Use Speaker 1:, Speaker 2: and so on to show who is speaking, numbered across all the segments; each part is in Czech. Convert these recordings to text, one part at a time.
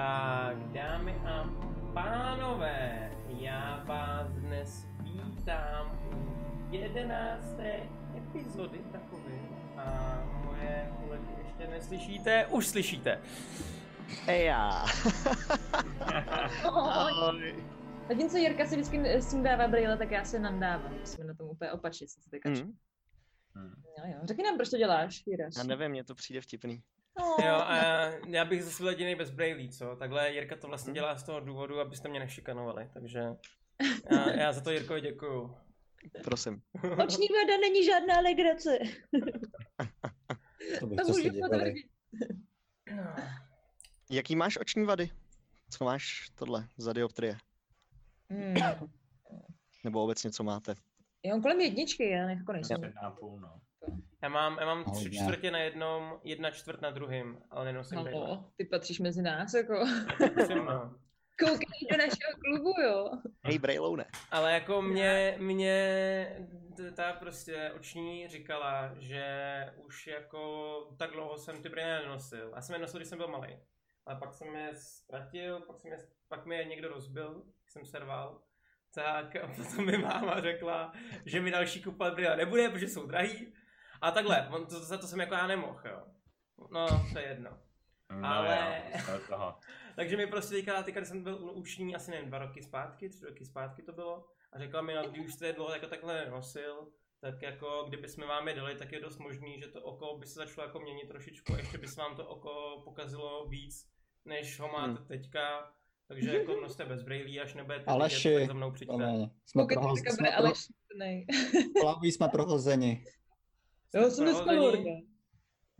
Speaker 1: Tak, dámy a pánové, já vás dnes vítám u jedenácté epizody takové. A moje kolegy ještě neslyšíte, už slyšíte.
Speaker 2: Eja.
Speaker 3: Zatímco Jirka si vždycky eh, sundává brýle, tak já se nandávám. Jsme na tom úplně opačně, jsem se
Speaker 4: Hmm.
Speaker 3: teďka mm.
Speaker 2: Hm,
Speaker 3: jo, jo. Řekni nám, proč to děláš, Jirka.
Speaker 2: Já nevím, mně to přijde vtipný.
Speaker 3: No,
Speaker 1: Jo, a já bych zase byl jediný bez brailí, co? Takhle Jirka to vlastně dělá z toho důvodu, abyste mě nešikanovali, takže já, já za to Jirkovi děkuju.
Speaker 2: Prosím.
Speaker 3: Oční vada není žádná legrace.
Speaker 4: To bych
Speaker 3: To
Speaker 4: to
Speaker 3: můžu
Speaker 4: si dělali.
Speaker 3: potvrdit.
Speaker 2: Jaký máš oční vady? Co máš tohle za dioptrie?
Speaker 3: Hmm.
Speaker 2: Nebo obecně co máte?
Speaker 3: Jo, kolem jedničky, já jako nejsem.
Speaker 5: Jedna a půl, no.
Speaker 1: Já mám, já mám
Speaker 4: Ahoj,
Speaker 1: tři
Speaker 4: já.
Speaker 1: čtvrtě na jednom, jedna čtvrt na druhém, ale nenosím brýle.
Speaker 3: Halo, ty patříš mezi nás, jako.
Speaker 1: Prosím, no.
Speaker 3: Koukej do našeho klubu, jo.
Speaker 2: Hej, Brailoune.
Speaker 1: Ale jako mě, mě t- ta prostě oční říkala, že už jako tak dlouho jsem ty brýle nenosil. Já jsem je nosil, když jsem byl malý. Ale pak jsem je ztratil, pak, jsem je, pak mi je někdo rozbil, když jsem serval. Tak a potom mi máma řekla, že mi další kupovat brýle nebude, protože jsou drahý. A takhle, on to, za to jsem jako já nemohl, jo. No, to je jedno.
Speaker 5: no
Speaker 1: Ale-
Speaker 5: jo, jsme od toho.
Speaker 1: Takže mi prostě teďka, teďka když jsem byl u- uční asi nevím, dva roky zpátky, tři roky zpátky to bylo, a řekla mi, no když už jste je dlouho jako takhle nenosil, tak jako kdyby jsme vám je dali, tak je dost možný, že to oko by se začalo jako měnit trošičku a ještě by se vám to oko pokazilo víc, než ho máte
Speaker 2: Hmm.
Speaker 1: teďka. Takže jako noste bez brýlí, až nebudete
Speaker 4: Aleši,
Speaker 1: vidět, tak za mnou přijďte.
Speaker 4: Promiň, jsme,
Speaker 3: Koukej,
Speaker 4: prohoz...
Speaker 3: Jirka
Speaker 4: jsme,
Speaker 3: bude
Speaker 4: pro...
Speaker 3: ale špatnej.
Speaker 4: Plaví jsme prohozeni.
Speaker 3: Jo, jsem
Speaker 1: prohození?
Speaker 3: dneska Jirka.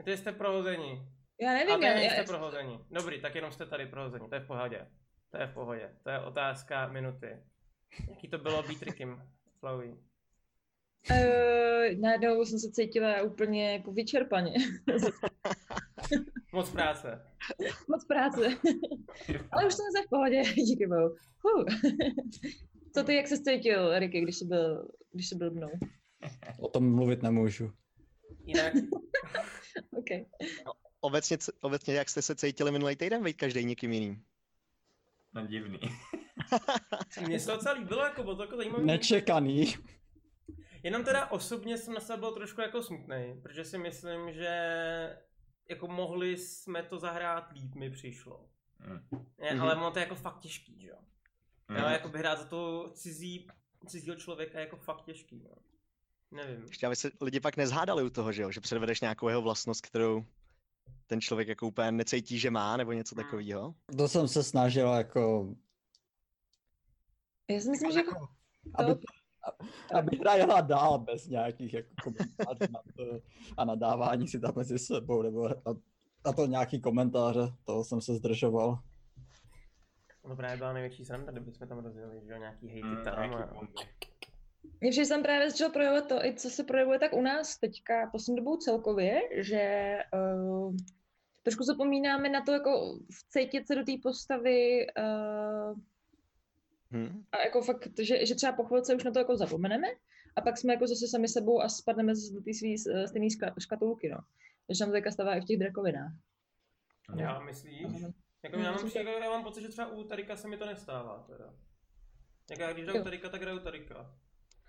Speaker 1: Ty jste prohození.
Speaker 3: Já
Speaker 1: A
Speaker 3: nevím,
Speaker 1: ne,
Speaker 3: já, já,
Speaker 1: nejste prohození. Dobrý, tak jenom jste tady prohození, to je v pohodě. To je v pohodě, to je otázka minuty. Jaký to bylo být Rickem, Flowey?
Speaker 3: eh, najednou jsem se cítila úplně jako vyčerpaně.
Speaker 1: Moc práce.
Speaker 3: Moc práce. Ale už jsem zase v pohodě, díky bohu. Huh. Co ty, jak se cítil, Ricky, když jsi byl, když jsi byl mnou?
Speaker 4: O tom mluvit nemůžu.
Speaker 1: Jinak,
Speaker 3: OK.
Speaker 2: Obecně, c- obecně, jak jste se cítili minulý týden, veď každý někým jiným.
Speaker 5: No divný.
Speaker 1: mně se to docela líbilo, jako bylo to jako zajímavý.
Speaker 4: Nečekaný.
Speaker 1: Jenom teda osobně jsem na sebe byl trošku jako smutný, protože si myslím, že jako mohli jsme to zahrát líp, mi přišlo.
Speaker 5: Mm.
Speaker 1: Je,
Speaker 2: Mhm.
Speaker 1: Ale ono to je jako fakt těžký, že jo.
Speaker 5: Mm.
Speaker 1: Ale jako by hrát za to cizí, cizího člověka je jako fakt těžký, no. Nevím.
Speaker 2: Ještě aby se lidi pak nezhádali u toho, že jo? Že předvedeš nějakou jeho vlastnost, kterou ten člověk jako úplně necítí, že má, nebo něco
Speaker 1: Hmm.
Speaker 2: takového.
Speaker 4: To jsem se snažil jako...
Speaker 3: Já si myslím, že jako
Speaker 4: Aby, aby hra jela dál bez nějakých jako komentářů na to a nadávání si tam mezi sebou, nebo a, a to nějaký komentáře, toho jsem se zdržoval.
Speaker 1: No právě byla největší sranda, kdybychom tam rozjeli, že jo, nějaký hejty
Speaker 5: Mm,
Speaker 1: tam.
Speaker 5: nějaký
Speaker 1: A...
Speaker 5: bomby.
Speaker 3: mě vše jsem právě začal projevovat to, i co se projevuje tak u nás teďka poslední dobou celkově, že uh, trošku zapomínáme na to, jako vcítit se do té postavy uh,
Speaker 2: Hm?
Speaker 3: A jako fakt, že, že třeba po chvilce už na to jako zapomeneme a pak jsme jako zase sami sebou a spadneme zase do té svý eh, stejný ška, škatulky, no. Že nám to teďka stává i v těch drakovinách.
Speaker 5: Mm.
Speaker 1: Já myslíš?
Speaker 3: Aha.
Speaker 1: Jako
Speaker 3: Mm,
Speaker 1: já, mám,
Speaker 3: myslím, že-
Speaker 1: jako, já mám pocit, že třeba u Tarika se mi to nestává teda. Jako já když
Speaker 3: Jo.
Speaker 1: hraju Tarika, tak hraju Tarika.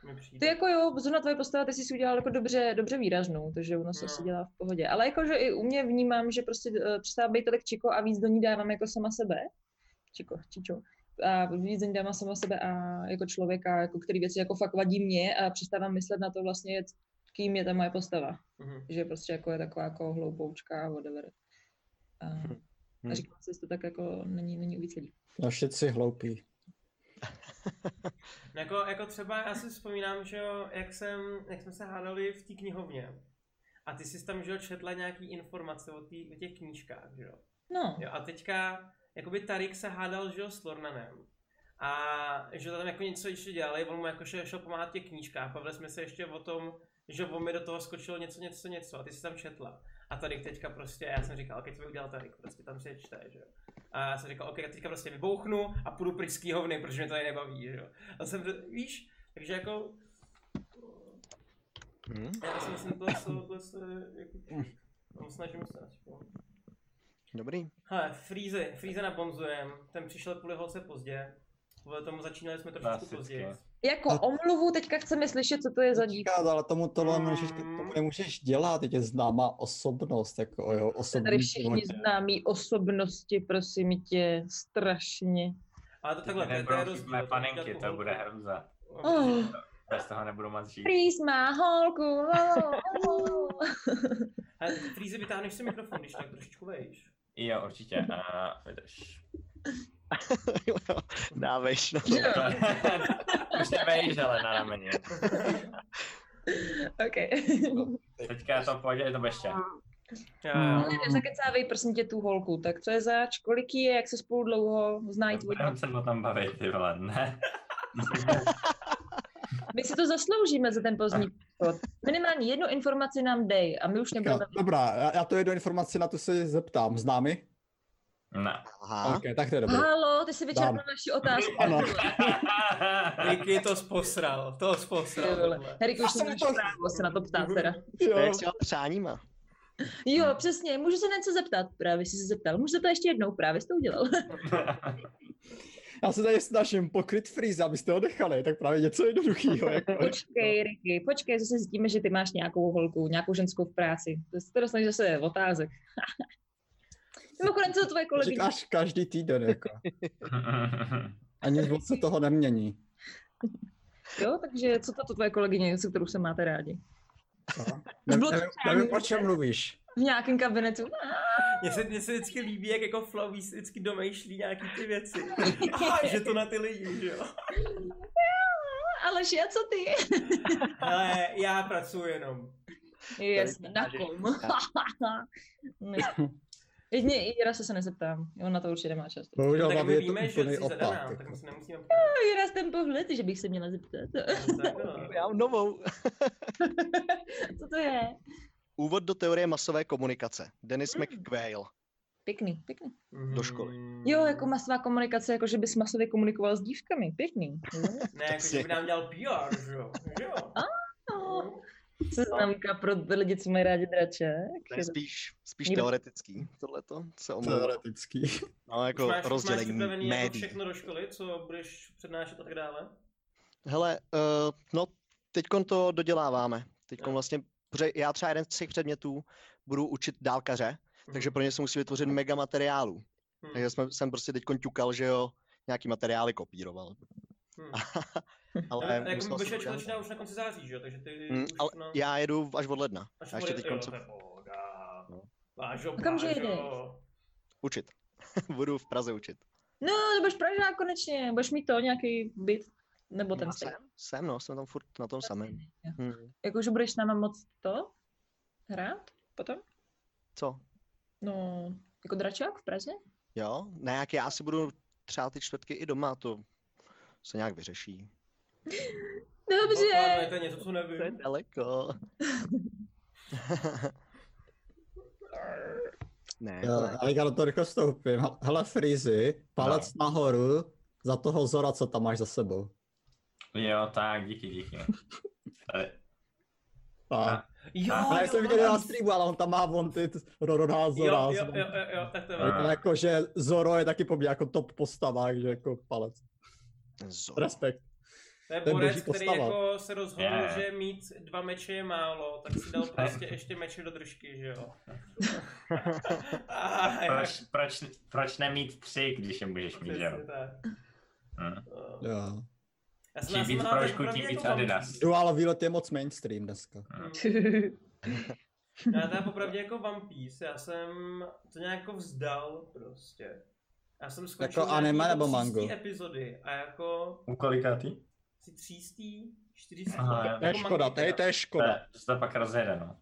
Speaker 1: Mi přijde.
Speaker 3: Ty jako jo, zrovna tvoje postava, ty jsi si udělal jako dobře, dobře výraznou, takže ono se
Speaker 1: No.
Speaker 3: asi dělá v pohodě. Ale jako, že i u mě vnímám, že prostě eh, přestává být tolik čiko a víc do ní dávám jako sama sebe. Čiko, čičo. A víc do ní dávám sama sebe a jako člověka, jako který věci jako fakt vadí mě a přestávám myslet na to vlastně, kým je ta moje postava.
Speaker 1: Mhm.
Speaker 3: že prostě jako je taková jako hloupoučka, whatever. A,
Speaker 1: Hm.
Speaker 2: Hmm.
Speaker 3: a říkám si, že to tak jako není, není u víc lidí.
Speaker 4: No všetci hloupí.
Speaker 1: No Jako, jako třeba já si vzpomínám, že jo, jak, jsem, jak jsme se hádali v té knihovně. A ty jsi tam, že jo, četla nějaký informace o, tý, o těch knížkách, že jo.
Speaker 3: No,
Speaker 1: Jo, a teďka, jakoby Tarik se hádal, že jo, s Lornanem. A že tam jako něco ještě dělali, on mu jako šel, šel pomáhat těch knížkách, bavili jsme se ještě o tom, že on mi do toho skočilo něco, něco, něco a ty jsi tam četla. A Tarik teďka prostě, já jsem říkal, ok, co by udělal Tarik, prostě tam se čte, že jo. A já jsem říkal, ok, já teďka prostě vybouchnu a půjdu pryč z knihovny, protože mě to tady nebaví, že jo. A jsem, to- víš, takže jako,
Speaker 2: Hm? Mm.
Speaker 1: no. já si myslím, tohle, tohle, tohle jako, no, snažím se aspoň.
Speaker 2: Dobrý.
Speaker 1: Hele, Freeze, Freeze na bonzujem, ten přišel kvůli holce pozdě. Kvůli tomu začínali jsme trošičku
Speaker 5: Klasicky.
Speaker 1: později.
Speaker 3: Jako
Speaker 1: No.
Speaker 4: A-
Speaker 3: omluvu teďka chceme slyšet, co to je za dík.
Speaker 4: Říká, ale tomu tohle nemůžeš,
Speaker 1: Mm.
Speaker 4: tomu nemůžeš dělat, teď je známá osobnost, jako o jeho
Speaker 3: Tady
Speaker 4: osobní
Speaker 3: všichni známí osobnosti, prosím tě, strašně.
Speaker 1: Ale to takhle, to, je- to je
Speaker 5: Nebudou
Speaker 1: rozdíl.
Speaker 5: vtipné
Speaker 1: to
Speaker 5: panenky,
Speaker 1: říkat
Speaker 5: to
Speaker 1: holku.
Speaker 5: bude hrůza.
Speaker 3: Oh,
Speaker 5: Bez toho nebudu moc žít.
Speaker 3: Prýs má holku, oh, lolo, lolo.
Speaker 1: Hele, Freeze, vytáhneš si mikrofon, když tak trošičku vejš.
Speaker 5: Jo, určitě. A vydrž.
Speaker 2: Jo, Dávejš na to.
Speaker 5: Už nebejíš, ale na rameni.
Speaker 3: OK.
Speaker 5: Teďka to pojď, je to beště.
Speaker 1: Já, já.
Speaker 3: Hele, Zakecávej prosím tě tu holku, tak co je zač, kolik jí je, jak se spolu dlouho znají tvůj
Speaker 5: Budeme se o tom bavit, ty vole, ne.
Speaker 3: My si to zasloužíme za ten pozdní pod. Minimálně jednu informaci nám dej a my už nebudeme...
Speaker 4: Dobrá, já, já to jednu informaci na tu se zeptám. Známy?
Speaker 5: Ne.
Speaker 2: Aha.
Speaker 4: OK, tak to je dobré.
Speaker 3: Halo, ty jsi vyčerpal
Speaker 4: Dám.
Speaker 3: naši otázku.
Speaker 4: Ano.
Speaker 1: Ricky to sposral, to
Speaker 3: Ty
Speaker 1: sposral.
Speaker 3: vole.
Speaker 1: tohle.
Speaker 3: Herik,
Speaker 4: Já
Speaker 3: už
Speaker 4: jsem
Speaker 3: nemáš
Speaker 4: to-
Speaker 3: právo se na to ptát teda.
Speaker 2: To je
Speaker 4: Jo.
Speaker 2: s těma přáníma.
Speaker 3: Jo, přesně, můžu se na něco zeptat, právě jsi se zeptal. Můžu se to ještě jednou, právě jsi to udělal.
Speaker 4: Já se tady snažím pokryt freeze, abyste ho nechali, tak právě něco jednoduchého. Jako.
Speaker 3: Počkej, Ricky, počkej, zase zjistíme, že ty máš nějakou holku, nějakou ženskou v práci. To se teda snaží zase otázek. Mimochodem, co tvoje
Speaker 4: To
Speaker 3: kolegyně?
Speaker 4: Říkáš každý týden, jako. A nic moc se toho nemění.
Speaker 3: Jo, takže co to tvoje kolegyně, se kterou se máte rádi?
Speaker 4: Co?
Speaker 3: To
Speaker 4: Ne,
Speaker 3: bylo
Speaker 4: nevím,
Speaker 3: totální.
Speaker 4: nevím, o čem mluvíš.
Speaker 3: V nějakém kabinetu? No,
Speaker 1: Mně se, mně se vždycky líbí, jak jako Flo víc vždycky domýšlí nějaký ty věci. že to na ty lidi, že jo.
Speaker 3: Ale a co ty?
Speaker 1: Ale já pracuji jenom.
Speaker 3: Jasně, na
Speaker 2: Tady
Speaker 3: kom. Ne. Jedině Jira se se nezeptám, on na to určitě nemá čas.
Speaker 4: Bohužel,
Speaker 1: No tak
Speaker 4: baví
Speaker 1: my
Speaker 4: je to
Speaker 1: víme, že
Speaker 4: úplný
Speaker 1: jsi zadaná,
Speaker 4: opak.
Speaker 1: tak
Speaker 4: jako.
Speaker 1: my se nemusíme ptát.
Speaker 3: No, Jira ten pohled, že bych se měla zeptat.
Speaker 1: Tak jo.
Speaker 2: Já mám novou.
Speaker 3: Co to je?
Speaker 2: Úvod do teorie masové komunikace. Dennis
Speaker 1: Hmm.
Speaker 3: Mm.
Speaker 2: McQuail.
Speaker 3: Pěkný, pěkný.
Speaker 2: Do školy.
Speaker 3: Jo,
Speaker 4: Hmm.
Speaker 3: jako masová komunikace, jako že bys masově komunikoval s dívkami, pěkný.
Speaker 1: Ne, jako, že by nám dělal PR, že jo. Že jo.
Speaker 3: No, Seznamka pro lidi, co mají rádi draček.
Speaker 2: To je spíš, spíš
Speaker 3: Nikdo-
Speaker 2: teoretický. Tohleto se omlouvá.
Speaker 4: Teoretický.
Speaker 2: No,
Speaker 1: Už máš, už
Speaker 2: jako
Speaker 1: máš
Speaker 2: rozdělení
Speaker 1: připravený jako
Speaker 2: médií.
Speaker 1: všechno do školy, co budeš přednášet a tak dále?
Speaker 2: Hele, uh, no, teďkon to doděláváme.
Speaker 1: Jo.
Speaker 2: Teďkon vlastně, protože já třeba jeden z těch předmětů budu učit dálkaře,
Speaker 1: Mhm.
Speaker 2: takže pro ně se musí vytvořit mega materiálů.
Speaker 1: Hmm.
Speaker 2: Takže jsme, jsem prostě teďkon ťukal, že jo, nějaký materiály kopíroval.
Speaker 1: Hmm.
Speaker 2: Ale
Speaker 1: Ale jako
Speaker 2: musel jsem
Speaker 1: vešla škola
Speaker 2: to dělat.
Speaker 1: začíná už na konci září, že jo, takže ty
Speaker 2: Mm,
Speaker 1: už
Speaker 2: ale
Speaker 1: na...
Speaker 2: Já jedu až od ledna.
Speaker 1: No. Až
Speaker 2: já ještě
Speaker 1: bude-
Speaker 2: teď
Speaker 1: jo,
Speaker 2: konce- No.
Speaker 1: to je pohoda. Vážo,
Speaker 3: A kam že
Speaker 1: vážo.
Speaker 3: jedeš?
Speaker 2: Učit. Budu v Praze učit.
Speaker 3: No, to budeš Pražák konečně, budeš mít to nějaký byt, nebo ten
Speaker 2: Já
Speaker 3: stejný.
Speaker 2: jsem, jsem, no, jsem tam furt na tom samém. Hm.
Speaker 3: Jakože Jako, budeš s náma moc to hrát potom?
Speaker 2: Co?
Speaker 3: No, jako dračák v Praze?
Speaker 2: Jo? Ne, jak já si budu třeba ty čtvrtky i doma, to se nějak vyřeší.
Speaker 1: Dobře.
Speaker 3: Dobře.
Speaker 1: To je něco, co
Speaker 2: To je
Speaker 1: nevím.
Speaker 2: daleko. ne, to ne.
Speaker 4: Já, já do toho rychle vstoupím. Hele, Freezy, palec nahoru za toho zora, co tam máš za sebou.
Speaker 5: Jo, tak, díky, díky. Tady.
Speaker 4: A,
Speaker 1: Jo,
Speaker 4: a já
Speaker 1: jo,
Speaker 4: jsem viděl na streamu, ale on tam má on ty t- Rorona
Speaker 1: jo,
Speaker 4: Zora.
Speaker 1: jo, jo, jo, jo, tak to je.
Speaker 5: A.
Speaker 4: Jako, že Zoro je taky po mně jako top postava, takže jako palec.
Speaker 2: Zor.
Speaker 4: Respekt.
Speaker 1: To je
Speaker 4: To je
Speaker 1: borec,
Speaker 4: boží
Speaker 1: který
Speaker 4: postava.
Speaker 1: jako se rozhodl,
Speaker 5: Je.
Speaker 1: že mít dva meče je málo, tak si dal prostě ještě meče do držky, že jo. Ah, jo,
Speaker 5: Proč, proč, proč nemít tři, když je můžeš mít, že
Speaker 1: přesně
Speaker 5: jo?
Speaker 1: tak.
Speaker 5: Hm.
Speaker 1: Jo.
Speaker 4: Jo.
Speaker 1: Já jsem-
Speaker 5: Čím
Speaker 1: já jsem
Speaker 5: víc
Speaker 1: rád, že
Speaker 5: prošku,
Speaker 1: opravdu
Speaker 5: tím
Speaker 1: je to
Speaker 5: víc
Speaker 1: malý.
Speaker 5: Adidas.
Speaker 4: Dual výlet je moc mainstream dneska.
Speaker 5: Hm. Hmm.
Speaker 1: Já teda popravdě jako One Piece, já jsem to nějak jako vzdal prostě. Já jsem skončil
Speaker 4: Jako anime
Speaker 1: nějaký
Speaker 4: nebo
Speaker 1: třístý
Speaker 4: mango?
Speaker 1: epizody a jako
Speaker 5: U kolikátý?
Speaker 1: si třístý, čtyřistý.
Speaker 5: Aha, já
Speaker 4: To je
Speaker 1: jako
Speaker 4: škoda,
Speaker 1: manga
Speaker 4: to je, to
Speaker 1: teda.
Speaker 4: je škoda.
Speaker 5: To se to pak rozjede, no.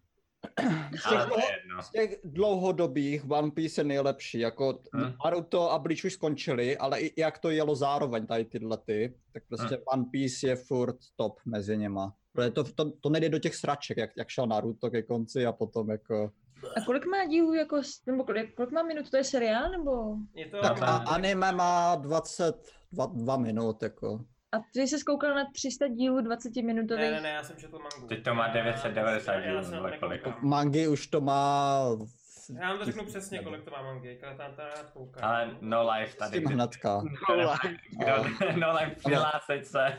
Speaker 5: Ale no. to je jedno.
Speaker 4: Z těch dlouhodobých One Piece je nejlepší, jako
Speaker 5: Hm.
Speaker 4: Naruto a Bleach už skončili, ale i jak to jelo zároveň tady tyhle ty, tak prostě One Piece je furt top mezi něma. Protože to, to, to nejde do těch sraček, jak, jak šel Naruto ke konci a potom jako...
Speaker 3: A kolik má dílů, jako, s- nebo kolik, kolik má minut, to je seriál, nebo?
Speaker 1: Je to jako
Speaker 4: Tak a
Speaker 1: anime.
Speaker 4: anime má 22 dva minut, jako.
Speaker 3: A ty jsi koukal na 300 dílů 20 minutových?
Speaker 1: Ne, ne, ne, já jsem četl mangu.
Speaker 5: Teď to má 990
Speaker 1: Já- já
Speaker 5: dílů,
Speaker 1: jsem
Speaker 5: nebo
Speaker 1: nekoukal.
Speaker 5: kolik.
Speaker 4: Mangy už to má s-
Speaker 1: Já vám to řeknu
Speaker 4: s-
Speaker 1: přesně, kolik to má mangik, ale tam ta kouká.
Speaker 5: Ale no life
Speaker 4: S
Speaker 5: tady.
Speaker 4: tím hnedka.
Speaker 2: No, life.
Speaker 5: Kdo- No life, přihlásit se.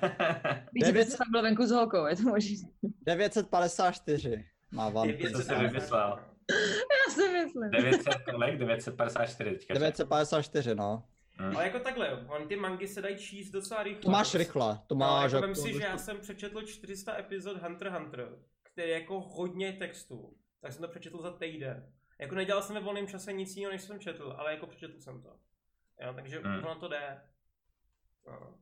Speaker 6: Vidíte,
Speaker 4: Devět-
Speaker 6: že jsem byl venku s holkou, je to možný.
Speaker 4: 954 má One
Speaker 1: Devět
Speaker 5: To
Speaker 4: Piece.
Speaker 5: jsi vymyslel.
Speaker 6: Já si myslím.
Speaker 5: 900 kolik? 954 teďka.
Speaker 4: 954, no.
Speaker 5: Mm.
Speaker 1: Ale jako takhle, on ty mangy se dají číst docela rychle.
Speaker 4: To máš rychle, to
Speaker 1: No,
Speaker 4: máš...
Speaker 1: jako vem si, že já jsem přečetl 400 epizod Hunter x Hunter, který je jako hodně textů, tak jsem to přečetl za týden. Jako nedělal jsem ve volném čase nic jiného, než jsem četl, ale jako přečetl jsem to. Jo, takže
Speaker 5: Hmm.
Speaker 1: hmm. ono to jde. No.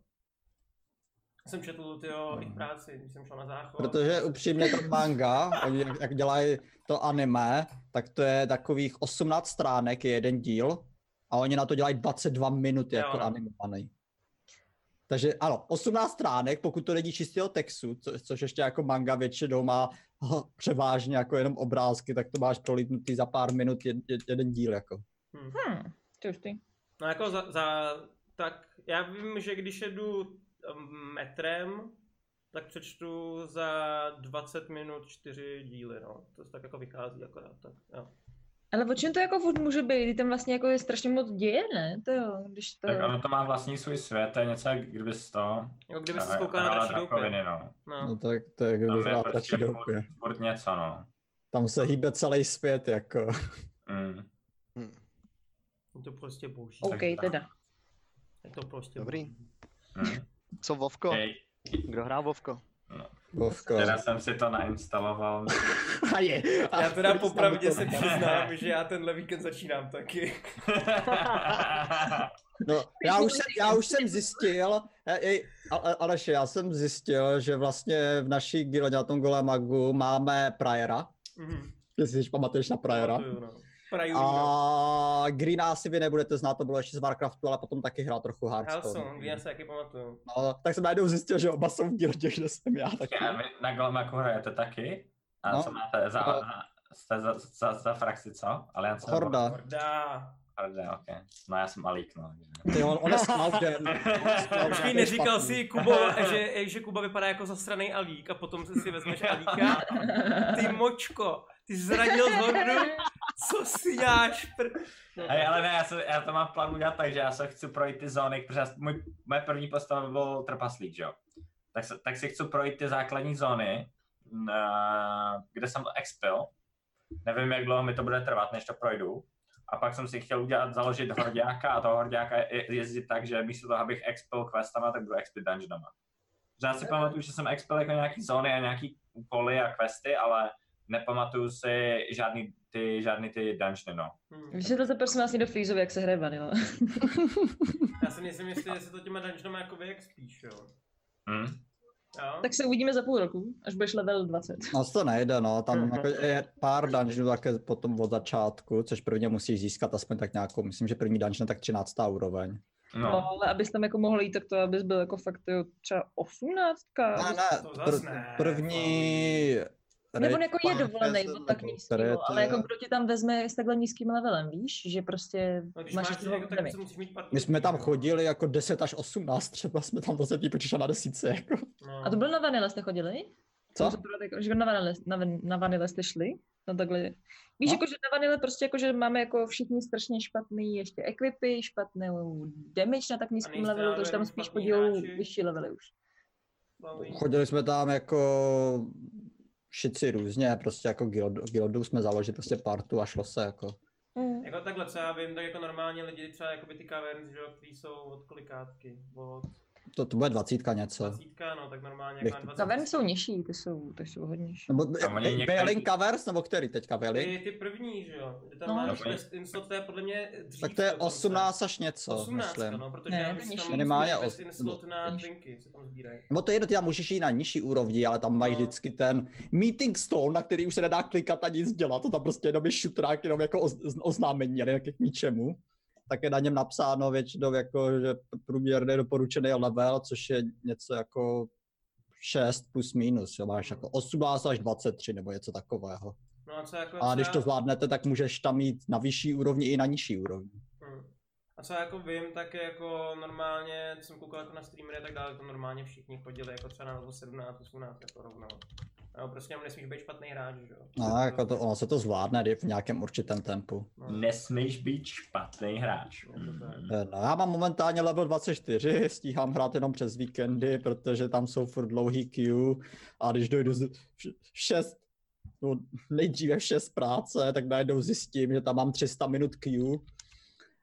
Speaker 1: Jsem četl tyjo, jejich práci, když jsem šel na záchod.
Speaker 4: Mhm. Protože upřímně ta manga, oni jak, jak dělají to anime, tak to je takových 18 stránek je jeden díl a oni na to dělají 22 minut
Speaker 1: Jo,
Speaker 4: jako
Speaker 1: no.
Speaker 4: animovaný. Takže ano, 18 stránek, pokud to není čistého textu, co, což ještě jako manga většinou má ho, převážně jako jenom obrázky, tak to máš prolítnutý za pár minut jed, jed, jeden díl jako.
Speaker 1: Hmm.
Speaker 6: Hm, to už ty.
Speaker 1: No jako za, za, tak já vím, že když jedu um, metrem, tak přečtu za 20 minut 4 díly, no. To tak jako vychází akorát, tak jo.
Speaker 6: Ale o čem to jako furt může být? Kdy tam vlastně jako je strašně moc děje, ne? To jo, když to...
Speaker 5: Tak ono to má vlastní svůj svět, to je něco, jak kdyby z toho...
Speaker 1: Jako kdyby se
Speaker 5: eh,
Speaker 1: skoukal na
Speaker 5: hrála
Speaker 1: další doupě.
Speaker 5: drakoviny, no.
Speaker 4: No
Speaker 1: No.
Speaker 4: tak to je, kdyby
Speaker 5: Tam je
Speaker 4: byla
Speaker 5: prostě
Speaker 4: prostě
Speaker 5: furt, furt něco, no.
Speaker 4: Tam se hýbe celý svět jako.
Speaker 5: Mm.
Speaker 1: Je to prostě boží.
Speaker 3: Oh.
Speaker 6: OK, teda.
Speaker 1: Je to prostě
Speaker 2: Dobrý.
Speaker 1: boží.
Speaker 5: Mm.
Speaker 2: Co Vovko?
Speaker 5: Hej,
Speaker 2: Kdo hrál Vovko?
Speaker 4: Bovko.
Speaker 5: Teda jsem si to nainstaloval.
Speaker 4: A je.
Speaker 1: Já teda
Speaker 4: Tam to-
Speaker 1: popravdě se přiznám, že já tenhle víkend začínám taky.
Speaker 4: No, já už, jsem, já už jsem zjistil, e, e, Ale- Aleši, já jsem zjistil, že vlastně v naší gildě na tom Golemagu máme Priora,
Speaker 1: Mhm.
Speaker 4: jestli si pamatuješ na Priora.
Speaker 1: Pamatuju, no. Praju, no.
Speaker 4: A Greena asi vy nebudete znát, to bylo ještě z Warcraftu, ale potom taky hrál trochu
Speaker 1: Halson,
Speaker 4: Hearthstone.
Speaker 1: já se taky pamatuju.
Speaker 4: No, tak jsem najednou zjistil, že oba jsou v gildě, kde jsem já taky.
Speaker 5: A vy na Golmaku hrajete taky? A
Speaker 4: No.
Speaker 5: co máte za,
Speaker 4: No.
Speaker 5: za, jste za, za, za frakci, co? Aliance? nebo-
Speaker 4: Horda.
Speaker 1: Horda.
Speaker 5: Horda, ok. No já jsem Alík, no.
Speaker 4: Ty, on, on je Smaugden.
Speaker 1: Počkej, neříkal si, Kubo, že, že Kuba vypadá jako zasraný alík a potom si vezmeš alíka. Ty močko, ty zradil z hordu, co si děláš? Pr... No,
Speaker 5: Hej, ale ne, já, se, já to mám v plánu udělat tak, že já se chci projít ty zóny, protože já, s- můj, moje první postava byl trpaslík, že jo? Tak, se, tak si chci projít ty základní zóny, na, kde jsem expil. Nevím, jak dlouho mi to bude trvat, než to projdu. A pak jsem si chtěl udělat, založit hordáka a toho hordáka je- jezdit tak, že místo toho, abych expil questama, tak budu expit dungeonama. Že já si pamatuju, že jsem expil jako nějaký zóny a nějaký úkoly a questy, ale nepamatuju si žádný ty, žádný ty dungeony, no.
Speaker 1: Hm.
Speaker 6: Vysvětlete prosím vás někdo Freezovi, jak se hraje no. vanila.
Speaker 1: Já si myslím, jestli, jestli to těma dungeonama jako vyexpíš, jo.
Speaker 5: Mm.
Speaker 1: jo?
Speaker 6: tak se uvidíme za půl roku, až budeš level 20.
Speaker 4: No to nejde, no, tam
Speaker 1: Mhm.
Speaker 4: jako je pár dungeonů také potom od začátku, což prvně musíš získat aspoň tak nějakou, myslím, že první dungeon je tak 13. úroveň.
Speaker 6: No.
Speaker 5: No,
Speaker 6: ale abys tam jako mohl jít, tak to abys byl jako fakt jo, třeba 18.
Speaker 4: Ne, ne,
Speaker 1: To
Speaker 4: pr-
Speaker 1: zas ne.
Speaker 4: první...
Speaker 6: Nebo on jako je
Speaker 4: raid
Speaker 6: dovolený,
Speaker 4: Punk
Speaker 6: od tak
Speaker 4: Fest,
Speaker 6: nízkého,
Speaker 4: Red,
Speaker 6: ale jako
Speaker 4: eh,
Speaker 6: kdo tě tam vezme s takhle nízkým levelem, víš? Že prostě
Speaker 1: No, když
Speaker 6: máš
Speaker 1: máš
Speaker 6: toho
Speaker 1: jako, tak
Speaker 6: damage.
Speaker 1: se musíš mít partner.
Speaker 4: My jsme tam chodili jako 10 až 18, třeba jsme tam prostě týpy přišli na desíce, jako.
Speaker 1: No.
Speaker 6: A to bylo na Vanille, jste chodili?
Speaker 4: Co?
Speaker 6: Že to bylo tak- Že na Vanille, na, van- na vanile jste šli? No takhle. Víš,
Speaker 4: No.
Speaker 6: jako, že na Vanille prostě jako, že máme jako všichni strašně špatný ještě equipy, špatnou damage na tak nízkém
Speaker 1: nejste
Speaker 6: levelu, takže
Speaker 1: náhodou
Speaker 6: tam
Speaker 1: jenom
Speaker 6: spíš
Speaker 1: špatný
Speaker 6: podílou
Speaker 1: hráči?
Speaker 6: vyšší levely už.
Speaker 4: Chodili jsme tam jako šici různě, prostě jako guildu, guildu jsme založili prostě partu a šlo se jako.
Speaker 1: Jako takhle, co já vím, tak jako normálně lidi třeba jako by ty kaverns, že jo, který jsou od kolikátky, od
Speaker 4: To, to bude dvacítka něco.
Speaker 1: 20, no tak normálně
Speaker 4: Bych-
Speaker 1: jako na 20.
Speaker 6: Kavern jsou nižší, ty jsou, ty jsou hodnější.
Speaker 4: Nebo
Speaker 5: Tam oni
Speaker 4: Bailing
Speaker 5: některý-
Speaker 4: Covers, nebo který teďka Bailing?
Speaker 1: Ty, ty první, že jo, kde tam
Speaker 6: No.
Speaker 1: máš
Speaker 5: Dobrý.
Speaker 1: best insult, to je podle mě dřív.
Speaker 4: Tak to je
Speaker 1: dokonce.
Speaker 4: 18 až něco,
Speaker 1: 18,
Speaker 4: myslím.
Speaker 1: no, protože
Speaker 6: Ne,
Speaker 1: já
Speaker 6: to no,
Speaker 1: myslím,
Speaker 6: nižší.
Speaker 1: tam
Speaker 4: Minimálně
Speaker 1: máš best
Speaker 4: os-
Speaker 1: insult na
Speaker 6: nižší.
Speaker 1: drinky, se tam sbírají.
Speaker 4: Nebo to je jedno, ty tam můžeš jít na nižší úrovni, ale tam mají
Speaker 1: No.
Speaker 4: vždycky ten meeting stone, na který už se nedá klikat a nic dělat, to tam prostě jenom je šutrák, jenom jako oz, oznámení, ale jak k ničemu. Tak je na něm napsáno většinou, jako, že průměrný doporučený level, což je něco jako 6 plus minus, jo, máš jako 18 až 23 nebo něco takového.
Speaker 1: No a co jako
Speaker 4: A když to
Speaker 1: třeba-
Speaker 4: zvládnete, tak můžeš tam jít na vyšší úrovni i na nižší úrovni.
Speaker 1: Hm. A co já jako vím, tak je jako normálně, co jsem koukal jako na streamery a tak dále, to normálně všichni chodili jako třeba na level 17, 18 jako rovnou. No, prostě tam nesmíš být špatný hráč, že jo. prostě-
Speaker 4: No, jako to, ono se to zvládne kdy- v nějakém určitém tempu.
Speaker 1: No.
Speaker 5: Nesmíš být špatný hráč. Mm.
Speaker 1: Je to tak.
Speaker 4: Eh, No, já mám momentálně level 24, stíhám hrát jenom přes víkendy, protože tam jsou furt dlouhý queue a když dojdu z- v- v 6, no nejdříve v 6 práce, tak najednou zjistím, že tam mám 300 minut queue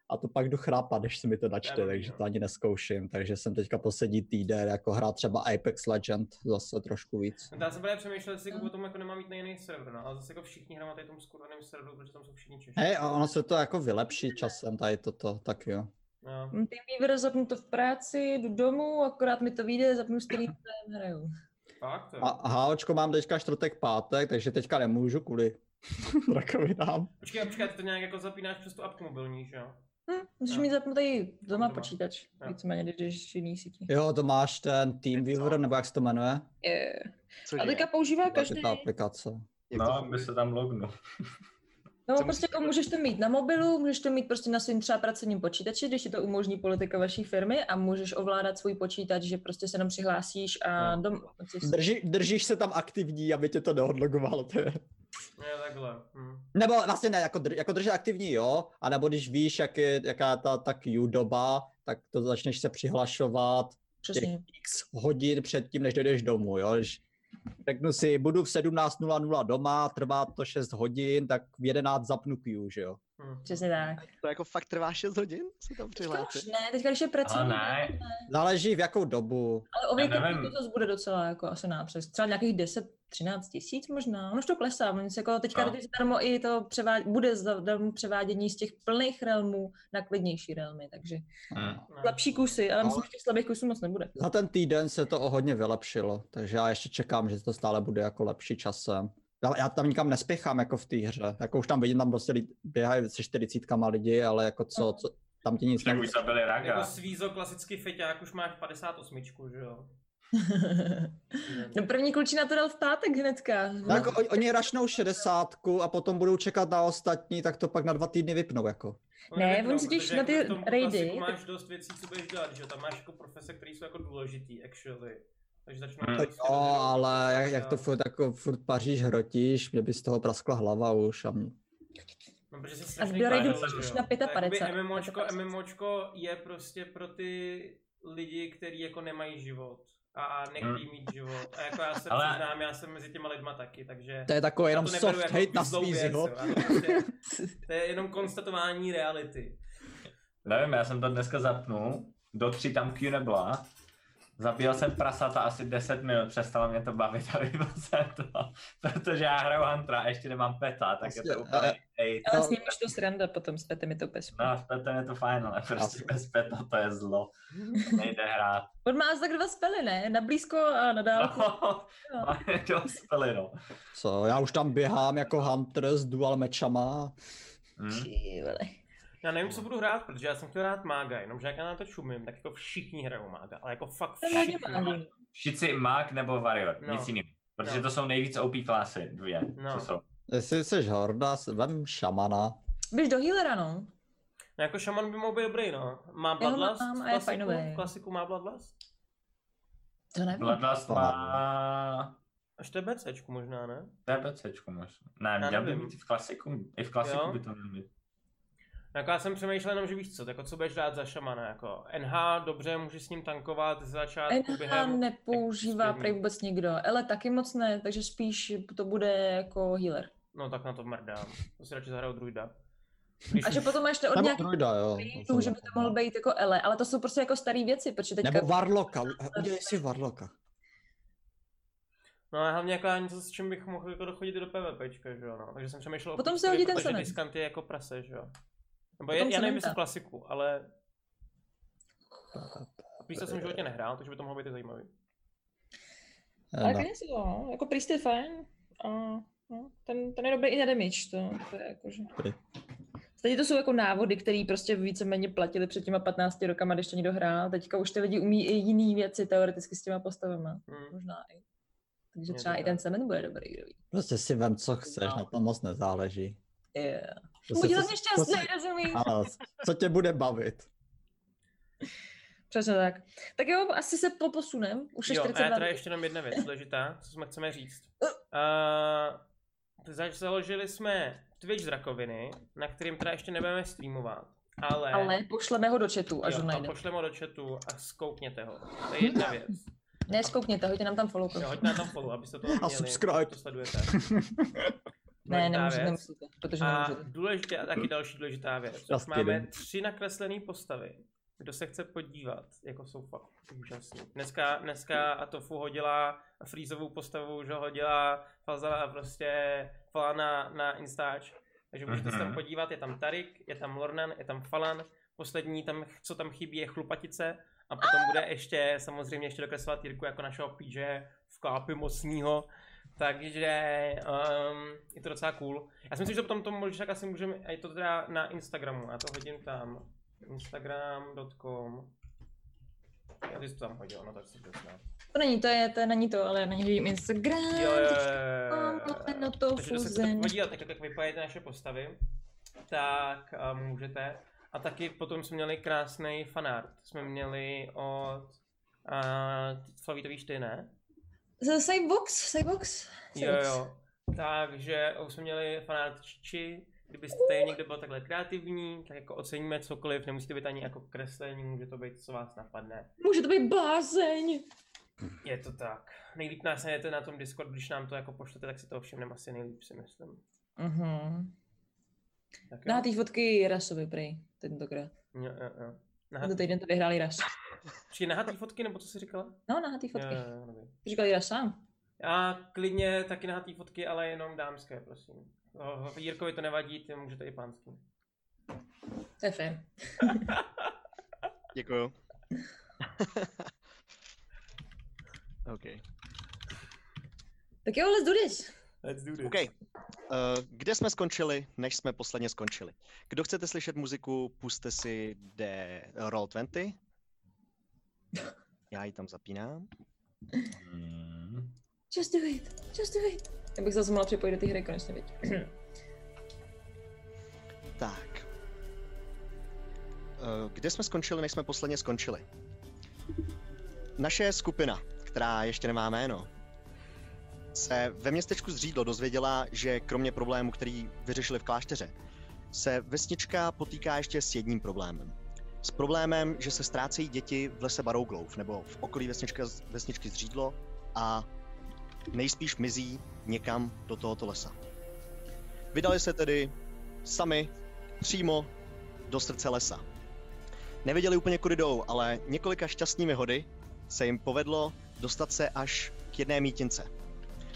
Speaker 4: a to pak jdu chrápat, než se mi to načte,
Speaker 1: blbý,
Speaker 4: takže
Speaker 1: no.
Speaker 4: to ani neskouším, takže jsem teďka poslední týden jako hrát třeba Apex Legend zase trošku víc.
Speaker 1: No, já jsem právě přemýšlel, jestli
Speaker 6: No.
Speaker 1: jako
Speaker 3: Mm.
Speaker 1: potom jako nemám jít na jiný server, no, ale zase jako všichni hrajeme na tady tom skurveném serveru, protože tam jsou všichni Češi.
Speaker 4: Hej, a ono se to jako vylepší časem tady toto, tak jo.
Speaker 1: No.
Speaker 3: Mám TeamViewer, zapnu to v práci, jdu domů, akorát mi to vyjde, zapnu stream, tam hraju.
Speaker 1: Fakt, jo.
Speaker 4: A háočko mám teďka čtvrtek, pátek, takže teďka nemůžu kvůli rakovinám.
Speaker 1: Počkej, počkej, ty to nějak jako zapínáš přes tu apku mobilní, že jo?
Speaker 3: Hm, můžeš
Speaker 1: Jo.
Speaker 3: mít zapnutý doma
Speaker 1: Doma.
Speaker 3: počítač,
Speaker 1: Jo.
Speaker 3: víceméně, když jdeš v jiný síti.
Speaker 4: Jo, to máš ten TeamViewer, nebo jak se to jmenuje?
Speaker 3: Je.
Speaker 2: Cože?
Speaker 3: A teďka používá
Speaker 4: Tak
Speaker 3: každý.
Speaker 4: je ta aplikace.
Speaker 2: Jak to
Speaker 5: No,
Speaker 2: funguje?
Speaker 5: by se tam lognu.
Speaker 3: No,
Speaker 2: Co
Speaker 3: prostě
Speaker 2: myslíš?
Speaker 3: jako můžeš to mít na mobilu, můžeš to mít prostě na svým třeba pracovním počítači, když ti to umožní politika vaší firmy a můžeš ovládat svůj počítač, že prostě se jenom přihlásíš a
Speaker 1: No.
Speaker 3: dom... prostě
Speaker 4: Drži, držíš se tam aktivní, aby tě to neodlogovalo. To je.
Speaker 1: Jo, takhle. Hm.
Speaker 4: Nebo vlastně ne, jako, drž, jako držet aktivní, jo, a nebo když víš, jak je, jaká je ta, ta queue doba, tak to začneš se přihlašovat
Speaker 3: Přesně.
Speaker 4: x hodin před tím, než dojdeš domů, jo. Když řeknu si, budu v 17.00 doma, trvá to 6 hodin, tak v 11 zapnu queue, že jo.
Speaker 1: Hm.
Speaker 3: Přesně tak.
Speaker 2: To jako fakt trvá 6 hodin se tam
Speaker 3: Teďka už
Speaker 2: přihlásit?
Speaker 3: ne, teďka když je
Speaker 5: Ale
Speaker 3: pracovní,
Speaker 5: ne,
Speaker 4: Záleží v jakou dobu.
Speaker 3: ale o věku
Speaker 5: Já nevím.
Speaker 3: to zase bude docela jako asi nápřes. Třeba nějakých 10 13 tisíc možná, ono už to klesá, ono se jako teďka
Speaker 5: No.
Speaker 3: no. zadarmo i to převá... bude zadarmo převádění z těch plných realmů na klidnější realmy, takže
Speaker 5: Mm.
Speaker 1: No.
Speaker 3: slabší kusy, ale
Speaker 2: No.
Speaker 3: myslím, že těch slabých kusů moc nebude.
Speaker 4: Za ten týden se to o hodně vylepšilo, takže já ještě čekám, že to stále bude jako lepší časem. Já, já tam nikam nespěchám jako v té hře, jako už tam vidím, tam prostě lid- běhají se 40 lidi, ale jako co, co tam ti nic
Speaker 5: tak už zabili
Speaker 1: Jako
Speaker 5: raga.
Speaker 1: svízo, klasicky feťák, už máš 58, že jo?
Speaker 3: No první klučina to dal v pátek hnedka.
Speaker 4: No, jako oni, oni rašnou 60 a potom budou čekat na ostatní, tak to pak na dva týdny vypnou jako.
Speaker 1: On
Speaker 3: Ne,
Speaker 1: nevypnou,
Speaker 3: on si těž
Speaker 1: protože
Speaker 3: na
Speaker 1: jako
Speaker 3: ty
Speaker 1: v tom
Speaker 3: raidy-
Speaker 1: klasiku máš dost věcí, co budeš dělat, že jo? Tam máš jako profese, které jsou jako důležitý, actually. Takže začnou...
Speaker 5: Hmm.
Speaker 4: To
Speaker 1: prostě
Speaker 4: jo,
Speaker 1: rozjedou-
Speaker 4: ale jak, jak to
Speaker 1: Jo.
Speaker 4: furt, jako furt paříš, hrotíš, mě by z toho praskla hlava už. A mě...
Speaker 1: No, protože jsi strašný
Speaker 3: do
Speaker 5: raidu
Speaker 1: král,
Speaker 5: už
Speaker 1: že
Speaker 3: na
Speaker 1: jo. To je jakoby
Speaker 3: 55.
Speaker 1: MMOčko,
Speaker 3: 55.
Speaker 1: MMOčko je prostě pro ty lidi, kteří jako nemají život a- a nechtějí mít život. A jako já se
Speaker 5: Ale-
Speaker 1: přiznám, já jsem mezi těma lidma taky, takže...
Speaker 4: To je takový
Speaker 1: já
Speaker 4: jenom
Speaker 1: to
Speaker 4: soft
Speaker 1: neberu
Speaker 4: hate
Speaker 1: jako
Speaker 4: na
Speaker 1: zlou věc,
Speaker 4: Svízyho.
Speaker 1: jo. Já to prostě- To je jenom konstatování reality.
Speaker 5: Nevím, já jsem to dneska zapnul, do tří tam Q nebyla. Zabíjel jsem prasata asi 10 minut, přestalo mě to bavit a vybil jsem to. Protože já hraju Huntera a ještě nemám peta, tak je
Speaker 4: Jasně,
Speaker 5: to úplně
Speaker 4: eh,
Speaker 5: hate.
Speaker 3: Ale
Speaker 4: No.
Speaker 3: s ním už to sranda potom s Petem je to bez.
Speaker 5: No, s petem je to fajn, ale prostě
Speaker 4: Jasně.
Speaker 5: bez peta to je zlo. Nejde hrát.
Speaker 3: On má asi tak dva spely, ne? Na blízko a na dálku.
Speaker 5: No,
Speaker 3: jo.
Speaker 5: máme dospěli, no.
Speaker 4: Co, já už tam běhám jako Hunter s dual mečama.
Speaker 5: Hm?
Speaker 3: Ty vole.
Speaker 1: Já nevím, co budu hrát, protože já jsem chtěl hrát mága, jenomže jak já na to čumím, tak jako všichni hrajou mága, ale jako fakt
Speaker 3: To je hodně
Speaker 1: všichni.
Speaker 3: málo.
Speaker 5: Všici Mák nebo Warrior,
Speaker 1: No.
Speaker 5: nic jiného. Protože
Speaker 1: No.
Speaker 5: to jsou nejvíc OP klasy, dvě,
Speaker 1: No.
Speaker 5: co jsou.
Speaker 4: Jestli jsi horda, s- vem šamana.
Speaker 3: Běž do healera, no.
Speaker 1: No jako šaman by mohl být dobrý, no. Má
Speaker 3: Já ho
Speaker 1: Bloodlust
Speaker 3: mám
Speaker 1: v
Speaker 3: a je
Speaker 1: klasiku?
Speaker 3: fajnovej.
Speaker 1: V klasiku má Bloodlust?
Speaker 3: To nevím.
Speaker 5: Bloodlust má
Speaker 1: Až to je BCčku možná, ne?
Speaker 5: DBCčku možná. Ne,
Speaker 1: Já
Speaker 5: měl by
Speaker 1: nevím.
Speaker 5: být i v klasiku, i v klasiku
Speaker 1: Jo.
Speaker 5: by to měl být.
Speaker 1: Jako já jsem přemýšlel jenom, že víš co, tak jako co budeš dát za šamana, jako NH, dobře, můžeš s ním tankovat ze začátku
Speaker 3: NH
Speaker 1: během...
Speaker 3: nepoužívá
Speaker 1: jako extrémní.
Speaker 3: prej vůbec nikdo. Ele taky moc ne, takže spíš to bude jako healer.
Speaker 1: No tak na to mrdám, to si radši zahraju druida. Když
Speaker 3: A že
Speaker 1: už-
Speaker 3: potom máš to od
Speaker 4: Nebo
Speaker 3: nějakých
Speaker 4: druida, jo.
Speaker 3: raidů, že by to mohl být jako Ele, ale to jsou prostě jako staré věci, protože teďka... prostě.
Speaker 4: Nebo Varloka, udělej si Varloka.
Speaker 1: No a hlavně jako já něco, s čím bych mohl jako dochodit do PvPčka, že jo, no. Takže jsem přemýšlel o
Speaker 3: Potom se
Speaker 1: Pristovi,
Speaker 3: hodí ten
Speaker 1: protože
Speaker 3: Semen.
Speaker 1: diskant je jako prase, že jo. Nebo
Speaker 3: Potom
Speaker 1: je, já nevím,
Speaker 3: Sementa.
Speaker 1: jestli v klasiku, ale Prista jsem v životě nehrál, takže by to mohlo být i zajímavý.
Speaker 3: Ale
Speaker 4: No.
Speaker 3: klidně si to, no. jako priest je fajn. A, no, ten, ten je dobrý i na damage, to, to je jakože...
Speaker 4: Dobrý.
Speaker 3: Tady to jsou jako návody, které prostě víceméně platili před těma 15 rokama, když to někdo hrál. Teďka už ty lidi umí i jiný věci teoreticky s těma postavama.
Speaker 1: Hmm.
Speaker 3: Možná i. Takže
Speaker 1: Je
Speaker 3: třeba
Speaker 1: to
Speaker 3: i
Speaker 1: tak.
Speaker 3: ten semen bude dobrý, kdo ví.
Speaker 4: Prostě si vem, co chceš, na tom moc nezáleží.
Speaker 3: Yeah.
Speaker 4: Prostě
Speaker 3: Buď
Speaker 4: co-
Speaker 3: hlavně
Speaker 4: co si-
Speaker 3: šťastný, rozumíš?
Speaker 4: Ano, co tě bude bavit.
Speaker 6: Přesně tak. Tak jo, asi se po posunem. Už je
Speaker 1: Jo, a já
Speaker 6: 42.
Speaker 1: teda ještě jenom jedna věc důležitá, co jsme chceme říct. Uh, založili jsme Twitch z rakoviny, na kterým teda ještě nebudeme streamovat, ale,
Speaker 6: Ale pošleme ho do chatu, až ho
Speaker 1: jo, a
Speaker 6: najdeme.
Speaker 1: pošleme ho do chatu a skoukněte ho. To je jedna věc.
Speaker 6: Ne, skoukněte, hoďte nám tam follow.
Speaker 1: Jo, hoďte na tam follow, abyste to měli.
Speaker 4: subscribe.
Speaker 1: To sledujete.
Speaker 6: Ne,
Speaker 1: Důležitá
Speaker 6: nemůžete,
Speaker 1: věc.
Speaker 6: nemusíte, protože
Speaker 1: A
Speaker 6: nemůžete.
Speaker 1: důležitě, a taky další důležitá věc. Už
Speaker 4: Just
Speaker 1: máme
Speaker 4: kidding.
Speaker 1: tři nakreslené postavy. Kdo se chce podívat, jako jsou fakt úžasný. Dneska, dneska Atofu hodila frýzovou postavu, že hodila Fazala prostě Falan na, na Instač. Takže můžete se tam
Speaker 5: Mhm.
Speaker 1: podívat, je tam Tarik, je tam Lornan, je tam Falan. Poslední, tam, co tam chybí, je chlupatice. A potom bude ještě, samozřejmě ještě dokreslovat Jirku jako našeho PJ v kápi mocního. Takže um, je to docela cool. Já si myslím, že potom to možná tak asi můžeme, a je to teda na Instagramu, já to hodím tam. Instagram.com Já ty jsi to tam hodil, no tak si to znám.
Speaker 6: To není to, je, to není to, ale já na něj vidím Instagram.
Speaker 1: Jo, jo, jo,
Speaker 6: Mám
Speaker 1: jo,
Speaker 6: na
Speaker 1: jo.
Speaker 6: to
Speaker 1: Takže kdo se chcete
Speaker 6: fuzen.
Speaker 1: podívat, tak jak vypadají ty naše postavy, tak um, můžete. A taky potom jsme měli krásný fanart. Jsme měli od uh, Flavítový šty, ne?
Speaker 6: Z Cybox, Cybox.
Speaker 1: Jo, jo. Takže už jsme měli fanátči, kdybyste tady někdo byl takhle kreativní, tak jako oceníme cokoliv, nemusí to být ani jako kreslení, může to být, co vás napadne.
Speaker 6: Může to být blázeň.
Speaker 1: Je to tak. Nejlíp nás najdete na tom Discord, když nám to jako pošlete, tak si to všimneme asi nejlíp, si myslím.
Speaker 6: Mhm.
Speaker 1: Tak jo.
Speaker 6: Dá ty fotky Rasovi, prej, tentokrát.
Speaker 1: Jo, jo, jo.
Speaker 6: Tento týden to vyhráli Ras.
Speaker 1: Přijde nahatý fotky, nebo co jsi říkala?
Speaker 6: No, nahatý
Speaker 1: Jo,
Speaker 6: fotky.
Speaker 1: jo, jo, dobrý.
Speaker 6: Říkali Ras sám.
Speaker 1: A klidně taky nahatý fotky, ale jenom dámské, prosím. O, Jirkovi to nevadí, ty můžete i pánský.
Speaker 6: To je fajn.
Speaker 2: Děkuju. OK.
Speaker 6: Tak jo, let's do this.
Speaker 1: Let's do this.
Speaker 2: OK. Uh, kde jsme skončili, než jsme posledně skončili? Kdo chcete slyšet muziku, puste si de Roll 20. Já ji tam zapínám.
Speaker 5: Hmm.
Speaker 6: Just do it, just do it. Já bych zase mohla připojit do ty hry konečně, viď?
Speaker 2: Tak. Eh, Kde jsme skončili, než jsme posledně skončili? Naše skupina, která ještě nemá jméno, se ve městečku Zřídlo dozvěděla, že kromě problému, který vyřešili v klášteře, se vesnička potýká ještě s jedním problémem. S problémem, že se ztrácejí děti v lese Barouglouf, nebo v okolí vesnička, vesničky Zřídlo a nejspíš mizí někam do tohoto lesa. Vydali se tedy sami přímo do srdce lesa. Nevěděli úplně kudy jdou, ale několika šťastnými hody se jim povedlo dostat se až k jedné mítince.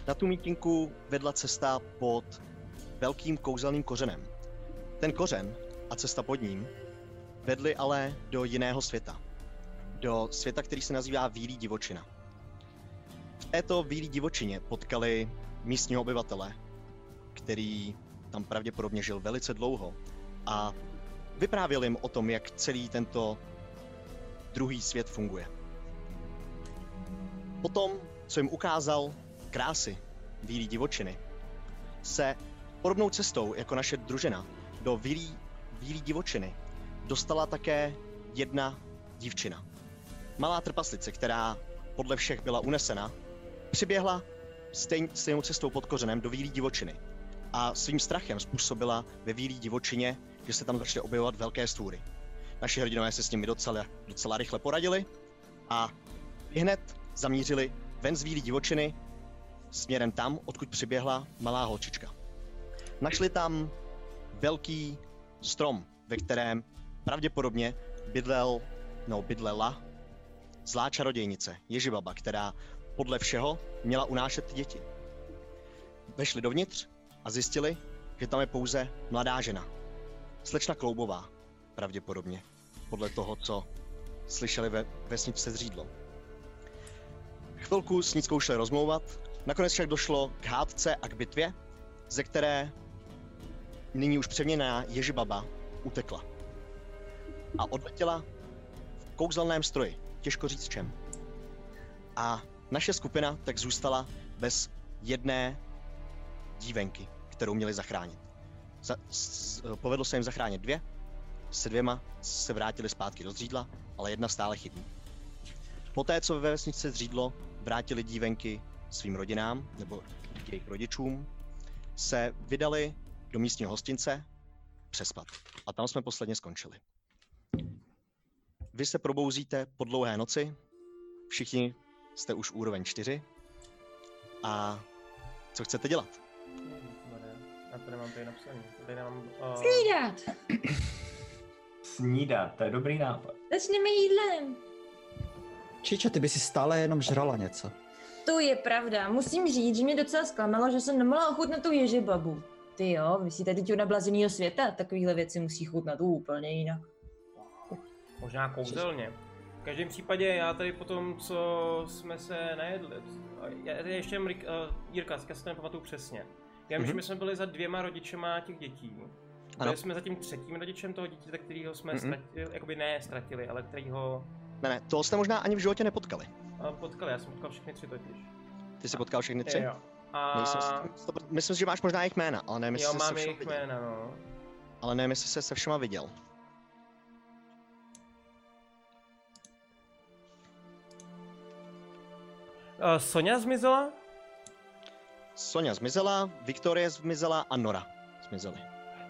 Speaker 2: Na tu mítinku vedla cesta pod velkým kouzelným kořenem. Ten kořen a cesta pod ním vedly ale do jiného světa. Do světa, který se nazývá Výlí divočina. V této Výlí divočině potkali místního obyvatele, který tam pravděpodobně žil velice dlouho a vyprávěl jim o tom, jak celý tento druhý svět funguje. Potom, co jim ukázal krásy Bílý divočiny, se podobnou cestou jako naše družina do Bílý, Bílý divočiny dostala také jedna dívčina. Malá trpaslice, která podle všech byla unesena, přiběhla stejn, stejnou cestou pod kořenem do Bílý divočiny a svým strachem způsobila ve výlí divočině, že se tam začaly objevovat velké stůry. Naši hrdinové se s nimi docela, docela rychle poradili a hned zamířili ven z výlí divočiny směrem tam, odkud přiběhla malá holčička. Našli tam velký strom, ve kterém pravděpodobně bydlel, no bydlela zlá čarodějnice, Ježibaba, která podle všeho měla unášet ty děti. Vešli dovnitř a zjistili, že tam je pouze mladá žena. Slečna Kloubová, pravděpodobně, podle toho, co slyšeli ve vesničce zřídlo. Chvilku s ní zkoušeli rozmlouvat, nakonec však došlo k hádce a k bitvě, ze které nyní už přeměněná Ježibaba utekla. A odletěla v kouzelném stroji, těžko říct čem. A naše skupina tak zůstala bez jedné eh, dívenky, kterou měli zachránit. Za, s, povedlo se jim zachránit dvě, se dvěma se vrátili zpátky do zřídla, ale jedna stále chybí. Poté, co ve vesnici zřídlo, vrátili dívenky svým rodinám, nebo k jejich rodičům, se vydali do místního hostince přespat. A tam jsme posledně skončili. Vy se probouzíte po dlouhé noci, všichni jste už úroveň 4. A co chcete dělat?
Speaker 1: Já to nemám tady napsaný. Tady nemám... Uh,
Speaker 6: Snídat!
Speaker 5: Snídat, to je dobrý nápad.
Speaker 3: Začneme jídlem.
Speaker 4: Čiča, ty by si stále jenom žrala něco.
Speaker 3: To je pravda. Musím říct, že mě docela zklamalo, že jsem nemohla ochutnat tu ježibabu. Ty jo, myslíte teď na blazenýho světa? Takovýhle věci musí chutnat úplně jinak.
Speaker 1: Možná kouzelně. V každém případě já tady potom, co jsme se najedli, já já ještě jen, uh, Jirka, teďka si to nepamatuju přesně. Já vím, že
Speaker 2: Mhm.
Speaker 1: my jsme byli za dvěma rodičema těch dětí.
Speaker 2: Ano.
Speaker 1: Byli jsme za tím třetím rodičem toho dítěte, kterého jsme
Speaker 2: Mhm.
Speaker 1: ztratili, jakoby ne ztratili, ale kterýho
Speaker 2: Ne, ne, toho jste možná ani v životě nepotkali.
Speaker 1: uh, potkali. Já jsem potkal všechny tři totiž.
Speaker 2: Ty jsi potkal všechny tři?
Speaker 1: Jo. A...
Speaker 2: Nejsem si tím sto- Myslím, si, že máš možná jejich jména, ale nevím,
Speaker 1: Jo,
Speaker 2: jestli jsi se
Speaker 1: mám
Speaker 2: všema
Speaker 1: jejich
Speaker 2: viděl.
Speaker 1: jména, no.
Speaker 2: Ale nevím, jestli jsi se všema viděl.
Speaker 1: Uh, Sonja zmizela?
Speaker 2: Sonja zmizela, Viktorie zmizela a Nora zmizely.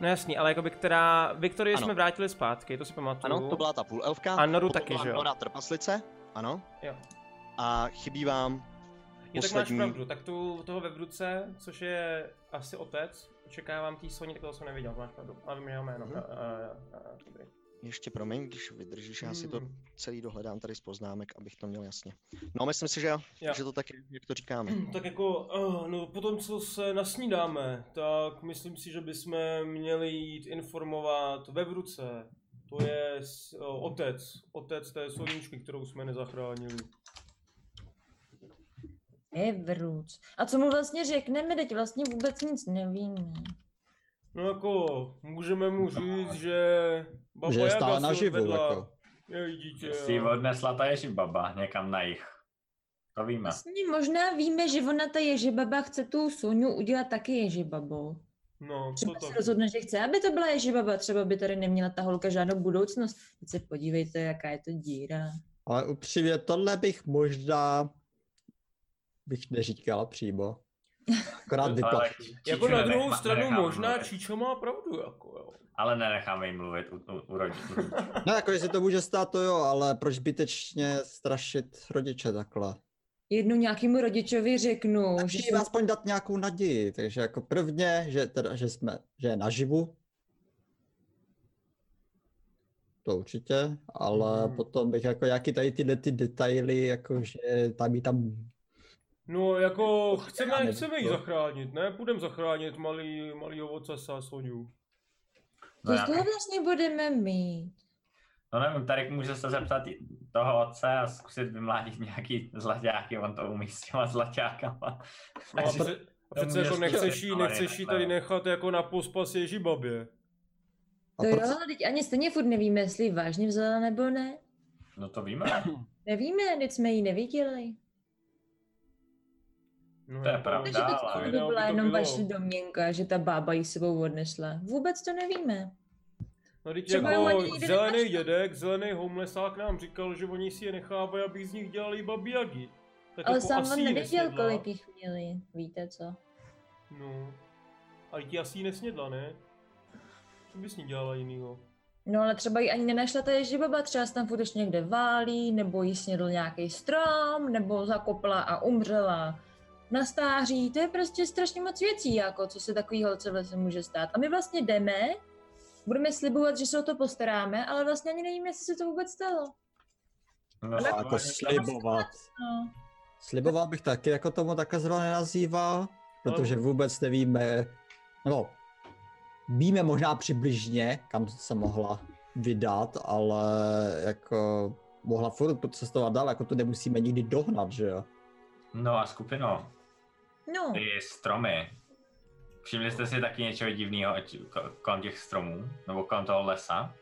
Speaker 1: No jasný, ale jakoby která... Viktorii
Speaker 2: Ano.
Speaker 1: jsme vrátili zpátky, to si pamatuju.
Speaker 2: Ano, to byla ta půl elfka.
Speaker 1: A Noru
Speaker 2: potom
Speaker 1: taky,
Speaker 2: byla
Speaker 1: že jo?
Speaker 2: Nora trpaslice, ano.
Speaker 1: Jo.
Speaker 2: A chybí vám
Speaker 1: Jo, No tak máš
Speaker 2: poslední-
Speaker 1: pravdu, tak tu toho ve vruce, což je asi otec, očekávám tý Soni, tak toho jsem neviděl, máš pravdu, ale vím jeho jméno.
Speaker 2: Mhm.
Speaker 1: A- a- a- a- dobrý.
Speaker 2: ještě promiň, když vydržíš, já si to
Speaker 1: Mm.
Speaker 2: celý dohledám tady z poznámek, abych to měl jasně. No, myslím si, že jo,
Speaker 1: Jo.
Speaker 2: že to tak je, jak to říkáme.
Speaker 1: Tak jako, eh, no potom co se nasnídáme, tak myslím si, že bychom měli jít informovat ve vruce. To je s- o, otec, otec té Soníčky, kterou jsme nezachránili.
Speaker 3: Evruc. A co mu vlastně řekneme? Teď vlastně vůbec nic nevíme.
Speaker 1: No jako, můžeme mu říct, že baba
Speaker 4: Že je
Speaker 1: Jaga
Speaker 4: stále
Speaker 1: si
Speaker 4: naživu,
Speaker 1: odvedla
Speaker 4: jako.
Speaker 1: Její dítě.
Speaker 5: Si ji
Speaker 1: jo.
Speaker 5: odnesla ta ježibaba někam na jich. To víme.
Speaker 3: Vlastně možná víme, že ona ta ježibaba chce tu Soniu udělat taky ježibabou.
Speaker 1: No,
Speaker 3: Třeba
Speaker 1: to
Speaker 3: se
Speaker 1: tak.
Speaker 3: rozhodne, že chce, aby to byla ježibaba, třeba by tady neměla ta holka žádnou budoucnost. Teď se podívejte, jaká je to díra.
Speaker 4: Ale upřímně, tohle bych možná bych neříkal přímo. Akorát
Speaker 5: Ale
Speaker 4: vyplatil.
Speaker 5: Číču
Speaker 1: Jako na
Speaker 5: nenechá-
Speaker 1: druhou stranu
Speaker 5: nenecháme
Speaker 1: možná
Speaker 5: mluvit.
Speaker 1: Číčo má pravdu, jako jo.
Speaker 5: Ale nenecháme jim mluvit u, u, u rodičů.
Speaker 4: No jako, že se to může stát, to jo, ale proč zbytečně strašit rodiče takhle?
Speaker 3: Jednou nějakému rodičovi řeknu, že
Speaker 4: Můžeš
Speaker 3: jsem
Speaker 4: jim aspoň dát nějakou naději, takže jako prvně, že, teda, že jsme, že je naživu. To určitě, ale
Speaker 1: Mhm.
Speaker 4: potom bych jako jaký tady tyhle ty detaily, jako že tam jí tam,
Speaker 1: No jako,
Speaker 4: Prostě já
Speaker 1: chceme,
Speaker 4: nevím,
Speaker 1: chceme jí
Speaker 4: no.
Speaker 1: zachránit, ne? Půjdem zachránit malý, malý ovoce Sasoniu.
Speaker 3: To
Speaker 5: No, já-
Speaker 3: z toho vlastně budeme mít.
Speaker 5: No nevím, Tarek může se zeptat i toho otce a zkusit vymlátit nějaký zlaťáky, on to umí s těma zlaťákama.
Speaker 1: No a,
Speaker 5: Takže
Speaker 1: pře- a přece
Speaker 5: můžeš
Speaker 1: jako nechceš
Speaker 5: to-
Speaker 1: jí, nechceš jí tady
Speaker 5: ale-
Speaker 1: nechat jako na pospas Ježibabě.
Speaker 4: a
Speaker 3: To jo,
Speaker 4: proč,
Speaker 3: ale teď ani stejně furt nevíme, jestli ji vážně vzala nebo ne.
Speaker 5: No to víme,
Speaker 3: Nevíme, teď jsme ji neviděli.
Speaker 1: No,
Speaker 5: To je
Speaker 1: jako-
Speaker 5: pravda,
Speaker 3: Takže
Speaker 5: Dál,
Speaker 3: teď
Speaker 5: ale-
Speaker 3: to by
Speaker 1: Jiného by
Speaker 3: byla
Speaker 1: to
Speaker 3: jenom
Speaker 1: bylo.
Speaker 3: vaše domněnka, že ta bába ji sebou odnesla. Vůbec to nevíme.
Speaker 1: No teď
Speaker 3: Třeba jo, ani
Speaker 1: jako
Speaker 3: nikdy
Speaker 1: zelený
Speaker 3: nenašla.
Speaker 1: dědek, zelený homelessák nám říkal, že oni si je nechávají, aby z nich dělali babijagi. Tak
Speaker 3: Ale
Speaker 1: jako
Speaker 3: sám
Speaker 1: asi
Speaker 3: on
Speaker 1: jí
Speaker 3: nevěděl,
Speaker 1: nesnědla.
Speaker 3: kolik jich měli. Víte co?
Speaker 1: No. A ti asi jí nesnědla, ne? Co bys s ní dělala jinýho?
Speaker 3: No ale třeba ji ani nenašla ta ježibaba, třeba se tam furt ještě někde válí, nebo ji snědl nějaký strom, nebo zakopla a umřela na stáří. To je prostě strašně moc věcí, jako co se takový holce vlastně může stát. A my vlastně jdeme, budeme slibovat, že se o to postaráme, ale vlastně ani nevíme, jestli se to vůbec stalo.
Speaker 5: No,
Speaker 4: a
Speaker 5: to
Speaker 4: jako slibovat.
Speaker 3: No.
Speaker 4: Sliboval bych taky, jako tomu takhle zrovna nenazýval, protože vůbec nevíme, no, víme možná přibližně, kam se mohla vydat, ale jako mohla furt cestovat dál, jako to nemusíme nikdy dohnat, že jo.
Speaker 5: no a skupino,
Speaker 3: no.
Speaker 5: ty stromy. Všimli jste si taky něčeho divného kolem těch stromů? Nebo kolem toho lesa?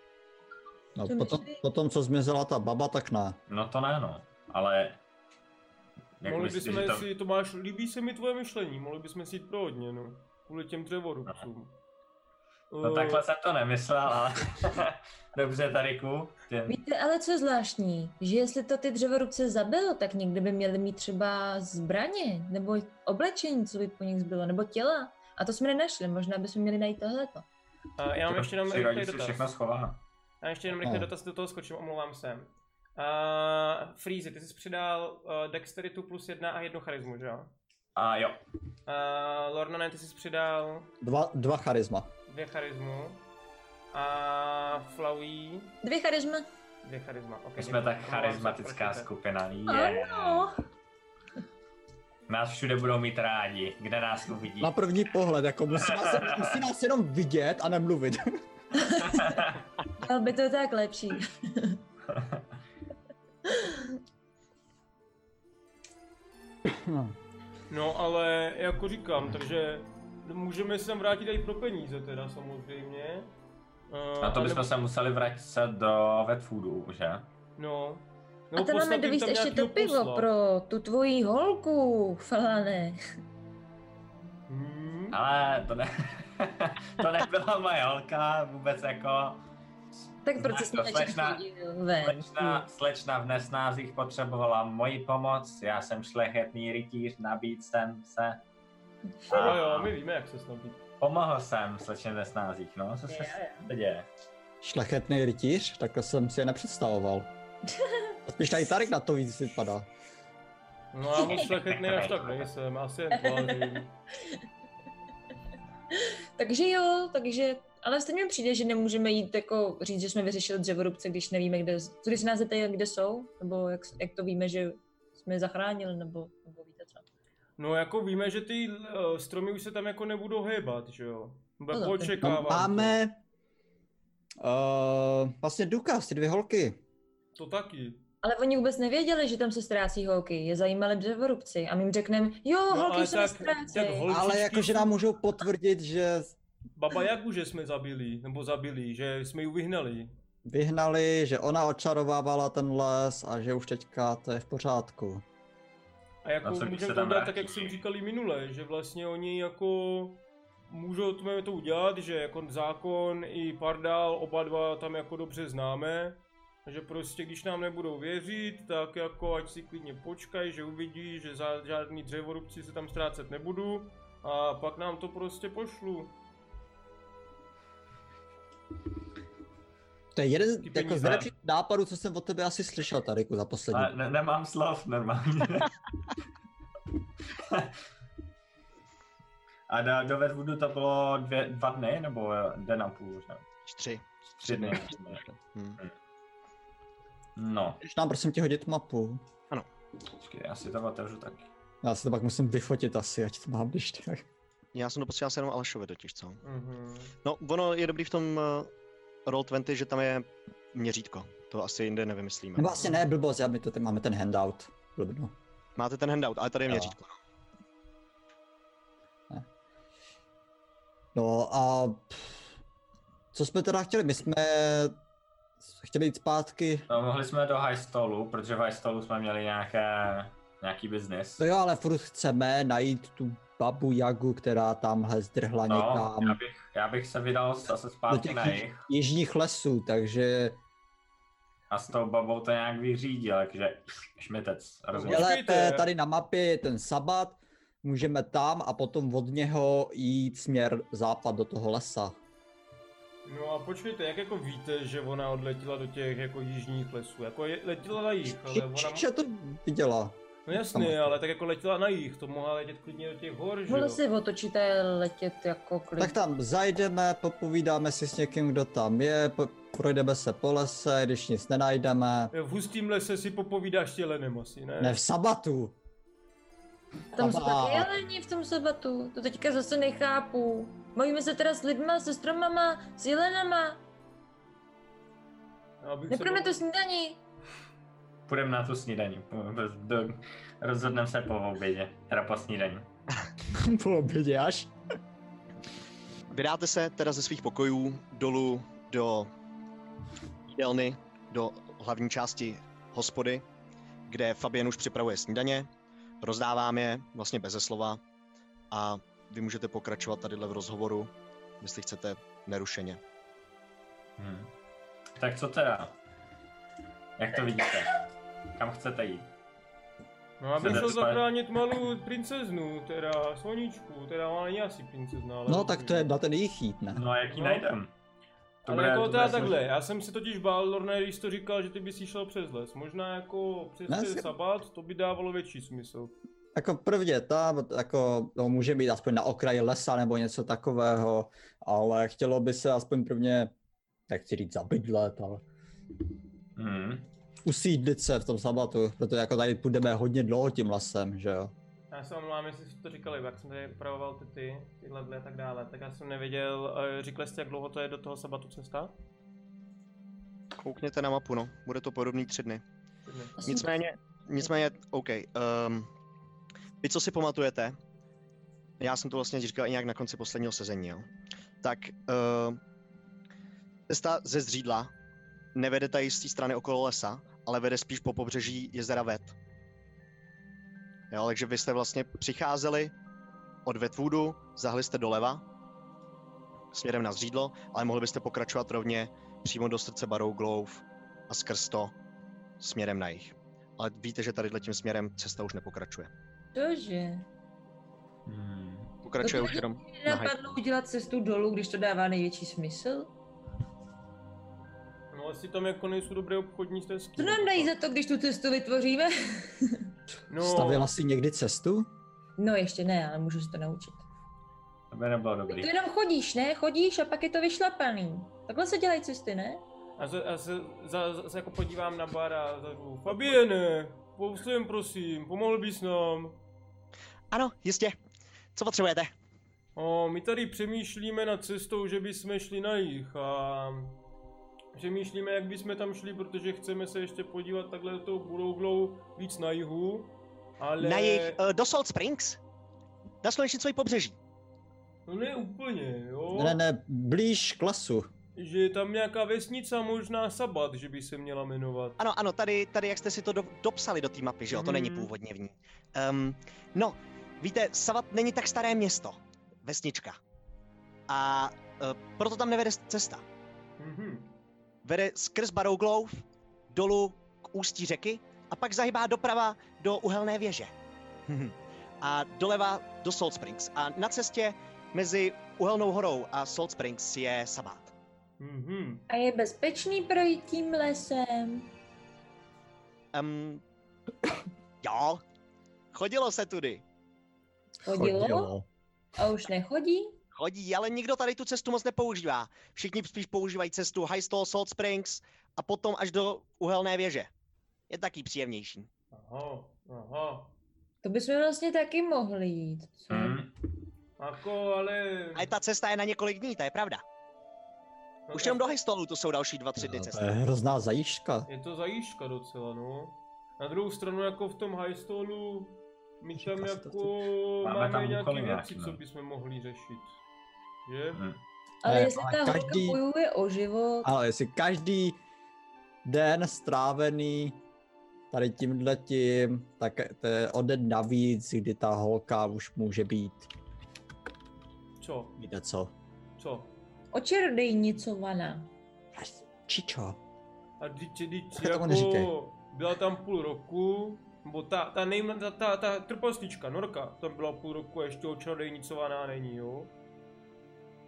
Speaker 4: No,
Speaker 3: To
Speaker 4: potom,
Speaker 3: myslíš?
Speaker 4: potom, co zmizela ta baba, tak ne.
Speaker 5: No to ne, no. Ale... Jak
Speaker 1: mohli
Speaker 5: myslíte,
Speaker 1: bychom
Speaker 5: že to...
Speaker 1: si, Tomáš, líbí se mi tvoje myšlení, mohli bychom si jít pro hodně, no. Kvůli těm dřevorubcům.
Speaker 5: No
Speaker 1: Uh,
Speaker 5: takhle jsem to nemyslel, ale dobře, Tariku. Ty...
Speaker 3: Víte, ale co je zvláštní, že jestli to ty dřevorubce zabilo, tak někdy by měli mít třeba zbraně, nebo oblečení, co by po nich zbylo, nebo těla. A to jsme nenašli, možná bychom měli najít tohleto.
Speaker 1: Eh, a já mám ještě jenom rychlý
Speaker 5: dotaz. všechno
Speaker 1: dotaz.
Speaker 5: schová.
Speaker 1: Já mám ještě jenom rychlý
Speaker 4: No.
Speaker 1: dotaz, do toho skočím, omlouvám se. Uh, Freezy, ty jsi přidal uh, Dexteritu plus jedna a jednu charizmu, že jo?
Speaker 5: A jo,
Speaker 1: Uh, Lornanen, ty jsi přidal
Speaker 4: Dva, dva charisma.
Speaker 1: dvě charizmu. A Flowey,
Speaker 3: Dvě charisma.
Speaker 1: dvě charisma. Okay,
Speaker 5: my jsme
Speaker 1: děkuji.
Speaker 5: tak
Speaker 1: Omlouvám se,
Speaker 5: charismatická
Speaker 1: pročtěte.
Speaker 5: skupina. Yeah.
Speaker 3: Ano.
Speaker 5: Nás všude budou mít rádi, kde nás uvidí.
Speaker 4: Na první pohled, jako musí nás, musí nás jenom vidět a nemluvit.
Speaker 3: Ale by to tak lepší.
Speaker 1: No ale jako říkám, takže můžeme se sem vrátit i pro peníze teda samozřejmě. Uh,
Speaker 5: Na to
Speaker 1: anebo-
Speaker 5: bychom se museli vrátit do wet foodu, že?
Speaker 1: No.
Speaker 3: A tam máme
Speaker 1: poslat jim
Speaker 3: dovíst
Speaker 1: tam
Speaker 3: ještě to
Speaker 1: nějakýho
Speaker 3: pivo
Speaker 1: posla.
Speaker 3: pro tu tvoji holku, Falane.
Speaker 1: Hmm.
Speaker 5: Ale to ne... to nebyla moje holka, vůbec jako...
Speaker 3: Tak proč
Speaker 5: Znáš
Speaker 3: jsi
Speaker 5: to,
Speaker 3: slečna,
Speaker 5: slečna? Slečna, slečna v nesnázích potřebovala moji pomoc, já jsem šlechetný rytíř, nabít jsem se.
Speaker 1: Jo, jo, my víme, jak se snobí.
Speaker 5: Pomohl jsem slečně v nesnázích, no, co se to děje?
Speaker 4: Šlechetný rytíř? Tak to jsem si je nepředstavoval. A Spíš tady Tarek na to víc vypadá.
Speaker 1: No já moc šlechetný až tak nejsem, asi jen tvářím.
Speaker 3: Takže jo, takže... Ale stejně mi přijde, že nemůžeme jít jako říct, že jsme vyřešili dřevorubce, když nevíme, kde... Co když se nás zeptají, kde jsou? Nebo jak, jak to víme, že jsme je zachránili, nebo, nebo víte co?
Speaker 1: No jako víme, že ty eh, stromy už se tam jako nebudou hýbat, že jo?
Speaker 3: No, tak-
Speaker 1: Jako
Speaker 3: no,
Speaker 1: očekávám.
Speaker 4: No,
Speaker 1: to.
Speaker 4: máme... Uh, vlastně důkaz, ty dvě holky.
Speaker 1: To taky.
Speaker 3: Ale oni vůbec nevěděli, že tam se ztrácí holky. Je zajímali dřevorubci. A my jim řekneme, jo, no,
Speaker 1: ale
Speaker 3: holky se
Speaker 1: tak- tak
Speaker 3: nestrácejí.
Speaker 1: hol- Holčičky
Speaker 4: Ale jakože
Speaker 1: jsou-
Speaker 4: nám můžou potvrdit, že
Speaker 1: Baba Jagu, že jsme zabili, nebo zabili, že jsme ji vyhnali.
Speaker 4: vyhnali, že ona očarovávala ten les a že už teďka to je v pořádku.
Speaker 1: A jako
Speaker 5: Na co, když
Speaker 1: můžeme
Speaker 5: se
Speaker 1: to
Speaker 5: tam
Speaker 1: udělat tak,
Speaker 5: vrátí?
Speaker 1: jak jsem říkali minule, že vlastně oni jako můžou jsme to udělat, že jako zákon i pardál oba dva tam jako dobře známe, že prostě když nám nebudou věřit, tak jako ať si klidně počkají, že uvidí, že za žádný dřevorubci se tam ztrácet nebudu a pak nám to prostě pošlu.
Speaker 4: To je jeden
Speaker 1: Ty
Speaker 4: jako z
Speaker 1: peníze.
Speaker 4: nejlepších nápadů, co jsem od tebe asi slyšel, Tariku, za poslední.
Speaker 5: Ale ne, nemám slov normálně. A do, do Westwoodu to bylo dvě, dva dny, nebo eh, den a půl, že?
Speaker 2: Tři.
Speaker 5: Tři dny.
Speaker 2: Hmm.
Speaker 5: No,
Speaker 4: Můžeš nám prosím tě hodit mapu.
Speaker 5: počkej, já si to otevřu taky.
Speaker 4: Já si to pak musím vyfotit asi, ať to mám když tak.
Speaker 2: Já jsem to posílal se jenom Alešovi totiž, co?
Speaker 1: Mhm.
Speaker 2: No, ono je dobrý v tom uh, Roll20, že tam je měřítko. To asi jinde nevymyslíme.
Speaker 4: No vlastně ne, blbost, já my to, máme ten handout. Blbno.
Speaker 2: Máte ten handout, ale tady je
Speaker 4: Jo.
Speaker 2: měřítko. no.
Speaker 4: No a pff, co jsme teda chtěli? My jsme chtěli jít zpátky.
Speaker 5: No, mohli jsme do High Stolu, protože v High Stolu jsme měli nějaké, nějaký biznis.
Speaker 4: No jo, ale furt chceme najít tu babu Jagu, která tamhle zdrhla no,
Speaker 5: No, já
Speaker 4: někam
Speaker 5: bych, já bych se vydal zase zpátky
Speaker 4: těch
Speaker 5: na
Speaker 4: již-
Speaker 5: jich
Speaker 4: jižních lesů, takže
Speaker 5: a s tou babou to nějak vyřídil, takže šmitec, rozumíš?
Speaker 1: Počkejte.
Speaker 4: Hele, tady na mapě je ten sabat, můžeme tam a potom od něho jít směr západ do toho lesa.
Speaker 1: No a počkejte, jak jako víte, že ona odletěla do těch jako jižních lesů? Jako je, letěla na jich, ale ona...
Speaker 4: Čiče to viděla.
Speaker 1: No jasně, ale tak jako letěla na jich, to mohla letět klidně do těch hor, že
Speaker 3: Mohli
Speaker 1: jo?
Speaker 3: si otočit a letět jako klid.
Speaker 4: Tak tam zajdeme, popovídáme si s někým, kdo tam je, po- projdeme se po lese, když nic nenajdeme.
Speaker 1: V hustým lese si popovídáš tělenem asi, ne?
Speaker 4: Ne v sabatu.
Speaker 3: Tam jsou
Speaker 4: Aha.
Speaker 3: taky jeleni v tom sabatu, to teďka zase nechápu. Bavíme se teda s lidma, se stromama, s jelenama,
Speaker 1: Abych se
Speaker 3: nepůjdeme
Speaker 1: do-
Speaker 3: to snídaní.
Speaker 5: Půjdeme na tu snídaní, půjdeme do, rozhodneme se po obědě, teda po snídaní.
Speaker 4: po obědě až.
Speaker 2: Vydáte se teda ze svých pokojů dolů do jídelny, do hlavní části hospody, kde Fabien už připravuje snídaně, rozdávám je vlastně beze slova a vy můžete pokračovat tadyhle v rozhovoru, jestli chcete nerušeně.
Speaker 5: Hmm. Tak co teda? Jak to vidíte? Kam chcete jít?
Speaker 1: No, aby
Speaker 5: Chcete
Speaker 1: šel
Speaker 5: spát?
Speaker 1: zachránit malou princeznu, teda Sloničku, teda ona není asi princezna, ale...
Speaker 4: No tak to je na ten jejich jít, ne?
Speaker 5: No a jak ji
Speaker 1: No.
Speaker 5: najdem?
Speaker 1: Ale jako teda takhle,
Speaker 5: složitý.
Speaker 1: já jsem si totiž bál, Lorne, když jsi to říkal, že ty bys jí šel přes les. Možná jako přes
Speaker 4: Ne,
Speaker 1: ten
Speaker 4: si-
Speaker 1: sabat, to by dávalo větší smysl.
Speaker 4: Jako prvně tam, jako no, může být aspoň na okraji lesa nebo něco takového, ale chtělo by se aspoň prvně, nechci říct zabydlet, ale
Speaker 5: Hmm.
Speaker 4: usídlit se v tom sabatu, protože jako tady půjdeme hodně dlouho tím lesem, že jo.
Speaker 1: Já se omlouvám, jestli jste to říkali, jak jsem tady upravoval ty, ty, ty levely a tak dále, tak já jsem nevěděl, eh, říkali jste, jak dlouho to je do toho sabatu cesta?
Speaker 2: Koukněte na mapu, no. Bude to podobný tři dny.
Speaker 1: Týdny.
Speaker 3: Asi-
Speaker 2: Nicméně, nicméně, OK. Um, vy, co si pamatujete, já jsem to vlastně říkal i nějak na konci posledního sezení, jo. Tak uh, cesta ze zřídla nevede tady z té strany okolo lesa, ale vede spíš po pobřeží jezera Vet. Jo, takže vy jste vlastně přicházeli od Vetwoodu, zahli jste doleva, směrem na zřídlo, ale mohli byste pokračovat rovně přímo do srdce Barou Glove a skrz to směrem na jih. Ale víte, že tady tím směrem cesta už nepokračuje.
Speaker 3: Cože?
Speaker 5: Hmm.
Speaker 2: Pokračuje
Speaker 3: To
Speaker 2: už jenom.
Speaker 3: Napadlo udělat cestu dolů, když to dává největší smysl?
Speaker 1: No jestli tam jako nejsou dobré obchodní stezky.
Speaker 3: Co nám dají za to, když tu cestu vytvoříme?
Speaker 1: No,
Speaker 4: Stavila si někdy cestu?
Speaker 3: No ještě ne, ale můžu se to naučit.
Speaker 5: To by nebylo
Speaker 3: Ty
Speaker 5: dobrý.
Speaker 3: to jenom chodíš, ne? Chodíš a pak je to vyšlapaný. Takhle se dělají cesty, ne?
Speaker 1: a se, a se, za, za, se jako podívám na bar a zařvu, Fabiene, povstajem prosím, pomohl bys nám.
Speaker 2: Ano, jistě. Co potřebujete?
Speaker 1: O, my tady přemýšlíme nad cestou, že bychom šli na jich a přemýšlíme, jak bychom tam šli, protože chceme se ještě podívat takhle tou budouglou víc na jihu. Ale...
Speaker 2: Na jih
Speaker 4: eh.
Speaker 2: uh, do Salt Springs? Na slunečnicový pobřeží.
Speaker 1: No ne úplně, jo?
Speaker 2: No.
Speaker 4: Ne, ne, blíž k lesu.
Speaker 1: Že je tam nějaká vesnica, možná Sabat, že by se měla jmenovat.
Speaker 2: Ano, ano, tady, tady jak jste si to do, dopsali do té mapy, že jo? To není
Speaker 1: Mhm.
Speaker 2: původně v ní. Um, no, víte, Savat není tak staré město. Vesnička. A uh, proto tam nevede cesta.
Speaker 1: Mhm.
Speaker 2: vede skrz Barouglov dolů k ústí řeky a pak zahybá doprava do uhelné věže. a doleva do Salt Springs. A na cestě mezi uhelnou horou a Salt Springs je sabát.
Speaker 1: Mhm.
Speaker 3: A je bezpečný projít tím lesem.
Speaker 2: Um, jo, chodilo se tudy.
Speaker 3: Chodilo? A už nechodí?
Speaker 2: Chodí, ale nikdo tady tu cestu moc nepoužívá. Všichni spíš používají cestu High Salt Springs a potom až do uhelné věže. Je taky příjemnější.
Speaker 1: Aha, aha.
Speaker 3: To bychom vlastně taky mohli jít. Co?
Speaker 5: Hmm.
Speaker 1: Ako, Jako, ale...
Speaker 2: Ale ta cesta je na několik dní, to je pravda. Už jenom do Histolu to jsou další dva, tři dny
Speaker 4: No,
Speaker 2: cesty.
Speaker 4: to je hrozná zajížka.
Speaker 1: Je to zajížka docela, no. Na druhou stranu jako v tom highstolu my
Speaker 4: Říká
Speaker 1: tam
Speaker 4: se to
Speaker 1: jako
Speaker 5: Máme
Speaker 1: máme,
Speaker 5: tam
Speaker 1: nějaké
Speaker 5: úkoly
Speaker 1: věci,
Speaker 5: nějaký,
Speaker 1: co
Speaker 5: no.
Speaker 1: bychom mohli řešit. Že?
Speaker 5: Hmm.
Speaker 3: Ale
Speaker 4: Ne,
Speaker 3: jestli
Speaker 4: ale
Speaker 3: ta
Speaker 4: každý-
Speaker 3: holka bojuje o život,
Speaker 4: Ale jestli každý den strávený tady tímhle tím, tak to je o den navíc, kdy ta holka už může být,
Speaker 1: Co?
Speaker 4: víte co.
Speaker 1: Co?
Speaker 3: očerdejnicovaná.
Speaker 4: Čičo.
Speaker 1: A když
Speaker 4: Tak tomu neříkej.
Speaker 1: jako byla tam půl roku, nebo ta, ta, nejmla, ta, ta, ta trpaslička, Norka, tam byla půl roku a ještě očarodejnicovaná není, jo?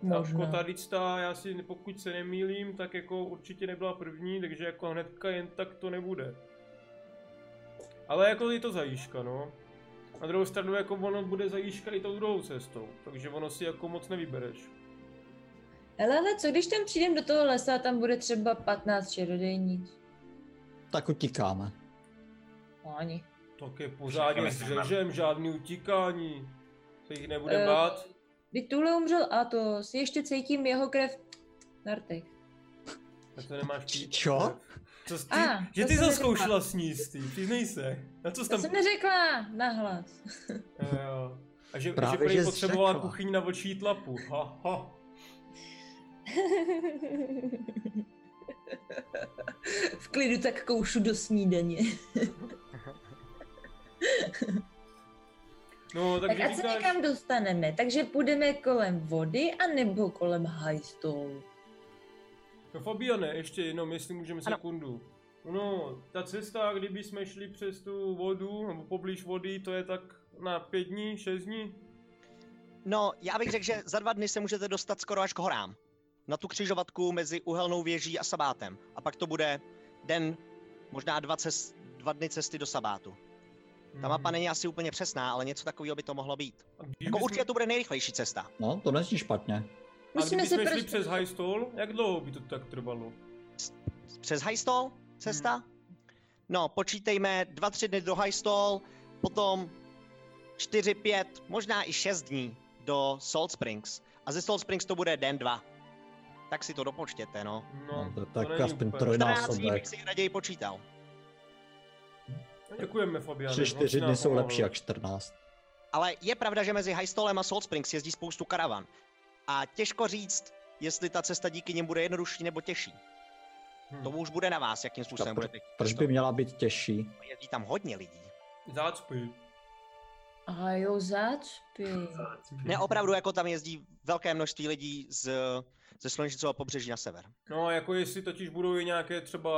Speaker 1: Jako
Speaker 3: Možná.
Speaker 1: ta ta, já si pokud se nemýlím, tak jako určitě nebyla první, takže jako hnedka jen tak to nebude. Ale jako je to zajíška, no. Na druhou stranu jako ono bude zajíška i tou druhou cestou, takže ono si jako moc nevybereš.
Speaker 3: Hele, ale co když tam přijdem do toho lesa a tam bude třeba 15 čarodějnic?
Speaker 4: Tak utíkáme.
Speaker 3: No ani.
Speaker 1: Tak je pořádně s
Speaker 5: Všechny seznam.
Speaker 1: řežem, žádný utíkání. Se jich nebude
Speaker 3: Eh,
Speaker 1: bát.
Speaker 3: Teď tuhle umřel Atos, ještě cítím jeho krev nartek.
Speaker 1: Tak to nemáš pít.
Speaker 4: Čo?
Speaker 1: Co jsi, ty,
Speaker 3: A,
Speaker 1: že ty
Speaker 3: to jsem
Speaker 1: to
Speaker 3: neřekla.
Speaker 1: zkoušela sníst, ty, přiznej se. Na co jsi
Speaker 3: To
Speaker 1: tam...
Speaker 3: jsem neřekla nahlas.
Speaker 1: Eh, jo. A že,
Speaker 4: Právě,
Speaker 1: že prý
Speaker 4: že
Speaker 1: potřebovala
Speaker 4: zřekla.
Speaker 1: kuchyň na očí tlapu. Ha, ha.
Speaker 3: v klidu tak koušu do snídaně.
Speaker 1: No,
Speaker 3: Tak
Speaker 1: takže
Speaker 3: ať se
Speaker 1: říkáš,
Speaker 3: někam dostaneme, takže půjdeme kolem vody a nebo kolem hajstolu.
Speaker 1: no Fabiane, ještě jenom, jestli můžeme
Speaker 7: Ano.
Speaker 1: sekundu. No, ta cesta, kdyby jsme šli přes tu vodu, nebo poblíž vody, to je tak na pět dní, šest dní.
Speaker 2: No, já bych řekl, že za dva dny se můžete dostat skoro až k horám. Na tu křižovatku mezi uhelnou věží a sabátem. A pak to bude den, možná dva, cest, dva dny cesty do sabátu.
Speaker 1: Mhm.
Speaker 2: Ta mapa není asi úplně přesná, ale něco takového by to mohlo být.
Speaker 1: A když
Speaker 2: Jako
Speaker 1: bychom-
Speaker 2: určitě to bude nejrychlejší cesta.
Speaker 4: No, to není špatně.
Speaker 1: A
Speaker 3: Musíme se
Speaker 1: kdybychom šli
Speaker 3: prostě...
Speaker 1: přes High Stall, jak dlouho by to tak trvalo?
Speaker 2: Přes Hajstol cesta? No, počítejme dva, tři dny do Hajstol, potom čtyři, pět, možná i šest dní do Salt Springs. A ze Salt Springs to bude den, dva. Tak si to dopočtěte, no.
Speaker 1: No,
Speaker 4: No, to
Speaker 1: to,
Speaker 4: je
Speaker 1: to
Speaker 4: tak
Speaker 1: není
Speaker 4: aspoň
Speaker 1: úplně.
Speaker 4: troj-
Speaker 2: 14 dní
Speaker 4: Trojnásobek.
Speaker 2: bych si raději počítal.
Speaker 1: Děkujeme, Fabiane.
Speaker 4: Tři,
Speaker 1: moc si
Speaker 4: čtyři
Speaker 1: nám
Speaker 4: dny jsou
Speaker 1: pomohl.
Speaker 4: lepší jak 14.
Speaker 2: Ale je pravda, že mezi Highstolem a Salt Springs jezdí spoustu karavan. A těžko říct, jestli ta cesta díky nim bude jednodušší nebo těžší.
Speaker 1: Hm.
Speaker 2: To už bude na vás, jakým způsobem
Speaker 4: proč-
Speaker 2: budete chtít
Speaker 4: Proč by
Speaker 2: cestovat.
Speaker 4: měla být těžší?
Speaker 2: Jezdí tam hodně lidí.
Speaker 1: Zácpy.
Speaker 3: A jo, zácpy.
Speaker 2: Ne, opravdu, jako tam jezdí velké množství lidí z, ze slunečnicového pobřeží na sever.
Speaker 1: No, jako jestli totiž budou i nějaké třeba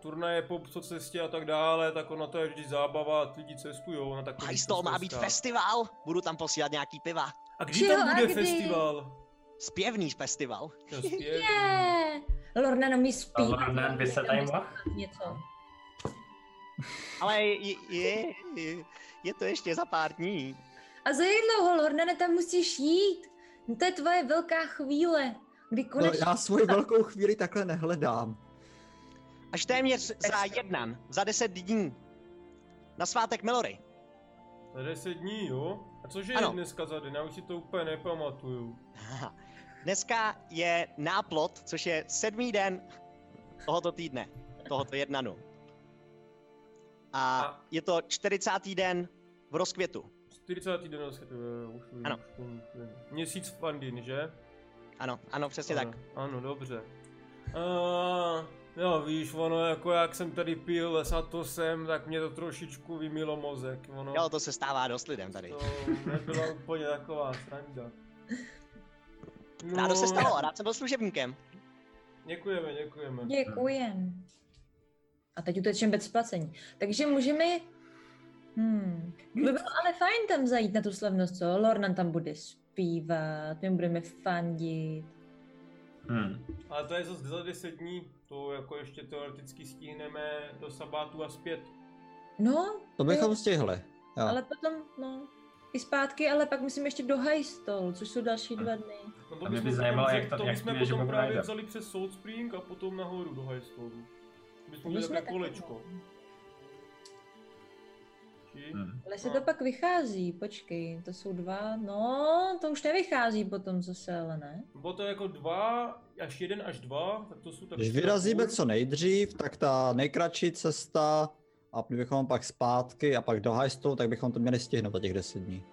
Speaker 1: turnaje po, po cestě a tak dále, tak ono to je vždy zábava, lidi cestují na takový
Speaker 2: Highstol má být festival, budu tam posílat nějaký piva.
Speaker 1: A kdy tam
Speaker 3: Čeho a
Speaker 1: bude
Speaker 3: kdy?
Speaker 1: festival?
Speaker 2: Zpěvný festival.
Speaker 1: To zpěv.
Speaker 3: Je! Lorna no mi spí.
Speaker 5: Lornan by se tady mohl?
Speaker 3: Něco.
Speaker 2: Ale je, je, je, je to ještě za pár dní.
Speaker 3: A za jak dlouho, Lornane, tam musíš jít? No to je tvoje velká chvíle, kdy
Speaker 4: No,
Speaker 3: konečně...
Speaker 4: já svoji velkou chvíli takhle nehledám.
Speaker 2: Až téměř za jednan, za deset dní. Na svátek Melory.
Speaker 1: Za 10 dní, jo? A cože je
Speaker 2: Ano.
Speaker 1: dneska za den? Já už si to úplně nepamatuju.
Speaker 2: Haha. Dneska je náplot, což je sedmý den tohoto týdne, tohoto jednanu. A
Speaker 1: A-
Speaker 2: je to 40. den v rozkvětu.
Speaker 1: 40. den na světu, jo, už vím,
Speaker 2: Ano.
Speaker 1: už vím, už vím. Měsíc Fandin, že?
Speaker 2: Ano, ano, přesně tak.
Speaker 1: ano, Ano, dobře. Uh, jo, víš, ono, jako jak jsem tady pil s Atosem, tak mě to trošičku vymilo mozek, ono.
Speaker 2: Jo, to se stává dost lidem tady.
Speaker 1: To nebyla úplně taková sranda. No,
Speaker 2: Rádo se stalo, rád jsem byl služebníkem.
Speaker 1: Děkujeme, děkujeme.
Speaker 3: Děkujem. A teď utečem bez placení. Takže můžeme... Hmm. By bylo ale fajn tam zajít na tu slavnost, co? Lornan tam bude zpívat, my budeme fandit.
Speaker 5: Hmm.
Speaker 1: Ale to je zase za 10 dní, to jako ještě teoreticky stihneme do sabátu a zpět.
Speaker 3: No,
Speaker 4: To bychom stihli. Jo.
Speaker 3: ale potom, no, i zpátky, ale pak musím ještě do Hajstol, což jsou další dva dny.
Speaker 1: No to
Speaker 5: A
Speaker 1: bychom
Speaker 5: mě by
Speaker 1: potom
Speaker 5: zajímalo,
Speaker 1: vze-
Speaker 5: jak to-
Speaker 1: to
Speaker 5: jak
Speaker 1: bychom
Speaker 5: to je, že
Speaker 1: potom
Speaker 5: mu
Speaker 1: právě
Speaker 5: najde.
Speaker 1: vzali přes Salt Spring a potom nahoru do Highstolu. Bychom
Speaker 3: Když
Speaker 1: měli takové
Speaker 3: jsme tak
Speaker 1: jako kolečko.
Speaker 3: dlouho.
Speaker 1: Či?
Speaker 5: Hmm.
Speaker 3: Ale se
Speaker 1: No.
Speaker 3: to pak vychází, počkej, to jsou dva, no, to už nevychází potom zase, ale ne?
Speaker 1: Bylo to jako dva, až jeden až dva, tak to jsou tak...
Speaker 4: Když
Speaker 1: tři a
Speaker 4: vyrazíme
Speaker 1: půl.
Speaker 4: co nejdřív, tak ta nejkratší cesta a bychom pak zpátky a pak do Hajstu, tak bychom to měli stihnout za těch 10 dní.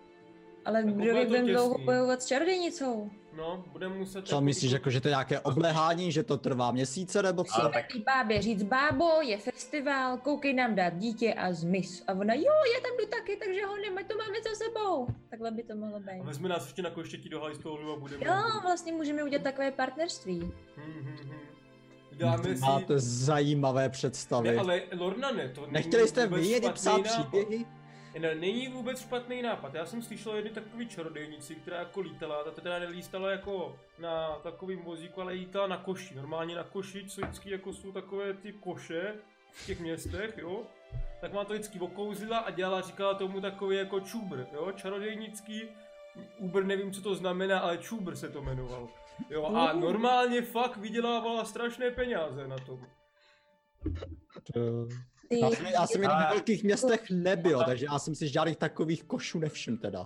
Speaker 3: Ale
Speaker 1: Tak
Speaker 3: kdo by
Speaker 1: bude to
Speaker 3: budeme dlouho
Speaker 1: těsný.
Speaker 3: bojovat s čarodějnicou?
Speaker 1: No, budeme muset...
Speaker 4: Co
Speaker 1: jako
Speaker 4: myslíš,
Speaker 1: i-
Speaker 4: jako, že to je nějaké obléhání, že to trvá měsíce nebo co?
Speaker 5: Ale tak
Speaker 3: Tý bábě říct, bábo, je festival, koukej nám dát dítě a zmiz. A ona, jo, já tam jdu taky, takže ho nemaj, to máme za sebou. Takhle by to mohlo
Speaker 1: A
Speaker 3: být.
Speaker 1: vezme nás ještě na koštětí do Highstolu a budeme...
Speaker 3: Jo, vlastně můžeme udělat takové partnerství.
Speaker 1: Hmm, hmm, hmm. Dáme si...
Speaker 4: Máte zajímavé
Speaker 1: Ne,
Speaker 4: představy.
Speaker 1: ale Lorna ne, to není
Speaker 4: Nechtěli jste
Speaker 1: vůbec
Speaker 4: vy jedy
Speaker 1: špatný
Speaker 4: psát
Speaker 1: nápad.
Speaker 4: příběhy?
Speaker 1: Ne, není vůbec špatný nápad. Já jsem slyšel o jedné takové čarodějnici, která jako lítala, ta teda nelítala jako na takovým vozíku, ale lítala na koši, normálně na koši, co vždycky jako jsou takové ty koše v těch městech, jo. Tak má to vždycky okouzila a dělala, říkala tomu takový jako čubr, jo, čarodějnický. Uber nevím, co to znamená, ale čubr se to jmenovalo. Jo, a
Speaker 3: Uh.
Speaker 1: normálně fakt vydělávala strašné peníze na tom.
Speaker 3: Ty,
Speaker 1: No,
Speaker 4: Já jsem, já jsem jen
Speaker 5: Ale-
Speaker 4: v velkých městech nebyl, takže já jsem si žádných takových košů nevšiml teda.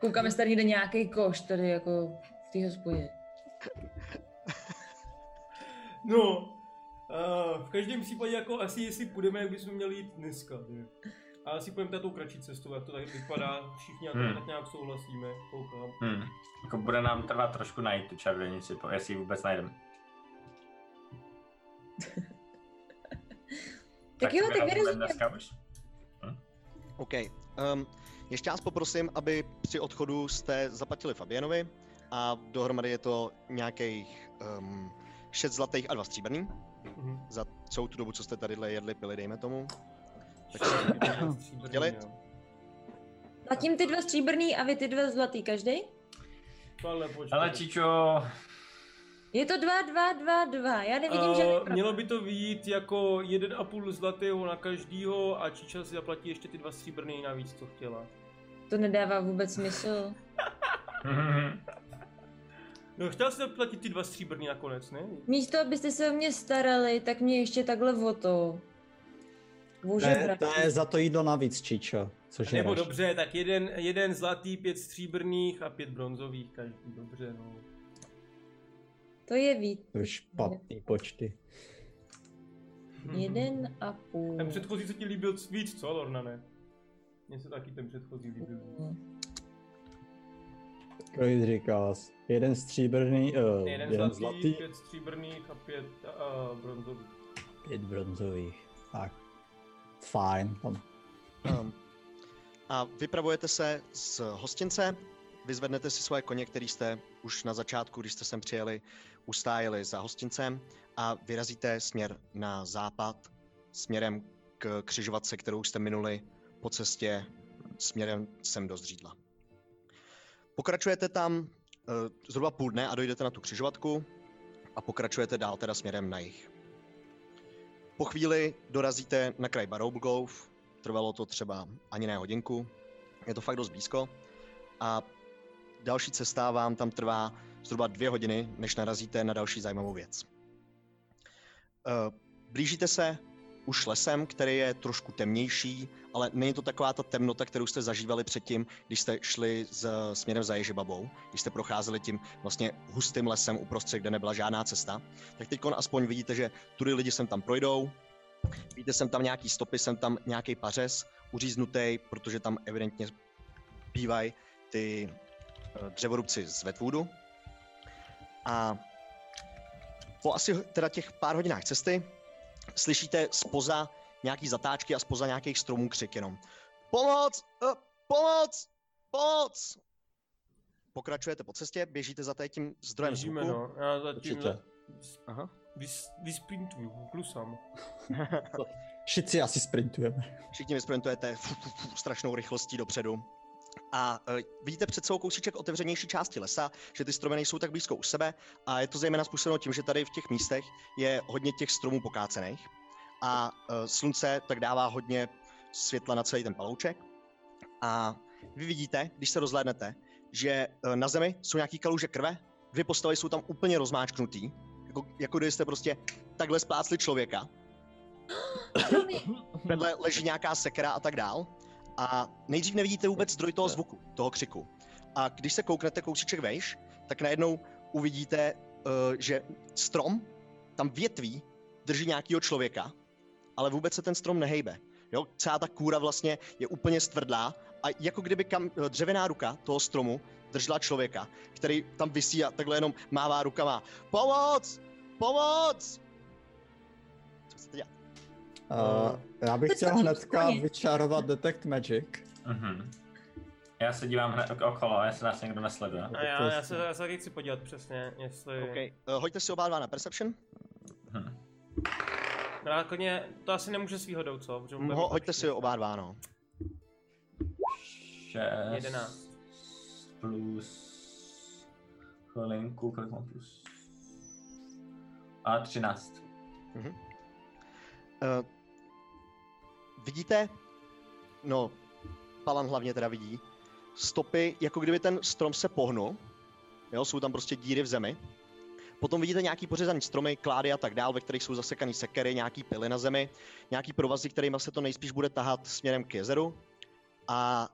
Speaker 3: koukám, jestli tady někde nějaký koš, tady jako v té hospodě.
Speaker 1: No, uh, v každém případě jako asi jestli půjdeme, jak bychom měli jít dneska. Že? A asi půjdeme tato kratší cestou, jak to tak vypadá, všichni jako
Speaker 5: Hmm.
Speaker 1: tak nějak souhlasíme, koukám.
Speaker 5: Hmm. Jako bude nám trvat trošku najít tu čarodějnici, po- jestli ji vůbec najdeme.
Speaker 3: Tak jo, tak
Speaker 5: vyrazíme
Speaker 3: vyrazíme.
Speaker 5: dneska už?
Speaker 2: OK. Um, Ještě vás poprosím, aby při odchodu jste zaplatili Fabianovi a dohromady je to nějakých um, 6 zlatých a 2 stříbrný
Speaker 1: Mhm.
Speaker 2: za celou tu dobu, co jste tadyhle jedli, pili, dejme tomu. Tak
Speaker 1: Stříbrný,
Speaker 2: dělit?
Speaker 1: jo.
Speaker 3: Zatím ty dva stříbrný a vy ty dva zlatý každý?
Speaker 1: Tohle počkej.
Speaker 5: Ale Čičo,
Speaker 3: Je to dva, dva, dva, dva. Já nevidím žádný
Speaker 1: Eh,
Speaker 3: problém.
Speaker 1: mělo by to být jako jeden a půl zlatého na každýho a Čiča si zaplatí ještě ty dva stříbrný navíc, co chtěla.
Speaker 3: To nedává vůbec smysl.
Speaker 5: Hmm.
Speaker 1: No, chtěla si zaplatit ty dva stříbrný nakonec, ne?
Speaker 3: Místo, abyste se o mě starali, tak mě ještě takhle o to. Bože,
Speaker 4: To je,
Speaker 3: bratře.
Speaker 4: to je za to jídlo navíc, Čičo. Což je
Speaker 1: Nebo
Speaker 4: raš.
Speaker 1: dobře, tak jeden, jeden zlatý, pět stříbrných a pět bronzových každý, dobře, no.
Speaker 3: To je víc.
Speaker 4: To je špatný počty.
Speaker 3: Jeden a půl.
Speaker 1: Ten předchozí se ti líbil víc, co, Lorna, ne? Mně se taky ten předchozí líbil.
Speaker 4: Kolik říkal jsi? Jeden stříbrný, uh,
Speaker 1: Jeden, jeden zlatý, zlatý, pět stříbrných a pět uh, bronzových.
Speaker 4: pět bronzových. Tak. Fajn. Tam.
Speaker 2: Um, a vypravujete se z hostince, vyzvednete si svoje koně, který jste už na začátku, když jste sem přijeli, ustájili za hostincem a vyrazíte směr na západ, směrem k křižovatce, kterou jste minuli po cestě směrem sem do Zřídla. Pokračujete tam eh, zhruba půl dne a dojdete na tu křižovatku a pokračujete dál teda směrem na jih. Po chvíli dorazíte na kraj Baroubgov, trvalo to třeba ani ne hodinku, je to fakt dost blízko a další cesta vám tam trvá zhruba dvě hodiny, než narazíte na další zajímavou věc. Eh, Blížíte se už lesem, který je trošku temnější, ale není to taková ta temnota, kterou jste zažívali předtím, když jste šli z, směrem za Ježibabou, když jste procházeli tím vlastně hustým lesem uprostřed, kde nebyla žádná cesta, tak teď aspoň vidíte, že tudy lidi sem tam projdou, Víte, jsem tam nějaký stopy, jsem tam nějaký pařez uříznutý, protože tam evidentně bývají ty eh, dřevorubci z Vetvoodu. A po asi teda těch pár hodinách cesty slyšíte spoza nějaký zatáčky a spoza nějakých stromů křik jenom. Pomoc! Eh, Pomoc! Pomoc! Pokračujete po cestě, běžíte za tady tím zdrojem
Speaker 1: Běžíme,
Speaker 2: zvuku.
Speaker 1: no. Já zatím
Speaker 4: Určitě.
Speaker 1: vys-
Speaker 2: Aha.
Speaker 1: vys- vysprintuju, klusám.
Speaker 4: Všichni asi sprintujeme.
Speaker 2: Všichni vysprintujete fu, fu, fu, strašnou rychlostí dopředu. A e, vidíte před sebou kousíček otevřenější části lesa, že ty stromy nejsou tak blízko u sebe a je to zejména způsobeno tím, že tady v těch místech je hodně těch stromů pokácených a e, slunce tak dává hodně světla na celý ten palouček. A vy vidíte, když se rozhlédnete, že e, na zemi jsou nějaký kaluže krve, dvě postavy jsou tam úplně rozmáčknutý, jako, jako kdybyste prostě takhle splácli člověka vedle leží nějaká sekera a tak dál. A nejdřív nevidíte vůbec zdroj toho zvuku, toho křiku. A když se kouknete kousíček vejš, tak najednou uvidíte, uh, že strom tam větví drží nějakého člověka, ale vůbec se ten strom nehejbe. Jo, celá ta kůra vlastně je úplně stvrdlá a jako kdyby kam, eh, dřevěná ruka toho stromu držela člověka, který tam visí a takhle jenom mává rukama. Pomoc! Pomoc! Co chcete dělat?
Speaker 4: Uh, já bych
Speaker 3: To
Speaker 4: chtěl
Speaker 3: jsou
Speaker 4: hnedka
Speaker 3: koně.
Speaker 4: vyčarovat Detect Magic.
Speaker 5: Mhm. Já se dívám hned ok- okolo, jestli nás někdo nesleduje.
Speaker 2: No,
Speaker 1: A já, já, se, já se taky chci podívat přesně, jestli...
Speaker 2: Okay. Uh, hoďte si oba dva na Perception.
Speaker 5: Mhm.
Speaker 1: No, koně, to asi nemůže s výhodou, co? Protože
Speaker 2: Ho, hoďte si oba dva, no.
Speaker 5: Šest.
Speaker 1: Jedenáct.
Speaker 5: Plus... Chvilinku, kolik mám plus? A třináct.
Speaker 2: Uh, vidíte? No, Palan hlavně teda vidí. Stopy, jako kdyby ten strom se pohnul. Jo, jsou tam prostě díry v zemi. Potom vidíte nějaký pořezaný stromy, klády a tak dál, ve kterých jsou zasekaný sekery, nějaký pily na zemi, nějaký provazy, kterými se to nejspíš bude tahat směrem k jezeru. A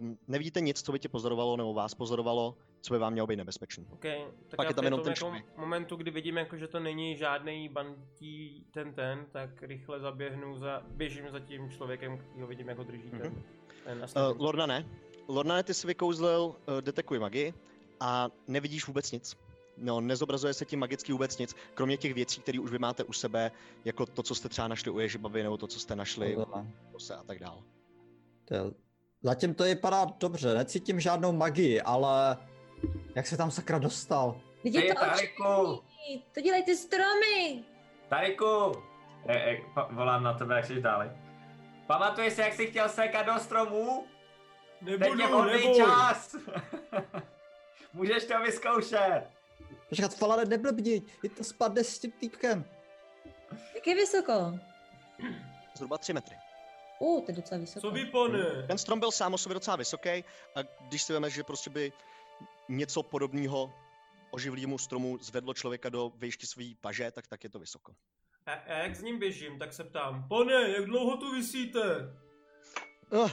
Speaker 2: um, nevidíte nic, co by tě pozorovalo nebo vás pozorovalo, co by vám mělo být nebezpečný.
Speaker 1: Okay, tak
Speaker 2: Pak
Speaker 1: já
Speaker 2: je tam
Speaker 1: v
Speaker 2: jenom
Speaker 1: tom
Speaker 2: ten
Speaker 1: jako momentu, kdy vidím, jako, že to není žádný bandí ten ten, tak rychle zaběhnu za, běžím za tím člověkem, který ho vidím, jako drží ten.
Speaker 2: Mhm.
Speaker 1: ten
Speaker 2: Uh,
Speaker 1: uh,
Speaker 2: Lornane, Lornane, ty si vykouzlil uh, detekuj magii a nevidíš vůbec nic. No, nezobrazuje se ti magicky vůbec nic, kromě těch věcí, které už vy máte u sebe, jako Mhm. to, co jste třeba našli u Ježibavy, nebo to, co jste našli u
Speaker 4: Tohle.
Speaker 2: Kose a tak dál.
Speaker 4: To je Zatím to vypadá dobře, necítím žádnou magii, ale jak se tam sakra dostal?
Speaker 3: Teď je
Speaker 5: Hej,
Speaker 3: to
Speaker 5: Tariku.
Speaker 3: očení, to dělají ty stromy.
Speaker 5: Tariku! E, e, pa, volám na tebe, jak jsi dále. Pamatuješ si, jak jsi chtěl sekat do stromů? Teď je
Speaker 1: Nebudu,
Speaker 5: volný
Speaker 1: nebudu.
Speaker 5: čas! Můžeš to vyzkoušet!
Speaker 4: Počkat, Falade, neblbni, je to spadne s tím týpkem.
Speaker 3: Jak je vysoko?
Speaker 2: Zhruba 3 metry.
Speaker 3: U, to je docela vysoko.
Speaker 1: Co vy, pane?
Speaker 2: Ten strom byl sám o sobě docela vysoký a když si veme, že prostě by něco podobného oživlému stromu zvedlo člověka do výšky své paže, tak tak je to vysoko.
Speaker 1: A, a jak s ním běžím, tak se ptám. Pane, jak dlouho tu visíte?
Speaker 2: Uh,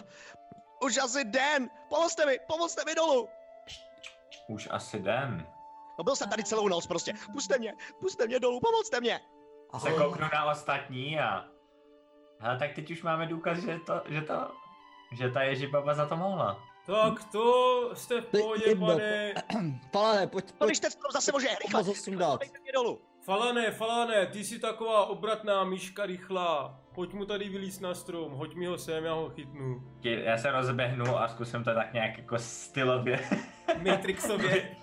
Speaker 2: už asi den! Pomozte mi! Pomozte mi dolů!
Speaker 5: Už asi den.
Speaker 2: No byl jsem tady celou noc prostě. Puste mě! Puste mě dolů! Pomozte mě!
Speaker 1: No
Speaker 5: Se
Speaker 2: Oh.
Speaker 5: kouknu na ostatní a... Hele, tak teď už máme důkaz, že to, že to, že ta Ježibaba za to mohla.
Speaker 1: Tak to jste v
Speaker 4: To je
Speaker 1: pohodě,
Speaker 4: jedno.
Speaker 1: pane.
Speaker 4: Falade, pojď,
Speaker 2: No
Speaker 4: pojď,
Speaker 2: když ten strom zase může rychle!
Speaker 4: pomoct sundat.
Speaker 2: Dejte mě dolů!
Speaker 1: Falane, Falane, ty jsi taková obratná myška rychlá. Pojď mu tady vylíz na strom, hoď mi ho sem, já ho chytnu.
Speaker 5: Ti- Já se rozběhnu a zkusím to tak nějak jako stylově
Speaker 1: Matrixově.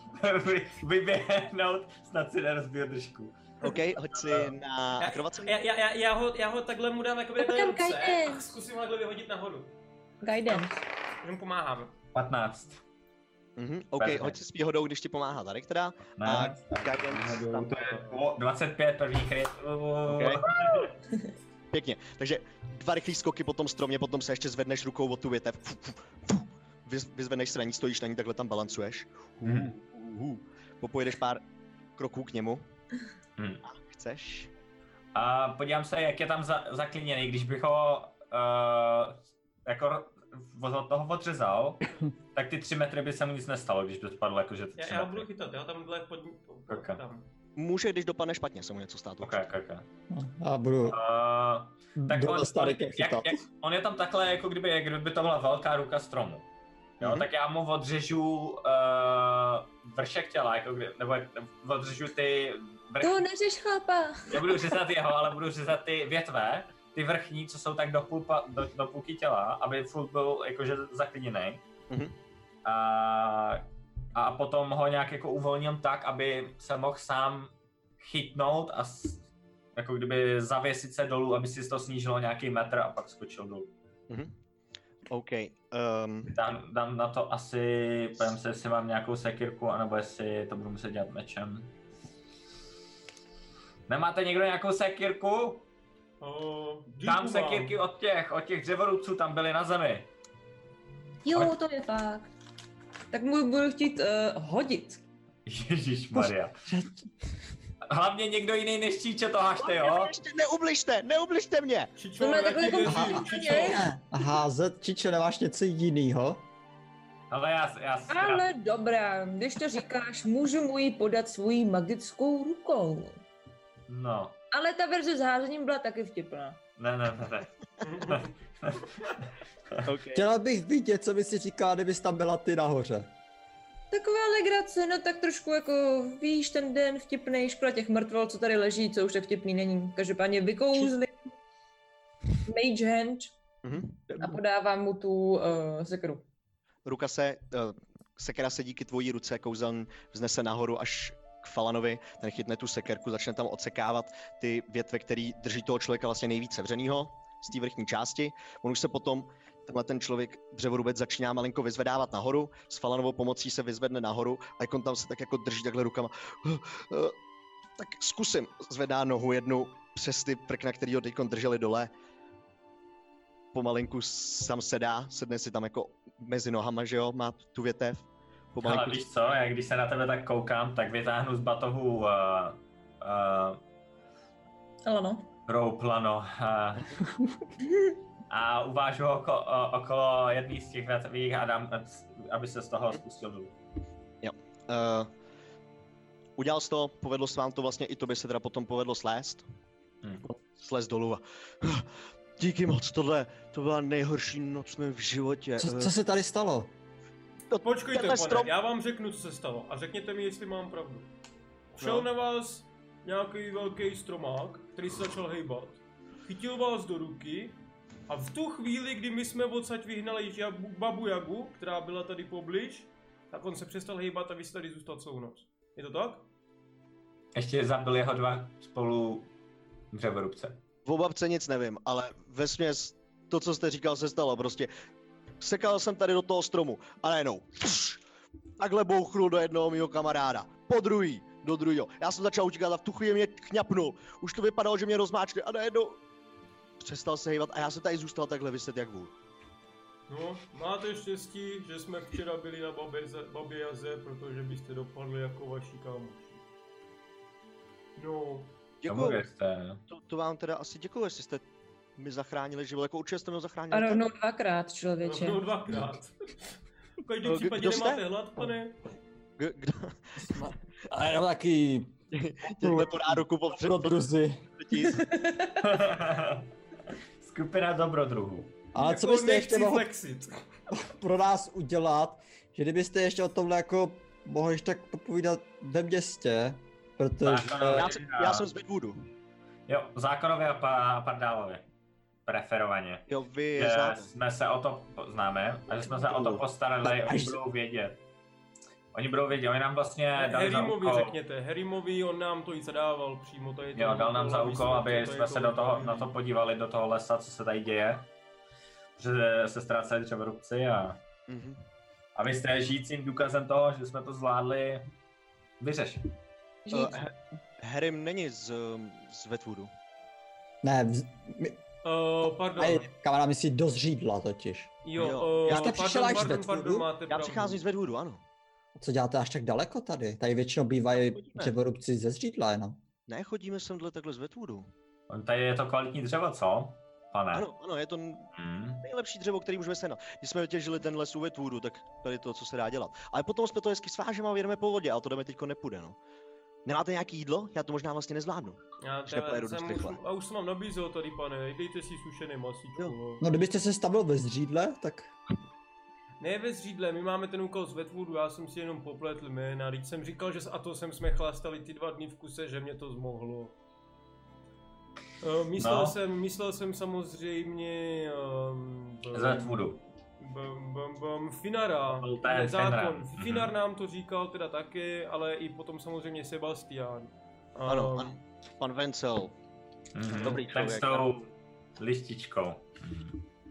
Speaker 5: vy- vyběhnout, snad si nerozbiju držku.
Speaker 2: OK, hoď
Speaker 5: Eh.
Speaker 2: si na akrobaci.
Speaker 1: Já, já, já, já, ho, já ho takhle mu dám jakoby
Speaker 3: Tak
Speaker 1: do
Speaker 3: tam
Speaker 1: ruce a
Speaker 3: guidance.
Speaker 1: zkusím ho takhle vyhodit nahoru.
Speaker 3: Guidance.
Speaker 1: Že mu pomáhám.
Speaker 5: 15.
Speaker 2: Mhm, OK, hoď si s výhodou, když ti pomáhá Tarek teda. A
Speaker 5: Ne?
Speaker 2: guidance tam
Speaker 5: To je o, 25 první kryt.
Speaker 2: Okay. Pěkně. Takže dva rychlý skoky po tom stromě, potom se ještě zvedneš rukou od tu větev. Fu, fu, fu. Vyz- Vyzvedneš se na ní, stojíš na ní, takhle tam balancuješ. Hu,
Speaker 5: Mhm.
Speaker 2: hu, hu. Popojedeš pár kroků k němu.
Speaker 5: Mhm.
Speaker 2: A chceš?
Speaker 5: A podívám se, jak je tam za, zaklíněný, když bych ho uh, jako ro- od toho odřezal, tak ty tři metry by se mu nic nestalo, když by spadl jakože ty
Speaker 1: Já,
Speaker 5: tři
Speaker 1: já ho
Speaker 5: metry.
Speaker 1: budu chytat, já tam bude pod... pod
Speaker 5: Kaka.
Speaker 1: tam.
Speaker 2: Může, když dopadne špatně, se mu něco stát.
Speaker 5: Ok,
Speaker 2: určitě.
Speaker 5: ok, ok.
Speaker 4: No, Já budu
Speaker 5: Uh, tak on,
Speaker 4: do starý
Speaker 5: on, jak, jak, on je tam takhle, jako kdyby, jak kdyby to byla velká ruka stromu. Jo,
Speaker 2: Mhm.
Speaker 5: tak já mu odřežu uh, vršek těla, jako kdy, nebo jak- odřežu ty vrch,
Speaker 3: To neřeš chlapa.
Speaker 5: nebudu řezat jeho, ale budu řezat ty větve, ty vrchní, co jsou tak do, půlpa, do, do půlky těla, aby furt byl jakože zaklíněný.
Speaker 2: Mhm.
Speaker 5: A, a potom ho nějak jako uvolním tak, aby se mohl sám chytnout a s, jako kdyby zavěsit se dolů, aby si to snížilo nějaký metr a pak skočil dolů.
Speaker 2: Mhm. OK. Um,
Speaker 5: Dám, dám na to asi, povím se, jestli mám nějakou sekirku, anebo jestli to budu muset dělat mečem. Nemáte někdo nějakou sekirku?
Speaker 1: O,
Speaker 5: Dám
Speaker 1: díku vám.
Speaker 5: sekirky od těch, od těch dřevorubců, tam byli na zemi.
Speaker 3: Jo, to je tak.
Speaker 6: Tak mu budu chtít
Speaker 3: eh,
Speaker 6: uh, hodit.
Speaker 5: Ježíš Maria. Hlavně někdo jiný než Číče to hašte, jo?
Speaker 2: ještě neubližte, neubližte mě!
Speaker 1: Čičo,
Speaker 3: To má
Speaker 1: já
Speaker 3: takhle
Speaker 1: ti
Speaker 3: jako
Speaker 1: věřím, Čičo.
Speaker 3: připraveně.
Speaker 4: házet, čiče, nemáš něco jinýho?
Speaker 5: Ale já, já, já,
Speaker 3: Ale dobrá, když to říkáš, můžu mu ji podat svojí magickou rukou.
Speaker 5: no.
Speaker 3: Ale ta verze s házením byla taky vtipná.
Speaker 5: Ne, ne, ne, ne.
Speaker 2: Okay.
Speaker 4: Chtěla bych vidět, co by si říká, kdybys tam byla ty nahoře.
Speaker 3: Taková legrace, no tak trošku jako, víš, ten den vtipnej, škoda těch mrtvol, co tady leží, co už tak vtipný není. Každopádně vykouzli Mage Hand
Speaker 2: Mhm.
Speaker 3: a podávám mu tu uh, sekru.
Speaker 2: Ruka se, uh, sekera se díky tvojí ruce kouzeln vznese nahoru až k Falanovi, ten chytne tu sekerku, začne tam odsekávat ty větve, které drží toho člověka vlastně nejvíc sevřenýho z té vrchní části. On už se potom, tenhle ten člověk dřevorubec začíná malinko vyzvedávat nahoru, s Falanovou pomocí se vyzvedne nahoru a jak on tam se tak jako drží takhle rukama. eh, Tak zkusím, zvedá nohu jednu přes ty prkna, který ho teď drželi dole. Pomalinku sám sedá, sedne si tam jako mezi nohama, že jo, má tu větev.
Speaker 5: Ale
Speaker 2: Pomalinku
Speaker 5: víš co, já když se na tebe tak koukám, tak vytáhnu z batohu uh, uh,
Speaker 3: Ale no.
Speaker 5: Rouplano. A, a uvážu ho oko, o, okolo jedné z těch větvích a dám, aby se z toho spustil dolů.
Speaker 2: Uh, udělal jsi to, povedlo se vám to vlastně, i to by se teda potom povedlo slézt.
Speaker 5: Hmm.
Speaker 2: Slez dolů a... Díky moc, tohle, to byla nejhorší noc v mém životě.
Speaker 4: Co,
Speaker 2: eh.
Speaker 4: co se tady stalo?
Speaker 1: Počkejte,
Speaker 2: Tenhle
Speaker 1: pane,
Speaker 2: strom-
Speaker 1: já vám řeknu, co se stalo a řekněte mi, jestli mám pravdu. Šel
Speaker 2: No.
Speaker 1: na vás nějaký velký stromák, který se začal hejbat. Chytil vás do ruky, A v tu chvíli, kdy my jsme odsaď vyhnali žabu, babu Jagu, která byla tady poblíž, tak on se přestal hejbat a vy jste tady zůstal celou noc. Je to tak?
Speaker 5: Ještě zabil jeho dva spolu dřevorubce.
Speaker 2: O babce nic nevím, ale ve to, co jste říkal, se stalo. Prostě sekal jsem tady do toho stromu a najednou pš, takhle bouchnul do jednoho mého kamaráda. Po druhý, do druhého. Já jsem začal utíkat a v tu chvíli mě chňapnul. Už to vypadalo, že mě rozmáčkli a najednou přestal se hejbat a já jsem tady zůstal takhle vyset jak vůl.
Speaker 1: No, máte štěstí, že jsme včera byli na babě, babě jaze, protože byste dopadli jako vaši kámoši. No,
Speaker 5: Tomu
Speaker 2: Děkuju.
Speaker 5: věřte. no.
Speaker 2: To, to, vám teda asi děkuju, jestli jste mi zachránili život, jako určitě jste mi ho zachránili.
Speaker 3: A
Speaker 2: taky.
Speaker 3: rovnou dvakrát, člověče.
Speaker 1: rovnou No, dvakrát. V každém
Speaker 2: No, kdo
Speaker 1: případě
Speaker 2: jste?
Speaker 1: nemáte hlad, pane?
Speaker 2: K- Kdo
Speaker 4: A jenom taky
Speaker 2: těhle podá ruku po
Speaker 4: dobrodruzi.
Speaker 2: předtím?
Speaker 5: Skupina dobrodruhů.
Speaker 4: Ale
Speaker 1: Jako
Speaker 4: co byste ještě
Speaker 1: nechci
Speaker 4: mohl
Speaker 1: flexit.
Speaker 4: pro nás udělat, že kdybyste ještě o tomhle jako mohli ještě tak popovídat ve městě, protože...
Speaker 5: Tak, ano.
Speaker 2: Já, jsem- já jsem z Midwoodu.
Speaker 5: Jo, zákonově a pa- pardálově. Preferovaně.
Speaker 2: Jo, vy je
Speaker 5: Že
Speaker 2: znáte.
Speaker 5: jsme se o to po- známe a že jsme se o to postarali, oni
Speaker 4: Až-
Speaker 5: budou vědět. Oni budou vědět, oni nám vlastně dali za
Speaker 1: Harrymovi
Speaker 5: úkol,
Speaker 1: řekněte, Harrymovi, on nám to i zadával přímo tady.
Speaker 5: jo, dal nám za úkol, aby jsme se do toho, na to
Speaker 1: podívali.
Speaker 5: podívali, do toho lesa, co se tady děje. Že se ztrácejí dřevorubci a,
Speaker 2: Mhm.
Speaker 5: a vy jste žijícím důkazem toho, že jsme to zvládli vyřešit.
Speaker 2: Eh,
Speaker 3: No,
Speaker 2: He- Harrym není z, ehm, z Wetwoodu.
Speaker 4: Ne, vz... my...
Speaker 1: Uh, pardon,
Speaker 4: Aj,
Speaker 5: No.
Speaker 4: kamarád myslí do zřídla totiž.
Speaker 1: jo,
Speaker 2: jo.
Speaker 1: jo.
Speaker 4: Já
Speaker 1: Uh,
Speaker 4: jste přišel až
Speaker 1: pardon,
Speaker 4: z
Speaker 1: pardon,
Speaker 4: Bedfordu?
Speaker 1: pardon, máte
Speaker 2: Já
Speaker 1: pravdu.
Speaker 2: přicházím z Wetwoodu, ano.
Speaker 4: Co děláte až tak daleko tady? Tady většinou bývají
Speaker 2: Chodíme.
Speaker 4: dřevorubci ze zřídla jenom.
Speaker 2: Ne, chodíme semhle takhle z Wetwoodu.
Speaker 5: On tady je to kvalitní dřevo, co? Pane.
Speaker 2: Ano, ano, je to n-
Speaker 5: Hmm.
Speaker 2: nejlepší dřevo, který můžeme sehnat. Když jsme vytěžili ten les u Wetwoodu, tak tady to, co se dá dělat. Ale potom jsme to hezky svážeme a jedeme po vodě, ale to jdeme teďko nepůjde, no. Nemáte nějaký jídlo? Já to možná vlastně nezvládnu.
Speaker 1: Já,
Speaker 2: Ještě
Speaker 1: teda,
Speaker 2: pojedu do
Speaker 1: jsem už,
Speaker 2: Strychla.
Speaker 1: a už jsem vám nabízel tady, pane, dejte si sušené masíčko.
Speaker 2: Jo.
Speaker 1: no.
Speaker 4: No kdybyste se stavil ve zřídle, tak
Speaker 1: Ne ve zřídle, my máme ten úkol z Wetwoodu, já jsem si jenom popletl jména, teď jsem říkal, že s Atosem jsme chlastali ty dva dny v kuse, že mě to zmohlo. Eh, Myslel,
Speaker 5: No.
Speaker 1: jsem, myslel jsem samozřejmě... Um,
Speaker 5: Z vůdu.
Speaker 1: Bum, bum, bum, Finara,
Speaker 5: Byl
Speaker 1: to je
Speaker 5: ten Finara,
Speaker 1: zákon.
Speaker 5: mhm.
Speaker 1: Finar nám to říkal teda taky, ale i potom samozřejmě Sebastian.
Speaker 2: Ano,
Speaker 1: Ehm,
Speaker 2: ano. Pan Vencel,
Speaker 5: Mhm.
Speaker 2: Dobrý
Speaker 5: Ten s
Speaker 2: člověk,
Speaker 5: tou lističkou.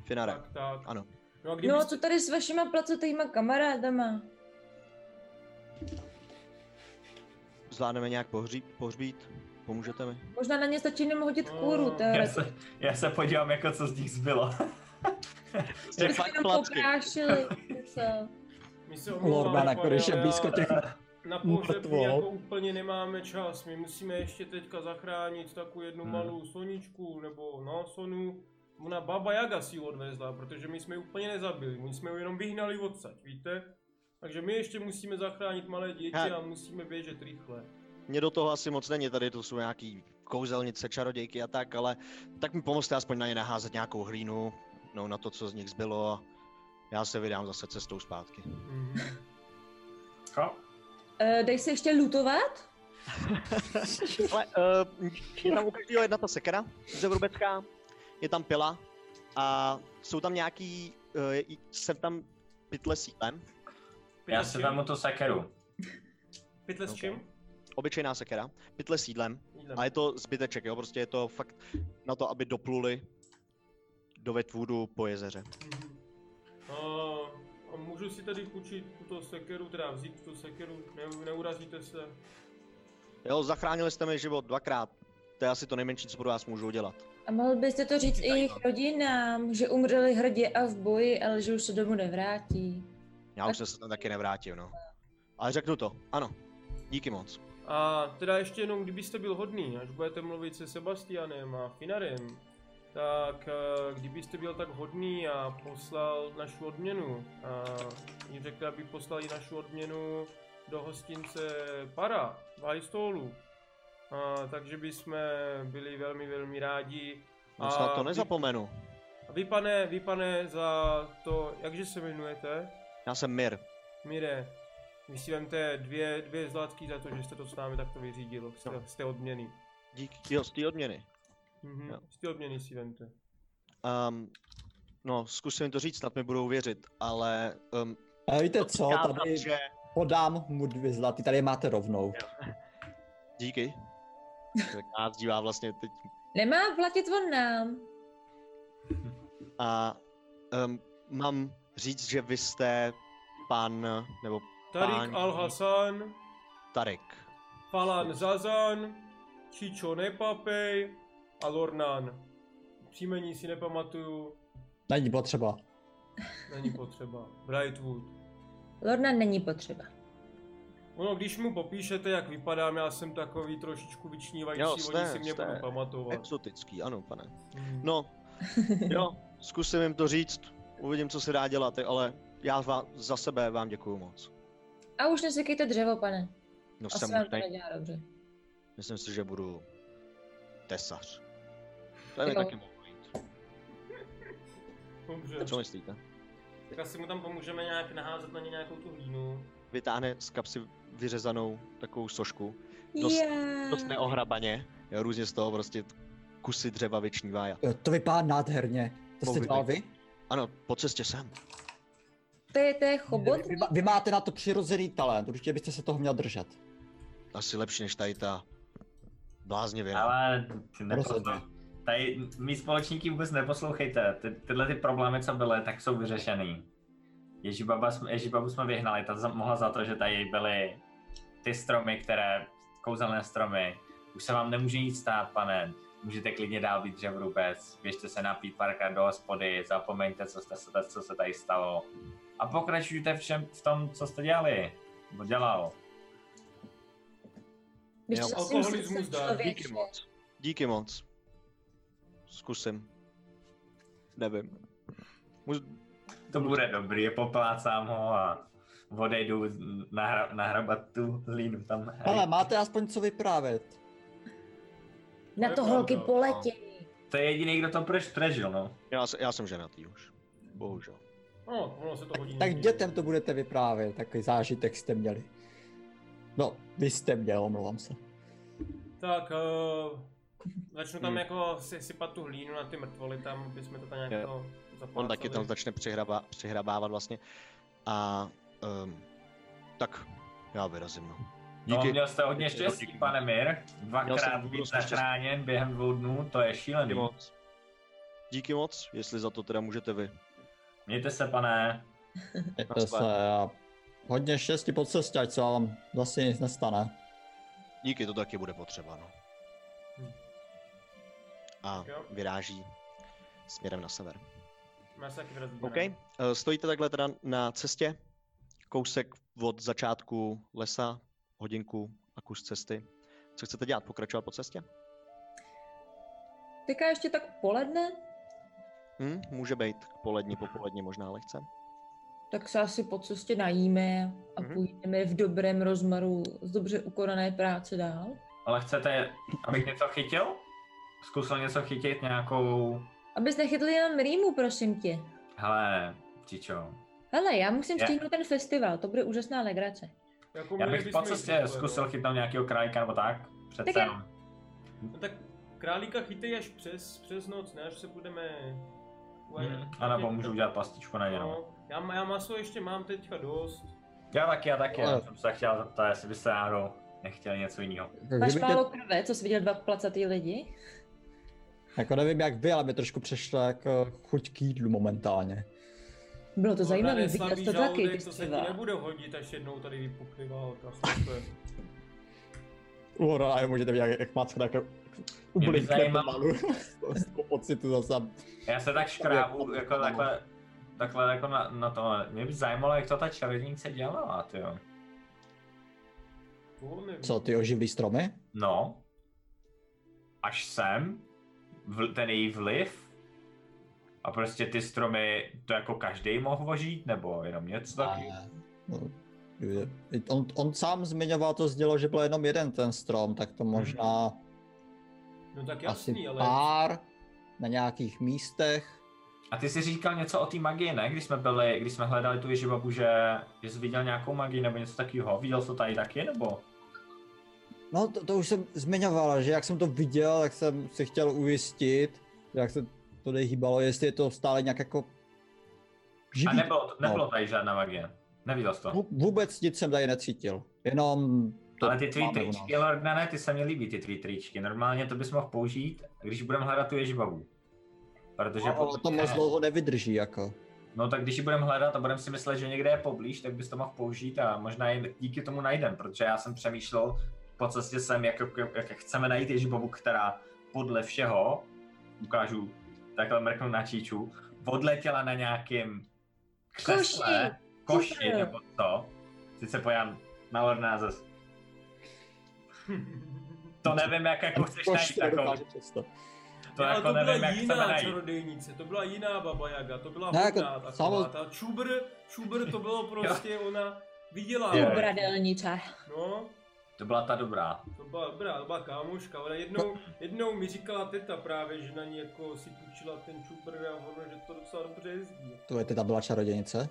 Speaker 2: Finara.
Speaker 1: Tak, tak.
Speaker 2: Ano.
Speaker 1: No a kdyby
Speaker 3: No, co tady s vašima placatýma kamarádama?
Speaker 2: Zvládneme nějak pohří, pohřbít? Pomůžete mi?
Speaker 3: Možná na ně stačí jenom hodit
Speaker 1: Mm,
Speaker 3: kůru,
Speaker 1: já
Speaker 5: Já
Speaker 3: teoreticky.
Speaker 5: se, já se podívám, jako co z nich zbylo.
Speaker 2: Jste
Speaker 3: Prostě
Speaker 2: fakt
Speaker 3: jenom
Speaker 2: placky.
Speaker 3: poprášili. co?
Speaker 1: my se omlouváme,
Speaker 4: Lordmana,
Speaker 1: pane,
Speaker 4: když je
Speaker 1: ale já
Speaker 4: blízko těch...
Speaker 1: Na pohřební
Speaker 4: mrtvol.
Speaker 1: jako úplně nemáme čas, my musíme ještě teďka zachránit takovou jednu
Speaker 5: Hmm.
Speaker 1: malou soničku, nebo no, sonu. Ona Baba Jaga si ji odvezla, protože my jsme ji úplně nezabili, my jsme ji jenom vyhnali odsaď, víte? Takže my ještě musíme zachránit malé dítě
Speaker 2: Hele.
Speaker 1: a musíme běžet rychle.
Speaker 2: Mně do toho asi moc není, tady to jsou nějaký kouzelnice, čarodějky a tak, ale tak mi pomozte aspoň na ně naházet nějakou hlínu, no na to, co z nich zbylo a já se vydám zase cestou zpátky.
Speaker 1: Mhm.
Speaker 5: Co?
Speaker 3: Eh, Dej se ještě lutovat?
Speaker 2: Ale uh, je tam u každého jedna ta sekera, zevrubecká, je tam pila a jsou tam nějaký, uh, jsem tam pytle sílem,
Speaker 5: Já
Speaker 1: Pytle s
Speaker 5: si
Speaker 1: čím?
Speaker 5: vemu tu sekeru.
Speaker 1: Pytle s
Speaker 2: Ok.
Speaker 1: čím?
Speaker 2: obyčejná sekera, pytle sídlem
Speaker 1: Jídlem.
Speaker 2: a je to zbyteček, jo, prostě je to fakt na to, aby dopluli do Wetwoodu po jezeře.
Speaker 1: Mhm. A, a můžu si tady půjčit tuto sekeru, teda vzít tu sekeru, ne, neurazíte se.
Speaker 2: Jo, zachránili jste mi život dvakrát. To je asi to nejmenší, co pro vás můžu udělat.
Speaker 3: A mohl byste to říct i jejich rodinám, že umřeli hrdě a v boji, ale že už se domů nevrátí.
Speaker 2: Já už jsem se tam taky nevrátil, no. Ale řeknu to, ano. Díky moc.
Speaker 1: A teda ještě jenom, kdybyste byl hodný, až budete mluvit se Sebastianem a Finarem, tak eh, kdybyste byl tak hodný a poslal naši odměnu, a jim řekl, aby poslali naši odměnu do hostince Para v Hajstolu, a, takže bychom byli velmi, velmi rádi.
Speaker 2: No snad to
Speaker 1: vy-
Speaker 2: nezapomenu.
Speaker 1: A vy pane, vy pane za to, jakže se jmenujete?
Speaker 2: Já jsem Mir.
Speaker 1: Mire, vy si vemte dvě, dvě zlatky za to, že jste to s námi takto vyřídil, jste, jste odměny.
Speaker 2: Díky, jo, z té odměny.
Speaker 1: Mhm,
Speaker 2: Jo.
Speaker 1: z té odměny si vemte.
Speaker 2: Um, no, zkusím to říct, snad mi budou věřit, ale um,
Speaker 4: Ale víte co,
Speaker 2: podotýkám,
Speaker 4: tady
Speaker 2: že...
Speaker 4: podám mu dvě zlaty, tady je máte rovnou.
Speaker 2: Díky. Tak nás dívá vlastně teď
Speaker 3: Nemá platit on nám.
Speaker 2: a um, mám říct, že vy jste pan, nebo
Speaker 1: Tarik
Speaker 2: Páni.
Speaker 1: Al-Hasan,
Speaker 2: Tarek.
Speaker 1: Falan Zazan, Chicho Nepapej a Lornan. Příjmení si nepamatuju,
Speaker 4: Není potřeba.
Speaker 1: není potřeba. Brightwood.
Speaker 3: Lorna není potřeba.
Speaker 1: Ono, když mu popíšete, jak vypadám, já jsem takový trošičku vyčnívající,
Speaker 2: Jo,
Speaker 1: oni
Speaker 2: jste,
Speaker 1: si mě
Speaker 2: jste.
Speaker 1: budou pamatovat.
Speaker 2: Exotický, ano, pane.
Speaker 1: Hmm.
Speaker 2: No, jo, zkusím jim to říct, uvidím, co se dá dělat, ale já vám, za sebe vám děkuju moc.
Speaker 3: A už nesekejte dřevo, pane.
Speaker 2: No, jsem
Speaker 3: Asi vám to
Speaker 2: možnej-
Speaker 3: nedělá dobře.
Speaker 2: Myslím si, že budu tesař. To je mi
Speaker 3: Jo.
Speaker 2: taky mohlo jít.
Speaker 1: Dobře.
Speaker 2: Co myslíte?
Speaker 1: Tak asi mu tam pomůžeme nějak naházet na ně nějakou tu hlínu.
Speaker 2: Vytáhne z kapsy vyřezanou takovou sošku, Dost- dost
Speaker 3: Yeah.
Speaker 2: neohrabaně, jo, různě z toho prostě kusy dřeva vyčnívá. já-
Speaker 4: Jo, To vypadá nádherně. To jste
Speaker 2: Povídej.
Speaker 4: dělal vy?
Speaker 2: Ano, po cestě sem.
Speaker 3: To je, to je chobot?
Speaker 4: Vy, vy- vy máte na to přirozený talent, určitě byste se toho měl držet.
Speaker 2: Asi lepší než tady ta bláznivěna.
Speaker 5: Ale ty
Speaker 4: Rozhodně.
Speaker 5: neposlouchej. Tady mý společníky vůbec neposlouchejte. Ty, tyhle ty problémy, co byly, tak jsou vyřešený. Ježibaba, jsme- Ježibabu jsme vyhnali, ta za, mohla za to, že tady byly ty stromy, které, kouzelné stromy. Už se vám nemůže nic stát, pane. Můžete klidně dál být dřevrubec, běžte se napít párkrát do hospody, zapomeňte, co, jste, se- co se tady stalo. A pokračujte všem v tom, co jste dělali, nebo dělal.
Speaker 3: Běžte
Speaker 2: Jo.
Speaker 3: za svým
Speaker 1: Alkoholismus
Speaker 3: srdcem,
Speaker 1: dá,
Speaker 3: člověče.
Speaker 2: Díky moc. Díky moc. Zkusím. Nevím. Mu-
Speaker 5: To bude dobrý, poplácám ho a odejdu nahra- nahrabat tu hlínu tam.
Speaker 4: Ale máte aspoň co vyprávět.
Speaker 3: Na to
Speaker 1: To je
Speaker 3: holky
Speaker 1: pravda,
Speaker 3: poletějí.
Speaker 5: To je jediný, kdo to prež- prežil, no.
Speaker 2: Já, se- já jsem ženatý už. Bohužel.
Speaker 1: No, ono se to hodí.
Speaker 4: Tak
Speaker 2: Hmm.
Speaker 1: někdy.
Speaker 4: dětem to budete vyprávět, takový zážitek jste měli. No, vy jste měl, omlouvám se.
Speaker 1: Tak, uh, začnu tam
Speaker 2: Hmm.
Speaker 1: jako si sypat tu hlínu na ty mrtvoly tam, aby jsme to tam nějak
Speaker 2: Jo.
Speaker 1: to
Speaker 2: On taky tam
Speaker 1: zaplácali.
Speaker 2: začne přihraba, přihrabávat vlastně. A um, tak já vyrazím. No.
Speaker 5: no
Speaker 2: Díky.
Speaker 5: měl jste hodně štěstí,
Speaker 2: Díky.
Speaker 5: pane Mir.
Speaker 2: Měl
Speaker 5: Dvakrát
Speaker 2: jsem
Speaker 5: být
Speaker 2: obrovské štěstí.
Speaker 5: zachráněn během dvou dnů, to je
Speaker 2: Díky
Speaker 5: šílený.
Speaker 2: moc. Díky moc, jestli za to teda můžete vy.
Speaker 5: Mějte se, pane.
Speaker 4: Mějte se a hodně štěstí po cestě, ať se vám zase nic nestane.
Speaker 2: Díky, to taky bude potřeba, no.
Speaker 1: Hm.
Speaker 2: A
Speaker 1: Jo.
Speaker 2: vyráží směrem na sever.
Speaker 1: Já se taky vyrazím.
Speaker 2: OK.
Speaker 1: ne?
Speaker 2: eh, Stojíte takhle teda na cestě, kousek od začátku lesa, hodinku a kus cesty. Co chcete dělat? Pokračovat po cestě?
Speaker 3: Teďka ještě tak poledne,
Speaker 2: Hm? Může být k polední, popolední možná lehce.
Speaker 3: tak se asi po cestě najíme a
Speaker 2: Mhm.
Speaker 3: půjdeme v dobrém rozmaru z dobře ukonané práce dál.
Speaker 5: Ale chcete, abych něco chytil? Zkusil něco chytit nějakou...
Speaker 3: Abys nechytli jenom rýmu, prosím tě.
Speaker 5: Hele, Čičo,
Speaker 3: Hele, já musím
Speaker 5: Já-
Speaker 3: stihnout ten festival, to bude úžasná legrace.
Speaker 1: Jako
Speaker 5: já
Speaker 1: měli
Speaker 5: bych po
Speaker 1: bychom jít
Speaker 5: cestě
Speaker 1: takhle,
Speaker 5: zkusil
Speaker 1: no.
Speaker 5: chytnout nějakého králíka nebo tak. Přece
Speaker 3: Tak já-
Speaker 5: jenom.
Speaker 1: No tak králíka chytej až přes, přes noc, ne? Až se budeme...
Speaker 5: Hm, A nebo můžu udělat pastičku na něj, no.
Speaker 1: No, já, ma- já maso ještě mám teďka dost.
Speaker 5: Já taky, já taky, já
Speaker 4: Ale-
Speaker 5: jsem se chtěl zeptat, jestli byste náhodou nechtěli něco jiného.
Speaker 4: Jako
Speaker 3: Máš
Speaker 4: kdyby tě-
Speaker 3: málo krve, co jsi viděl dva placatý lidi?
Speaker 4: Jako nevím jak vy, ale mi trošku přešla jako chuť k jídlu momentálně.
Speaker 3: Bylo to
Speaker 1: No,
Speaker 3: zajímavé,
Speaker 1: tady
Speaker 3: viděl
Speaker 1: slabý
Speaker 3: to taky,
Speaker 1: žaludek,
Speaker 3: ty
Speaker 1: To se ti
Speaker 3: střeva.
Speaker 1: nebude hodit, až jednou tady vypukne válka. chlape.
Speaker 4: Uhora, no, a můžete vidět, jak, jak jako máte takhle ublinkne
Speaker 5: zajímalo-
Speaker 4: pomalu. Z toho pocitu zase.
Speaker 5: Já se tak škrábu, jako takhle, takhle jako na, na to. Mě by zajímalo, jak to ta čarodějnice dělala, jo.
Speaker 1: To nevím.
Speaker 4: Co, ty oživlý stromy?
Speaker 5: No. Až sem, vl, ten její vliv, a prostě ty stromy, to jako každý mohl žít, nebo jenom něco taky.
Speaker 4: No, je- On, on sám zmiňoval to zdělo, že byl jenom jeden ten strom, tak to možná
Speaker 1: No tak
Speaker 4: asi
Speaker 1: jasný, ale...
Speaker 4: pár na nějakých místech.
Speaker 5: A ty jsi říkal něco o té magii, ne? Když jsme byli, když jsme hledali tu Ježibabu, že, že jsi viděl nějakou magii nebo něco takového. Viděl jsi to tady taky, nebo?
Speaker 4: No to, to už jsem zmiňovala, že jak jsem to viděl, tak jsem si chtěl ujistit, jak se to hýbalo, jestli je to stále nějak jako živý.
Speaker 5: A nebylo, to- nebylo tady žádná magie. Neviděl jsi to.
Speaker 4: Vů- No. Vůbec nic jsem tady necítil, jenom to
Speaker 5: Ale ty tvý
Speaker 4: máme u nás.
Speaker 5: tričky, Lordane, ty se mi líbí, ty tvý tričky. Normálně to bys mohl použít, když budeme hledat tu ježibabu. Protože
Speaker 4: No,
Speaker 5: podle
Speaker 4: ale to
Speaker 5: mě-
Speaker 4: moc dlouho nevydrží, jako.
Speaker 5: No tak když ji budeme hledat a budeme si myslet, že někde je poblíž, tak bys to mohl použít a možná ji díky tomu najdem, protože já jsem přemýšlel po cestě sem, jak, jak, jak chceme najít Ježibovu, která podle všeho, ukážu takhle mrknu na Číču, odletěla na nějakým křesle,
Speaker 3: Koši,
Speaker 5: koši,
Speaker 3: super.
Speaker 5: nebo co. Teď se pojám na Lorna zas. To nevím, jak jako chceš najít takovou. To
Speaker 1: Ale
Speaker 5: jako
Speaker 1: to
Speaker 5: nevím,
Speaker 1: byla
Speaker 5: jak chceme
Speaker 1: jiná
Speaker 5: najít.
Speaker 1: čarodějnice, to byla jiná Baba Jaga, to byla
Speaker 4: Ne,
Speaker 1: ne,
Speaker 4: jako
Speaker 1: hodná taková,
Speaker 4: samo-
Speaker 1: ta čubr, čubr to bylo prostě, ona viděla,
Speaker 5: Jo.
Speaker 3: Bradelnice.
Speaker 1: no,
Speaker 5: To byla ta dobrá.
Speaker 1: to byla dobrá, to byla kámoška, ona jednou, jednou mi říkala teta právě, že na ní jako si půjčila ten čubr a ono, že to docela dobře jezdí.
Speaker 4: To je teda byla čarodějnice?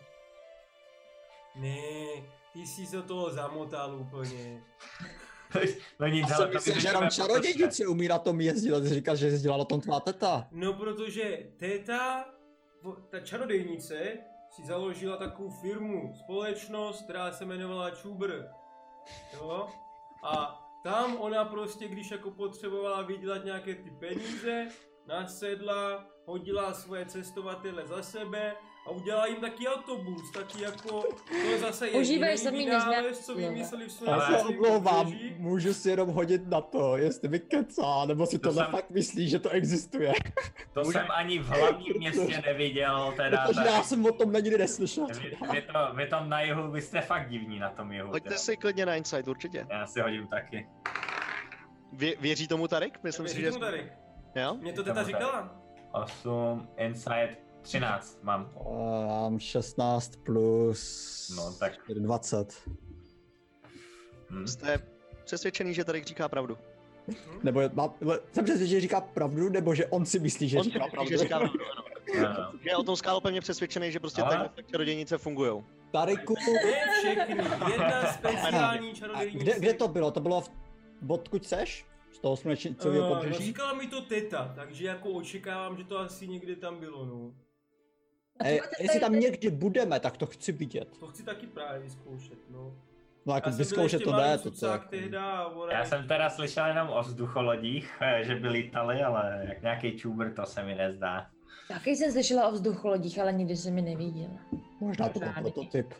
Speaker 1: Ne, ty jsi se toho zamotal úplně.
Speaker 5: No nic, hele,
Speaker 4: Já jsem
Speaker 5: to jako
Speaker 4: myslel, že
Speaker 5: vyřešíme
Speaker 4: jenom
Speaker 5: po cestě. prostě-
Speaker 4: čarodějnice umí na tom jezdit, a ty říkáš, že jezdila na tom tvá teta.
Speaker 1: No, protože teta, vo- ta čarodějnice, si založila takovou firmu, společnost, která se jmenovala Čubr. Jo? A tam ona prostě, když jako potřebovala vydělat nějaké ty peníze, nasedla, hodila svoje cestovatele za sebe a udělala jim taky autobus, taky jako, to zase je
Speaker 3: Užívej
Speaker 1: jiný
Speaker 3: se mi
Speaker 1: vynález,
Speaker 3: nezná-
Speaker 1: co vymysleli v
Speaker 5: No,
Speaker 1: svém
Speaker 4: Já se
Speaker 1: vlastním
Speaker 4: omlouvám,
Speaker 1: pobřeží.
Speaker 4: můžu si jenom hodit na to, jestli mi kecá, nebo si
Speaker 5: To
Speaker 4: to
Speaker 5: jsem-
Speaker 4: fakt myslí, že to existuje.
Speaker 5: To
Speaker 4: Bude-
Speaker 5: jsem ani v hlavním městě neviděl, teda.
Speaker 4: Protože
Speaker 5: tak-
Speaker 4: já jsem o tom nikdy neslyšel.
Speaker 5: Vy, vy, to, vy tam na jihu, vy jste fakt divní na tom jihu.
Speaker 2: Hoďte
Speaker 5: teda.
Speaker 2: si klidně na insight, určitě.
Speaker 5: Já si hodím taky.
Speaker 2: Vě, věří tomu Tarek? Myslím si, že...
Speaker 1: Věřím tomu tady.
Speaker 2: Jo?
Speaker 1: Mě to
Speaker 5: Tomu
Speaker 1: teta
Speaker 5: tady.
Speaker 1: říkala.
Speaker 5: 8, inside 13 mám.
Speaker 4: Eh, Mám 16 plus
Speaker 5: No, tak.
Speaker 4: 20.
Speaker 5: Hm.
Speaker 2: Jste přesvědčený, že Tarek říká pravdu.
Speaker 4: Nebo je- mám, le- jsem přesvědčen, že říká pravdu, nebo že on si myslí, že
Speaker 2: On si
Speaker 4: říká
Speaker 2: myslí,
Speaker 4: pravdu.
Speaker 2: že říká pravdu, ano.
Speaker 5: No, no.
Speaker 2: Je o tom skálo pevně přesvědčený, že prostě
Speaker 5: Ale-
Speaker 2: takhle tak čarodějnice fungují.
Speaker 4: Tariku,
Speaker 1: Ne všechny, jedna speciální
Speaker 4: a
Speaker 1: čarodějnice.
Speaker 4: kde, kde to bylo? To bylo v... odkud seš? Z toho slunečnicového
Speaker 1: Eh, no,
Speaker 4: pobřeží?
Speaker 1: říkala mi to teta, takže jako očekávám, že to asi někde tam bylo, no.
Speaker 3: A
Speaker 4: Eh,
Speaker 3: třeba ty
Speaker 4: jestli tam
Speaker 3: tady-
Speaker 4: někdy budeme, tak to chci vidět.
Speaker 1: To chci taky právě vyzkoušet, no.
Speaker 4: No jako
Speaker 1: Já jsem byl
Speaker 4: vyzkoušet
Speaker 1: ještě
Speaker 4: to
Speaker 1: malý
Speaker 4: ne, to co
Speaker 1: cucák
Speaker 4: jako...
Speaker 1: tehda a ona-
Speaker 5: Já jsem teda slyšel jenom o vzducholodích, eh, že by lítali, ale jak nějaký čůbr, to se mi nezdá.
Speaker 3: Taky jsem slyšela o vzducholodích, ale nikdy jsem mi neviděla.
Speaker 4: Možná to byl
Speaker 3: Pořádný.
Speaker 4: prototyp.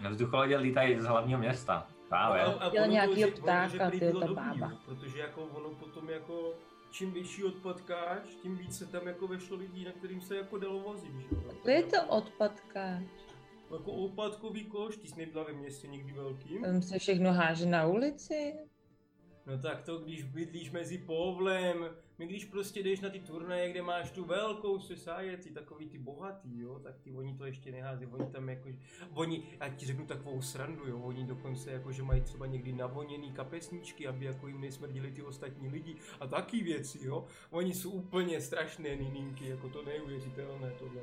Speaker 5: No, Vzducholodě lítají z hlavního města. Právě.
Speaker 1: a
Speaker 3: Viděl
Speaker 1: ono
Speaker 3: nějakýho
Speaker 1: že- ono, že
Speaker 3: ptáka,
Speaker 1: prý
Speaker 3: tyjo,
Speaker 1: bylo
Speaker 3: ta
Speaker 1: dobrý,
Speaker 3: bába.
Speaker 1: no, Protože jako ono potom jako, čím větší odpadkáč, tím víc se tam jako vešlo lidí, na kterým se jako dalo vozit, že jo.
Speaker 3: To je to odpadka.
Speaker 1: Jako odpadkový koš, ty jsi nebyla ve městě nikdy velkým.
Speaker 3: Tam se všechno háže na ulici.
Speaker 1: No tak to, když bydlíš mezi povlem, my když prostě jdeš na ty turnaje, kde máš tu velkou society, takový ty bohatý, jo, tak ty oni to ještě nehází, oni tam jako, oni, já ti řeknu takovou srandu, jo, oni dokonce jako, že mají třeba někdy navoněný kapesničky, aby jako jim nesmrdili ty ostatní lidi a taky věci, jo, oni jsou úplně strašné nininky, jako to neuvěřitelné tohle.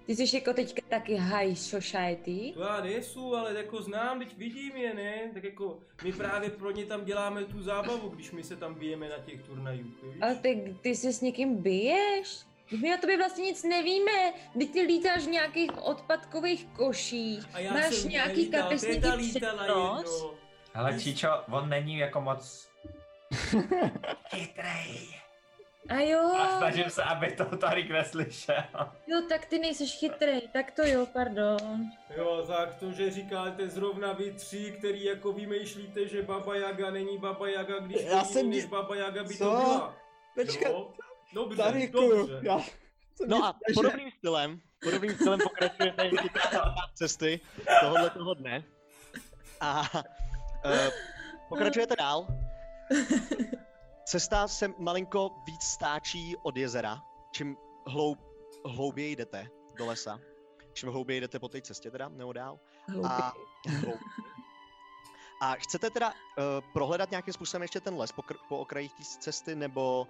Speaker 3: Ty jsi jako teďka taky high society.
Speaker 1: To já nejsou, ale jako znám, teď vidím je, ne? Tak jako my právě pro ně tam děláme tu zábavu, když my se tam bijeme na těch turnajích, víš?
Speaker 3: Ale ty, ty se s někým biješ? Vždyť My o tobě vlastně nic nevíme. Ty ty lítáš v nějakých odpadkových koších.
Speaker 1: A já
Speaker 3: Máš
Speaker 1: jsem
Speaker 3: nějaký
Speaker 1: nelítal,
Speaker 3: kapesníky
Speaker 1: teta
Speaker 3: před
Speaker 1: lítala
Speaker 3: nos?
Speaker 1: jednou.
Speaker 5: Hele, Číčo, on není jako moc chytrej.
Speaker 3: A jo,
Speaker 5: A snažím se, aby to Tarik neslyšel.
Speaker 3: jo, tak ty nejseš chytrý, tak to jo, pardon.
Speaker 1: Jo, tak to, že říkáte zrovna vy tři, který jako vymýšlíte, že Baba Jaga není Baba Jaga, když
Speaker 4: Já
Speaker 1: není,
Speaker 4: jsem
Speaker 1: než
Speaker 4: di-
Speaker 1: Baba Jaga by
Speaker 4: Co?
Speaker 1: to byla.
Speaker 4: Počkej,
Speaker 1: Jo? Dobře,
Speaker 4: Tariku,
Speaker 1: dobře.
Speaker 4: já... jsem
Speaker 2: No a
Speaker 4: myslel, že-
Speaker 2: podobným stylem, podobným stylem pokračuje tady cesty tohohle toho dne. A eh, pokračujete dál. Cesta se malinko víc stáčí od jezera, čím hloub, hlouběji jdete do lesa. Čím hlouběji jdete po té cestě teda, nebo dál. A, a chcete teda uh, prohledat nějakým způsobem ještě ten les po, kr- po okrajích té cesty, nebo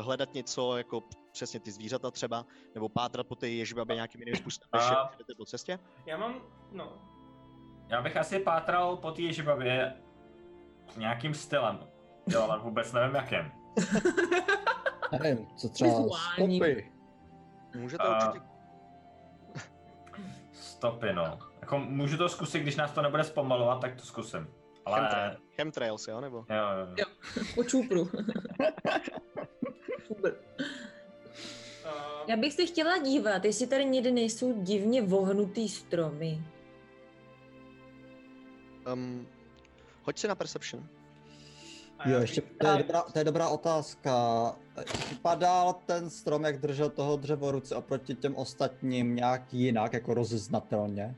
Speaker 2: uh, hledat něco, jako přesně ty zvířata třeba, nebo pátrat po té ježibabě nějakým jiným způsobem, než
Speaker 5: A-
Speaker 2: jak jdete po cestě?
Speaker 1: Já mám, no,
Speaker 5: Já bych asi pátral po té ježibavě nějakým stylem. Jo, ale vůbec nevím jakým.
Speaker 4: Nevím, co třeba
Speaker 3: Vizuální.
Speaker 4: stopy.
Speaker 2: Můžete
Speaker 5: A-
Speaker 2: určitě
Speaker 5: Stopy, no. Jako můžu to zkusit, když nás to nebude zpomalovat, tak to zkusím. Ale...
Speaker 2: Chemtrail. chemtrails, jo? Nebo?
Speaker 5: Jo, jo, jo.
Speaker 3: Jo. Po čupru. Čupr.
Speaker 1: Uh,
Speaker 3: Já bych se chtěla dívat, jestli tady někde nejsou divně vohnutý stromy.
Speaker 2: Um, hoď si na Perception.
Speaker 4: Jo, ještě, to je, dobrá, to je dobrá otázka. Padal ten strom, jak držel toho dřevoruce oproti těm ostatním nějak jinak, jako rozeznatelně?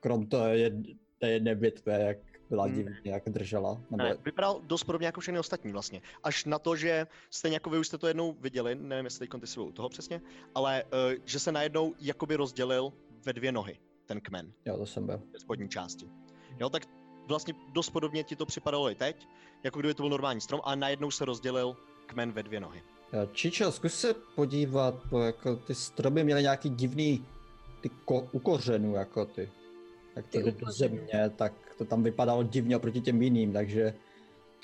Speaker 4: Krom to je té jedné bitve, jak byla
Speaker 2: Hmm.
Speaker 4: divně, jak držela. Nebo
Speaker 2: Ne, Eh, vypadal dost podobně jako všechny ostatní vlastně. Až na to, že stejně jako vy už jste to jednou viděli, nevím jestli teď ty jsou u toho přesně, ale uh, že se najednou jakoby rozdělil ve dvě nohy ten kmen.
Speaker 4: jo, to jsem byl.
Speaker 2: ve spodní části. Jo, tak vlastně dost podobně ti to připadalo i teď, jako kdyby to byl normální strom, a najednou se rozdělil kmen ve dvě nohy.
Speaker 4: Jo, Čičo, zkus se podívat, po, jako ty stromy měly nějaký divný ty ko, ukořenů, jako ty. Jak to
Speaker 3: Ty
Speaker 4: jde do
Speaker 3: ukořenů.
Speaker 4: země, tak to tam vypadalo divně oproti těm jiným, takže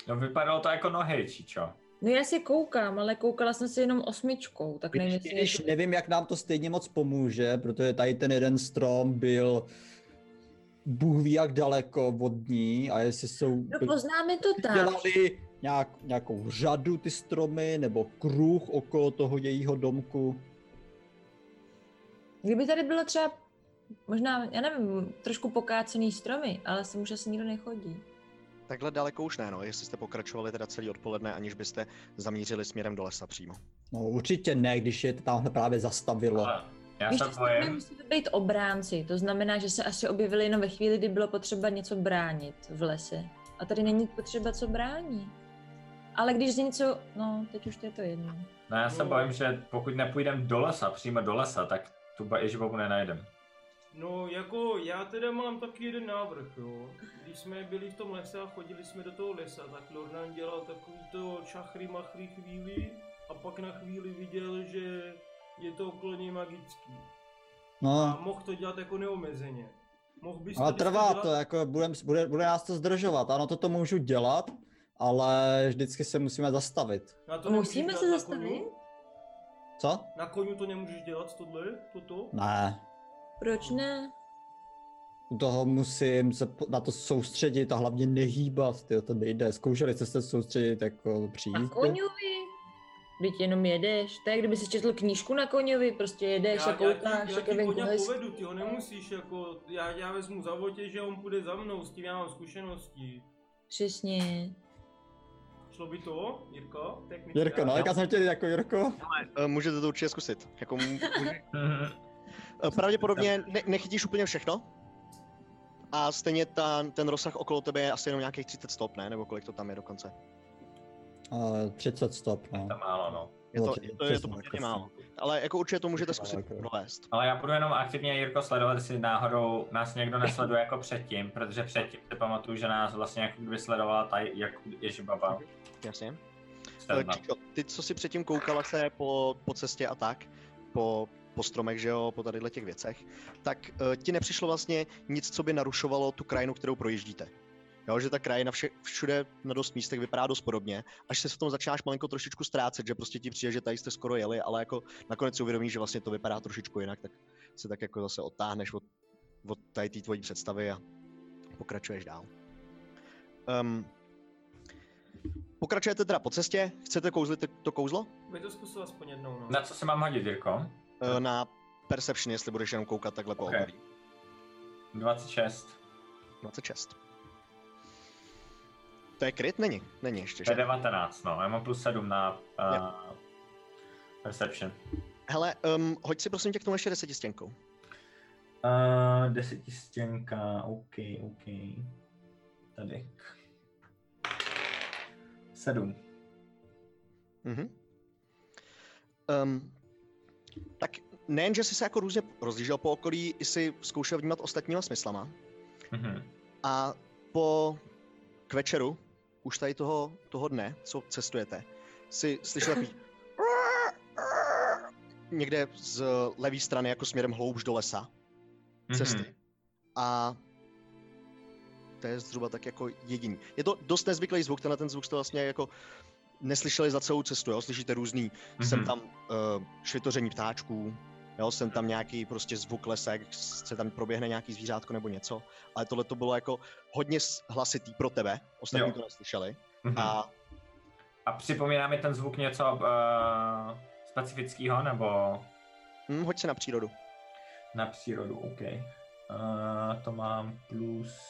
Speaker 5: No vypadalo to jako nohy, čičo.
Speaker 3: No já si koukám, ale koukala jsem si jenom osmičkou, tak nevím,
Speaker 4: Když,
Speaker 3: jestli je
Speaker 4: když
Speaker 3: to...
Speaker 4: nevím, jak nám to stejně moc pomůže, protože tady ten jeden strom byl Bůh ví jak daleko od ní a jestli jsou
Speaker 3: No poznáme to tak.
Speaker 4: dělali nějak, nějakou řadu ty stromy nebo kruh okolo toho jejího domku.
Speaker 3: Kdyby tady bylo třeba možná, já nevím, trošku pokácený stromy, ale sem už asi nikdo nechodí.
Speaker 2: Takhle daleko už ne, no, jestli jste pokračovali teda celý odpoledne, aniž byste zamířili směrem do lesa přímo.
Speaker 4: No určitě ne, když je tamhle právě zastavilo.
Speaker 5: Ale já
Speaker 3: Víš,
Speaker 5: se
Speaker 3: že stromy
Speaker 5: bojím.
Speaker 3: musí být obránci, to znamená, že se asi objevili jenom ve chvíli, kdy bylo potřeba něco bránit v lese. A tady není potřeba co bránit. Ale když je něco, no, teď už to je to jedno.
Speaker 5: No já se
Speaker 1: No.
Speaker 5: bojím, že pokud nepůjdeme do lesa, přímo do lesa, tak tu ba- Ježibobu nenajdem.
Speaker 1: No, jako já teda mám taky jeden návrh, jo. Když jsme byli v tom lese a chodili jsme do toho lesa, tak Lornan dělal takový to čachry machry chvíli a pak na chvíli viděl, že je to okolo něj magický. A
Speaker 4: No,
Speaker 1: mohl to dělat jako neomezeně. Mohl bys
Speaker 4: ale
Speaker 1: teďka
Speaker 4: trvá
Speaker 1: dělat-
Speaker 4: to, jako budem, bude, bude nás to zdržovat. Ano, toto můžu dělat, ale vždycky se musíme zastavit.
Speaker 1: Na to
Speaker 3: Musíme
Speaker 1: nemůžeš
Speaker 3: se
Speaker 1: dělat na
Speaker 3: zastavit?
Speaker 1: koni?
Speaker 4: Co?
Speaker 1: Na koni to nemůžeš dělat, tohle, toto?
Speaker 4: Ne,
Speaker 3: Proč ne?
Speaker 4: U toho musím se po- na to soustředit a hlavně nehýbat, tyjo, to nejde. Zkoušeli jste se soustředit jako přijít.
Speaker 3: Na koňovi? Teď jenom jedeš. To je, kdyby si četl knížku na koňovi, prostě jedeš a koukáš,
Speaker 1: já,
Speaker 3: jak
Speaker 1: ti-
Speaker 3: je
Speaker 1: já ti
Speaker 3: venku
Speaker 1: koně
Speaker 3: hezky.
Speaker 1: povedu, ty ho nemusíš, jako, já, já vezmu za votě, že on půjde za mnou, s tím já mám zkušenosti.
Speaker 3: Přesně.
Speaker 1: Šlo by to, Jirko? Technická.
Speaker 4: Jirko, no, jak já jsem chtěl jako Jirko.
Speaker 2: E, Můžete to určitě zkusit. Jako, mů- může-
Speaker 5: Mhm.
Speaker 2: E, pravděpodobně ne- nechytíš úplně všechno, a stejně ta, ten rozsah okolo tebe je asi jenom nějakých 30 stop, ne? Nebo kolik to tam je dokonce?
Speaker 4: A, 30 stop, no.
Speaker 5: To je málo, no.
Speaker 2: Je to,
Speaker 4: Určitě,
Speaker 2: je to, je to
Speaker 4: přesně,
Speaker 2: poměrně
Speaker 4: jako-
Speaker 2: málo. Ale jako určitě to můžete
Speaker 4: Určitě
Speaker 2: zkusit
Speaker 4: málo, jako.
Speaker 2: provést.
Speaker 5: Ale já budu jenom aktivně Jirko sledovat, jestli náhodou nás někdo nesleduje jako předtím, protože předtím si pamatuju, že nás vlastně jako kdyby sledovala ta jako Ježibaba.
Speaker 2: Jasně.
Speaker 5: Sedna.
Speaker 2: Čiko, ty, co si předtím koukala se po, po cestě a tak, po, po stromech, že jo, po tadyhle těch věcech, tak uh, ti nepřišlo vlastně nic, co by narušovalo tu krajinu, kterou projíždíte. Jo, že ta krajina vše, všude na dost místech vypadá dost podobně, až se v tom začínáš malinko trošičku ztrácet, že prostě ti přijde, že tady jste skoro jeli, ale jako nakonec si uvědomíš, že vlastně to vypadá trošičku jinak, tak se tak jako zase odtáhneš od, od tady té tvojí představy a pokračuješ dál. Um, pokračujete teda po cestě, chcete kouzlit to kouzlo?
Speaker 1: By to zkusil aspoň jednou, no.
Speaker 5: Na co si mám hodit, Jirko?
Speaker 2: Eh, Na Perception, jestli budeš jenom koukat takhle po
Speaker 5: Ok.
Speaker 2: okolí. No,
Speaker 5: 26.
Speaker 2: 26. To je kryt? Není, není ještě,
Speaker 5: To je
Speaker 2: že?
Speaker 5: 19, no. Já mám plus 7 na uh, Perception.
Speaker 2: Hele, um, hoď si prosím tě k tomu ještě desetistěnkou.
Speaker 5: Uh, desetistěnka, OK, OK. Tady. Sedm.
Speaker 2: Mhm. Um, tak nejen, že jsi se jako různě rozlížel po okolí, i si zkoušel vnímat ostatníma smyslama,
Speaker 5: Mhm.
Speaker 2: A po k večeru, už tady toho, toho dne, co cestujete, si slyšel takový někde z levé strany, jako směrem hloubš do lesa, cesty.
Speaker 5: Mhm.
Speaker 2: A to je zhruba tak jako jediný. Je to dost nezvyklý zvuk, tenhle ten zvuk jste vlastně jako neslyšeli za celou cestu, jo? slyšíte různý, mm-hmm.
Speaker 5: Mhm.
Speaker 2: jsem tam uh, švitoření ptáčků, jo? jsem tam nějaký prostě zvuk lesek, se tam proběhne nějaký zvířátko nebo něco, ale tohle to bylo jako hodně s- hlasitý pro tebe, ostatní
Speaker 5: Jo.
Speaker 2: to neslyšeli.
Speaker 5: Mhm. A,
Speaker 2: A
Speaker 5: a připomíná mi ten zvuk něco uh, specifického nebo
Speaker 2: hm, hoď se na přírodu.
Speaker 5: na přírodu, OK. Uh, to mám plus...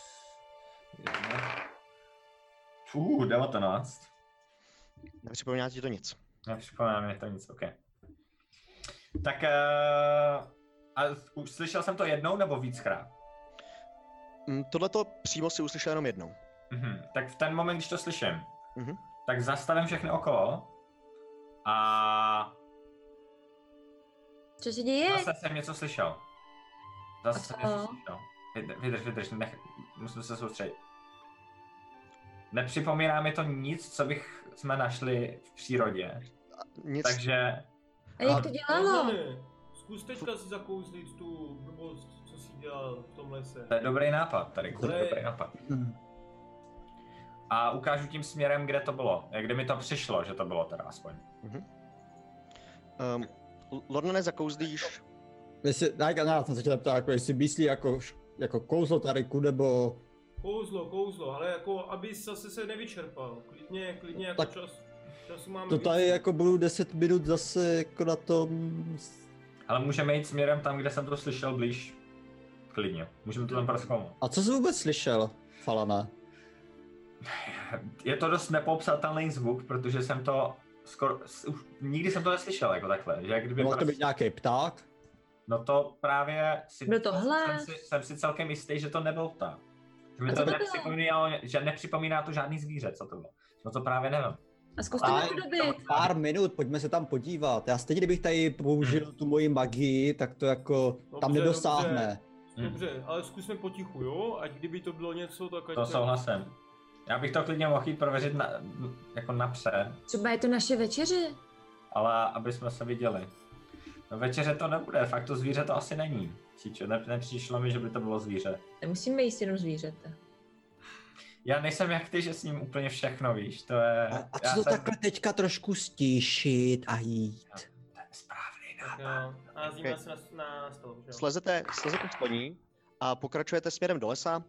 Speaker 5: jedna. Fuh, 19.
Speaker 2: Nepřipomíná ti to nic.
Speaker 5: Nepřipomíná mi to nic, OK. Tak uh, a už slyšel jsem to jednou nebo víckrát?
Speaker 2: Hm, tohle to přímo si uslyšel jenom jednou.
Speaker 5: Mhm, tak v ten moment, když to slyším,
Speaker 2: Mhm.
Speaker 5: tak zastavím všechny okolo a
Speaker 3: Co se děje?
Speaker 5: zase jsem něco slyšel. Zase
Speaker 3: A
Speaker 5: jsem
Speaker 3: co?
Speaker 5: něco slyšel. Vyd- Vydrž, vydrž, nech, musím se soustředit. Nepřipomíná mi to nic, co bych jsme našli v přírodě.
Speaker 2: Nic,
Speaker 5: Takže
Speaker 3: A jak to dělalo?
Speaker 7: Zuzane, Zkus teďka si zakouzlit tu blbost, co si dělal v tom lese.
Speaker 5: to je dobrý nápad tady, to
Speaker 7: To je-
Speaker 5: je dobrý nápad. A ukážu tím směrem, kde to bylo, kde mi to přišlo, že to bylo teda aspoň.
Speaker 2: um, Lornane, zakouzdíš,
Speaker 4: Jestli, tak, já jsem se chtěl ptát, jako, jestli myslí jako, š- jako kouzlo tariku, nebo...
Speaker 7: Kouzlo, kouzlo, ale jako, aby zase se nevyčerpal. Klidně, klidně jako
Speaker 4: Tak-
Speaker 7: čas, času máme
Speaker 4: To tady
Speaker 7: víc.
Speaker 4: jako budu 10 minut zase jako na tom...
Speaker 5: Ale můžeme jít směrem tam, kde jsem to slyšel blíž. Klidně. Můžeme to tam proskoumat.
Speaker 4: A co jsi vůbec slyšel, Falana?
Speaker 5: Je to dost nepopsatelný zvuk, protože jsem to skoro, s- už nikdy jsem to neslyšel jako takhle, že jak kdyby
Speaker 4: Mohl to
Speaker 5: prostě-
Speaker 4: být nějaký pták?
Speaker 5: No to právě si,
Speaker 3: Byl to hlas?
Speaker 5: Jsem, si, jsem si celkem jistý, že to nebyl pták. Že mi
Speaker 3: A
Speaker 5: to,
Speaker 3: co to bylo?
Speaker 5: nepřipomínalo, že nepřipomíná to žádný zvíře, co to bylo. No to právě nevím.
Speaker 3: A zkuste
Speaker 4: A-
Speaker 3: to podobit.
Speaker 4: Pár minut, pojďme se tam podívat. Já stejně, kdybych tady použil tu moji magii, tak to jako tam
Speaker 7: Dobře,
Speaker 4: nedosáhne.
Speaker 5: Hmm.
Speaker 7: Dobře, ale zkusme potichu, jo? Ať kdyby to bylo něco, tak ať
Speaker 5: To souhlasím. Já bych to klidně mohl jít prověřit na, jako napřed,
Speaker 3: Třeba je to naše večeře.
Speaker 5: ale aby jsme se viděli. No večeře to nebude, fakt to zvíře to asi není. Číčo, ne, nepřišlo mi, že by to bylo zvíře.
Speaker 3: Nemusíme jíst jenom zvířata.
Speaker 5: Já nejsem jak ty, že s ním úplně všechno víš, to je...
Speaker 4: A, a
Speaker 5: já
Speaker 4: co to
Speaker 5: jsem-
Speaker 4: takhle teďka trošku stíšit a jít?
Speaker 5: To je správný no.
Speaker 1: Tak
Speaker 5: nápad.
Speaker 1: jo. A házíme
Speaker 2: Ok.
Speaker 1: se na, na stol, že jo?
Speaker 2: slezete, slezete z koní a pokračujete směrem do lesa.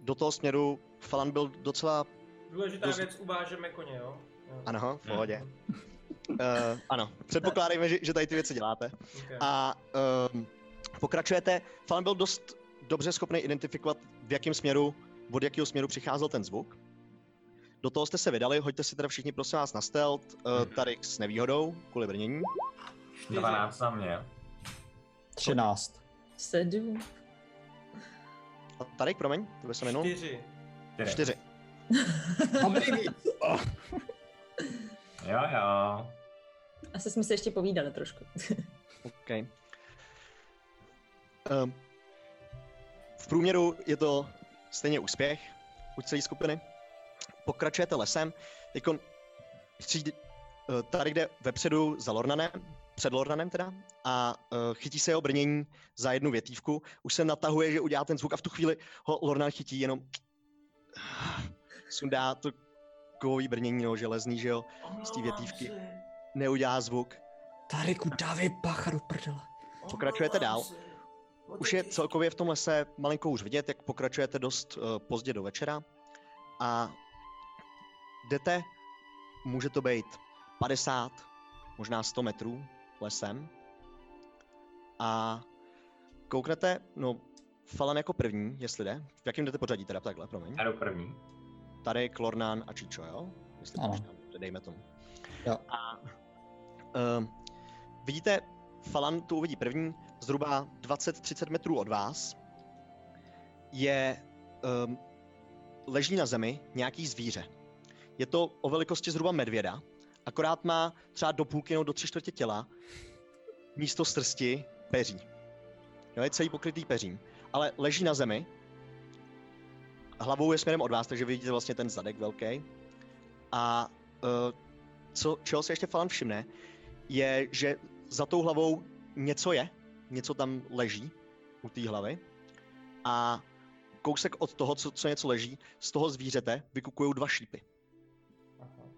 Speaker 2: Do toho směru Falan byl docela
Speaker 1: Důležitá
Speaker 2: Dost-
Speaker 1: věc, uvážeme koně, jo? Jo.
Speaker 2: Ano, v
Speaker 5: Hmm.
Speaker 2: pohodě. Uh, ano, předpokládejme, že, že tady ty věci děláte.
Speaker 1: Okay.
Speaker 2: A um, pokračujete. Fan byl dost dobře schopný identifikovat, v jakém směru, od jakého směru přicházel ten zvuk. Do toho jste se vydali, hoďte si teda všichni prosím vás na stealth, uh,
Speaker 1: Hmm.
Speaker 5: Mhm.
Speaker 2: tady s nevýhodou, kvůli brnění.
Speaker 5: 12 za mě.
Speaker 4: 13.
Speaker 3: Sedm.
Speaker 2: A Tarek, promiň, tebe jsem jenom.
Speaker 1: Čtyři.
Speaker 5: Čtyři.
Speaker 2: Čtyři.
Speaker 5: Jo, jo.
Speaker 3: Asi jsme se ještě povídali trošku.
Speaker 2: Okay. Um, v průměru je to stejně úspěch u celé skupiny. Pokračujete lesem. Jako Teď eh, tady jde vepředu za Lornanem, před Lornanem teda, a eh, chytí se jeho brnění za jednu větívku. Už se natahuje, že udělá ten zvuk a v tu chvíli ho Lornan chytí jenom sundá to kovový brnění, no, železný, že jo, z té větívky. Neudělá zvuk.
Speaker 4: Tariku, dávej pacha do prdele.
Speaker 2: Pokračujete dál. Už je celkově v tom lese malinko už vidět, jak pokračujete dost eh, pozdě do večera. A jdete, může to být 50, možná 100 metrů lesem. A kouknete, no, Falan jako první, jestli jde. V jakém jdete pořadí teda takhle, promiň.
Speaker 5: Já jdu první.
Speaker 2: Tady Klornán a Čičo, jo? Jestli
Speaker 4: Ano.
Speaker 2: počítám, dobře, dejme tomu.
Speaker 4: Jo.
Speaker 2: A, um, vidíte, Falan tu uvidí první, zhruba 20-30 metrů od vás. Je, um, leží na zemi nějaký zvíře. Je to o velikosti zhruba medvěda, akorát má třeba do půlky nebo do tři čtvrtě těla místo srsti peří. Jo, je celý pokrytý peřím, ale leží na zemi hlavou je směrem od vás, takže vidíte vlastně ten zadek velký. A uh, co, čeho se ještě Falan všimne, je, že za tou hlavou něco je, něco tam leží u té hlavy. A kousek od toho, co, co něco leží, z toho zvířete vykukují dva šípy.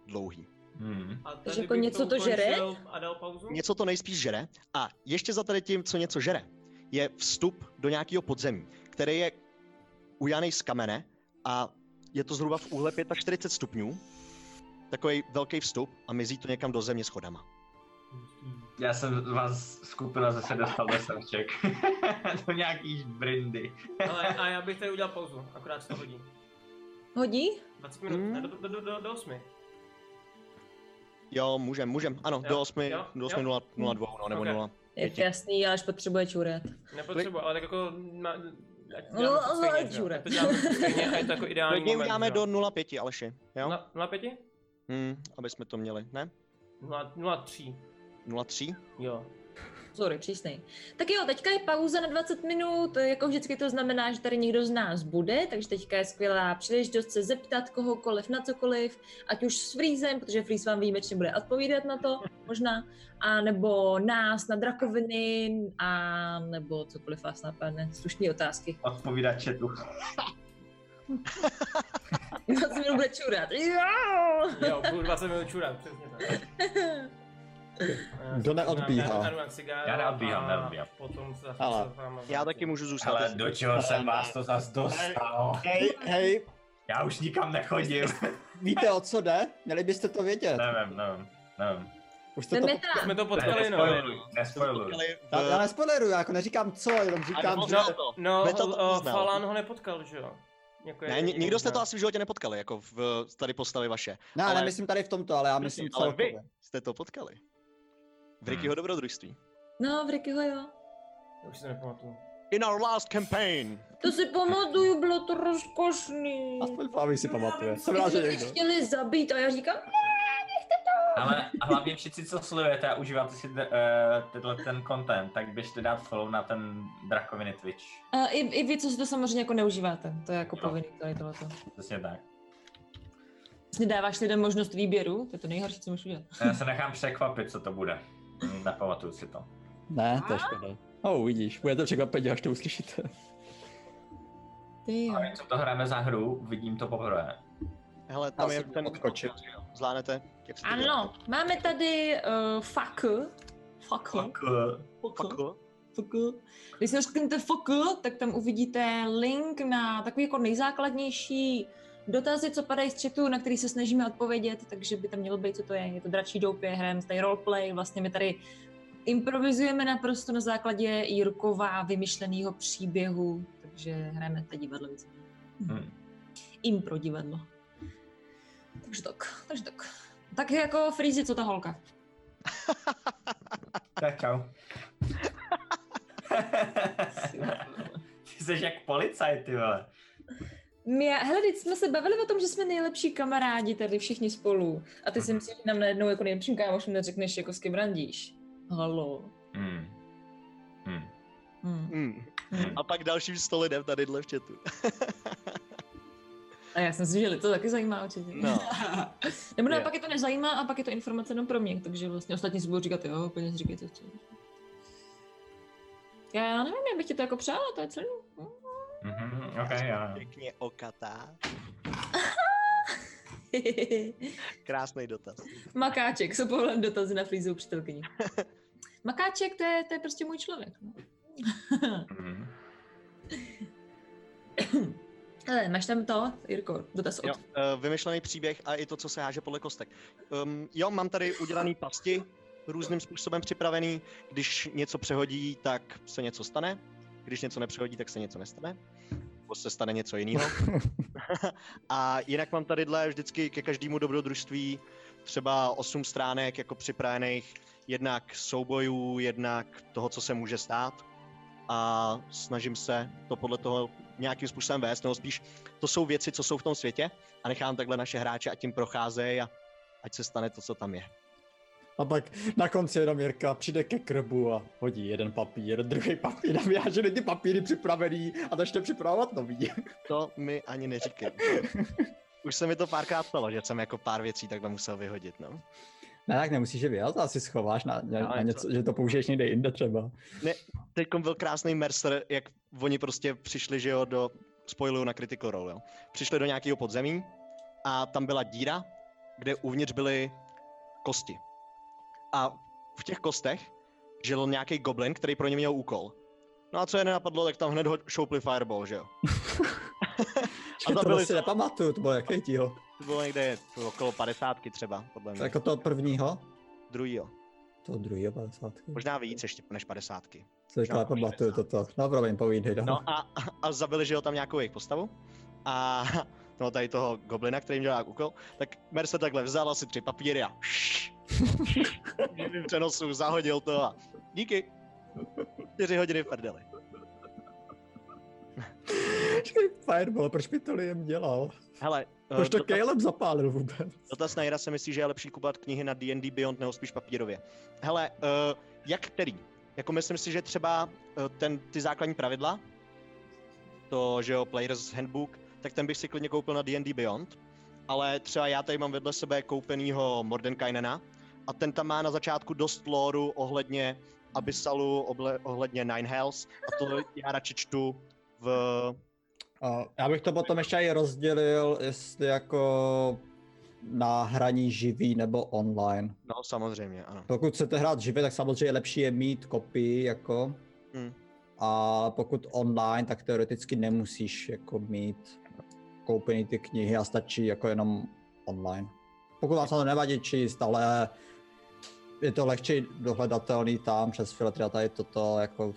Speaker 2: Dlouhý.
Speaker 5: Hmm.
Speaker 7: A
Speaker 3: Takže
Speaker 7: tady
Speaker 3: jako
Speaker 7: bych
Speaker 3: něco to
Speaker 7: ukončil
Speaker 3: žere?
Speaker 7: A dal pauzu?
Speaker 2: Něco to nejspíš žere. A ještě za tady tím, co něco žere, je vstup do nějakého podzemí, který je ujanej z kamene a je to zhruba v úhle 45 stupňů. Takový velký vstup a mizí to někam do země schodama.
Speaker 5: Já jsem vás skupina zase dostal do srdček. do nějaký brindy.
Speaker 1: Ale a já bych tady udělal pauzu, akorát se to hodí.
Speaker 3: Hodí?
Speaker 1: 20 minut,
Speaker 2: Mm.
Speaker 1: ne, do, do, do, do, do 8.
Speaker 2: Jo, můžem, můžem, ano,
Speaker 1: Jo,
Speaker 2: do 8,
Speaker 1: jo,
Speaker 2: do 8
Speaker 1: jo.
Speaker 2: 0, 02, no, nebo
Speaker 1: Ok.
Speaker 2: 0.
Speaker 3: Je to jasný, já až potřebuje čurat.
Speaker 1: Nepotřebuji, ale tak jako... Na,
Speaker 3: No, ale žure.
Speaker 1: to děláme furt stejně a je to jako ideální
Speaker 2: Klidně
Speaker 1: moment,
Speaker 2: uděláme
Speaker 1: že jo. No.
Speaker 2: do 0,5, Aleši, jo?
Speaker 1: Na- No 0,5?
Speaker 2: Hmm, aby jsme to měli, ne?
Speaker 1: Nula- 0,3.
Speaker 2: 0,3?
Speaker 1: Jo.
Speaker 3: Sorry, přísnej. Tak jo, teďka je pauza na 20 minut, jako vždycky to znamená, že tady někdo z nás bude, takže teďka je skvělá příležitost se zeptat kohokoliv na cokoliv, ať už s Frýzem, protože Frýz vám výjimečně bude odpovídat na to, možná, a nebo nás na drakoviny, a nebo cokoliv vás napadne, slušné otázky.
Speaker 5: Odpovídat chatu.
Speaker 3: 20 minut bude čurat. Jo!
Speaker 1: Jo, budu 20 minut čurat, přesně tak. Eh,
Speaker 4: Kdo neodbíhá?
Speaker 1: dám- dám- dám cigáro
Speaker 5: Já neodbíhám,
Speaker 1: a
Speaker 5: neodbíhám.
Speaker 1: Potom se zase
Speaker 4: Ale
Speaker 1: s váma
Speaker 2: Já
Speaker 1: vrátím.
Speaker 2: taky můžu zůstat.
Speaker 5: Ale do čeho jsem vás to zas dostal?
Speaker 4: Hej, hej,
Speaker 5: Já už nikam nechodím.
Speaker 4: víte o co jde? Měli byste to vědět.
Speaker 5: nevím, nevím, nevím.
Speaker 4: Už jste to...
Speaker 3: Jdeme tam.
Speaker 1: Jsme to potkali, no.
Speaker 5: Nespoiluj, nespoiluj.
Speaker 4: Já, já nespoileruju, já jako neříkám co, jenom říkám,
Speaker 2: nebo-
Speaker 4: že...
Speaker 2: no, to.
Speaker 1: No,
Speaker 2: Metal to
Speaker 1: o,
Speaker 2: poznal.
Speaker 1: Falan ho nepotkal, že jo? Jako je-
Speaker 2: Ne, ni- nikdo jste to
Speaker 1: no.
Speaker 2: asi v životě nepotkali, jako v tady postavy vaše.
Speaker 4: Ne, ale...
Speaker 2: ale-
Speaker 4: nemyslím tady v tomto, ale já myslím
Speaker 2: ale vy.
Speaker 4: celkově.
Speaker 2: Jste to potkali. V Rickyho dobrodružství.
Speaker 3: No, v Rickyho jo.
Speaker 1: Už si to nepamatuju.
Speaker 2: In our last campaign!
Speaker 3: To si pamatuju, bylo to rozkošný.
Speaker 4: Aspoň Flavy si pamatuje. Jsem rád,
Speaker 3: Ty
Speaker 4: že
Speaker 3: mě
Speaker 4: někdo.
Speaker 3: chtěli zabít a já říkám,
Speaker 5: Ale hlavně všichni, co sledujete a užíváte si uh, tenhle ten content, tak běžte dát follow na ten drakoviny Twitch.
Speaker 3: A i, I vy, co si to samozřejmě jako neužíváte, to je jako
Speaker 5: Jo.
Speaker 3: povinný tady tohleto.
Speaker 5: Přesně tak.
Speaker 3: Vlastně dáváš lidem možnost výběru, to je to nejhorší, co můžeš udělat.
Speaker 5: Já se nechám překvapit, co to bude. Mm, Nepamatuju si to.
Speaker 4: Ne, to je škoda. No, uvidíš, budete překvapeni, až to uslyšíte.
Speaker 3: Ty jo.
Speaker 5: Ale co to hrajeme za hru, vidím to poprvé.
Speaker 2: Hele, tam
Speaker 4: Já
Speaker 2: je
Speaker 4: jsem
Speaker 2: ten...
Speaker 4: odskočil.
Speaker 2: Zvládnete? Jak se to dělá?
Speaker 3: Ano, máme tady uh, fuck. Fuck. eh,
Speaker 2: Fuck.
Speaker 3: Fuck. Když si rozkliknete fuck, tak tam uvidíte link na takový jako nejzákladnější dotazy, co padají z chatu, na který se snažíme odpovědět, takže by tam mělo být, co to je. Je to dračí doupě, hrajeme tady roleplay, vlastně my tady improvizujeme naprosto na základě Jirkova vymyšleného příběhu, takže hrajeme tady divadlo. víceméně.
Speaker 5: Hmm.
Speaker 3: Impro divadlo. Takže tak, takže tak. Tak jako Frizi, co ta holka?
Speaker 5: Tak čau. ty jsi jak policajt, ty vole.
Speaker 3: My, hele, teď jsme se bavili o tom, že jsme nejlepší kamarádi tady všichni spolu. A ty si myslíš, že nám najednou jako nejlepším kámošům neřekneš, jako s kým randíš. Halo.
Speaker 5: Hmm. Hmm.
Speaker 3: Hmm.
Speaker 2: Hmm.
Speaker 5: Hmm.
Speaker 2: A pak dalším 100 lidem tady dle v chatu.
Speaker 3: A já jsem si říkala, to taky zajímá určitě.
Speaker 2: No.
Speaker 3: Nebo
Speaker 2: Je.
Speaker 3: naopak je to nezajímá a pak je to informace jenom pro mě, takže vlastně ostatní si budou říkat, jo, úplně si říkejte, co. Já nevím, já bych ti to jako přála, to je celý.
Speaker 5: Mhm, ok, jo.
Speaker 2: Pěkně okatá. Krásný dotaz.
Speaker 3: Makáček, jsou povolám dotazy na frýzovou přítelkyni. Makáček, to je, to je prostě můj člověk. No.
Speaker 5: Mhm.
Speaker 3: Hele, máš tam to, Jirko, dotaz od...
Speaker 2: Jo, eh, vymyšlený příběh a i to, co se háže podle kostek. Um, jo, mám tady udělaný pasti, různým způsobem připravený. Když něco přehodí, tak se něco stane. Když něco nepřehodí, tak se něco nestane. Nebo se stane něco jiného. a jinak mám tady dle vždycky ke každému dobrodružství třeba 8 stránek jako připravených jednak soubojů, jednak toho, co se může stát. A snažím se to podle toho nějakým způsobem vést, nebo spíš to jsou věci, co jsou v tom světě a nechám takhle naše hráče, ať tím procházejí a ať se stane to, co tam je.
Speaker 4: A pak na konci jenom Jirka přijde ke krbu a hodí jeden papír, druhý papír a vyháže ty papíry připravený a začne připravovat nový.
Speaker 2: To mi ani neříkej. Už se mi to párkrát stalo, že jsem jako pár věcí takhle musel vyhodit, no.
Speaker 4: Ne, tak nemusíš je vyházet, asi schováš na, na, na
Speaker 2: Ale
Speaker 4: něco, že No, to použiješ někde jinde třeba.
Speaker 2: Teď byl krásný Mercer, jak oni prostě přišli, že jo, do spoilu na Critical Role, jo. Přišli do nějakého podzemí a tam byla díra, kde uvnitř byly kosti. A v těch kostech žil nějaký goblin, který pro ně měl úkol. No a co je nenapadlo, tak tam hned ho šoupli fireball, že jo?
Speaker 4: A to
Speaker 2: zabili
Speaker 4: si
Speaker 2: to.
Speaker 4: nepamatuju, to bylo jaký díl.
Speaker 2: To bylo někde okolo padesátky třeba, podle mě.
Speaker 4: Jako toho prvního?
Speaker 2: Druhýho.
Speaker 4: Toho druhého 50.
Speaker 2: Možná víc ještě než padesátky.
Speaker 4: To říká, pamatuju toto. No promiň, povídej, no.
Speaker 2: No a, a zabili, že jo, tam nějakou jejich postavu. A no tady toho goblina, který jim dělá úkol, tak Mer se takhle vzal asi tři papíry a jedným přenosu zahodil to a díky. Čtyři hodiny v prdeli.
Speaker 4: Říkej, Fireball, proč mi to Liam dělal?
Speaker 2: Hele,
Speaker 4: Proč
Speaker 2: eh,
Speaker 4: No, to
Speaker 2: dotaz,
Speaker 4: Caleb zapálil vůbec?
Speaker 2: dotaz na Jira se myslí, že je lepší kupovat knihy na D&D Beyond nebo spíš papírově. Hele, uh, jak který? Jako myslím si, že třeba eh, ten, ty základní pravidla, to, že jo, Player's Handbook, tak ten bych si klidně koupil na D&D Beyond, ale třeba já tady mám vedle sebe koupenýho Mordenkainena a ten tam má na začátku dost lóru ohledně Abyssalu, oble, ohledně Nine Hells a to já radši čtu v...
Speaker 4: A já bych to potom ještě i rozdělil, jestli jako na hraní živý nebo online.
Speaker 2: No, samozřejmě, ano.
Speaker 4: Pokud chcete hrát živě, tak samozřejmě lepší je mít kopii, jako.
Speaker 2: Hmm.
Speaker 4: A pokud online, tak teoreticky nemusíš jako mít koupený ty knihy a stačí jako jenom online. Pokud vás to nevadí číst, ale je to lehčí dohledatelný tam přes filtry a tady toto jako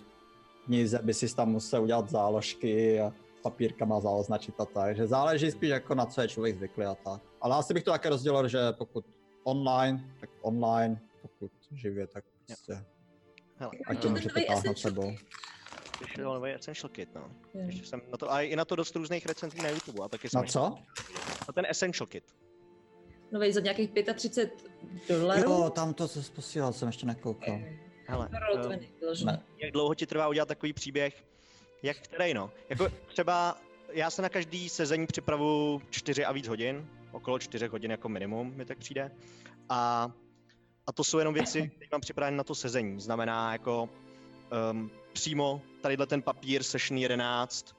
Speaker 4: knize by si tam musel udělat záložky a papírkama zaoznačit a tak, že záleží spíš jako na co je člověk zvyklý a tak. Ale asi bych to také rozdělil, že pokud online, tak online, pokud živě, tak prostě.
Speaker 2: Hele,
Speaker 4: Ať to
Speaker 3: Jo.
Speaker 4: můžete
Speaker 3: Nový
Speaker 4: táhnout
Speaker 3: Essential
Speaker 4: sebou.
Speaker 2: Vyšel nový Essential Kit, no.
Speaker 3: Jo.
Speaker 2: Ještě jsem na to, a i na to dost různých recenzí na YouTube a taky jsem
Speaker 4: Na co?
Speaker 2: na ten Essential Kit.
Speaker 3: Novej No za nějakých 35 dolarů.
Speaker 4: Jo, tam to, co jsi posílal, jsem ještě nekoukal.
Speaker 2: Hele,
Speaker 3: Roll
Speaker 2: eh,
Speaker 3: 20 vyloženě.
Speaker 4: Ne.
Speaker 2: jak dlouho ti trvá udělat takový příběh, jak který no. Jako třeba já se na každý sezení připravu 4 a víc hodin, okolo 4 hodin jako minimum mi tak přijde. A, a to jsou jenom věci, které mám připravené na to sezení. Znamená jako um, přímo tadyhle ten papír session 11,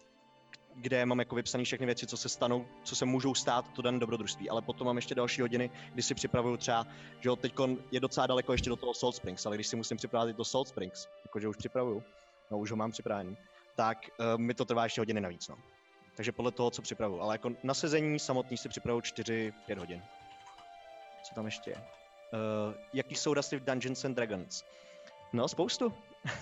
Speaker 2: kde mám jako vypsané všechny věci, co se stanou, co se můžou stát to dané dobrodružství. Ale potom mám ještě další hodiny, kdy si připravuju třeba, že jo, teď je docela daleko ještě do toho Salt Springs, ale když si musím připravit i to Salt Springs, jakože už připravuju, no už ho mám připravený, tak uh, mi to trvá ještě hodiny navíc, no. Takže podle toho, co připravuju. Ale jako na sezení samotný si připravuju 4-5 hodin. Co tam ještě je? Uh, jaký jsou rasy v Dungeons and Dragons? No, spoustu.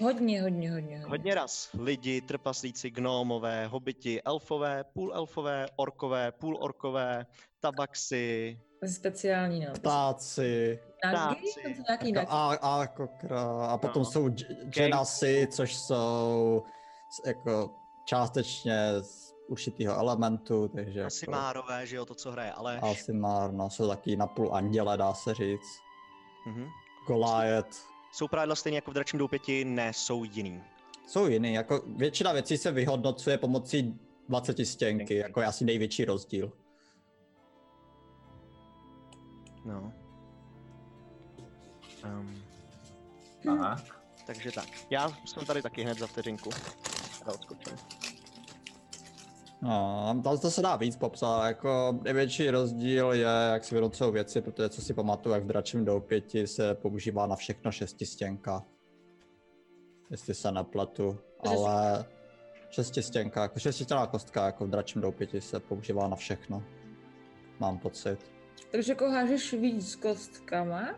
Speaker 3: Hodně, hodně, hodně, hodně.
Speaker 2: Hodně ras. Lidi, trpaslíci, gnómové, hobiti, elfové, půlelfové, orkové, půlorkové, tabaxi,
Speaker 3: To je Speciální nápis.
Speaker 4: Ptáci,
Speaker 3: Nagy?
Speaker 2: ptáci.
Speaker 3: Tam jsou nějaký
Speaker 4: jako
Speaker 3: nagy.
Speaker 4: a, a, kokra, a potom
Speaker 2: No.
Speaker 4: no. jsou dž- dženasy, což jsou s- jako částečně z určitého elementu, takže
Speaker 2: asi
Speaker 4: jako,
Speaker 2: márové, že jo, to, co hraje, ale...
Speaker 4: Asimár, no, jsou taky napůl anděle, dá se říct.
Speaker 2: Mhm.
Speaker 4: Goliath.
Speaker 2: Jsou pravidla stejně jako v dračím doupěti, ne, jsou jiný.
Speaker 4: Jsou jiný, jako většina věcí se vyhodnocuje pomocí 20 stěnky, jako je asi největší rozdíl.
Speaker 2: No. Um,
Speaker 5: Aha.
Speaker 2: takže tak. Já jsem tady taky hned za vteřinku. Já odskočím.
Speaker 4: No, tam to se dá víc popsat, jako největší rozdíl je, jak se vyhodnocují věci, protože co si pamatuju, jak v dračím doupěti se používá na všechno šestistěnka. Jestli se nepletu, ale šestistěnka, jako šestistěná kostka, jako v dračím doupěti se používá na všechno. Mám pocit.
Speaker 3: Takže jako hážeš víc kostkama?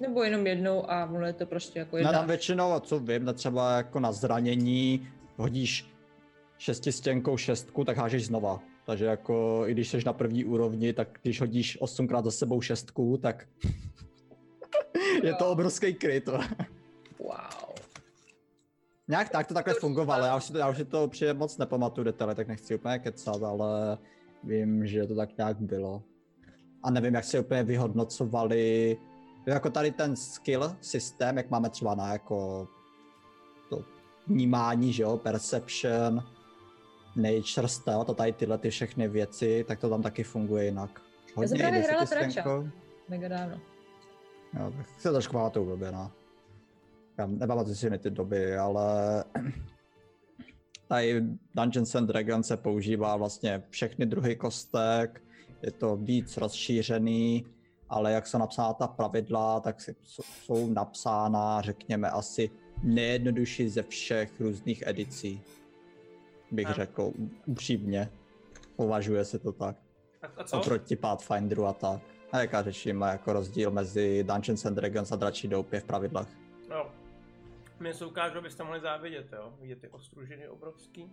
Speaker 3: Nebo jenom jednou a ono je to prostě jako
Speaker 4: Ne,
Speaker 3: jedna.
Speaker 4: No, tam většinou, co vím, tak třeba jako na zranění hodíš šestistěnkou šestku, tak hážeš znova. Takže jako, i když jsi na první úrovni, tak když hodíš osmkrát za sebou šestku, tak je to obrovský kryt.
Speaker 3: Wow.
Speaker 4: Nějak tak to takhle fungovalo, já už si to, já už si to přijde moc nepamatuju detaily, tak nechci úplně kecat, ale vím, že to tak nějak bylo. A nevím, jak se úplně vyhodnocovali, jako tady ten skill systém, jak máme třeba na jako to vnímání, že jo, perception, nature, stealth a tady tyhle ty všechny věci, tak to tam taky funguje jinak.
Speaker 3: jsem právě
Speaker 4: i
Speaker 3: hrála
Speaker 4: desetistěnkou.
Speaker 3: Mega dávno.
Speaker 4: Jo, tak se trošku pamatuju blbě, no. Já nepamatuju si na ty doby, ale tady Dungeons and Dragons se používá vlastně všechny druhy kostek, je to víc rozšířený ale jak jsou napsána ta pravidla, tak si- jsou- jsou napsána, řekněme, asi nejjednodušší ze všech různých edicí, bych
Speaker 1: Ano.
Speaker 4: řekl, upřímně. Považuje se to tak.
Speaker 1: A, a co?
Speaker 4: Oproti Pathfinderu a tak. A jaká řešíme jako rozdíl mezi Dungeons and Dragons a Dračí doupě v pravidlech.
Speaker 1: No. Mě se ukážu, abyste mohli závidět, jo? Vidět ty ostružiny obrovský.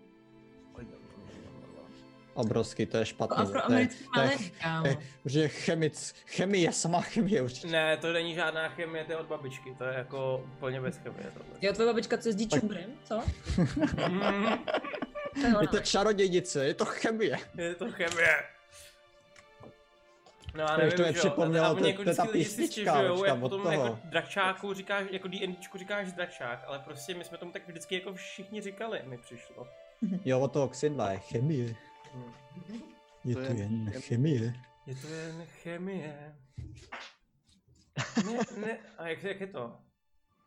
Speaker 4: Obrovský, to je
Speaker 3: Jako
Speaker 4: špatný. To je,
Speaker 3: afroamerický
Speaker 4: to je,
Speaker 3: malek, kámo.
Speaker 4: to je- že chemic, chemie, sama chemie určitě.
Speaker 1: Ne, to není žádná chemie, to je od babičky, to je jako úplně bez chemie tohle.
Speaker 3: Jo, tvoje babička co jezdí čubrem, co?
Speaker 1: Mm,
Speaker 3: To je
Speaker 4: Je
Speaker 3: ona.
Speaker 4: to čarodějnice, je to chemie.
Speaker 1: je to chemie. No a
Speaker 4: Víš,
Speaker 1: nevím,
Speaker 4: to je
Speaker 1: že jo,
Speaker 4: připomnělo,
Speaker 1: a
Speaker 4: to-
Speaker 1: oni jako
Speaker 4: to je ta
Speaker 1: vždycky lidi si
Speaker 4: písnička,
Speaker 1: stěžujou,
Speaker 4: už
Speaker 1: jak
Speaker 4: tam od
Speaker 1: potom
Speaker 4: toho.
Speaker 1: jako dračáku říkáš, jako D&Dčku říkáš dračák, ale prostě my jsme tomu tak vždycky jako všichni říkali, mi přišlo.
Speaker 4: Jo, od toho Xindla je chemie.
Speaker 1: Hm.
Speaker 4: Je
Speaker 2: To
Speaker 4: to,
Speaker 2: je-
Speaker 4: jen chemie.
Speaker 1: Je to jen chemie. Ne, ne, a jak, jak je to?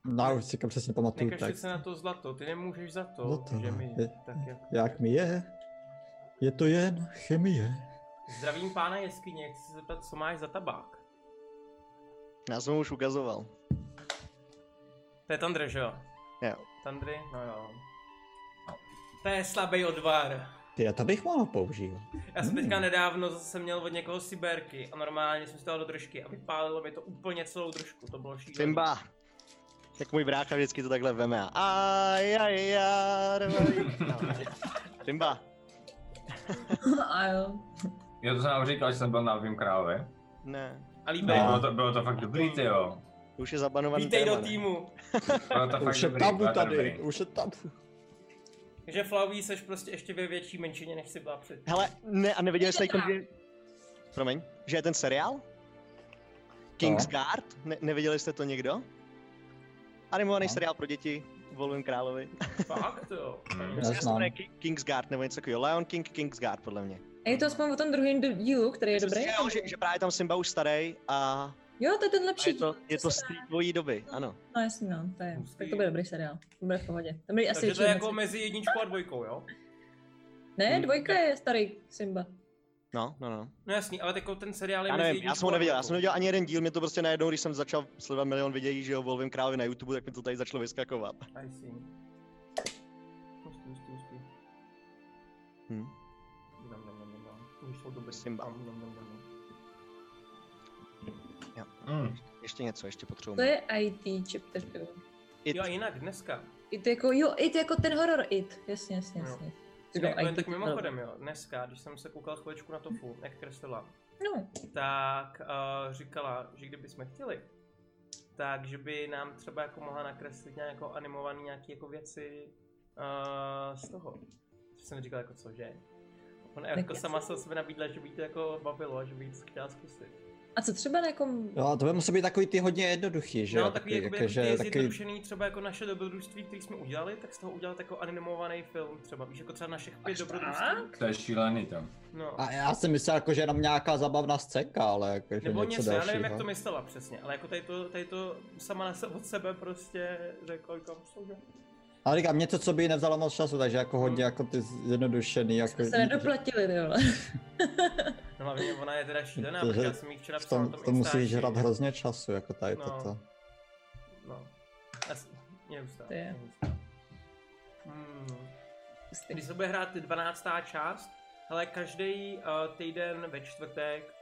Speaker 4: No, už si to přesně pamatuju
Speaker 1: Nekažte
Speaker 4: text.
Speaker 1: se na to zlato, ty nemůžeš za to,
Speaker 4: Zlato, no.
Speaker 1: že my,
Speaker 4: je-
Speaker 1: tak jak...
Speaker 4: Jak mi je? Je to jen chemie.
Speaker 1: Zdravím pána jeskyně, chci se zeptat, co máš za tabák?
Speaker 2: Já jsem mu už ukazoval.
Speaker 1: To je Tandry, že jo?
Speaker 2: Jo.
Speaker 1: Tandry? No jo. To je slabý odvar.
Speaker 4: Ty, já to bych mohl používat.
Speaker 1: Já jsem
Speaker 4: Hmm.
Speaker 1: teďka nedávno zase měl od někoho siberky a normálně jsem si dal do držky a vypálilo mi to úplně celou držku, to bylo šílené.
Speaker 2: Simba. Jak můj brácha vždycky to takhle veme a aj, aj, aj, Simba,
Speaker 3: A jo.
Speaker 5: Jo, to jsem vám říkal, že jsem byl na Lvým královi.
Speaker 2: ne,
Speaker 1: A líbej.
Speaker 5: No.
Speaker 4: No.
Speaker 5: Bylo, to, bylo to fakt dobrý, ty jo.
Speaker 2: to už je zabanovaný
Speaker 1: Vítej do
Speaker 2: téma, ne?
Speaker 1: týmu.
Speaker 5: Bylo to fakt
Speaker 4: Už je
Speaker 5: dobrý, bylo
Speaker 4: tabu
Speaker 5: to
Speaker 4: tady,
Speaker 5: dobrý.
Speaker 4: už je tabu.
Speaker 1: Takže Flaví seš prostě ještě ve větší menšině, než jsi byla před.
Speaker 2: Hele, ne, a neviděli jste,
Speaker 3: Ještě
Speaker 2: jako, že... Promiň, že je ten seriál? Kingsguard? Ne, neviděli jste to někdo? Animovaný
Speaker 4: No.
Speaker 2: seriál pro děti, volujeme královi.
Speaker 1: Fakt jo.
Speaker 5: Hmm.
Speaker 2: Myslím, že se
Speaker 4: Neznám.
Speaker 2: jmenuje Ki- Kingsguard nebo něco takového. Lion King, Kingsguard podle mě.
Speaker 3: A je to aspoň o tom druhém d- dílu, který je
Speaker 2: Myslím si,
Speaker 3: dobrý?
Speaker 2: že jo, že, že právě tam Simba už starý a,
Speaker 3: Jo, to je ten
Speaker 2: a je
Speaker 3: lepší.
Speaker 2: to, je
Speaker 3: co
Speaker 2: to
Speaker 3: se
Speaker 2: z té tvojí doby, ano.
Speaker 3: No jasně, no, to je. Tak to bude dobrý seriál. To bude v pohodě. To byly asi
Speaker 1: Takže to je
Speaker 3: tři
Speaker 1: jako
Speaker 3: věci.
Speaker 1: mezi jedničkou a dvojkou, jo?
Speaker 3: Ne, dvojka je starý Simba.
Speaker 2: No, no, no.
Speaker 1: No jasný, ale jako ten seriál je
Speaker 2: Já
Speaker 1: mezi
Speaker 2: nevím, já
Speaker 1: jedničkou
Speaker 2: jsem ho
Speaker 1: a
Speaker 2: neviděl, já
Speaker 1: dvojkou.
Speaker 2: jsem neviděl ani jeden díl, mě to prostě najednou, když jsem začal sledovat milion videí, že jo, volvím krávy na YouTube, tak mi to tady začalo vyskakovat.
Speaker 1: I see. Hustý, hustý, hustý.
Speaker 2: Hm.
Speaker 1: Dam, dam, dam, dam, dam. To Už jsou dobrý.
Speaker 2: Simba.
Speaker 1: Dam, dam, dam, dam.
Speaker 5: Hmm.
Speaker 2: Ještě něco, ještě potřebuji.
Speaker 3: To je IT chapter. jo.
Speaker 2: It,
Speaker 1: Jo a jinak dneska.
Speaker 3: It jako, jo, it jako ten horor it. Jasně, jasně,
Speaker 1: Jo.
Speaker 3: jasně.
Speaker 1: No, jen
Speaker 3: IT
Speaker 1: tak mimochodem,
Speaker 3: chapter.
Speaker 1: jo, dneska, když jsem se koukal chvíličku na tofu, jak kreslila,
Speaker 3: No,
Speaker 1: tak uh, říkala, že kdybychom chtěli, tak že by nám třeba jako mohla nakreslit nějakou animovaný nějaký jako věci uh, z toho. Co jsem říkal jako cože. Ona jako
Speaker 3: něco.
Speaker 1: sama se o sebe nabídla, že by jí to jako bavilo a že by jí to chtěla zkusit.
Speaker 3: a co třeba na jakom...
Speaker 4: Jo, No, to by musí být takový ty hodně jednoduchý, že
Speaker 1: Že, no,
Speaker 4: jo?
Speaker 1: takový, jakoby,
Speaker 4: jakože
Speaker 1: jakoby ty
Speaker 4: takový-
Speaker 1: zjednodušený třeba jako naše dobrodružství, který jsme udělali, tak z toho udělat jako animovaný film třeba, víš, jako třeba našich pět dobrodružství.
Speaker 3: tak?
Speaker 5: To je šílený tam.
Speaker 1: No.
Speaker 4: A já jsem myslel, jako, že jenom nějaká zabavná scénka, ale jakože
Speaker 1: Nebo
Speaker 4: něco,
Speaker 1: něco, já nevím, jak
Speaker 4: dalšího.
Speaker 1: to myslela přesně, ale jako tady to, tady to sama na se, od sebe prostě řekla, kam jsou, že?
Speaker 4: Ale říkám, něco, co by jí nevzalo moc času, takže jako hodně
Speaker 1: Hmm.
Speaker 4: jako ty zjednodušený, jako...
Speaker 3: Jsme se nedoplatili, ty vole.
Speaker 1: No hlavně ona je teda šílená,
Speaker 4: To-
Speaker 1: protože
Speaker 4: to-
Speaker 1: já jsem jí včera
Speaker 4: v
Speaker 1: psal
Speaker 4: tom,
Speaker 1: na tom
Speaker 4: to musí
Speaker 1: Instači.
Speaker 4: žrat hrozně času, jako tady
Speaker 1: No.
Speaker 4: toto.
Speaker 1: No, asi, mě ustál,
Speaker 3: To je.
Speaker 1: mě ustál. Hmm. Když se bude hrát 12. část, ale každý uh, týden ve čtvrtek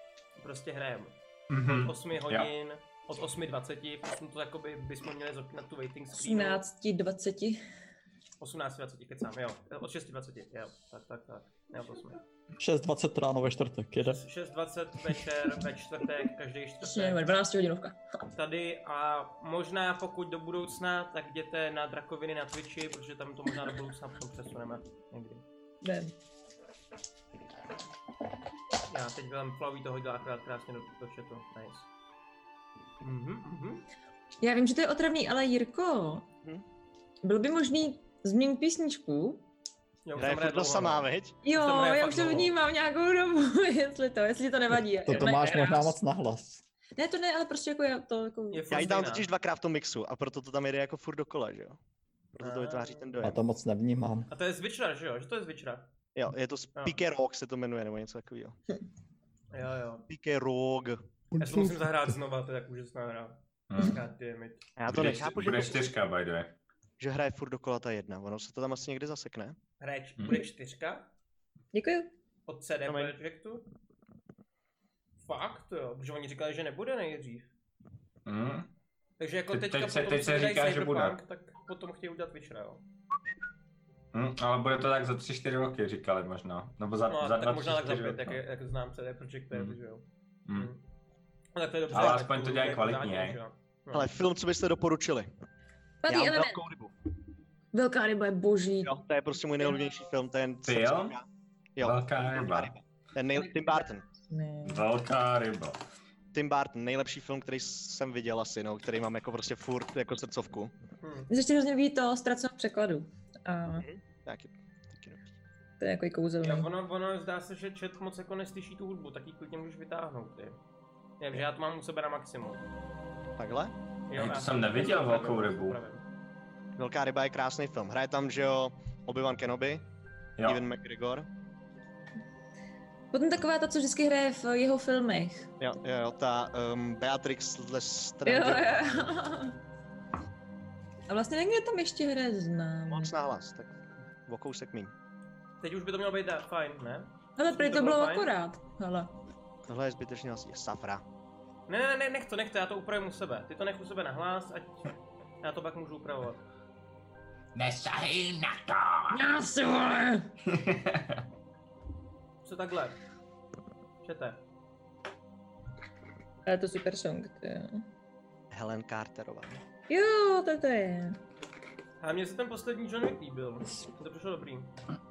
Speaker 1: prostě hrajeme.
Speaker 5: Mhm.
Speaker 1: 8 hodin, od 8.20, potom to jakoby bychom měli zapínat tu waiting screenu.
Speaker 3: 18, 20.
Speaker 1: 18.20, kecám, jo. Eh, Od 6.20, jo. Tak, tak, tak. Ne, od 8.
Speaker 4: 6.20 ráno ve čtvrtek, jede.
Speaker 1: 6.20 večer, ve čtvrtek, každý
Speaker 3: Přesně,
Speaker 1: čtvrtek.
Speaker 3: 12 hodinovka.
Speaker 1: Tady a možná pokud do budoucna, tak jděte na drakoviny na Twitchi, protože tam to možná do budoucna potom přesuneme někdy.
Speaker 3: Den.
Speaker 1: Já teď velmi plaví toho dělá akorát krásně do, do chatu. Nice. Mhm, mhm.
Speaker 3: Já vím, že to je otravný, ale Jirko,
Speaker 2: Hm?
Speaker 3: byl by možný změnit písničku?
Speaker 1: Já už
Speaker 2: Hraje
Speaker 1: jsem rád
Speaker 2: furt to
Speaker 1: dlouho,
Speaker 2: samá,
Speaker 1: no.
Speaker 2: veď?
Speaker 3: Jo,
Speaker 1: tam hraje
Speaker 3: já
Speaker 1: fakt
Speaker 3: už to
Speaker 1: dlouho.
Speaker 3: vnímám nějakou dobu, jestli to, jestli to nevadí.
Speaker 4: To, to
Speaker 3: Ne,
Speaker 4: máš
Speaker 3: já-
Speaker 4: možná moc nahlas.
Speaker 3: Ne, to ne, ale prostě jako já to jako...
Speaker 1: Je
Speaker 2: Já ji
Speaker 1: furt
Speaker 2: dám
Speaker 1: stejná.
Speaker 2: totiž dvakrát v tom mixu a proto to tam jede jako furt dokola, že jo? Proto to vytváří ten
Speaker 4: Já
Speaker 2: dojem.
Speaker 4: to moc nevnímám.
Speaker 1: A to je z Witchera, že jo? Že to je z Witchera?
Speaker 2: Jo, je to Speaker Rock se to jmenuje, nebo něco takového.
Speaker 1: Jo, jo.
Speaker 2: Speaker Rock.
Speaker 1: Já si to musím zahrát znova, to je tak úžasná hra.
Speaker 5: Hm.
Speaker 1: God damn it.
Speaker 2: Já to
Speaker 5: Bude-
Speaker 2: nechápu, že,
Speaker 5: Bude
Speaker 2: to,
Speaker 5: čtyřka, by the way.
Speaker 2: že hraje furt dokola ta jedna. Ono se to tam asi někdy zasekne.
Speaker 1: Hraje, č-
Speaker 5: Mhm.
Speaker 1: bude čtyřka
Speaker 6: Děkuji.
Speaker 1: od CD
Speaker 2: Promiň.
Speaker 1: Projektu. Fakt jo, protože oni říkali, že nebude nejdřív.
Speaker 5: Hm?
Speaker 1: Takže jako
Speaker 5: Teď-
Speaker 1: teďka
Speaker 5: teď se-
Speaker 1: potom,
Speaker 5: teď
Speaker 1: co
Speaker 5: se
Speaker 1: vydají
Speaker 5: říká, že bude.
Speaker 1: Cyberpunk, tak potom chtějí udělat Witchera, jo.
Speaker 5: Hm? Ale bude to tak za tři, čtyři roky, říkali možná. Nebo za,
Speaker 1: No,
Speaker 5: za
Speaker 1: tak
Speaker 5: dva,
Speaker 1: možná
Speaker 5: tři,
Speaker 1: tak za
Speaker 5: čtyři
Speaker 1: pět,
Speaker 5: roky.
Speaker 1: jak, je- jak znám CD Projekt Red,
Speaker 5: Mhm.
Speaker 1: že jo.
Speaker 5: Hm.
Speaker 1: Mhm. No, tak to je dobře.
Speaker 5: Ale
Speaker 1: tak
Speaker 5: aspoň to dělají
Speaker 1: je
Speaker 5: kvalitně,
Speaker 1: pořádně,
Speaker 5: hej.
Speaker 1: že jo. No.
Speaker 2: Ale film, co byste doporučili?
Speaker 3: Pátý
Speaker 2: Já mám
Speaker 3: element.
Speaker 2: velkou rybu.
Speaker 3: Velká ryba je boží.
Speaker 2: Jo, to je prostě můj nejlubější film, ten
Speaker 5: Ty jo?
Speaker 2: Jo,
Speaker 5: Velká ryba.
Speaker 2: ten nej... Tim Burton.
Speaker 3: Ne.
Speaker 5: Velká ryba.
Speaker 2: Tim Burton, nejlepší film, který jsem viděl asi, no, který mám jako prostě furt jako srdcovku.
Speaker 1: Hm.
Speaker 3: Mně se ještě hrozně líbí to ztraceno v překladu. A
Speaker 2: Taky, taky dobrý.
Speaker 3: to je jako
Speaker 1: Mhm. Jo,
Speaker 3: kouzelný.
Speaker 1: ono, ono zdá se, že chat moc jako neslyší tu hudbu, tak ji klidně můžeš vytáhnout, ty. Já, že já to mám u sebe na maximum.
Speaker 2: Takhle?
Speaker 1: Jo,
Speaker 5: Ani
Speaker 1: já
Speaker 5: to jsem neviděl,
Speaker 1: to
Speaker 5: velkou
Speaker 1: upravil,
Speaker 5: rybu.
Speaker 1: upravil.
Speaker 2: Velká ryba je krásný film. Hraje tam, že jo, Obi-Wan Kenobi,
Speaker 5: Jo.
Speaker 2: Ewan McGregor.
Speaker 3: Potom taková ta, co vždycky hraje v jeho filmech.
Speaker 2: Jo, jo, jo, ta um, Beatrix
Speaker 3: Jo,
Speaker 2: Lestrange.
Speaker 3: jo. A vlastně někde tam ještě hraje znám.
Speaker 2: Moc nahlas, tak o kousek míň.
Speaker 1: Teď už by to mělo být da- fajn, ne?
Speaker 3: Ale prý
Speaker 1: To
Speaker 3: to
Speaker 1: bylo
Speaker 3: bylo
Speaker 1: fajn.
Speaker 3: akorát. Hele.
Speaker 2: Tohle je zbytečně asi safra.
Speaker 1: Ne, ne, ne, nech to, nech to, já to upravím u sebe. Ty to nech u sebe nahlás, ať já to pak můžu upravovat.
Speaker 5: Nesahej na to!
Speaker 3: Já si vole!
Speaker 1: Co takhle? Čete.
Speaker 3: Ale to je super song, to jo.
Speaker 2: Helen Carterová.
Speaker 3: Jo, to to je.
Speaker 1: A mně se ten poslední John Wick líbil. To přišlo dobrý.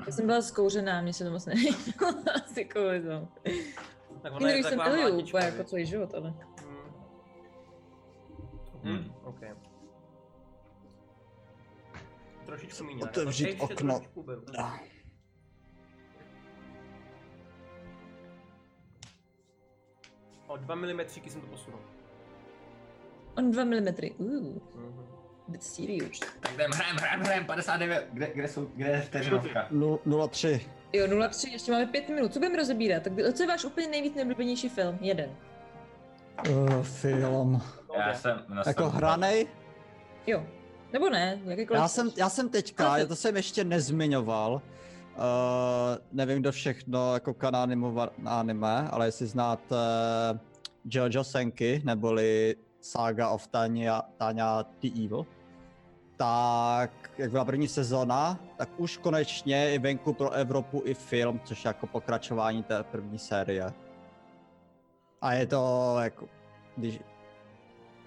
Speaker 3: Já jsem byla zkouřená, mě se to moc nelíbilo. Asi kvůli tomu.
Speaker 1: Tak
Speaker 3: Tím,
Speaker 1: ona
Speaker 3: že
Speaker 1: je
Speaker 3: jsem
Speaker 1: taková
Speaker 3: miluju
Speaker 1: mlátička,
Speaker 3: úplně jako
Speaker 1: viď?
Speaker 3: celý život, ale.
Speaker 1: Hm.
Speaker 5: Hm.
Speaker 4: Hmm.
Speaker 1: Hm, OK. Trošičku míň.
Speaker 4: Otevřít okno.
Speaker 1: O 2 mm jsem to posunul.
Speaker 3: On 2 mm. Uh,
Speaker 1: Mhm.
Speaker 3: bit serious.
Speaker 5: Tak jdem, hrem, hrem, hrem, 59, kde, kde, jsou, kde je vteřinovka?
Speaker 4: 0,3.
Speaker 3: Jo, 0,3, ještě máme 5 minut. Co budeme rozebírat? Tak co je váš úplně nejvíc nejoblíbenější film? Jeden.
Speaker 4: Uh, film.
Speaker 5: Já jsem na
Speaker 4: Jako hranej?
Speaker 3: Jo. Nebo ne, jakýkoliv.
Speaker 4: Já jsem, já jsem teďka, to jsem ještě nezmiňoval, uh, nevím, kdo všechno jako kanánimoval anime, ale jestli znáte eh, Jojo Senki, neboli Saga of Tanya, Tanya the Evil, tak jak byla první sezona, tak už konečně i venku pro Evropu i film, což je jako pokračování té první série. A je to jako, když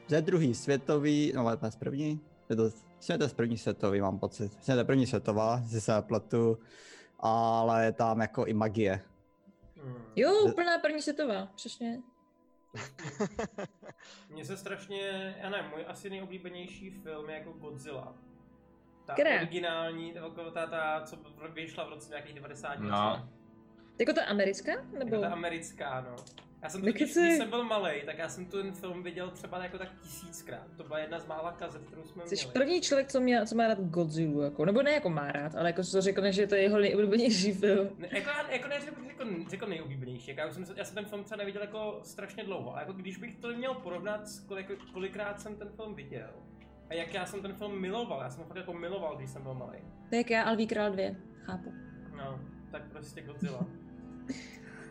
Speaker 4: ze druhý světový, no ale z první, je to, myslím, je to z první světový, mám pocit. Myslím, je to první světová, jestli se nepletu. Ale je tam jako i magie.
Speaker 1: Hm.
Speaker 3: Jo, úplná první světová, přesně.
Speaker 1: Mně se strašně, já nevím, můj asi nejoblíbenější film je jako Godzilla. Ta
Speaker 3: Která?
Speaker 1: originální, ta, jako ta, ta, co vyšla v roce nějakých 90.
Speaker 5: No,
Speaker 3: Jako ta americká?
Speaker 1: Jako
Speaker 3: Nebo...
Speaker 1: ta americká, no. Já jsem to,
Speaker 3: Taky
Speaker 1: když
Speaker 3: si-
Speaker 1: když jsem byl malý, tak já jsem ten film viděl třeba jako tak tisíckrát. To byla jedna z mála kazet, kterou jsme
Speaker 3: Jsi
Speaker 1: měli.
Speaker 3: první člověk, co, mě, co má rád Godzilla, jako, nebo ne jako má rád, ale jako co řekne, že to je jeho nejoblíbenější film.
Speaker 1: Ne, jako, já- jako neřekl, jako, jako nejoblíbenější, jako já, už jsem, se- já jsem ten film třeba neviděl jako strašně dlouho, ale jako když bych to měl porovnat, s kolik, kolikrát jsem ten film viděl a jak já jsem ten film miloval, já jsem ho fakt jako miloval, když jsem byl malý.
Speaker 3: To je jak já, Alví král 2, chápu.
Speaker 1: No, tak prostě Godzilla.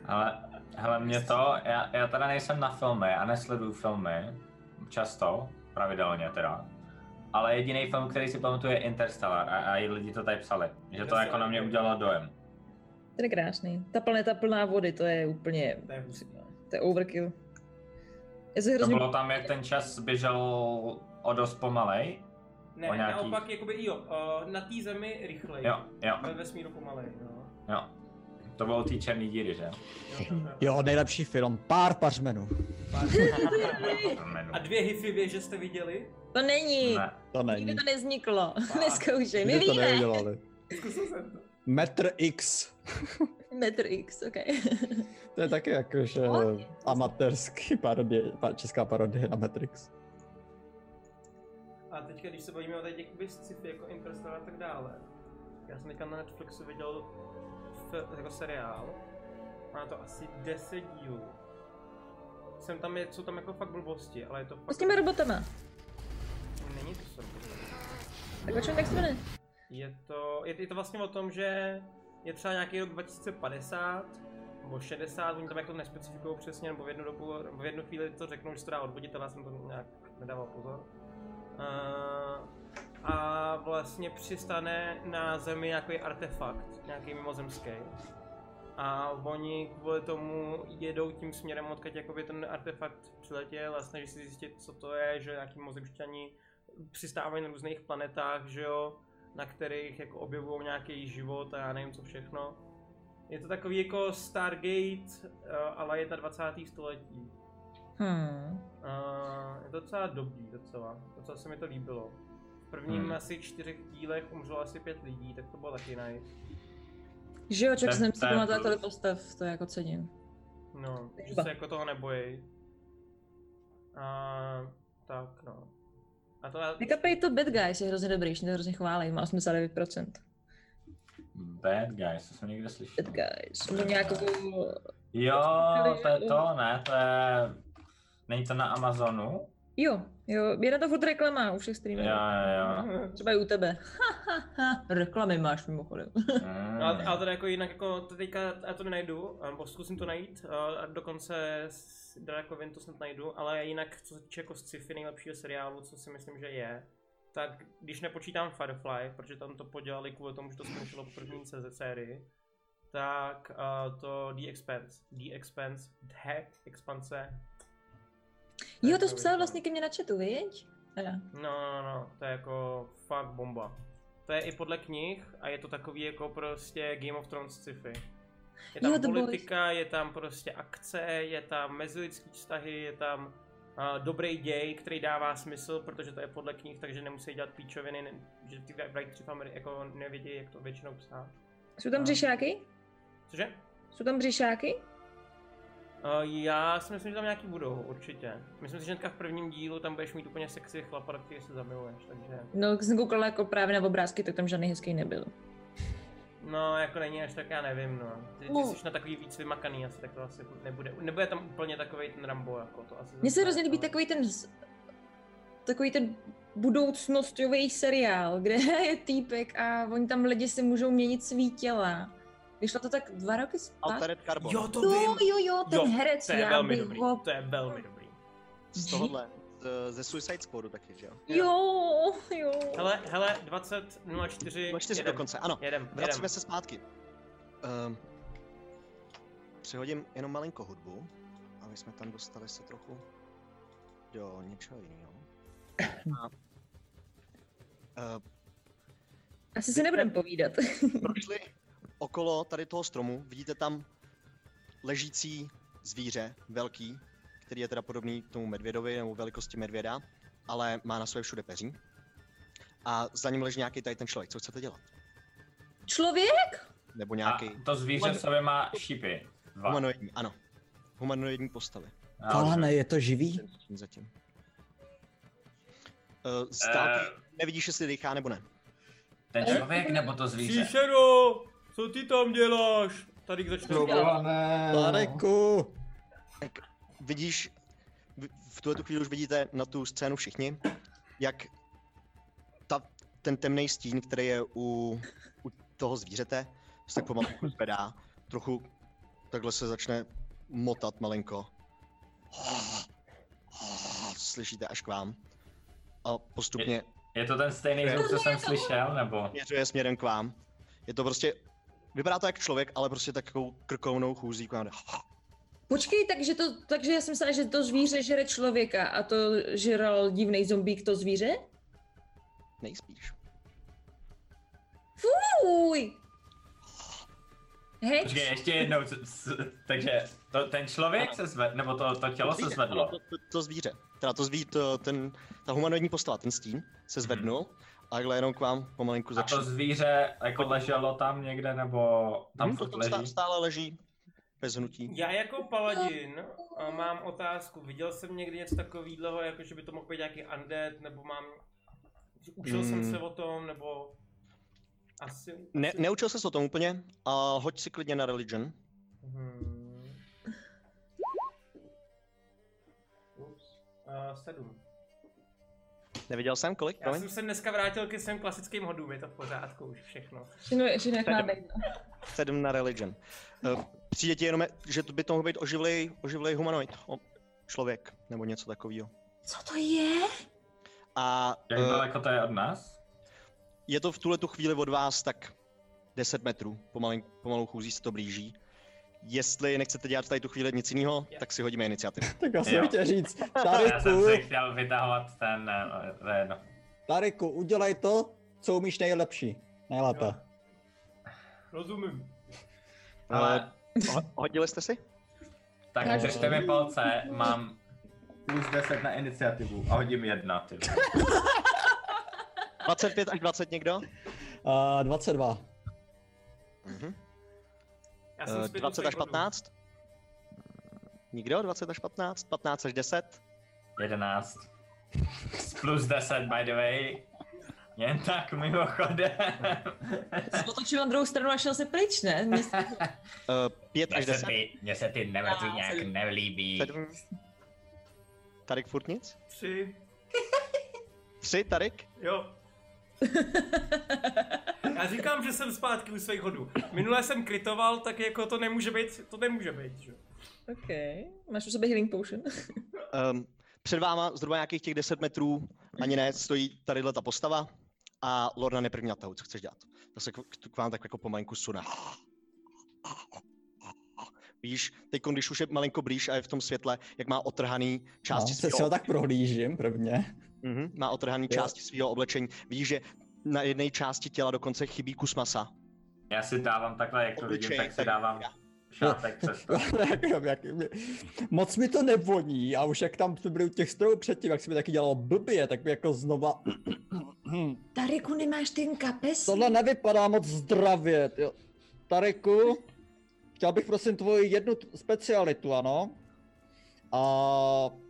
Speaker 5: ale hele, mě to, já, já teda nejsem na filmy a nesleduju filmy, často, pravidelně teda. Ale jediný film, který si pamatuju, je Interstellar a, a i lidi to tady psali, že to jako na mě udělalo dojem.
Speaker 3: Ten je krásný. Ta planeta plná vody, to je úplně,
Speaker 1: To je hustý.
Speaker 3: to je overkill. Já se
Speaker 5: To
Speaker 3: hrozně...
Speaker 5: bylo tam, jak ten čas běžel o dost pomalej.
Speaker 1: Ne,
Speaker 5: O nějaký-
Speaker 1: naopak, jakoby jo, eh, na té zemi rychleji,
Speaker 5: Jo, jo,
Speaker 1: ve vesmíru pomalej, no.
Speaker 5: jo. To bylo ty černý díry, že?
Speaker 1: Jo, jo, jo.
Speaker 4: Jo, nejlepší film. Pár pařmenů.
Speaker 1: A dvě hyfy věže jste viděli?
Speaker 3: To není.
Speaker 5: Ne.
Speaker 4: To
Speaker 3: Nikdy
Speaker 4: není.
Speaker 3: to nevzniklo.
Speaker 1: Fakt.
Speaker 3: Neskoušej, my
Speaker 4: Nikdy to
Speaker 3: víme.
Speaker 4: neudělali.
Speaker 1: Zkusil jsem to.
Speaker 4: Metr X.
Speaker 3: Metr X, ok.
Speaker 4: To je taky jakože
Speaker 3: Ok.
Speaker 4: amatérský parodie, pa- česká parodie na Matrix.
Speaker 1: A teďka, když se bavíme o tady jakoby sci-fi, jako Interstellar a tak dále, já jsem teďka na Netflixu viděl f- jako seriál, má to asi 10 dílů. Jsem tam, je, jsou tam jako fakt blbosti, ale je to fakt...
Speaker 3: No, S těmi robotama.
Speaker 1: Není to sorbu.
Speaker 3: Tak o čem tak jsme ne?
Speaker 1: Je to, je, je to vlastně o tom, že je třeba nějaký rok 2050 nebo 60, oni tam jako nespecifikují přesně, nebo v jednu dobu, nebo v jednu chvíli to řeknou, že se to dá odvodit, ale já jsem to nějak nedával pozor. Uh, a vlastně přistane na zemi nějaký artefakt, nějaký mimozemský. A oni kvůli tomu jedou tím směrem, odkud jakoby ten artefakt přiletěl a snaží se zjistit, co to je, že nějaký mozemšťani přistávají na různých planetách, že jo, na kterých jako objevují nějaký život a já nevím co všechno. Je to takový jako Stargate, eh, ale 21. století.
Speaker 3: Hmm.
Speaker 1: Eh, je to docela dobrý, docela. Docela se mi to líbilo. V prvním
Speaker 5: Hmm.
Speaker 1: asi čtyřech dílech umřelo asi pět lidí, tak to bylo taky nice.
Speaker 3: Že jo, čak
Speaker 5: To-
Speaker 3: jsem
Speaker 5: to
Speaker 3: si
Speaker 5: je
Speaker 3: pamatila
Speaker 5: plus.
Speaker 3: tolik postav, to jako cením.
Speaker 1: No, že
Speaker 3: Chyba.
Speaker 1: se jako toho nebojí. A tak no. A to já...
Speaker 3: Nekapej to Bad Guys je hrozně dobrý, že to hrozně chválej, má 89%.
Speaker 5: Bad guys, to jsem někde slyšel.
Speaker 3: Bad Guys, měl nějakou...
Speaker 5: Jo,
Speaker 3: Říkali,
Speaker 5: to je
Speaker 3: že-
Speaker 5: to, ne, to je... Není to na Amazonu?
Speaker 3: Jo, jo, je na to furt reklama u všech
Speaker 5: Jo,
Speaker 3: streamerů.
Speaker 5: jo, jo.
Speaker 3: Třeba i u tebe. Ha, ha, ha. Reklamy máš mimochodem.
Speaker 5: Mm.
Speaker 1: Ale, ale teda jako jinak jako to teďka, já to nenajdu, nebo zkusím to najít, a dokonce s Drakovin to snad najdu, ale jinak co se týče jako sci-fi nejlepšího seriálu, co si myslím, že je, tak když nepočítám Firefly, protože tam to podělali kvůli tomu, že to skončilo po první se- sérii, tak uh, to The Expanse, The Expanse, The Expanse,
Speaker 3: Jo, to jsi psal vlastně ke mně na chatu, viď? Ano.
Speaker 1: no, no, no, to je jako fakt bomba. To je i podle knih a je to takový jako prostě Game of Thrones sci-fi. Je tam
Speaker 3: Jo,
Speaker 1: jo,
Speaker 3: The Boys.
Speaker 1: politika, je tam prostě akce, je tam mezilidský vztahy, je tam uh, dobrý děj, který dává smysl, protože to je podle knih, takže nemusí dělat píčoviny, ne, že ty writeři tam jako nevědí, jak to většinou psát.
Speaker 3: Jsou tam
Speaker 1: No.
Speaker 3: břišáky?
Speaker 1: Cože?
Speaker 3: Jsou tam břišáky?
Speaker 1: Uh, já si myslím, že tam nějaký budou, určitě. Myslím si, že hnedka v prvním dílu tam budeš mít úplně sexy chlapa, do který se zamiluješ, takže...
Speaker 3: No, jak jsem koukala jako právě na obrázky, tak tam žádný hezký nebyl.
Speaker 1: No, jako není až tak, já nevím, no. Ty, ty
Speaker 3: No.
Speaker 1: jsi na takový víc vymakaný, asi tak to asi nebude. Nebude tam úplně takový ten Rambo, jako to asi.
Speaker 3: Mně
Speaker 1: zase
Speaker 3: se
Speaker 1: ne,
Speaker 3: hrozně líbí
Speaker 1: no.
Speaker 3: takový ten, z- takový ten budoucnostový seriál, kde je týpek a oni tam lidi si můžou měnit svý těla. Vyšlo to tak dva roky zpátky?
Speaker 2: Altered Carbon.
Speaker 1: Jo, to
Speaker 3: Jo,
Speaker 1: vím!
Speaker 3: jo, jo, ten
Speaker 1: Jo,
Speaker 3: herec,
Speaker 1: To je
Speaker 3: já
Speaker 1: velmi
Speaker 3: No, bych
Speaker 1: dobrý,
Speaker 3: ho...
Speaker 1: to je velmi dobrý.
Speaker 2: Z tohohle, z- ze Suicide Squadu taky, že jo?
Speaker 3: Jo, jo.
Speaker 1: Hele, hele, 20.04.
Speaker 2: No čtyři
Speaker 1: jedem.
Speaker 2: dokonce, ano.
Speaker 1: Jedem, jedem.
Speaker 2: Vracíme se zpátky. Um, přehodím jenom malinko hudbu, aby jsme tam dostali se trochu do něčeho jiného. A, uh,
Speaker 3: Asi si nebudeme povídat.
Speaker 2: prošli okolo tady toho stromu, vidíte tam ležící zvíře, velký, který je teda podobný tomu medvědovi nebo velikosti medvěda, ale má na sobě všude peří. A za ním leží nějaký tady ten člověk. Co chcete dělat?
Speaker 3: Člověk?
Speaker 2: Nebo
Speaker 5: A
Speaker 2: nějaký
Speaker 5: to zvíře v sobě má šípy. Dva.
Speaker 2: humanoidní, ano. Humanoidní postavy.
Speaker 5: A-
Speaker 4: Ale je to živý?
Speaker 2: Tím zatím. Uh, stát,
Speaker 5: Eh,
Speaker 2: nevidíš, jestli dýchá nebo ne.
Speaker 5: Ten člověk nebo to zvíře?
Speaker 1: Příšero, co ty tam děláš? Tady k začne.
Speaker 4: Tareku!
Speaker 2: Vidíš, v- v tuhle tu chvíli už vidíte na tu scénu všichni, jak ta, ten temný stín, který je u, u toho zvířete, se tak pomalu zvedá, trochu takhle se začne motat malinko. Slyšíte až k vám. A postupně
Speaker 5: Je to ten stejný zvuk, co jsem slyšel, nebo?
Speaker 2: směřuje směrem k vám. Je to prostě, vypadá to jak člověk, ale prostě takovou krkounou chůzí k vám. jde.
Speaker 3: Počkej, takže, to, takže já jsem myslela, že to zvíře žere člověka a to žral divný zombík to zvíře?
Speaker 2: Nejspíš.
Speaker 3: Uj! Hej,
Speaker 5: Počkej, ještě jednou. co- s- Takže to, ten člověk se zvedl, nebo to, to tělo se
Speaker 2: Zvíře,
Speaker 5: zvedlo.
Speaker 2: ano, To, to, to zvíře. Teda to zví, to, ten, ta humanoidní postava, ten stín, se zvednul a takhle jenom k vám pomalinku
Speaker 5: Mhm. A to
Speaker 2: začne.
Speaker 5: zvíře jako leželo tam někde, nebo tam
Speaker 2: Hm,
Speaker 5: furt
Speaker 2: to tam
Speaker 5: leží?
Speaker 2: stále leží bez hnutí.
Speaker 1: Já jako paladin a mám otázku, viděl jsem někdy něco takového, jako že by to mohl být nějaký undead, nebo mám... Učil jsem
Speaker 2: Hmm.
Speaker 1: se o tom, nebo... Asi...
Speaker 2: Ne,
Speaker 1: asi-
Speaker 2: neučil ses o tom úplně a
Speaker 1: Mhm.
Speaker 2: hoď si klidně na religion.
Speaker 1: Hmm. Uh, sedm.
Speaker 2: Neviděl jsem kolik,
Speaker 1: Já
Speaker 2: promiň?
Speaker 1: jsem se dneska vrátil ke svým klasickým hodům, je to v pořádku už všechno.
Speaker 3: no-
Speaker 6: Že nechá
Speaker 2: Sedm. Sedm na religion. Eh, Přijde ti jenom, že to by to mohl být oživlej, oživlej humanoid, o, člověk, nebo něco takového.
Speaker 3: Co to je?
Speaker 2: A
Speaker 5: Jak
Speaker 2: eh,
Speaker 5: daleko to je od nás?
Speaker 2: je to v tuhle tu chvíli od vás tak 10 metrů, pomalin, pomalou chůzí se to blíží. Jestli nechcete dělat tady tu chvíli nic jiného, tak si hodíme iniciativu.
Speaker 4: Tak já
Speaker 5: Jo.
Speaker 4: jsem chtěl říct,
Speaker 5: Já jsem
Speaker 4: Tariku,
Speaker 5: si chtěl vytahovat ten, eh, to je jedno.
Speaker 4: Tariku, udělej to, co umíš nejlepší. Nejlépe.
Speaker 7: Rozumím.
Speaker 5: Ale
Speaker 2: Ho- hodili jste si?
Speaker 5: tak
Speaker 3: Já-
Speaker 5: držte mi palce, mám plus 10 na iniciativu a hodím jedna, ty. vole.
Speaker 2: 25 až 20 někdo?
Speaker 4: Uh, 22.
Speaker 2: Mhm.
Speaker 1: Já
Speaker 2: Eh,
Speaker 1: zpět u
Speaker 2: 20
Speaker 1: svých
Speaker 2: až
Speaker 1: hodů.
Speaker 2: 15? Nikdo? 20 až 15? 15 až 10?
Speaker 5: 11. S plus 10, by the way. Jen tak mimochodem.
Speaker 3: Otočil na druhou stranu a šel se pryč, ne? Mě-
Speaker 2: 5 Eh,
Speaker 5: Mně
Speaker 2: až
Speaker 5: se
Speaker 2: 10?
Speaker 5: ty, mně se ty nemrtví nějak nevlíbí.
Speaker 2: 7? Tarik furt nic?
Speaker 7: Tři.
Speaker 2: 3 Tarik?
Speaker 7: Jo.
Speaker 1: Já říkám, že jsem zpátky u svých hodů. Minule jsem kritoval, tak jako to nemůže být, to nemůže být, že?
Speaker 6: OK. Máš u sebe healing potion?
Speaker 2: Um, před váma zhruba nějakých těch 10 metrů, ani ne, stojí tadyhle ta postava a Lorna je první na tahu, co chceš dělat. Tak se k, k vám tak jako pomalinku sune. Víš, teď když už je malinko blíž a je v tom světle, jak má otrhaný
Speaker 4: No,
Speaker 2: části
Speaker 4: se,
Speaker 2: svýho-
Speaker 4: se ho tak prohlížím prvně.
Speaker 2: Mhm, má otrhaný
Speaker 4: Jo.
Speaker 2: části svého oblečení. Vidíš, že na jedné části těla dokonce chybí kus masa.
Speaker 5: Já si dávám takhle, jak to vidím,
Speaker 2: Obličej,
Speaker 5: tak si
Speaker 2: tady-
Speaker 5: dávám šátek přes to.
Speaker 4: Jak- jak- jak, mě- moc mi to nevoní a už jak tam byli u těch strojů předtím, jak se mi taky dělalo blbě, tak mi jako znova...
Speaker 3: Tariku, nemáš ten kapes?
Speaker 4: Tohle nevypadá moc zdravě, jo. Tariku, chtěl bych prosím tvoji jednu t- specialitu, ano? A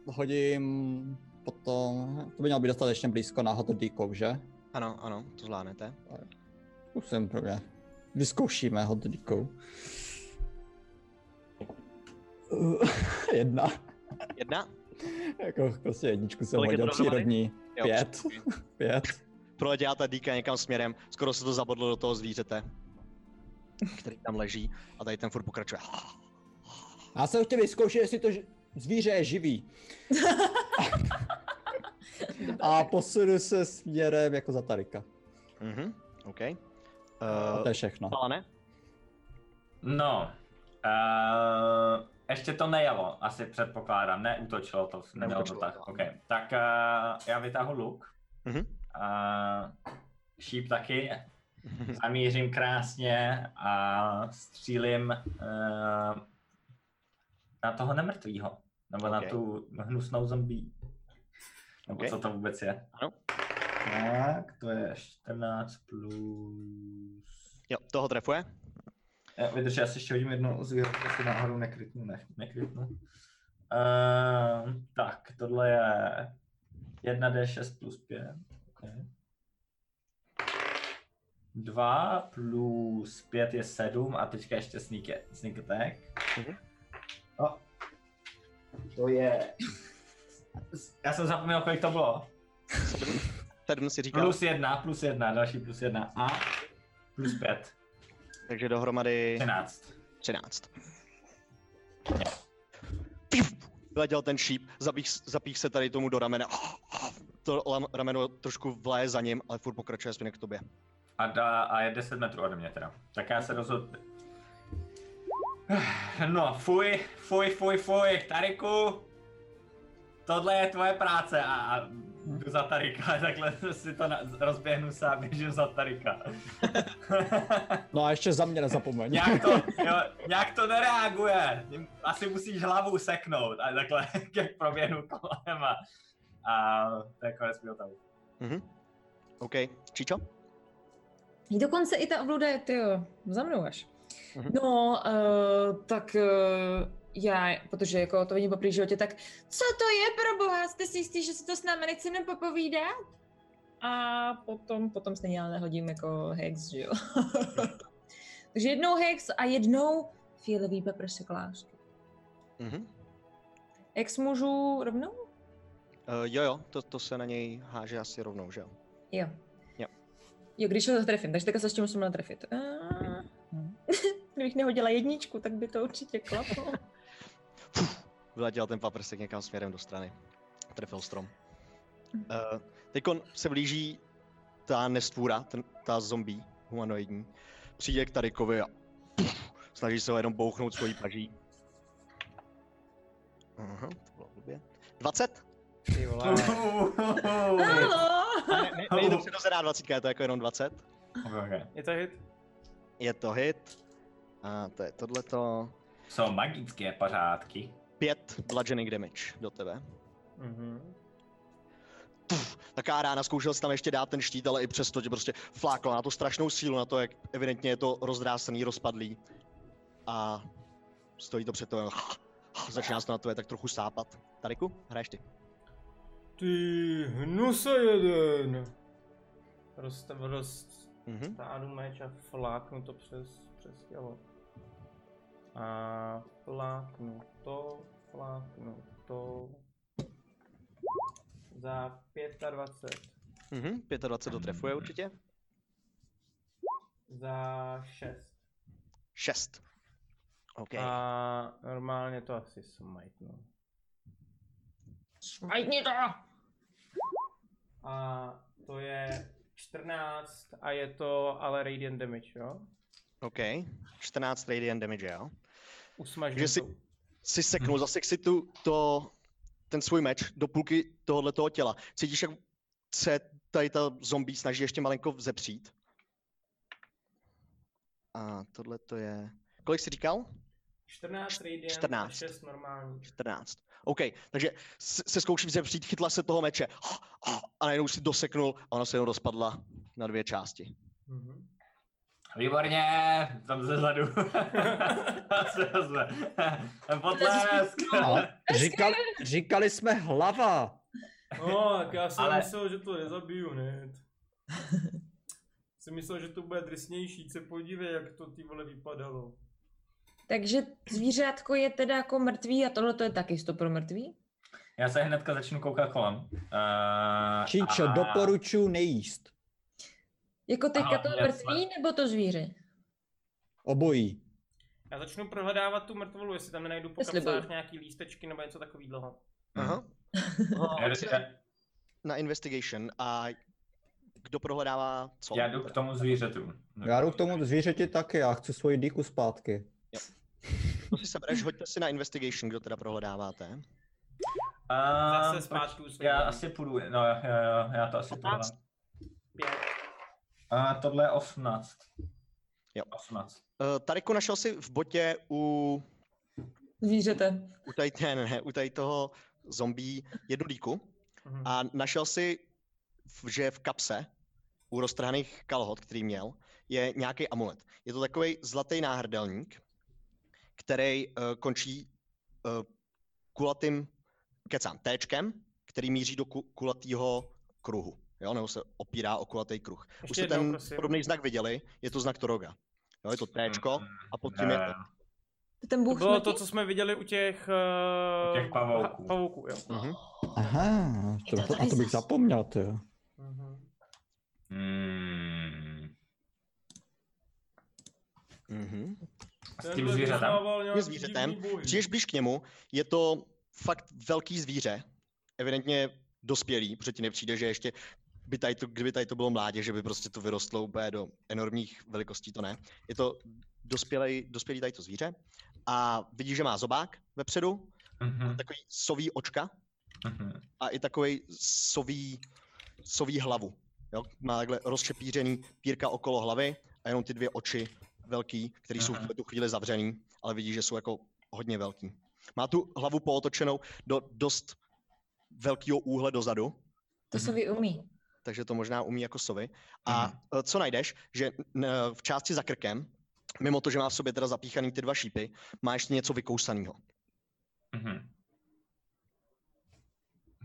Speaker 4: hodím potom... To by mělo být dostatečně blízko na hot díkou, že?
Speaker 2: Ano, ano, to zvládnete.
Speaker 4: Musím pro mě. Vyzkoušíme hot díkou. Jedna.
Speaker 2: Jedna?
Speaker 4: Jako prostě jedničku jsem
Speaker 2: Kolik je to
Speaker 4: hodil
Speaker 2: dohromady?
Speaker 4: přírodní.
Speaker 2: Jo,
Speaker 4: Pět. Pět.
Speaker 2: proletěla ta dýka někam směrem, skoro se to zabodlo do toho zvířete, který tam leží a tady ten furt pokračuje.
Speaker 4: Já jsem chtěl vyzkoušet, jestli to ž- zvíře je živý. A posunu se směrem jako za Tarika.
Speaker 2: Mhm, OK.
Speaker 4: A to
Speaker 2: Uh,
Speaker 4: je všechno.
Speaker 2: Palane?
Speaker 5: No, uh, ještě to nejelo, asi předpokládám, neútočilo to, nemělo to
Speaker 2: Neútočilo
Speaker 5: tak.
Speaker 2: to, ano.
Speaker 5: Okay. Tak uh, já vytáhnu luk,
Speaker 2: Mhm.
Speaker 5: uh, šíp taky, zamířím krásně a střílim uh, na toho nemrtvýho, nebo okay.
Speaker 2: Ok.
Speaker 5: na tu hnusnou zombie. Nebo
Speaker 2: Ok.
Speaker 5: co to vůbec je?
Speaker 2: Ano.
Speaker 5: Tak, to je 14 plus
Speaker 2: Jo, toho trefuje.
Speaker 5: já, vydrž, já si ještě hodím jednu zvířat, jestli náhodou nekrytnu, ne, nekrytnu. Uh, tak, tohle je 1d6 plus 5. Okay. 2 plus 5 je 7 a teďka ještě sneak, sneak attack.
Speaker 2: Mhm.
Speaker 5: No. To je... Já jsem zapomněl, kolik to bylo.
Speaker 2: Sedm, sedm si říkal,
Speaker 5: Plus 1, plus 1, další plus 1 a plus 5,
Speaker 2: takže dohromady
Speaker 5: 13.
Speaker 2: 13. Pif! Letěl ten šíp, zapích, zapích se tady tomu do ramene. To lam- rameno trošku vlaje za ním, ale furt pokračuje směrem k tobě.
Speaker 5: A, dá, a je 10 metrů ode mě teda. Tak já se rozhodnu. No, fuj, fuj, fuj, fuj, Tariku. Tohle je tvoje práce a, a jdu za Tarika, takhle si to na, rozběhnu se a běžím za Tarika.
Speaker 4: No a ještě za mě nezapomeň.
Speaker 5: nějak, to, jo, nějak to nereaguje, asi musíš hlavu seknout a takhle, jak proběhnu kolem a, a to je konec mého tahu.
Speaker 2: Mhm. OK, Čičo?
Speaker 3: Dokonce i ta obluda je, tyjo, za mnou až.
Speaker 2: Mhm.
Speaker 3: No, uh, tak uh, já, protože jako to vidím po životě, tak co to je pro boha? Jste si jistý, že se to s námi nechce nem popovídat? A potom, potom stejně ale hodím jako hex, že jo. Takže jednou hex a jednou fialový papr seklářky.
Speaker 2: Mhm.
Speaker 3: Hex můžu rovnou?
Speaker 2: Uh, jo, jo, to, to se na něj háže asi rovnou, že jo?
Speaker 3: Jo.
Speaker 2: Jo.
Speaker 3: Jo, když ho trefím, takže teďka se ještě musím natrefit. A... hm. Kdybych nehodila jedničku, tak by to určitě klaplo.
Speaker 2: Vyletěl ten paprsek někam směrem do strany. Trefil strom. Uh, Teď se blíží ta nestvůra, ten, ta zombie humanoidní. Přijde k Tarikovi a puf, snaží se ho jenom bouchnout svojí paží. Aha, to bylo blbě. 20?
Speaker 8: Ty vole.
Speaker 1: No,
Speaker 3: Halo!
Speaker 2: Ne, ne, nejde to přirozená 20, je to jako jenom 20.
Speaker 5: Okay.
Speaker 1: Je to hit?
Speaker 2: Je to hit. A to je tohleto.
Speaker 5: Jsou magické pořádky.
Speaker 2: 5 bludgeoning damage do tebe.
Speaker 1: Mhm.
Speaker 2: Taká rána, zkoušel jsi tam ještě dát ten štít, ale i přesto tě prostě fláklo na tu strašnou sílu, na to, jak evidentně je to rozdrásaný, rozpadlý. A stojí to před tebou. Začíná se to na tebe tak trochu sápat. Tariku, hraješ ty.
Speaker 1: Ty hnuse jeden. Rost, rost,
Speaker 2: Mhm.
Speaker 1: stádu meč a fláknu to přes, přes tělo. A fláknu to, fláknu to. Za 25,
Speaker 2: Mhm, 25 dotrefuje určitě.
Speaker 1: za 6.
Speaker 2: 6. OK.
Speaker 1: A normálně to asi smajtnu.
Speaker 3: Smajtni to!
Speaker 1: A to je 14 a je to ale radiant damage, jo?
Speaker 2: OK. 14 radiant damage, jo.
Speaker 1: Usmažím
Speaker 2: Takže si-
Speaker 1: to.
Speaker 2: si seknul,
Speaker 5: Mhm.
Speaker 2: zasek si tu, to, ten svůj meč do půlky tohohle toho těla. Cítíš, jak se tady ta zombie snaží ještě malinko vzepřít. A tohle to je... Kolik jsi říkal?
Speaker 1: 14 radiant
Speaker 2: 14.
Speaker 1: a 6 normální.
Speaker 2: 14. OK, takže s- se zkouší vzepřít, chytla se toho meče a najednou si doseknul a ona se jenom rozpadla na dvě části.
Speaker 1: Mhm.
Speaker 5: Výborně, tam ze zadu. Potlesk.
Speaker 4: Říkali, říkali jsme hlava.
Speaker 1: No, tak já jsem
Speaker 5: Ale-
Speaker 1: ale... myslel, že to nezabiju, ne? Jsem myslel, že to bude drsnější, se podívej, jak to ty vole vypadalo.
Speaker 3: Takže zvířátko je teda jako mrtvý a tohle to je taky stopro mrtvý?
Speaker 5: Já se hnedka začnu koukat kolem. Uh,
Speaker 4: Číčo, doporučuji nejíst.
Speaker 3: Jako teďka
Speaker 5: Aha,
Speaker 3: to
Speaker 5: jasné.
Speaker 3: mrtvý nebo to zvíře?
Speaker 4: Obojí.
Speaker 1: Já začnu prohledávat tu mrtvolu, jestli tam nenajdu po
Speaker 3: Jestli
Speaker 1: kapsách
Speaker 3: byl.
Speaker 1: nějaký lístečky nebo něco takového.
Speaker 5: Mhm.
Speaker 2: Aha.
Speaker 5: No,
Speaker 2: Na investigation. A kdo prohledává co?
Speaker 5: Já jdu k tomu zvířetu.
Speaker 4: Já jdu k tomu zvířeti taky, já chci svoji dýku zpátky.
Speaker 2: To si sebereš, hoďte si na investigation, kdo teda prohledáváte.
Speaker 5: Uh,
Speaker 1: Zase zpátky už
Speaker 5: Já asi půjdu, no jo, jo, jo, já to asi půjdu.
Speaker 2: 15.
Speaker 5: A tohle je 18.
Speaker 2: Jo.
Speaker 5: 18.
Speaker 2: Eh, Tariku našel si v botě u,
Speaker 3: Zvířete.
Speaker 2: u, tady, ne, ne, ne, u tady toho zombí jednu dýku
Speaker 1: Mhm.
Speaker 2: a našel si, v- že v kapse u roztrhaných kalhot, který měl, je nějaký amulet. Je to takový zlatý náhrdelník, který uh, končí uh, kulatým, kecám, téčkem, který míří do ku, kulatého kruhu. Jo, nebo se opírá o kulatý kruh. Už
Speaker 1: Ještě
Speaker 2: jste
Speaker 1: jednou,
Speaker 2: ten
Speaker 1: prosím.
Speaker 2: podobný znak viděli, je to znak Toroga. Jo, je to
Speaker 1: Mm,
Speaker 2: téčko a pod tím
Speaker 5: Ne,
Speaker 2: je to.
Speaker 3: To Ten
Speaker 1: To
Speaker 3: bůh
Speaker 1: bylo
Speaker 3: smrti?
Speaker 1: to, co jsme viděli u těch...
Speaker 5: U
Speaker 1: Uh,
Speaker 5: těch pavouků.
Speaker 1: pavouků jo.
Speaker 2: Mhm.
Speaker 4: Aha, to,
Speaker 3: Je to
Speaker 4: a to
Speaker 3: taky
Speaker 4: bych
Speaker 3: zas.
Speaker 4: zapomněl, ty. jo.
Speaker 1: Mhm.
Speaker 5: Hmm.
Speaker 2: Mhm.
Speaker 5: A s tím zvířetem.
Speaker 1: vyznával nějaký
Speaker 2: zvířetem.
Speaker 1: divný boj.
Speaker 2: Přijdeš blíž k němu, je to fakt velký zvíře, evidentně dospělý, protože ti nepřijde, že ještě by tady to, kdyby tady to bylo mládě, že by prostě to vyrostlo úplně do enormních velikostí, to ne. Je to dospělý, dospělý tady to zvíře a vidíš, že má zobák vepředu,
Speaker 5: Mhm,
Speaker 2: takový sový očka
Speaker 5: mhm.
Speaker 2: a i takový sový, sový hlavu. Jo? Má takhle rozšepířený pírka okolo hlavy a jenom ty dvě oči velký, které jsou
Speaker 5: Aha.
Speaker 2: v tu chvíli zavřený, ale vidíš, že jsou jako hodně velký. Má tu hlavu pootočenou do dost velkého úhle dozadu,
Speaker 3: To se vy umí.
Speaker 2: takže to možná umí jako sovy.
Speaker 5: Mhm.
Speaker 2: A eh, co najdeš, že n- e, v části za krkem, mimo to, že má v sobě teda zapíchaný ty dva šípy, má ještě něco vykousaného.
Speaker 5: Mhm.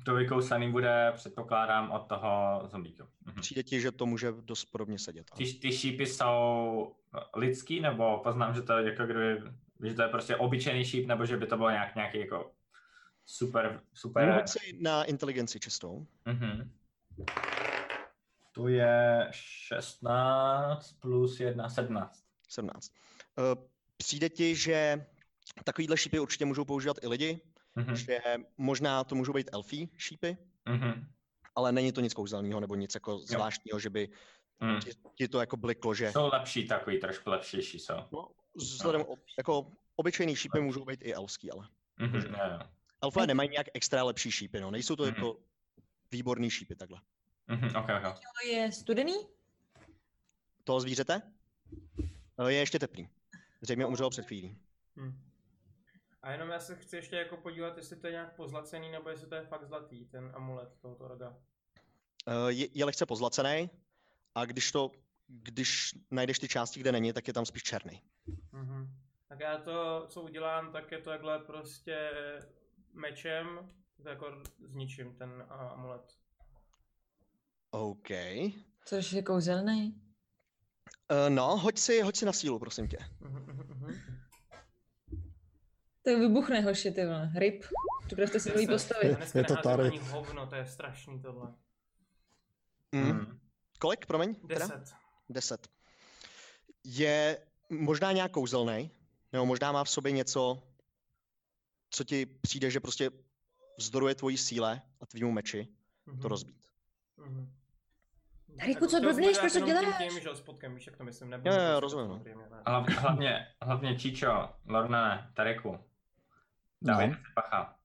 Speaker 5: To vykousaný bude, předpokládám, od toho zombíku. Mhm.
Speaker 2: Přijde ti, že to může dost podobně sedět.
Speaker 5: Ty, ty šípy jsou lidský, nebo poznám, že to je jako kdyby, že to je prostě obyčejný šíp, nebo že by to bylo nějak, nějaký jako Super, super.
Speaker 2: Hoď si na inteligenci čistou.
Speaker 5: Mhm. Tu je 16 plus 1, 17.
Speaker 2: 17. Eh, Přijde ti, že takovýhle šípy určitě můžou používat i lidi,
Speaker 5: Mhm.
Speaker 2: že možná to můžou být elfí šípy,
Speaker 5: Mhm.
Speaker 2: ale není to nic kouzelného nebo nic jako zvláštního, že by
Speaker 5: Mhm.
Speaker 2: ti, ti to jako bliklo, že
Speaker 5: Jsou lepší takový, trošku lepšější jsou.
Speaker 2: vzhledem o- jako obyčejný šípy můžou být i elfský, ale
Speaker 5: Mhm. jo, jo.
Speaker 2: elfové nemají nějak extra lepší šípy, no. Nejsou to
Speaker 5: Mhm.
Speaker 2: jako výborný šípy takhle.
Speaker 5: Mhm. ok, ok.
Speaker 3: To je studený?
Speaker 2: Toho zvířete? Eh, Je ještě teplý. Zřejmě umřelo před chvílí.
Speaker 1: Hm. A jenom já se chci ještě jako podívat, jestli to je nějak pozlacený, nebo jestli to je fakt zlatý, ten amulet tohoto roga.
Speaker 2: Eh, Je, je lehce pozlacený a když to, když najdeš ty části, kde není, tak je tam spíš černý.
Speaker 1: Mhm. Tak já to, co udělám, tak je to takhle prostě mečem, to jako zničím ten a, amulet.
Speaker 2: OK.
Speaker 3: Což je kouzelný.
Speaker 2: Eh, No, hoď si, hoď si na sílu, prosím tě.
Speaker 1: Mhm, mhm,
Speaker 3: Mm-hmm.
Speaker 1: mhm.
Speaker 3: Tak vybuchne hoši, ty vole. Ryb. Připravte si nový
Speaker 1: Jasně.
Speaker 3: postavy.
Speaker 1: Já dneska
Speaker 4: Je to
Speaker 1: neházím
Speaker 4: tady.
Speaker 1: ani hovno, to je strašný tohle.
Speaker 2: Mm.
Speaker 5: Mhm.
Speaker 2: Kolik, promiň? teda?
Speaker 1: Deset.
Speaker 2: 10. Je možná nějak kouzelný, nebo možná má v sobě něco, co ti přijde, že prostě vzdoruje tvojí síle a tvýmu meči
Speaker 1: Mhm.
Speaker 2: to rozbít.
Speaker 1: Mhm.
Speaker 3: Tariku,
Speaker 1: Jako
Speaker 3: co
Speaker 1: chtěl jsem
Speaker 3: blbneš,
Speaker 1: to
Speaker 3: proč to
Speaker 1: dělat jenom
Speaker 3: děláš?
Speaker 1: Tím, tím, že jo, spotkem, víš, jak to myslím, nebo...
Speaker 2: Jo, jo, rozumím, no.
Speaker 5: Hla- Hlavně, hlavně Čičo, Lorna, Tareku. Dávej
Speaker 4: No.
Speaker 5: no. pacha.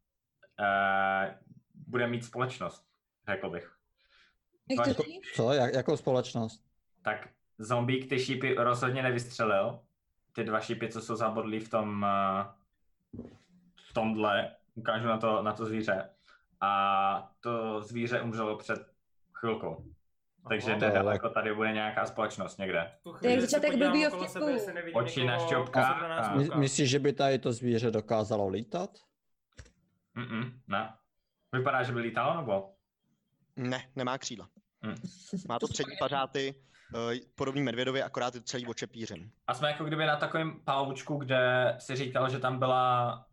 Speaker 5: Uh, bude mít společnost, řekl bych.
Speaker 3: Jak to
Speaker 5: Jako-
Speaker 3: říct?
Speaker 4: Co? Jak, jakou společnost?
Speaker 5: Tak zombík ty šípy rozhodně nevystřelil. Ty dva šípy, co jsou zabodlí v tom eh, v tomhle, ukážu na to, na to zvíře. A to zvíře umřelo před chvilkou. Takže
Speaker 1: Aha.
Speaker 5: nedaleko tady bude nějaká společnost někde.
Speaker 3: je začátek blbýho vtipku.
Speaker 5: Oči na šťopkách a-
Speaker 4: My, myslíš, že by tady to zvíře dokázalo lítat?
Speaker 5: Mm-mm, ne. Vypadá, že by lítalo, nebo?
Speaker 2: Ne, nemá křídla.
Speaker 5: Hm.
Speaker 2: Má to přední pařáty, eh, podobný medvědovi, akorát je to celý očepířen.
Speaker 5: A jsme jako kdyby na takovém palučku, kde si říkal, že tam byla...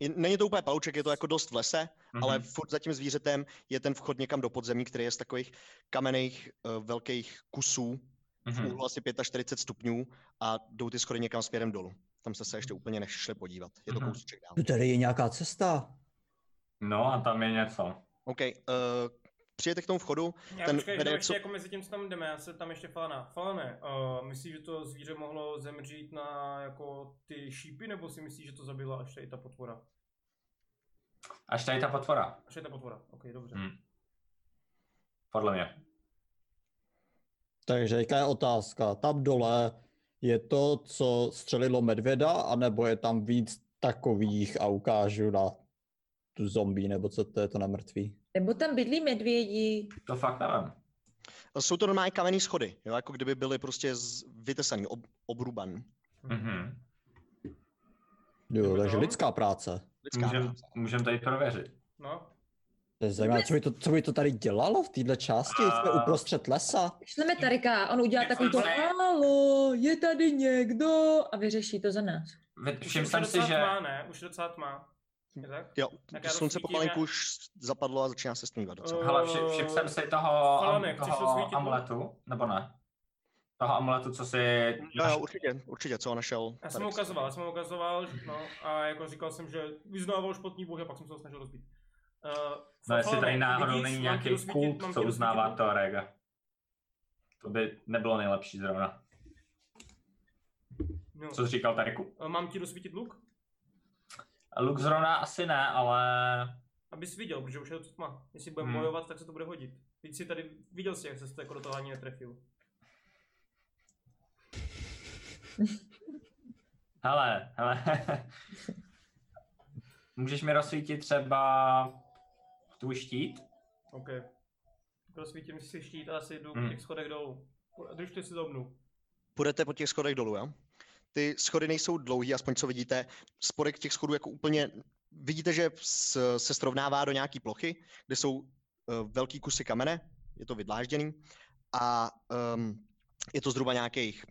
Speaker 2: Je- Není to úplně palouček, je to jako dost v lese,
Speaker 5: Mhm.
Speaker 2: ale furt za tím zvířetem je ten vchod někam do podzemí, který je z takových kamenných eh, velkých kusů, v
Speaker 5: Mhm.
Speaker 2: úhlu asi 45 stupňů a jdou ty schody někam směrem dolů. Tam jste se ještě úplně nešli podívat. Je to
Speaker 5: Mhm.
Speaker 2: kousíček dál.
Speaker 4: Tu tady je nějaká cesta.
Speaker 5: No a tam je něco.
Speaker 2: OK, uh, přijete k tomu vchodu.
Speaker 1: Já
Speaker 2: ten
Speaker 1: ten počkej,
Speaker 2: vede,
Speaker 1: vede, ještě
Speaker 2: co-
Speaker 1: jako mezi tím, co tam jdeme, já se tam ještě Falana. Falane, uh, myslíš, že to zvíře mohlo zemřít na jako ty šípy, nebo si myslíš, že to zabila až tady ta potvora?
Speaker 5: Až tady ta potvora,
Speaker 1: Až je ta potvora, ok, dobře.
Speaker 5: Hm. podle mě.
Speaker 4: Takže jaká je otázka? Tam dole je to, co střelilo medvěda, anebo je tam víc takových a ukážu na tu zombie, nebo co to je to na mrtví?
Speaker 3: Nebo tam bydlí medvědi.
Speaker 5: To fakt nevím.
Speaker 2: Jsou to normální kamenné schody, jo? jako kdyby byly prostě z- vytesaný, ob, obruban.
Speaker 5: Mhm.
Speaker 4: Jo,
Speaker 1: Nebo
Speaker 4: takže
Speaker 1: to?
Speaker 4: lidská práce.
Speaker 2: Lidská
Speaker 5: Můžeme
Speaker 2: práce.
Speaker 5: můžem tady prověřit.
Speaker 1: No,
Speaker 4: To je zajímavé, co by to, co by to tady dělalo v této části? Jsme
Speaker 5: A-
Speaker 4: uprostřed lesa.
Speaker 3: Šleme Tarika a on udělá
Speaker 5: Je
Speaker 3: takový to
Speaker 5: to-
Speaker 3: Halo, je tady někdo? A vyřeší to za nás.
Speaker 5: Vy-
Speaker 1: už,
Speaker 5: Všiml
Speaker 1: už je
Speaker 5: jsem si,
Speaker 1: docela
Speaker 5: že...
Speaker 1: tmá, ne? Už je docela tmá. Je tak?
Speaker 2: Jo,
Speaker 1: Tak já to
Speaker 2: slunce
Speaker 1: svítím,
Speaker 2: pomalinku
Speaker 1: já-
Speaker 2: už zapadlo a začíná se stmívat docela.
Speaker 1: Eh,
Speaker 5: Hele, vši- všiml jsem si toho, am,
Speaker 1: Falane, chceš
Speaker 5: toho
Speaker 1: osvítit?
Speaker 5: amuletu, nebo ne? Toho amuletu, co si...
Speaker 2: No Jo, jo, určitě, určitě, co ho našel.
Speaker 1: Já jsem
Speaker 2: tady.
Speaker 1: mu ukazoval, já jsem mu ukazoval, že- no, a jako říkal jsem, že vyznával špatný bůh a pak jsem se ho snažil rozbít. Uh,
Speaker 5: No jestli tady náhodou není nějaký kult, co uznává to Rega. To by nebylo nejlepší zrovna.
Speaker 1: No.
Speaker 5: Co jsi říkal Tariku?
Speaker 1: Eh, Mám ti rozsvítit luk?
Speaker 5: Luk zrovna asi ne, ale...
Speaker 1: Abys viděl, protože už je to tma. Jestli budeme
Speaker 5: Hmm.
Speaker 1: bojovat, tak se to bude hodit. Víš si tady, viděl jsi, jak se to jako do toho ani netrefil.
Speaker 5: Hele, hele. Můžeš mi rozsvítit třeba tvůj štít?
Speaker 1: OK. Rozsvítím si štít a asi jdu
Speaker 5: Hmm.
Speaker 1: po těch schodech dolů. Po- Držte si za mnou.
Speaker 2: Půjdete po těch schodech dolů, jo? Ty schody nejsou dlouhý, aspoň co vidíte. Spodek těch schodů jako úplně... Vidíte, že s, se srovnává do nějaký plochy, kde jsou uh, velký kusy kamene, ehm, je to vydlážděný, a um, je to zhruba nějakých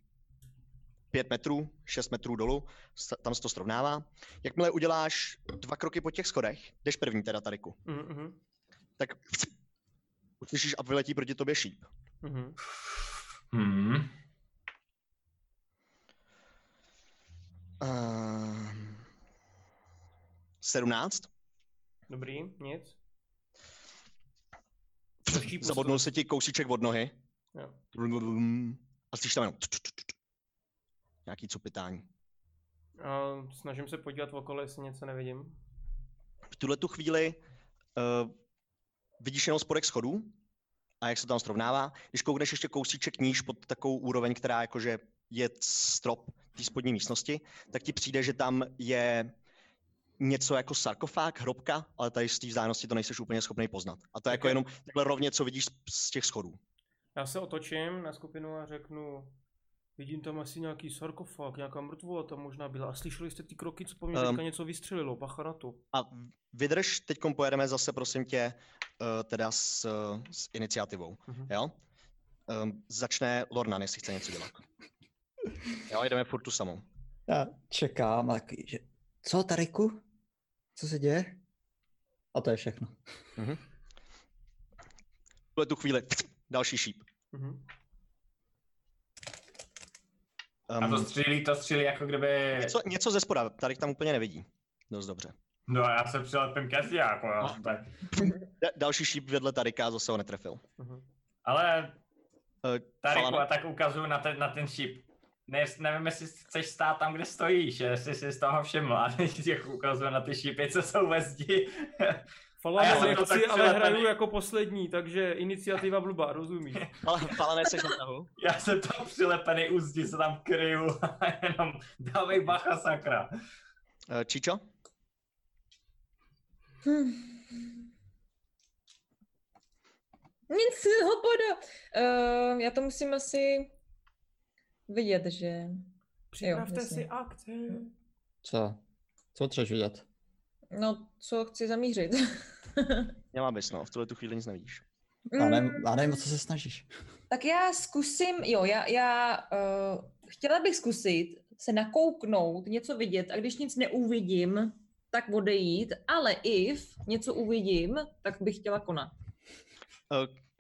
Speaker 2: 5 metrů, 6 metrů dolů, s- tam se to srovnává. Jakmile uděláš dva kroky po těch schodech, jdeš první teda Tariku,
Speaker 1: Mhm,
Speaker 2: tak uslyšíš a vyletí proti tobě šíp.
Speaker 1: mhm.
Speaker 5: Hmm.
Speaker 2: Uh, 17.
Speaker 1: Dobrý, nic.
Speaker 2: Zabodnul se ti kousíček od nohy.
Speaker 1: Jo.
Speaker 2: A slyšíš tam jenom tut, tut, tut. nějaký cupitání.
Speaker 1: A snažím se podívat okolo, jestli něco nevidím.
Speaker 2: V tuhle tu chvíli uh, vidíš jenom spodek schodů a jak se to tam srovnává. Když koukneš ještě kousíček níž pod takovou úroveň, která jakože je strop té spodní místnosti, tak ti přijde, že tam je něco jako sarkofág, hrobka, ale tady z té vzdálenosti to nejseš úplně schopný poznat. A to je jako
Speaker 1: Ok.
Speaker 2: jenom takhle rovně, co vidíš z- z těch schodů.
Speaker 1: Já se otočím na skupinu a řeknu, vidím tam asi nějaký sarkofág, nějaká mrtvola tam možná byla. A slyšeli jste ty kroky, co po mně
Speaker 2: Ehm.
Speaker 1: teďka něco vystřelilo, bacha na to.
Speaker 2: A vydrž, teď pojedeme zase, prosím tě, eh, teda s, eh, s iniciativou,
Speaker 1: Mhm.
Speaker 2: jo? Ehm, Začne Lornan, jestli chce něco dělat. Jo, jdeme furt tu samou.
Speaker 4: Já čekám a takový, že... Co, Tariku? Co se děje? A to je všechno.
Speaker 2: Tuhle tu chvíli, další šíp.
Speaker 1: Mhm.
Speaker 5: A to
Speaker 2: Ehm,
Speaker 5: střílí, to střílí jako kdyby...
Speaker 2: něco, něco ze spoda, tady tam úplně nevidí. Dost dobře.
Speaker 5: No já se přilepím ke zdi, jako jo. Tak.
Speaker 2: Da- další šíp vedle Tarika, zase ho netrefil.
Speaker 1: Mhm.
Speaker 5: Ale
Speaker 2: Eh,
Speaker 5: Tariku,
Speaker 2: Falane.
Speaker 5: a tak ukazuju na ten, na ten šíp. Ne, nevím, jestli chceš stát tam, kde stojíš, jestli jsi z toho všiml, ale jak ukazuju na ty šípy, co jsou ve zdi.
Speaker 1: Falane,
Speaker 5: A já
Speaker 1: já
Speaker 5: jsem to
Speaker 1: nechci,
Speaker 5: tak
Speaker 1: ale
Speaker 5: přilepený.
Speaker 1: hraju jako poslední, takže iniciativa blbá, rozumíš?
Speaker 2: Ale Falane, seš na tahu.
Speaker 5: Já jsem tam přilepený u zdi, se tam kryju a jenom dávej bacha sakra.
Speaker 2: Eh, Čičo?
Speaker 3: Hm. Nic, hopoda. Uh, já to musím asi vidět, že...
Speaker 1: Připravte
Speaker 3: jasně.
Speaker 1: si akce.
Speaker 4: Co? Co třeš vidět?
Speaker 3: No, co chci zamířit. Hm,
Speaker 2: Nemá bys, no, v tuhle tu chvíli nic nevidíš.
Speaker 4: Já
Speaker 3: Mm,
Speaker 4: nevím, já nevím, o co se snažíš.
Speaker 3: tak já zkusím, jo, já, já uh, chtěla bych zkusit se nakouknout, něco vidět a když nic neuvidím, tak odejít, ale if něco uvidím, tak bych chtěla konat.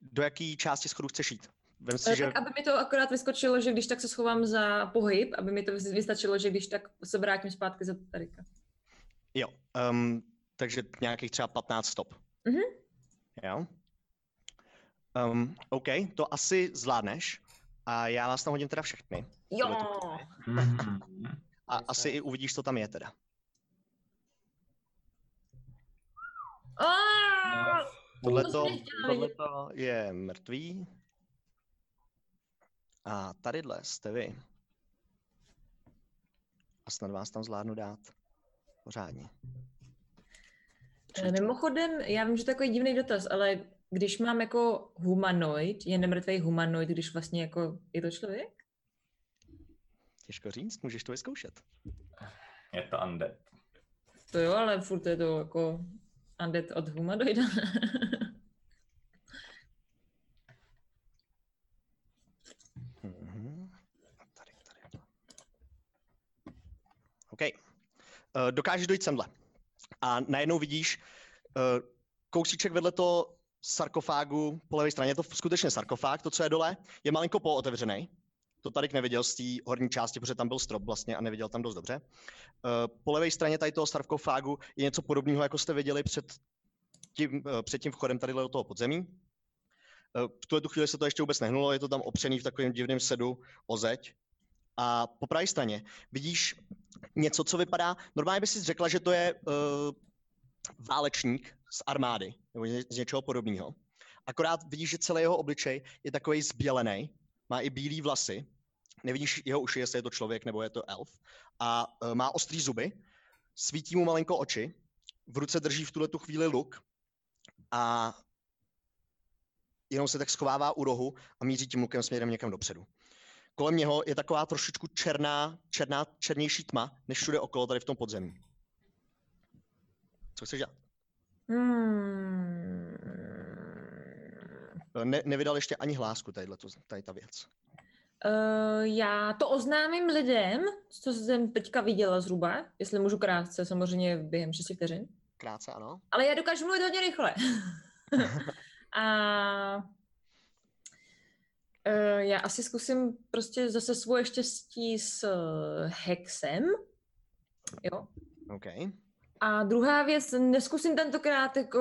Speaker 2: Do jaký části schodu chceš jít? Vem si,
Speaker 3: Ale
Speaker 2: že...
Speaker 3: Eh, Tak, aby mi to akorát vyskočilo, že když tak se schovám za pohyb, aby mi to vys- vystačilo, že když tak se vrátím zpátky za Tarika.
Speaker 2: Jo, um, takže nějakých třeba 15 stop.
Speaker 3: Mhm.
Speaker 2: Jo. Um, OK, to asi zvládneš. A já vás tam hodím teda všechny.
Speaker 3: Jo!
Speaker 2: A
Speaker 1: Jasné.
Speaker 2: asi i uvidíš, co tam je teda.
Speaker 3: Aaaa!
Speaker 2: Tohleto,
Speaker 3: jsem nechtěla vidět.
Speaker 2: tohleto je mrtvý. A tadyhle jste vy. A snad vás tam zvládnu dát. Pořádně.
Speaker 3: Eh, Mimochodem, já vím, že to je takový divný dotaz, ale když mám jako humanoid, je nemrtvý humanoid, když vlastně jako je to člověk?
Speaker 2: Těžko říct, můžeš to vyzkoušet.
Speaker 5: Je to undead.
Speaker 3: To jo, ale furt je to jako undead od humanoida.
Speaker 2: Mhm. Tady, tady. OK. Eh, Dokážeš dojít semhle. A najednou vidíš eh, kousíček vedle toho sarkofágu po levé straně. Je to skutečně sarkofág, to, co je dole, je malinko pootevřený. To tady neviděl z té horní části, protože tam byl strop vlastně a neviděl tam dost dobře. Eh, Po levé straně tady toho sarkofágu je něco podobného, jako jste viděli před tím, eh, před tím vchodem tady do toho podzemí. Eh, V tuhle tu chvíli se to ještě vůbec nehnulo, je to tam opřený v takovém divném sedu o zeď. A po pravé straně vidíš něco, co vypadá, normálně bys si řekla, že to je uh, válečník z armády nebo ně- z něčeho podobného. Akorát vidíš, že celý jeho obličej je takový zbělený, má i bílé vlasy, nevidíš jeho uši, jestli je to člověk nebo je to elf, a uh, má ostrý zuby, svítí mu malinko oči, v ruce drží v tuhle tu chvíli luk a jenom se tak schovává u rohu a míří tím lukem směrem někam dopředu. Kolem něho je taková trošičku černá, černá, černější tma, než všude okolo tady v tom podzemí. Co chceš dělat?
Speaker 3: hmm.
Speaker 2: Ne, nevydal ještě ani hlásku tadyhle to, tady ta věc.
Speaker 3: Uh, já to oznámím lidem, co jsem teďka viděla zhruba, jestli můžu krátce, samozřejmě během 6 vteřin.
Speaker 2: Krátce, ano.
Speaker 3: Ale já dokážu mluvit hodně rychle. a eh, já asi zkusím prostě zase svoje štěstí s eh, hexem. Jo.
Speaker 2: OK.
Speaker 3: A druhá věc, neskusím tentokrát jako,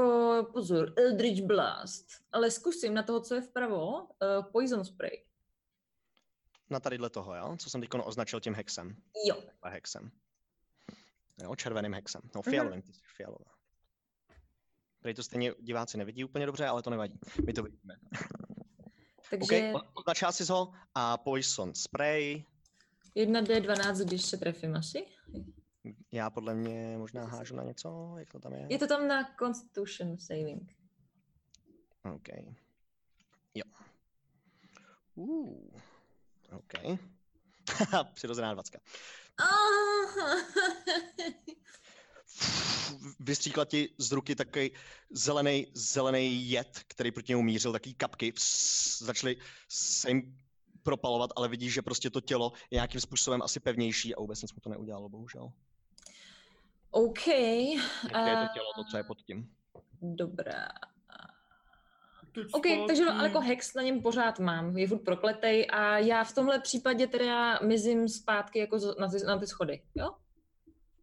Speaker 3: pozor, Eldritch Blast, ale zkusím na toho, co je vpravo, uh, Poison Spray.
Speaker 2: Na tadyhle toho, jo? Co jsem teď označil tím hexem.
Speaker 3: Jo.
Speaker 2: Takhle hexem. Jo, červeným hexem. No, fialovým, ty jsi fialová. Tady to stejně diváci nevidí úplně dobře, ale to nevadí. My to vidíme.
Speaker 3: Takže
Speaker 2: Okay, o- označila jsi ho a Poison Spray.
Speaker 3: 1D12, když se trefím asi.
Speaker 2: Já podle mě možná hážu na něco, jak to tam je.
Speaker 3: Je to tam na Constitution Saving.
Speaker 2: OK. Jo. Uh. OK. Haha, Přirozená dvacka.
Speaker 3: Ah!
Speaker 2: Vystříkla ti z ruky takový zelený, zelený jed, který proti němu mířil, takový kapky Pss, začaly se jim propalovat, ale vidíš, že prostě to tělo je nějakým způsobem asi pevnější a vůbec nic mu to neudělalo, bohužel.
Speaker 3: OK,
Speaker 2: Jak je
Speaker 3: A-
Speaker 2: to tělo, to, co je pod tím.
Speaker 3: dobrá.
Speaker 7: Teď
Speaker 3: OK,
Speaker 7: zpátky.
Speaker 3: takže no, ale jako hex na něm pořád mám, je furt prokletej a já v tomhle případě teda mizím zpátky jako z- na ty, na ty schody, jo?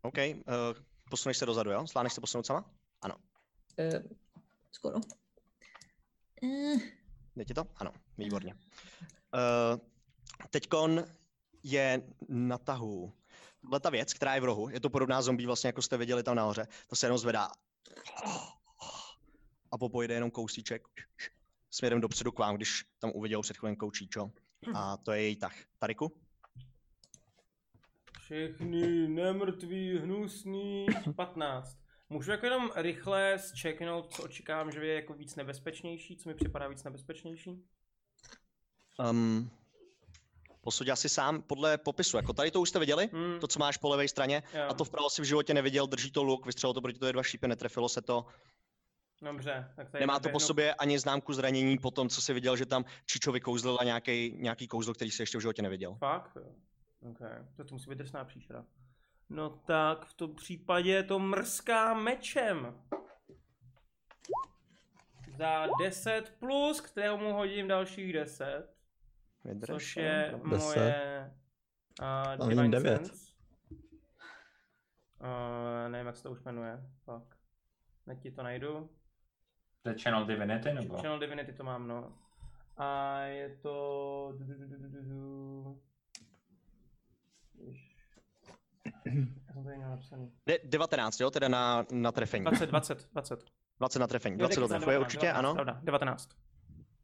Speaker 2: OK, uh, posuneš se dozadu, jo? Sláneš se posunout sama?
Speaker 3: Eh, skoro. Mm,
Speaker 2: Jde ti to? Ano, výborně. Uh, teďkon je na tahu. Tahle ta věc, která je v rohu, je to podobná zombie vlastně, jako jste viděli tam nahoře, to se jenom zvedá. A popojde jenom kousíček směrem dopředu k vám, když tam uviděl před chvilinkou Číčo. A to je její tah. Tariku?
Speaker 1: Všechny nemrtví, hnusný. 15. Můžu jako jenom rychle zčeknout, co očekávám, že je jako víc nebezpečnější, co mi připadá víc nebezpečnější?
Speaker 2: Um, posudil si sám podle popisu, jako tady to už jste viděli,
Speaker 1: Hmm,
Speaker 2: to, co máš po levé straně,
Speaker 1: jo,
Speaker 2: a to vpravo si v životě neviděl, drží to luk, vystřelilo to proti to dva šípy, netrefilo se to,
Speaker 1: Dobře, tak tady
Speaker 2: Nemá to po
Speaker 1: naběhnu-
Speaker 2: sobě ani známku zranění po tom, co si viděl, že tam Čičo vykouzlila nějaký, nějaký kouzlo, který se ještě v životě neviděl.
Speaker 1: Fakt? jo. OK, to, to musí být drsná příšera. No tak, v tom případě to mrská mečem. Za 10 plus, kterému hodím dalších 10, což
Speaker 2: no,
Speaker 1: je moje uh,
Speaker 4: Tam
Speaker 1: Divine
Speaker 4: hodím devět.
Speaker 1: Sense. Uh, nevím, jak se to už jmenuje. Fuck. Hned ti to najdu.
Speaker 5: To je Channel Divinity, nebo?
Speaker 1: Channel Divinity to mám, no. A je to... du- du- du- du- du- du- du. Ježiš. Já jsem to měl napsaný.
Speaker 2: De- 19, jo, teda na, na trefení.
Speaker 1: 20, 20, 20.
Speaker 2: 20 na trefení, 20
Speaker 1: Jo,
Speaker 2: to
Speaker 1: tak
Speaker 2: trefuje
Speaker 1: 19,
Speaker 2: určitě,
Speaker 1: 19,
Speaker 2: ano.
Speaker 1: Pravda, 19.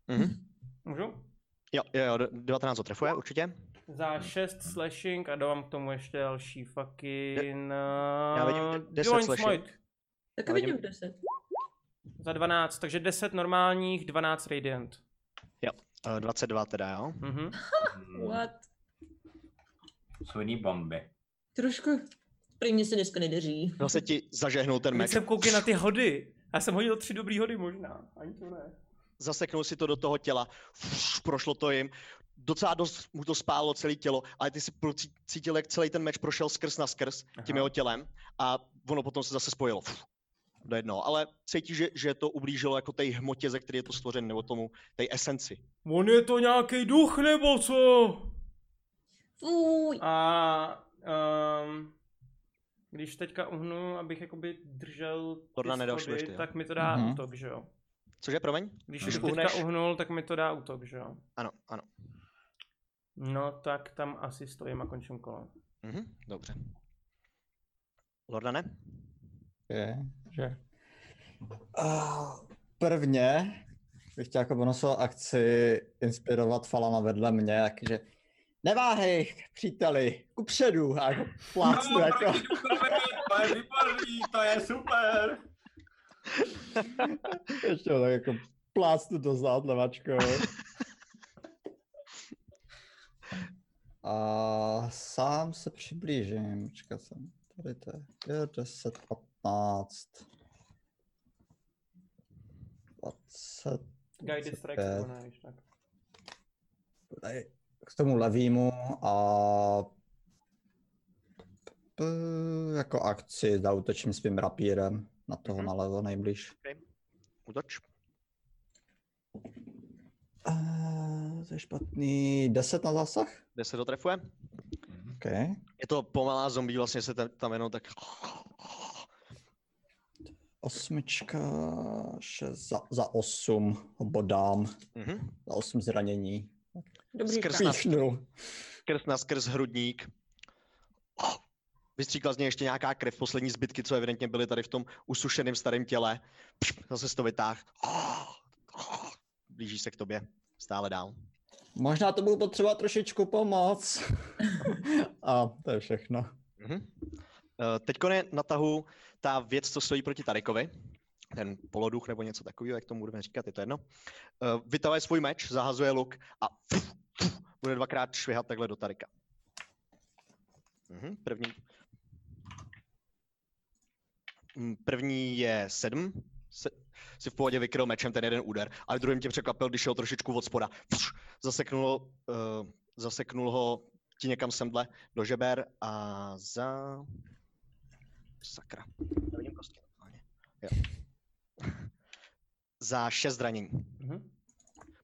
Speaker 2: Mhm.
Speaker 1: Můžu?
Speaker 2: Jo, jo, jo, de- 19 to trefuje určitě. Mhm.
Speaker 1: Za 6 slashing a dávám k tomu ještě další fucking...
Speaker 2: Já vidím
Speaker 1: eh,
Speaker 2: de- 10
Speaker 1: joint
Speaker 2: slashing.
Speaker 1: smite.
Speaker 3: tak
Speaker 2: Já vidím-
Speaker 3: vidím 10.
Speaker 1: Za 12, takže 10 normálních, 12 radiant.
Speaker 2: Eh, 22 teda, jo.
Speaker 1: Mhm.
Speaker 5: Hmm,
Speaker 3: What?
Speaker 5: Jsou jiný bomby.
Speaker 3: Trošku. Prý mě se dneska nedaří.
Speaker 2: Zase ti zažehnul ten
Speaker 1: Teď
Speaker 2: meč.
Speaker 1: jsem koukal na ty hody. Já jsem hodil tři dobrý hody možná, ani to ne.
Speaker 2: zaseknul si to do toho těla, fuš, prošlo to jim, docela dost mu to spálo celé tělo, ale ty si procí- cítil, jak celý ten meč prošel skrz na skrz tím
Speaker 1: Aha.
Speaker 2: jeho tělem a ono potom se zase spojilo fuf, do jednoho, ale cítíš, že, že to ublížilo jako té hmotě, ze které je to stvořen, nebo tomu, té esenci.
Speaker 1: On je to nějaký duch nebo co?
Speaker 3: Fuj.
Speaker 1: A um, když teďka uhnu, abych jakoby držel ty
Speaker 2: Torna nedal
Speaker 1: schody,
Speaker 2: čtyři, jo?
Speaker 1: tak mi to dá
Speaker 4: Mhm.
Speaker 1: útok, že jo?
Speaker 2: Cože, promiň?
Speaker 1: Když
Speaker 5: Když
Speaker 1: už teďka
Speaker 2: uhneš.
Speaker 1: uhnul, tak mi to dá útok, že jo?
Speaker 2: Ano, ano.
Speaker 1: No tak tam asi stojím a končím kolo.
Speaker 2: Mhm, dobře. Lordane?
Speaker 4: Je, že... Uh, prvně bych chtěl jako bonusovou akci inspirovat Falana vedle mě, takže neváhej, přítelí, kupředu a jako
Speaker 5: No,
Speaker 4: plácnu,
Speaker 5: to
Speaker 4: jako,
Speaker 5: je výborný, to je super.
Speaker 4: ještě ho tak jako plácnu do zad levačkou. A sám se přiblížím, čekat jsem, tady to je, je 10, 15, 20,
Speaker 1: Guided strike se to jmenuje, víš, tak.
Speaker 4: Tady k tomu levýmu a p- jako akci zautočím svým rapírem na toho
Speaker 2: Mhm.
Speaker 4: nalevo nejblíž.
Speaker 2: Utoč.
Speaker 4: A, to je Eh, špatný. 10 na zásah?
Speaker 2: Kde se to trefuje?
Speaker 4: OK.
Speaker 2: Je to pomalá zombie, vlastně se tam, tam jenom tak...
Speaker 4: Osmička, šest, za, za osm ho bodám.
Speaker 2: Mhm.
Speaker 4: Za osm zranění. no.
Speaker 3: Dobrý
Speaker 2: Skrz, na,
Speaker 4: Píchnu.
Speaker 2: skrz na skrz hrudník. Vystříkla z něj ještě nějaká krev, poslední zbytky, co evidentně byly tady v tom usušeném starém těle. Pš, Zase to vytáh. Blíží se k tobě. Stále dál.
Speaker 4: Možná to budu potřebovat trošičku pomoc. a to je všechno.
Speaker 2: Mhm. Teď je na tahu ta věc, co stojí proti Tarikovi, ten poloduch nebo něco takového, jak tomu budeme říkat, je to jedno. Eh, Vytahuje svůj meč, zahazuje luk a bude dvakrát švihat takhle do Tarika. Mhm, První. Mm, První je sedm. Se, si v pohodě vykryl mečem ten jeden úder, ale druhým tě překvapil, když šel trošičku od spoda. Zaseknul, uh, zaseknul ho ti někam semdle do žeber a za... Sakra. Nevidím kostky. normálně. prostě. Jo. za šest zranění.
Speaker 7: Mhm.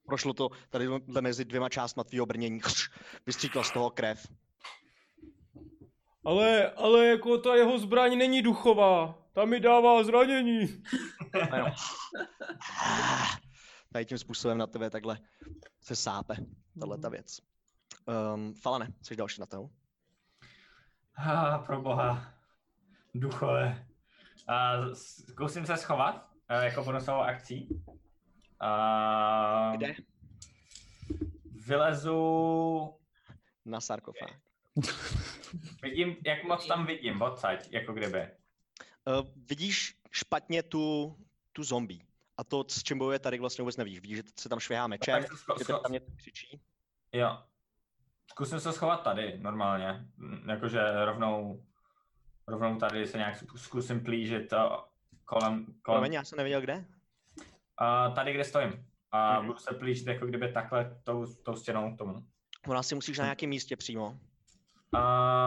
Speaker 2: Prošlo to tady dle- mezi dvěma částma tvýho brnění. Vystříkla z toho krev.
Speaker 7: Ale, ale jako ta jeho zbraň není duchová. Ta mi dává zranění.
Speaker 2: A jenom Tady tím způsobem na tebe takhle se sápe tahle ta věc. Um, Falane, jsi další na tahu?
Speaker 5: Ah, pro boha. Duchové. A s- zkusím se schovat eh, jako bonusovou akcí. A
Speaker 2: Kde?
Speaker 5: Vylezu...
Speaker 2: Na sarkofág.
Speaker 5: Vidím, jak moc tam vidím, odsaď, jako kdyby.
Speaker 2: Uh, vidíš špatně tu, tu zombie. A to, s čím bojuje tady, vlastně vůbec nevíš. Vidíš, že se tam švihá mečem,
Speaker 5: Tak se scho-
Speaker 2: že
Speaker 5: scho-
Speaker 2: tam něco křičí.
Speaker 5: Jo. Zkusím se schovat tady, normálně. Mm, Jakože rovnou, rovnou tady se nějak zkusím plížit a kolem, kolem
Speaker 2: Promiň, já jsem nevěděl kde.
Speaker 5: a tady, kde stojím. A
Speaker 2: Mhm.
Speaker 5: budu se plížit jako kdyby takhle tou, tou stěnou k tomu.
Speaker 2: Ona si musíš na nějakém místě přímo.
Speaker 5: A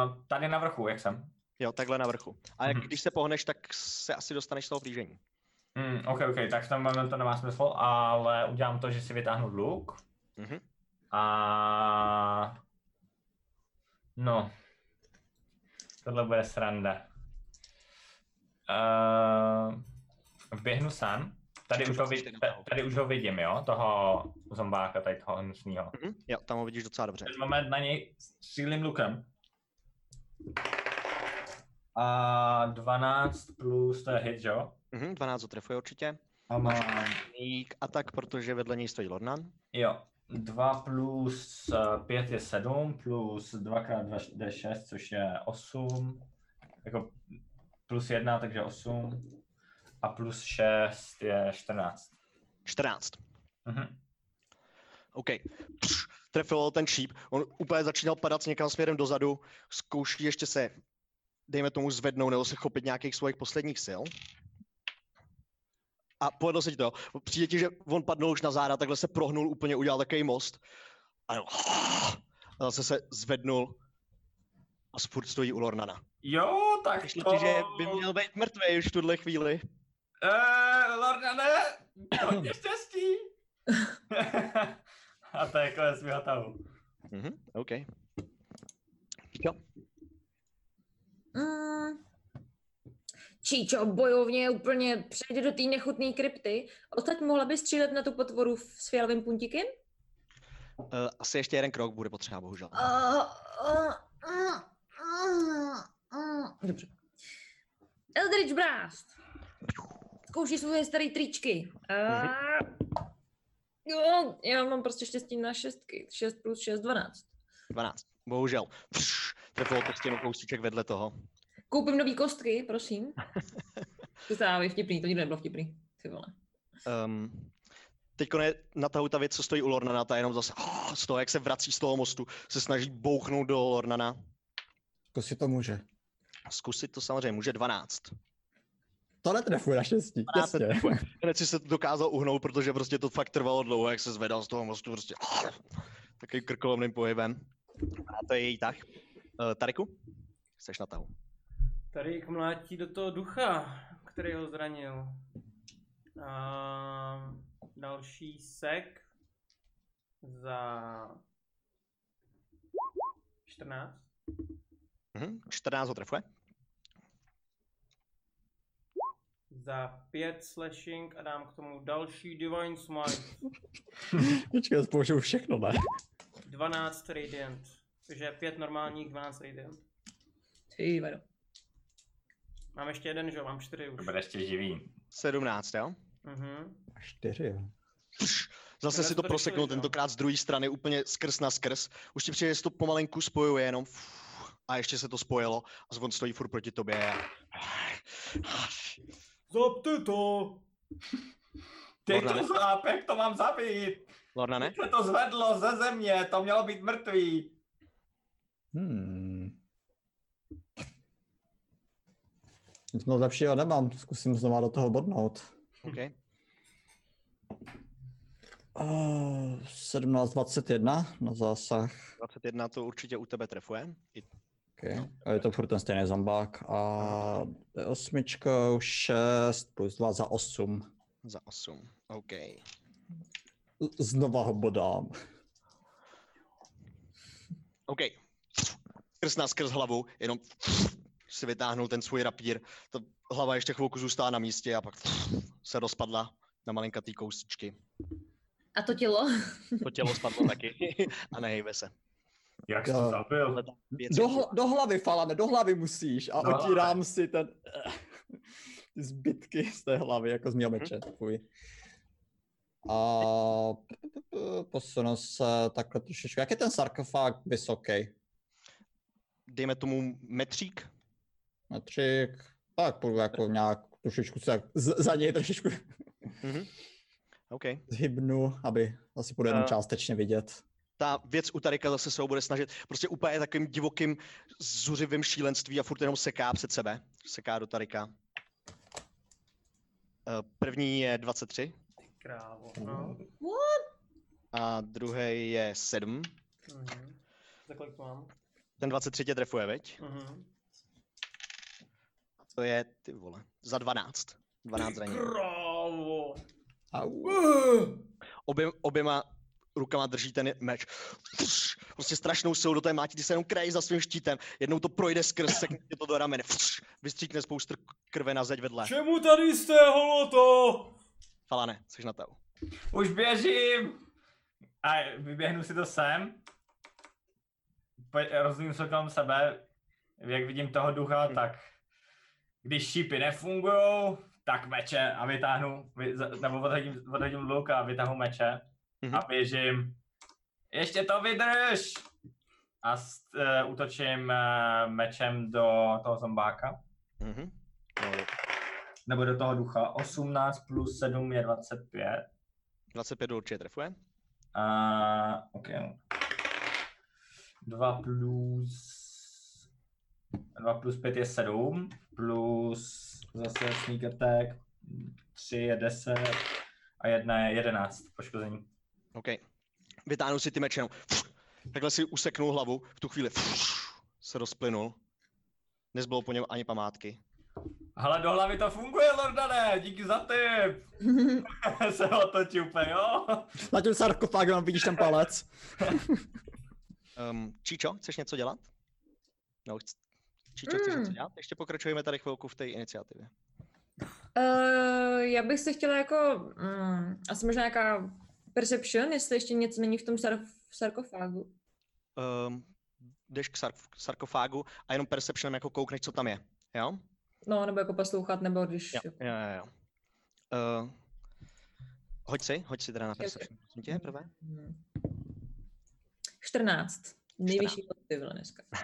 Speaker 5: Eh, tady na vrchu, jak jsem.
Speaker 2: Jo, takhle na vrchu. A jak,
Speaker 5: Mhm.
Speaker 2: když se pohneš, tak se asi dostaneš z toho blížení.
Speaker 5: Mm, OK, OK, tak v tom moment to nemá smysl, ale udělám to, že si vytáhnu luk.
Speaker 2: Mhm.
Speaker 5: A... No. Tohle bude sranda. Uh, vběhnu sám. Tady už, ho vid- ta- tady už ho vidím, jo? Toho zombáka, tady toho hnusného.
Speaker 2: Mhm. Jo, tam ho vidíš docela dobře.
Speaker 5: Ten moment na něj střílím lukem. A 12 plus, to je hit, jo?
Speaker 2: Mhm. 12 ho trefuje určitě.
Speaker 5: A mám...
Speaker 2: Mík a tak, protože vedle něj stojí Lornan.
Speaker 5: Jo, 2 plus 5 je 7, plus 2 krát 2 je 6, což je 8, jako plus 1, takže 8, a plus 6 je 14.
Speaker 2: 14.
Speaker 5: Mhm.
Speaker 2: OK. Pš, trefilo ho ten šíp. On úplně začínal padat někam směrem dozadu. Zkouší ještě se, dejme tomu, zvednout nebo se chopit nějakých svých posledních sil. A povedlo se ti to. Přijde ti, že on padnul už na záda, takhle se prohnul, úplně udělal takový most. A, jo, a zase se zvednul a furt stojí u Lornana.
Speaker 5: Jo, tak
Speaker 2: Přišlo
Speaker 5: to...
Speaker 2: ti, že by měl být mrtvý už v tuhle chvíli.
Speaker 5: Eh, Lordane, hodně štěstí! a to je konec mého tahu.
Speaker 2: Mhm, OK. Jo.
Speaker 3: Mm. Číčo, bojovně úplně přejde do té nechutné krypty. Odtaď mohla by střílet na tu potvoru v- s fialovým puntíkem?
Speaker 2: Eh, asi ještě jeden krok bude potřeba, bohužel.
Speaker 3: Uh, uh, uh, uh, uh. Dobře. Eldritch Blast. Zkouší svoje staré tričky. Uh, jo, já mám prostě štěstí na šestky. 6 plus 6, 12.
Speaker 2: 12. Bohužel. Pš, trefilo to stěnu kousíček vedle toho.
Speaker 3: Koupím nový kostky, prosím. to je vtipný, to nikdy nebylo vtipný. Ty vole.
Speaker 2: Um, teď je na tahu ta věc, co stojí u Lornana, ta jenom zase oh, z toho, jak se vrací z toho mostu, se snaží bouchnout do Lornana.
Speaker 4: To si to může.
Speaker 2: Zkusit to samozřejmě může 12.
Speaker 4: To netrefuje naštěstí, jasně.
Speaker 2: Hned si se dokázal uhnout, protože prostě to fakt trvalo dlouho, jak se zvedal z toho mostu. Prostě. takovým krkolomným pohybem. A to je její tah. Uh, Tariku, seš na tahu.
Speaker 1: Tarik mlátí do toho ducha, který ho zranil. A další sek za 14.
Speaker 2: Mhm, 14 ho trefuje.
Speaker 1: Za 5 slashing a dám k tomu další Divine Smite.
Speaker 4: Počkej, já použiju všechno, ne?
Speaker 1: 12 Radiant. Takže 5 normálních, 12 Radiant.
Speaker 6: Ty vado.
Speaker 1: Mám ještě jeden, že jo? Mám 4 už.
Speaker 5: To bude ještě živý.
Speaker 2: 17, jo?
Speaker 1: Mhm.
Speaker 4: Čtyři, jo.
Speaker 2: Zase
Speaker 1: Tenhle to
Speaker 2: si to
Speaker 1: rychle
Speaker 2: proseknul
Speaker 1: vyšel.
Speaker 2: tentokrát z druhé strany úplně skrz na skrz. Už ti přijde, že se to pomalenku spojuje jenom. A ještě se to spojilo a zvon stojí furt proti tobě. A...
Speaker 7: Zapte to!
Speaker 5: Ty
Speaker 2: Lorna, ne?
Speaker 5: to záp, jak to mám zabít?
Speaker 2: Lorna ne?
Speaker 5: Jak se to zvedlo ze země, to mělo být mrtvý.
Speaker 4: Hmm. Nic moc lepšího nemám, zkusím znova do toho bodnout.
Speaker 2: OK.
Speaker 4: Uh, 17.21 na zásah.
Speaker 2: 21 to určitě u tebe trefuje. I
Speaker 4: Okay. A je to furt ten stejný zombák. A osmičkou 6 plus 2 za 8.
Speaker 2: za 8. OK.
Speaker 4: Znova ho bodám.
Speaker 2: OK. Skrz na skrz hlavu, jenom si vytáhnul ten svůj rapír. Ta hlava ještě chvilku zůstala na místě a pak se rozpadla na malinkatý kousičky.
Speaker 3: A to tělo?
Speaker 2: To tělo spadlo taky a nehejbe se.
Speaker 5: Jak
Speaker 4: jsi to
Speaker 5: zabil?
Speaker 2: Věci-
Speaker 4: Do, hla- do hlavy, Falane, do hlavy musíš. A
Speaker 5: No.
Speaker 4: otírám si ten... Ty zbytky z té hlavy, jako z mého meče. Fuj. A posunu se takhle trošičku. Jak je ten sarkofág vysoký?
Speaker 2: dejme tomu metřík,
Speaker 4: Metřík. Tak půjdu jako nějak trošičku se z- za něj trošičku
Speaker 2: OK.
Speaker 4: zhybnu, aby asi bude jenom
Speaker 2: Eh.
Speaker 4: částečně vidět.
Speaker 2: Ta věc u Tarika zase se ho bude snažit, prostě úplně je takovým divokým zuřivým šílenství a furt jenom seká před sebe. Seká do Tarika. Eh, První je 23
Speaker 1: Krávo. No.
Speaker 2: a druhý je 7.
Speaker 1: Mhm. Za kolik to mám?
Speaker 2: Ten 23 tě trefuje, veď?
Speaker 1: Mhm.
Speaker 2: To je, ty vole, za 12. 12 zranění.
Speaker 1: Krávo.
Speaker 4: Au.
Speaker 2: Obě, oběma rukama drží ten meč. Fuš, Prostě strašnou silou do té mátí, ty se jenom krají za svým štítem. Jednou to projde skrz, sekne tě to do ramene. Fuš, Vystříkne spoustu krve na zeď vedle.
Speaker 7: Čemu tady jste, holoto?
Speaker 2: Falane, jsi na tau.
Speaker 5: Už běžím! A vyběhnu si to sem. Poj- Rozlím se kolem sebe. Jak vidím toho ducha, tak když šípy nefungují, tak meče a vytáhnu, vy- za- nebo odhodím, odhodím luk a vytáhnu meče
Speaker 2: Mhm.
Speaker 5: a běžím. Ještě to vydrž! A s, uh, útočím uh, mečem do toho zombáka,
Speaker 2: Mhm.
Speaker 5: nebo do toho ducha. 18 plus 7 je 25.
Speaker 2: 25 určitě trefuje.
Speaker 5: A, ok. no. 2 plus... 2 plus 5 je 7, plus zase sneak attack, 3 je 10 a 1 je 11 poškození.
Speaker 2: OK. Vytáhnu si ty meče jenom. Fuš, Takhle si useknul hlavu, v tu chvíli fuš, se rozplynul. Nezbylo po něm ani památky.
Speaker 5: Hele, do hlavy to funguje, Lordane, díky za tip. Se otočí úplně, jo?
Speaker 4: Na tím sarkofágem vidíš ten palec.
Speaker 2: Um, Číčo, chceš něco dělat? No, chc- Číčo, chceš
Speaker 3: Mm.
Speaker 2: něco dělat? Ještě pokračujeme tady chvilku v té iniciativě.
Speaker 3: Uh, já bych se chtěla jako, mm, asi možná nějaká perception, jestli ještě něco není v tom sarf- sarkofágu.
Speaker 2: Um, jdeš k sark- sarkofágu a jenom perceptionem jako koukneš, co tam je. Jo?
Speaker 3: No, nebo jako poslouchat, nebo když...
Speaker 2: Jo, jo, jo. jo. Uh, hoď si, hoď si teda na perception. prosím Tě, prvé.
Speaker 3: Hmm. 14. Nejvyšší hodnoty vyle dneska.
Speaker 2: Eh,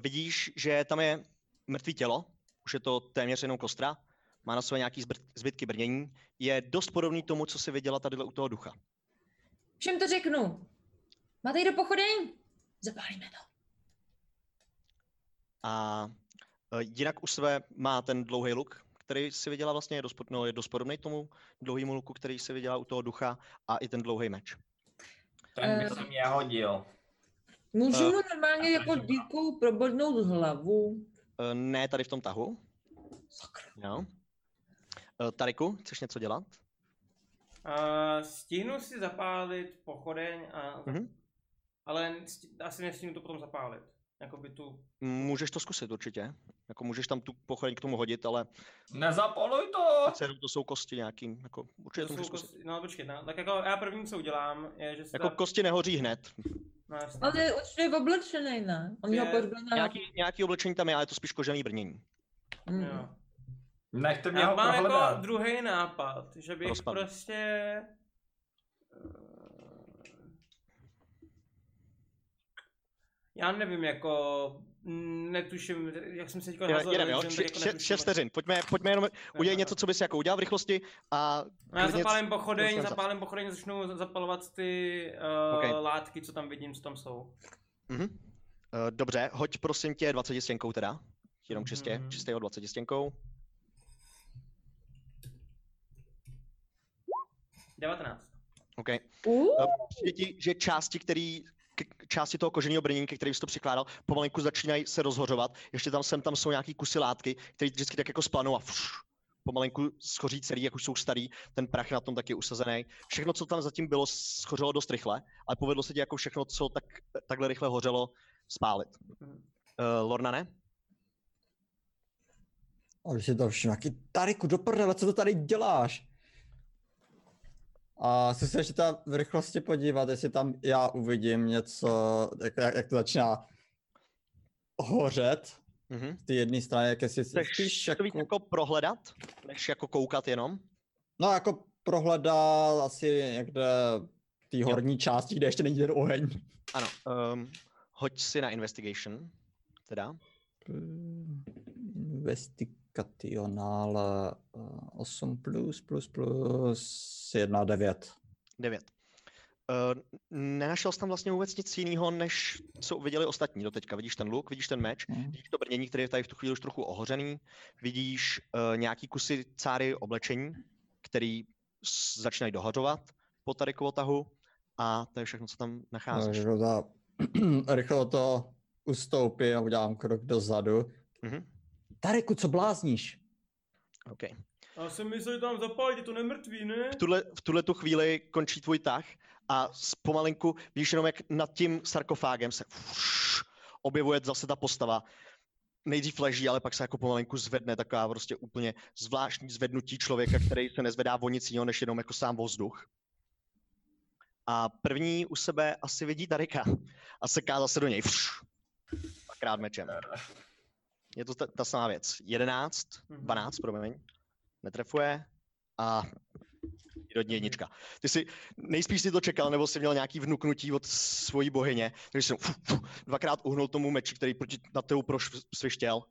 Speaker 2: vidíš, že tam je mrtvé tělo, už je to téměř jenom kostra, má na sobě nějaký zbr- zbytky brnění, je dost podobný tomu, co si viděla tady u toho ducha.
Speaker 3: Všem to řeknu. Máte jít do pochodeň? Zapálíme to.
Speaker 2: A eh, jinak u sebe má ten dlouhý luk, který si viděla vlastně, je dost, pod- no, je dost podobný tomu dlouhému luku, který si viděla u toho ducha a i ten dlouhý meč.
Speaker 5: Ten by
Speaker 3: Eh.
Speaker 5: se mě hodil.
Speaker 3: Můžu
Speaker 2: Eh,
Speaker 3: mu normálně
Speaker 5: já
Speaker 3: jako
Speaker 5: jsem-
Speaker 3: díkou probodnout hlavu?
Speaker 2: Eh, Ne tady v tom tahu. Sakra. Jo. Eh, Tariku, chceš něco dělat?
Speaker 1: Uh, stihnu si zapálit pochodeň, a,
Speaker 2: Mhm.
Speaker 1: ale sti- asi nestihnu to potom zapálit. Jakoby tu...
Speaker 2: Můžeš to zkusit určitě. Jako můžeš tam tu pochodeň k tomu hodit, ale
Speaker 5: Nezapoluj to!
Speaker 2: dceru to jsou kosti nějaký. Jako, určitě
Speaker 1: to
Speaker 2: to, můžeš
Speaker 1: jsou
Speaker 2: zkusit.
Speaker 1: kosti- No počkej, no, tak jako já první co udělám, je, že se
Speaker 2: Jako
Speaker 1: dá-
Speaker 2: kosti nehoří hned.
Speaker 1: no, jasně.
Speaker 3: Ale určitě je oblečený, ne? Oni ho
Speaker 1: Je
Speaker 3: pohřbená.
Speaker 2: Nějaký, nějaký oblečení tam je, ale je to spíš kožený brnění.
Speaker 3: Mm.
Speaker 2: Mhm.
Speaker 1: Jo.
Speaker 5: Nechte mě
Speaker 1: Já
Speaker 5: ho
Speaker 1: mám jako
Speaker 5: prohledat.
Speaker 1: druhý nápad, že bych
Speaker 2: Rozpadl.
Speaker 1: prostě... eh, Já nevím, jako... mm, Netuším, jak jsem se teďka
Speaker 2: Je-
Speaker 1: hazel
Speaker 2: Jedem, jo?
Speaker 1: Religion, tak
Speaker 2: Še-
Speaker 1: jako
Speaker 2: še-
Speaker 1: netuším,
Speaker 2: Šest vteřin. Pojďme, pojďme jenom,
Speaker 1: jo,
Speaker 2: udělej
Speaker 1: jo.
Speaker 2: něco, co bys jako udělal v rychlosti a
Speaker 1: No já
Speaker 2: klidně-
Speaker 1: zapálím pochodeň,
Speaker 2: klidně zap-
Speaker 1: zapálím pochodeň, začnu zapalovat ty uh,
Speaker 2: Okej.
Speaker 1: látky, co tam vidím, co tam jsou.
Speaker 2: Mhm. Eh, Dobře, hoď prosím tě 20 stěnkou teda. Jenom čistě,
Speaker 1: Mhm.
Speaker 2: čistého 20 stěnkou.
Speaker 1: 19.
Speaker 2: OK.
Speaker 3: Uh,
Speaker 2: Přijde ti, že části, který, k- části toho koženého brněnky, který jsi to přikládal, pomalinku začínají se rozhořovat. Ještě tam sem tam jsou nějaký kusy látky, které vždycky tak jako splanou a fuš, pomalinku schoří celý, jak už jsou starý, ten prach na tom taky je usazený. Všechno, co tam zatím bylo, schořelo dost rychle, ale povedlo se ti jako všechno, co tak, takhle rychle hořelo, spálit.
Speaker 1: Mhm.
Speaker 2: Uh, Lorna ne?
Speaker 4: A když si to všiml, jaký Tariku, do prdele, co to tady děláš? A chci se ještě tam v rychlosti podívat, jestli tam já uvidím něco, jak, jak, jak to začíná hořet
Speaker 2: Mhm.
Speaker 4: z té jedné strany, jak jestli
Speaker 2: Chceš
Speaker 4: spíš
Speaker 2: To víc
Speaker 4: jako,
Speaker 2: jako prohledat, než jako koukat jenom.
Speaker 4: no jako prohledal asi někde té horní části, kde ještě není ten oheň.
Speaker 2: Ano. Um, hoď si na investigation, teda.
Speaker 4: Investigational 8 eh, plus plus plus 1 9.
Speaker 2: 9. Uh, nenašel jsi tam vlastně vůbec nic jiného, než co viděli ostatní doteďka. Vidíš ten luk, vidíš ten meč, vidíš to brnění, které je tady v tu chvíli už trochu ohořený, vidíš uh, nějaký kusy cáry oblečení, který s- začínají dohadovat po tady tahu a to je všechno, co tam nacházíš.
Speaker 4: Takže ta, rychle to ustoupím a udělám krok dozadu.
Speaker 2: Mhm.
Speaker 4: Tareku, co blázníš?
Speaker 2: Okay.
Speaker 7: Já jsem myslel, že tam zapálit, je to nemrtvý, ne?
Speaker 2: v tuhle, v tuhle tu chvíli končí tvůj tah a z- pomalinku vidíš jenom, jak nad tím sarkofágem se fuš, objevuje zase ta postava. Nejdřív leží, ale pak se jako pomalinku zvedne taková prostě úplně zvláštní zvednutí člověka, který se nezvedá o nic jiného, než jenom jako sám o vzduch. A první u sebe asi vidí Tarika a seká zase do něj. Fuš, dvakrát mečem. Je to ta, ta samá věc. 11,
Speaker 1: Mhm.
Speaker 2: 12, promiň. Netrefuje a přírodní jednička. Ty si nejspíš si to čekal, nebo jsi měl nějaký vnuknutí od svojí bohyně, takže jsem fu, fu, dvakrát uhnul tomu meči, který proti na tebou prosvištěl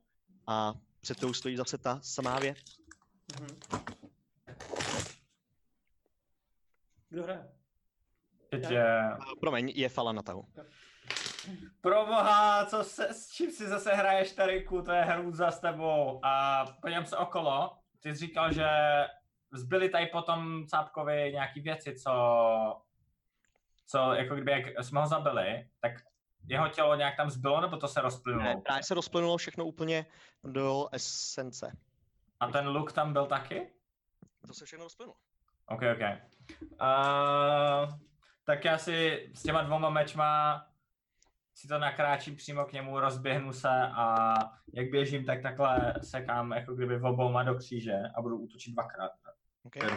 Speaker 2: a před tebou stojí zase ta samá věc.
Speaker 1: Mhm. Kdo hraje?
Speaker 5: Teď je...
Speaker 2: Eh, Promiň, je fala na tahu.
Speaker 5: Proboha, co se, s čím si zase hraješ, Tariku, to je hrůza s tebou. A podívám se okolo, ty jsi říkal, že zbyly tady potom Cápkovi nějaký věci, co, co jako kdyby, jak jsme ho zabili, tak jeho tělo nějak tam zbylo, nebo to se
Speaker 2: Ne,
Speaker 5: rozplynulo?
Speaker 2: Právě se rozplynulo všechno úplně do esence.
Speaker 5: A ten luk tam byl taky?
Speaker 2: To se všechno rozplynulo.
Speaker 5: OK, OK. Uh, tak já si s těma dvoma mečma si to nakráčím přímo k němu, rozběhnu se a jak běžím, tak takhle sekám jako kdyby v obouma do kříže a budu útočit dvakrát.
Speaker 2: Okay.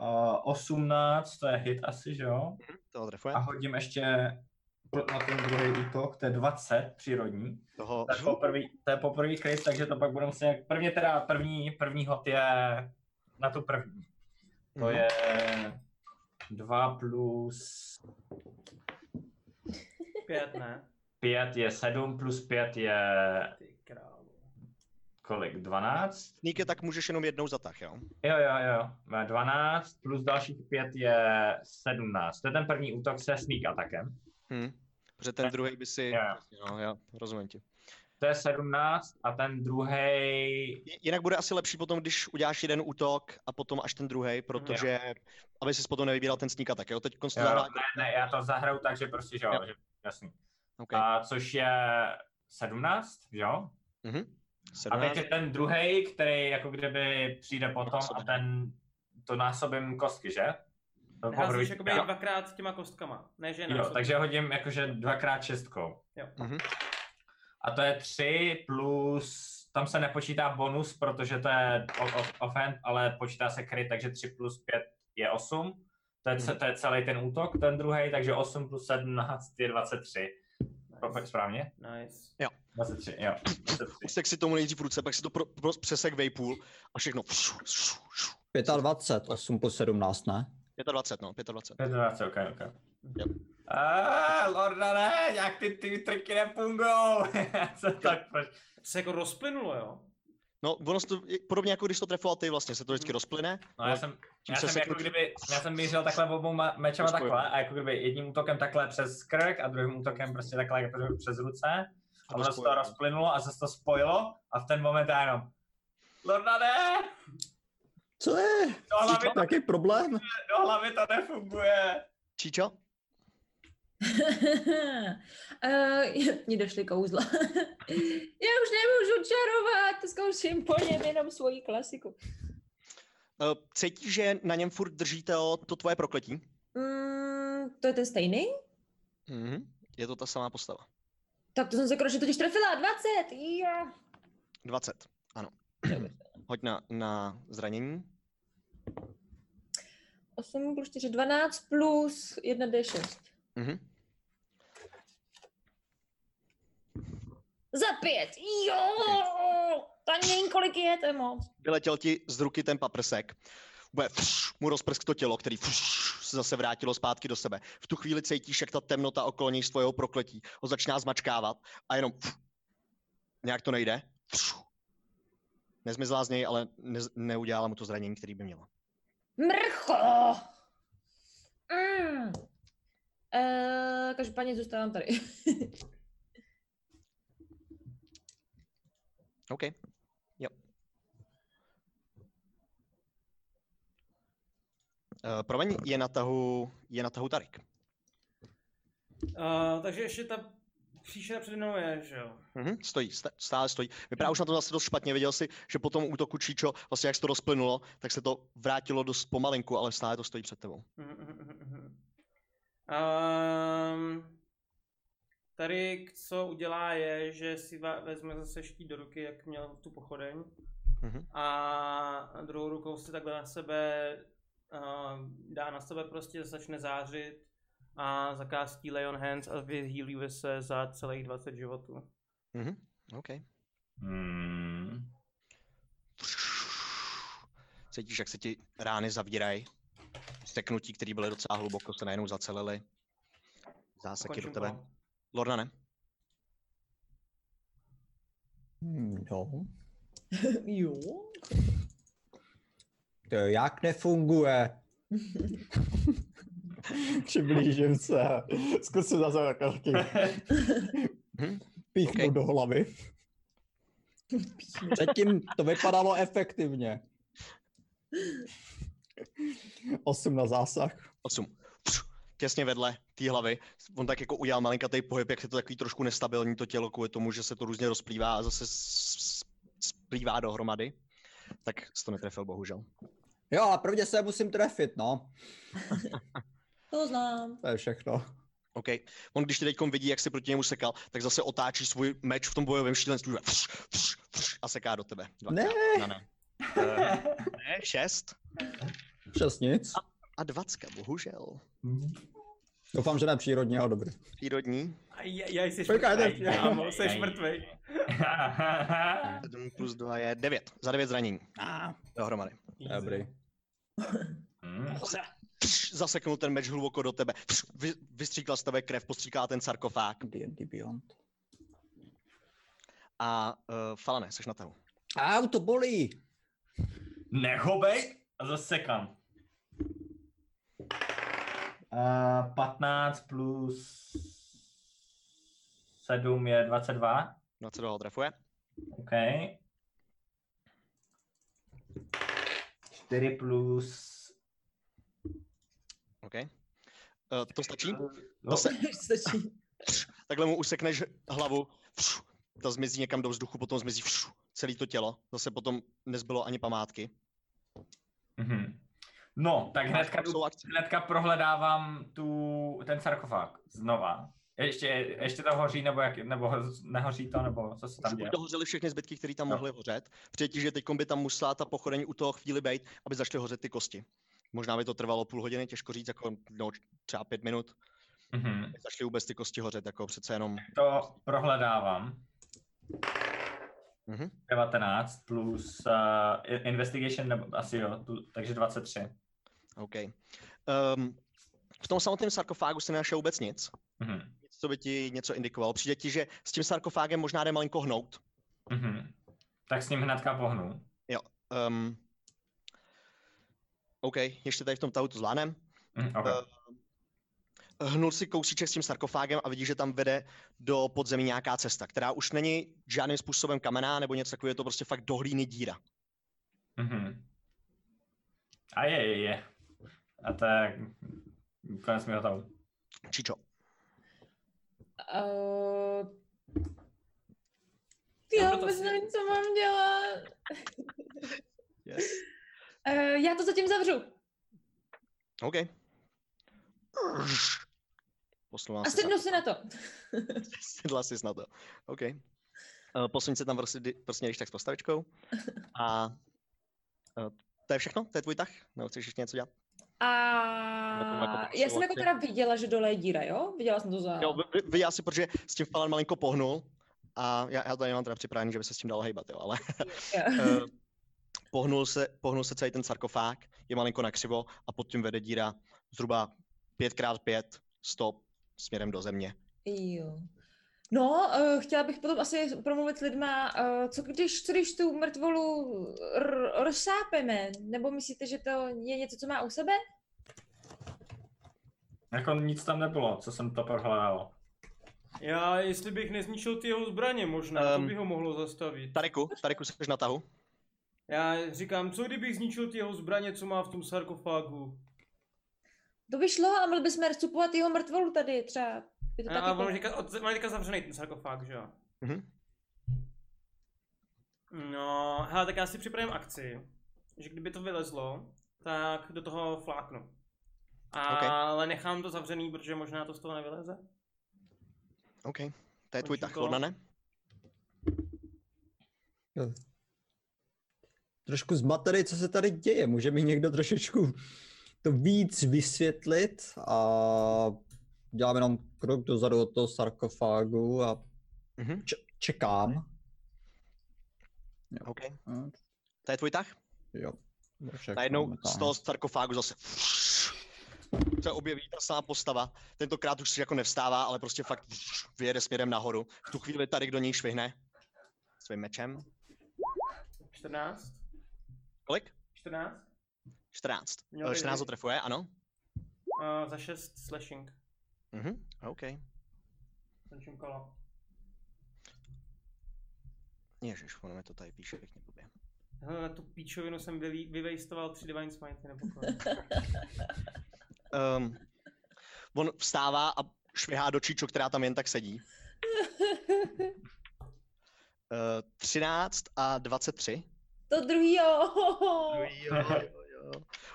Speaker 5: Uh, 18, to je hit asi, že jo?
Speaker 2: To trefuje.
Speaker 5: A hodím ještě pl- na ten druhý útok, to je 20 přírodní.
Speaker 2: Toho...
Speaker 5: To je poprvý, to je poprvý kryt, takže to pak budu muset nějak... Prvně teda první, první hot je na tu první. To
Speaker 2: Mhm.
Speaker 5: je 2 plus
Speaker 1: 5, ne?
Speaker 5: 5 je 7, plus 5 je
Speaker 1: Ty králo.
Speaker 5: kolik? 12?
Speaker 2: Sneak je tak můžeš jenom jednou zatah, jo?
Speaker 5: Jo, jo, jo. má 12 plus dalších 5 je 17. To je ten první útok se sneak atakem.
Speaker 2: Hm. Protože ten druhý by si...
Speaker 5: Jo, jo.
Speaker 2: No, jo, rozumím ti.
Speaker 5: To je 17 a ten druhý.
Speaker 2: J- Jinak bude asi lepší potom, když uděláš jeden útok a potom až ten druhý, protože aby si potom nevybíral ten sníka, tak jo, teď
Speaker 5: Jo,
Speaker 2: konstatovala.
Speaker 5: ne, ne, já to zahraju tak, že prostě, že jo,
Speaker 2: Jo.
Speaker 5: že, jasný.
Speaker 2: Okay.
Speaker 5: A což je 17, že jo?
Speaker 2: Mhm.
Speaker 5: A teď
Speaker 2: 17.
Speaker 5: je ten druhý, který jako kdyby přijde potom a
Speaker 2: Násobek.
Speaker 5: ten, to násobím kostky, že? To poprvé-
Speaker 1: Házíš jakoby
Speaker 5: jo.
Speaker 1: dvakrát těma kostkama. Ne, že
Speaker 5: Jo,
Speaker 1: násob.
Speaker 5: takže hodím jakože dvakrát šestkou.
Speaker 1: Jo.
Speaker 2: Mhm.
Speaker 5: A to je tři plus, tam se nepočítá bonus, protože to je o- o- offhand, ale počítá se kryt, takže tři plus pět je osm. To je,
Speaker 2: Mhm.
Speaker 5: ce- to je celý ten útok, ten druhý, takže 8 plus 17 je 23. Pro-
Speaker 1: Nice.
Speaker 5: Správně?
Speaker 1: nice.
Speaker 5: 23, jo. 23.
Speaker 2: Sek si tomu nejdřív ruce, pak si to pro, pro, přesek vejpůl a všechno.
Speaker 4: 25, 8 plus 17, ne?
Speaker 2: 25, no, 25.
Speaker 5: 25, ok, ok.
Speaker 2: Jo.
Speaker 5: Ah, Lorda, ne, jak ty, ty triky nefungujou. Co tak, proč?
Speaker 1: Se jako rozplynulo, jo?
Speaker 2: No, ono se to, podobně jako když to trefoval ty, vlastně se to vždycky rozplyne.
Speaker 5: No, já jsem,
Speaker 2: tím
Speaker 5: já jsem jako
Speaker 2: přeseknutím-
Speaker 5: kdyby, já jsem mířil takhle obou ma- mečema
Speaker 2: Rozpojil.
Speaker 5: takhle a jako kdyby jedním útokem takhle přes krk a druhým útokem prostě takhle jako kdyby přes ruce a ono se to
Speaker 2: rozpojil.
Speaker 5: rozplynulo a zase to spojilo a v ten moment já jenom Lorna ne,
Speaker 4: Co je?
Speaker 5: do hlavy,
Speaker 4: Říkám, Jaký problém?
Speaker 5: do hlavy to nefunguje.
Speaker 2: Číčo?
Speaker 3: Eh, Mně došly kouzla. Já už nemůžu čarovat, zkouším po něm jenom svoji klasiku.
Speaker 2: Eh, Cítíš, že na něm furt držíte o to tvoje prokletí?
Speaker 3: Mm, to je ten stejný?
Speaker 2: Mhm. Je to ta samá postava.
Speaker 3: Tak to jsem se konečně totiž trefila, 20! Jo.
Speaker 2: 20, ano. Hoď na, na zranění.
Speaker 3: 8 plus 4, 12 plus 1d6.
Speaker 2: Mhm.
Speaker 3: Za pět! Jo! To ani nevím, kolik je, to je moc.
Speaker 2: Vyletěl ti z ruky ten paprsek. Bude mu rozprsk to tělo, který se zase vrátilo zpátky do sebe. V tu chvíli cítíš, jak ta temnota okolo něj z tvojho prokletí ho začíná zmačkávat a jenom nějak to nejde. Nezmizla z něj, ale ne, neudělala mu to zranění, který by měla.
Speaker 3: Mrcho! Mm. Eh, každopádně zůstávám tady.
Speaker 2: OK. Jo. Uh, promiň, je na tahu, je na tahu Tarik.
Speaker 1: Uh, takže ještě ta příšera přede mnou je, že jo?
Speaker 2: Mhm, stojí, sta- stále stojí. Vypadá už na to zase dost špatně. Viděl jsi, že po tom útoku Číčo, vlastně jak se to rozplynulo, tak se to vrátilo dost pomalinku, ale stále to stojí před tebou.
Speaker 1: Mhm, mhm, mhm, mhm. Ehm, tady co udělá je, že si va- vezme zase štít do ruky, jak měl tu pochodeň.
Speaker 2: Mhm.
Speaker 1: A druhou rukou si takhle na sebe ehm, dá na sebe prostě, začne zářit a zakástí Leon Hands a vyhýlí se za celých 20 životů.
Speaker 2: Mhm, OK.
Speaker 5: Hmm.
Speaker 2: Cítíš, jak se ti rány zavírají. Steknutí, které byly docela hluboko, se najednou zacelily. Záseky do
Speaker 1: Končím
Speaker 2: tebe.
Speaker 1: kolo.
Speaker 2: Lorna, ne?
Speaker 4: Hmm, no.
Speaker 3: jo.
Speaker 4: To jak nefunguje? Přiblížím se. Zkus si zase takhle jako taky píchnu
Speaker 2: Ok.
Speaker 4: do hlavy. Předtím to vypadalo efektivně. Osm na zásah.
Speaker 2: 8. Těsně vedle té hlavy. On tak jako udělal malinkatý pohyb, jak je to takový trošku nestabilní to tělo kvůli tomu, že se to různě rozplývá a zase s- s- splývá dohromady. Tak jsi to netrefil, bohužel.
Speaker 4: Jo, a prvně se musím trefit, no.
Speaker 3: To znám.
Speaker 4: To je všechno.
Speaker 2: OK. On, když tě teď vidí, jak si proti němu sekal, tak zase otáčí svůj meč v tom bojovém šílenství a seká do tebe. Dvakrát. Ne. ne. Eh, ne, šest
Speaker 4: Šest nic.
Speaker 2: a dvacka, bohužel.
Speaker 4: Doufám, že ne přírodně, ale dobrý.
Speaker 2: Přírodní.
Speaker 1: A jaj, jaj, jsi
Speaker 4: Počkej,
Speaker 1: mrtvej,
Speaker 4: teď-
Speaker 1: kámo, jsi mrtvej.
Speaker 2: 7 plus 2 je 9. Za 9 zranění. Dohromady.
Speaker 4: Dobrý.
Speaker 5: Hmm.
Speaker 2: Pš, zaseknul ten meč hluboko do tebe, Pš, vy, vystříkal z tebe krev, postříkal ten sarkofág
Speaker 4: D&D Beyond.
Speaker 2: a uh, Falane, seš na tahu.
Speaker 4: Au, to bolí.
Speaker 5: Nechobej a zasekám. Uh, 15 plus 7 je 22.
Speaker 2: 20 ho trefuje.
Speaker 5: OK. 4 plus...
Speaker 2: OK. Eh, to stačí?
Speaker 5: No,
Speaker 2: se-
Speaker 6: Stačí.
Speaker 2: Takhle mu usekneš hlavu, fšu, ta zmizí někam do vzduchu, potom zmizí fšu, celé to tělo. Zase potom nezbylo ani památky.
Speaker 5: mhm. no tak hnedka, jdu-
Speaker 2: Jsou akce.
Speaker 5: hnedka prohledávám tu, ten sarkofág znova. Ještě, ještě to hoří, nebo, jak, nebo ho- nehoří to, nebo co se tam
Speaker 2: Už
Speaker 5: děje?
Speaker 2: buď dohořely všechny zbytky, které tam
Speaker 5: No.
Speaker 2: mohly hořet. Přijetí, že teď by tam musela ta pochodeň u toho chvíli být, aby začaly hořet ty kosti. Možná by to trvalo půl hodiny, těžko říct, jako no, třeba pět minut.
Speaker 5: Mhm.
Speaker 2: než Začaly vůbec ty kosti hořet, jako přece jenom.
Speaker 5: To prohledávám.
Speaker 2: Mhm.
Speaker 5: 19 plus uh, investigation, nebo asi jo, tu, takže 23.
Speaker 2: OK. Um, v tom samotném sarkofágu se nenašel vůbec nic,
Speaker 5: Mhm.
Speaker 2: nic, co by ti něco indikovalo. Přijde ti, že s tím sarkofágem možná jde malinko hnout,
Speaker 5: Mhm. Tak s ním hnedka pohnu.
Speaker 2: Um, OK, ještě tady v tom tahu to zvládnem.
Speaker 5: Mhm. Okay.
Speaker 2: Hnul si kousíček s tím sarkofágem a vidíš, že tam vede do podzemí nějaká cesta, která už není žádným způsobem kamená nebo něco takového, je to prostě fakt dohlíny díra.
Speaker 5: Mhm. A je, je, je. A tak konec mi hotovo.
Speaker 2: Čičo.
Speaker 3: Uh... Já
Speaker 1: Dobro, to
Speaker 3: vůbec
Speaker 1: si-
Speaker 3: nevím, co mám dělat.
Speaker 2: Yes.
Speaker 3: Uh, já to zatím zavřu.
Speaker 2: OK. Poslal
Speaker 3: A sednu si na to.
Speaker 2: Sedla jsi na to. OK. Eh, Posuň se tam prostě, prostě když tak s postavičkou. A eh, to je všechno? To je tvůj tah? Nebo chceš ještě něco dělat?
Speaker 3: A já jsem jako teda viděla, že dole je díra, jo? Viděla jsem to za...
Speaker 2: Jo, vy, vy, vy asi, protože s tím Falan malinko pohnul a já, já tady nemám teda připravený, že by se s tím dalo hejbat, jo, ale eh, pohnul, se, pohnul se celý ten sarkofág, je malinko nakřivo a pod tím vede díra zhruba 5x5 stop směrem do země.
Speaker 3: Jo. No, uh, chtěla bych potom asi promluvit s lidma, uh, co když, co když tu mrtvolu r- rozsápeme? Nebo myslíte, že to je něco, co má u sebe?
Speaker 5: Jako nic tam nebylo, co jsem to prohledal.
Speaker 7: Já, jestli bych nezničil ty jeho zbraně, možná to
Speaker 2: Ehm.
Speaker 7: by ho mohlo zastavit.
Speaker 2: Tareku, Tareku, jsi na tahu?
Speaker 7: Já říkám, co kdybych zničil ty jeho zbraně, co má v tom sarkofágu?
Speaker 3: To by šlo a mohli bychom recupovat jeho mrtvolu tady třeba. By to
Speaker 7: A,
Speaker 3: No taky
Speaker 7: a on
Speaker 3: bylo.
Speaker 7: říká, od, má teďka zavřený ten sarkofág, že jo?
Speaker 2: Mhm.
Speaker 7: No, hele, tak já si připravím akci, že kdyby to vylezlo, tak do toho fláknu. A,
Speaker 2: Ok.
Speaker 7: Ale nechám to zavřený, protože možná to z toho nevyleze.
Speaker 2: OK, to je tvůj
Speaker 7: Končím
Speaker 2: tah,
Speaker 7: kolo.
Speaker 2: Lornane.
Speaker 4: trošku zmatený, co se tady děje. Může mi někdo trošičku to víc vysvětlit a dělám jenom krok dozadu od toho sarkofágu a
Speaker 2: Mhm.
Speaker 4: č- čekám.
Speaker 2: OK, to je tvůj tah?
Speaker 4: Jo. Čekám,
Speaker 2: Najednou
Speaker 4: tak. no.
Speaker 2: z toho sarkofágu zase se objeví drsná postava. Tentokrát už si jako nevstává, ale prostě fakt vyjede směrem nahoru. V tu chvíli tady do něj švihne svým mečem.
Speaker 7: 14?
Speaker 2: Kolik?
Speaker 7: 14?
Speaker 2: 14.
Speaker 7: Měl
Speaker 2: Eh,
Speaker 7: bych
Speaker 2: 14
Speaker 7: být.
Speaker 2: ho trefuje, ano.
Speaker 7: A za 6 slashing.
Speaker 2: Mhm, OK.
Speaker 7: Končím kolo.
Speaker 2: Ježiš, ono mi to tady píše pěkně blbě.
Speaker 7: Hele, na tu píčovinu jsem vy, vyvejstoval 3 divine smite nebo kolik.
Speaker 2: Um, on vstává a švihá do Číčo, která tam jen tak sedí. Uh, 13 a 23.
Speaker 3: to druhý, jo.
Speaker 2: Jo, jo, jo.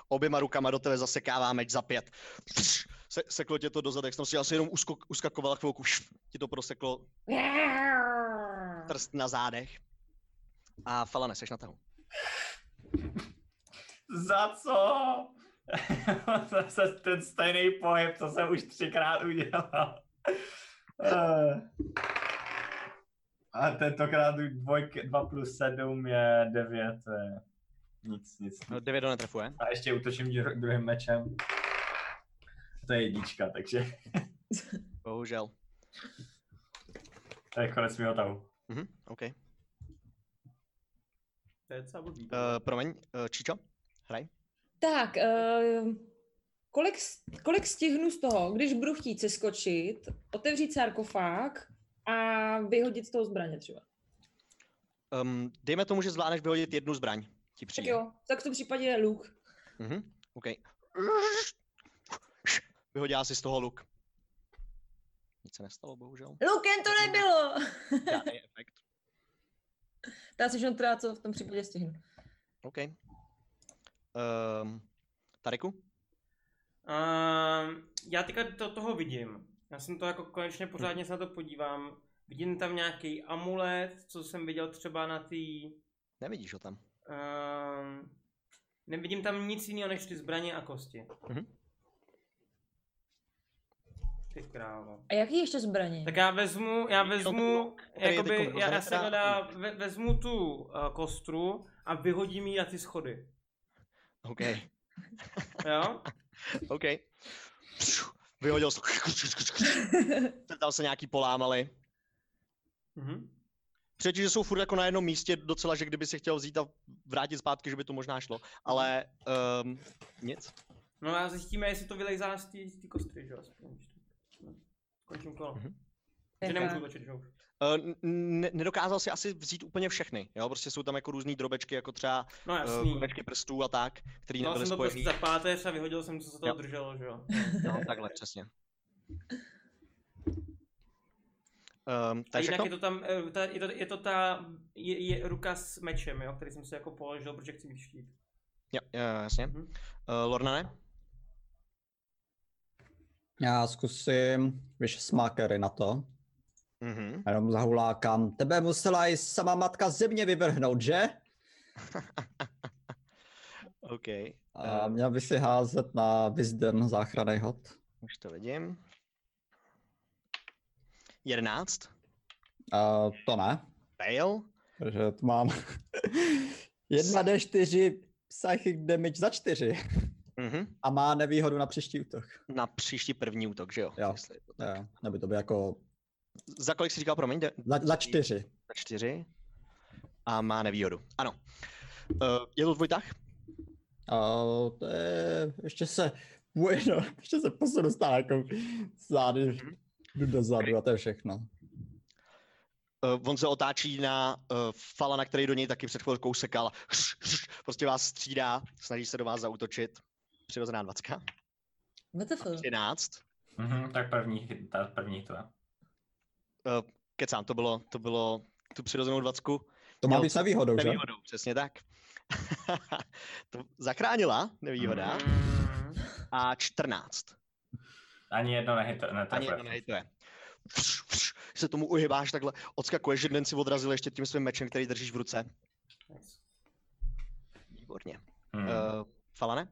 Speaker 2: Oběma rukama do tebe zasekává meč za pět. Pš, Se, seklo tě to do zadek, jsem si asi jenom usko, uskakovala chvilku, šf, ti to proseklo trst na zádech. A Falane, seš na tahu.
Speaker 5: Za co? Zase ten stejný pohyb, co jsem už třikrát udělal. Eh. A tentokrát dvojky, 2 plus 7 je 9. Nic, nic.
Speaker 2: No, 9 do netrefuje.
Speaker 5: A ještě útočím dru- druhým mečem. To je jednička, takže
Speaker 2: Bohužel.
Speaker 5: to je konec mého tahu.
Speaker 2: Mhm, OK. Uh,
Speaker 7: To je docela blbý.
Speaker 2: promiň, uh, Číčo?
Speaker 3: tak, uh, kolik, s- kolik stihnu z toho, když budu chtít se skočit, otevřít sarkofág,
Speaker 9: a vyhodit z toho zbraně třeba.
Speaker 2: Um, dejme tomu, že zvládneš vyhodit jednu zbraň. Ti
Speaker 9: Tak
Speaker 2: přijde.
Speaker 9: jo, tak v tom případě je luk.
Speaker 2: Mhm, OK. Vyhodila si z toho luk. Nic se nestalo, bohužel.
Speaker 3: Lukem to nebylo!
Speaker 2: Žádný efekt.
Speaker 3: Dá se jenom teda, co v tom případě stihnu.
Speaker 2: OK. Um, Tariku?
Speaker 1: Uh, já teďka to, toho vidím. Já jsem to jako
Speaker 2: Hm.
Speaker 1: konečně pořádně se na to podívám. Vidím tam nějaký amulet, co jsem viděl třeba na té...
Speaker 2: Nevidíš ho tam.
Speaker 1: Uh, nevidím tam nic jiného než ty zbraně a kosti.
Speaker 2: Mhm.
Speaker 1: Ty krávo.
Speaker 3: A jaký ještě zbraně?
Speaker 1: Tak já vezmu, já
Speaker 2: Víš, co
Speaker 1: vezmu,
Speaker 2: je teď
Speaker 1: jakoby,
Speaker 2: hrozný
Speaker 1: já, já se
Speaker 2: teda-
Speaker 1: hledá, ve, vezmu tu uh, kostru a vyhodím ji na ty schody.
Speaker 2: OK.
Speaker 1: Jo?
Speaker 2: OK. Vyhodil jsi. Tam se nějaký polámali.
Speaker 1: Mhm.
Speaker 2: Přijde, ti, že jsou furt jako na jednom místě docela, že kdyby si chtěl vzít a vrátit zpátky, že by to možná šlo. Ale um, nic.
Speaker 1: No a zjistíme, jestli to vylejzá z ty, z ty kostry, že jo? aspoň, že to- no. Končím kolo.
Speaker 2: Mhm.
Speaker 1: Že nemůžu točit, že jo?
Speaker 2: Uh, ne- nedokázal si asi vzít úplně všechny, jo? Prostě jsou tam jako různé drobečky, jako třeba
Speaker 1: No
Speaker 2: uh,
Speaker 1: jasný.
Speaker 2: konečky prstů a tak, který
Speaker 1: Dal
Speaker 2: nebyly
Speaker 1: jsem to prostě
Speaker 2: spojený.
Speaker 1: za páteř a vyhodil jsem, co se toho
Speaker 2: Jo.
Speaker 1: drželo, že jo?
Speaker 2: No, takhle, přesně. Um, to
Speaker 1: A
Speaker 2: je
Speaker 1: jinak
Speaker 2: všechno?
Speaker 1: je to tam, eh, ta, je, to, je to ta je, je ruka s mečem, jo, který jsem si jako položil, protože chci být štít.
Speaker 2: Jo, jo, jasně. Uh,
Speaker 1: Mhm.
Speaker 2: Lornane?
Speaker 4: Já zkusím vyšesmákery na to.
Speaker 2: Mhm.
Speaker 4: A Jenom zahulákám. Tebe musela i sama matka země vyvrhnout, že?
Speaker 2: OK, Eh,
Speaker 4: A měl by si házet na Wisdom záchranný hod.
Speaker 2: už to vidím. Jedenáct.
Speaker 4: A Eh, to ne.
Speaker 2: Fail?
Speaker 4: Takže to mám 1d4 psychic damage za 4
Speaker 2: Mhm.
Speaker 4: a má nevýhodu na příští útok.
Speaker 2: Na příští první útok, že jo?
Speaker 4: Jo.
Speaker 2: Jestli je to tak.
Speaker 4: Jo, nebo to by jako
Speaker 2: Za kolik jsi říkal, promiň? De-
Speaker 4: za, za 4.
Speaker 2: Za čtyři. A má nevýhodu. Ano. Uh, je to tvůj tah?
Speaker 4: A to je, ještě se bueno, ještě se posunu stále jako zády jdu dozadu a to je všechno.
Speaker 2: Uh, on se otáčí na uh, Falana, který do něj taky před chvilkou sekal. Prostě vás střídá, snaží se do vás zautočit. Přirozená 20.
Speaker 3: WTF?
Speaker 2: 13.
Speaker 5: Mhm, tak první, chy- ta první to. je.
Speaker 2: Kecám, to bylo, to bylo tu přirozenou 20.
Speaker 4: To má
Speaker 2: Měl
Speaker 4: být s nevýhodou, že?
Speaker 2: Nevýhodou, přesně tak. to zachránila nevýhoda.
Speaker 5: Hmm.
Speaker 1: Mm.
Speaker 2: A 14.
Speaker 5: Ani jedno nehito,
Speaker 2: Ani
Speaker 5: netrefuje.
Speaker 2: jedno nehejtuje. Vš, vš, se tomu uhybáš takhle, odskakuješ, že den si odrazil ještě tím svým mečem, který držíš v ruce.
Speaker 1: Mm.
Speaker 2: Výborně.
Speaker 5: Hmm.
Speaker 2: Uh, Falane?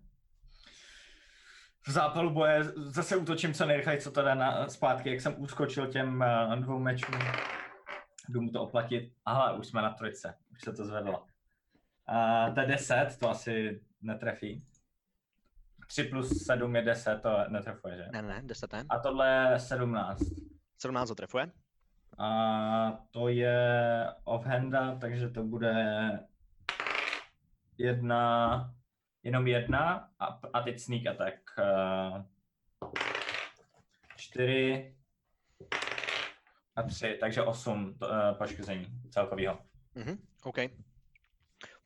Speaker 5: V zápalu boje zase útočím co nejrychleji, co to jde na, zpátky, jak jsem úskočil těm eh, dvou mečům. Jdu mu to oplatit. Aha, už jsme na trojce, už se to zvedlo. A to je 10, to asi netrefí. 3 plus 7 je 10, to netrefuje, že?
Speaker 2: Ne, ne, 10 ne.
Speaker 5: A tohle je 17.
Speaker 2: 17 ho trefuje.
Speaker 5: A to je offhanda, takže to bude jedna, jenom jedna a, a teď sneak attack. eh, Čtyři a tři, takže osm to, eh, poškození celkového.
Speaker 2: Mhm, OK.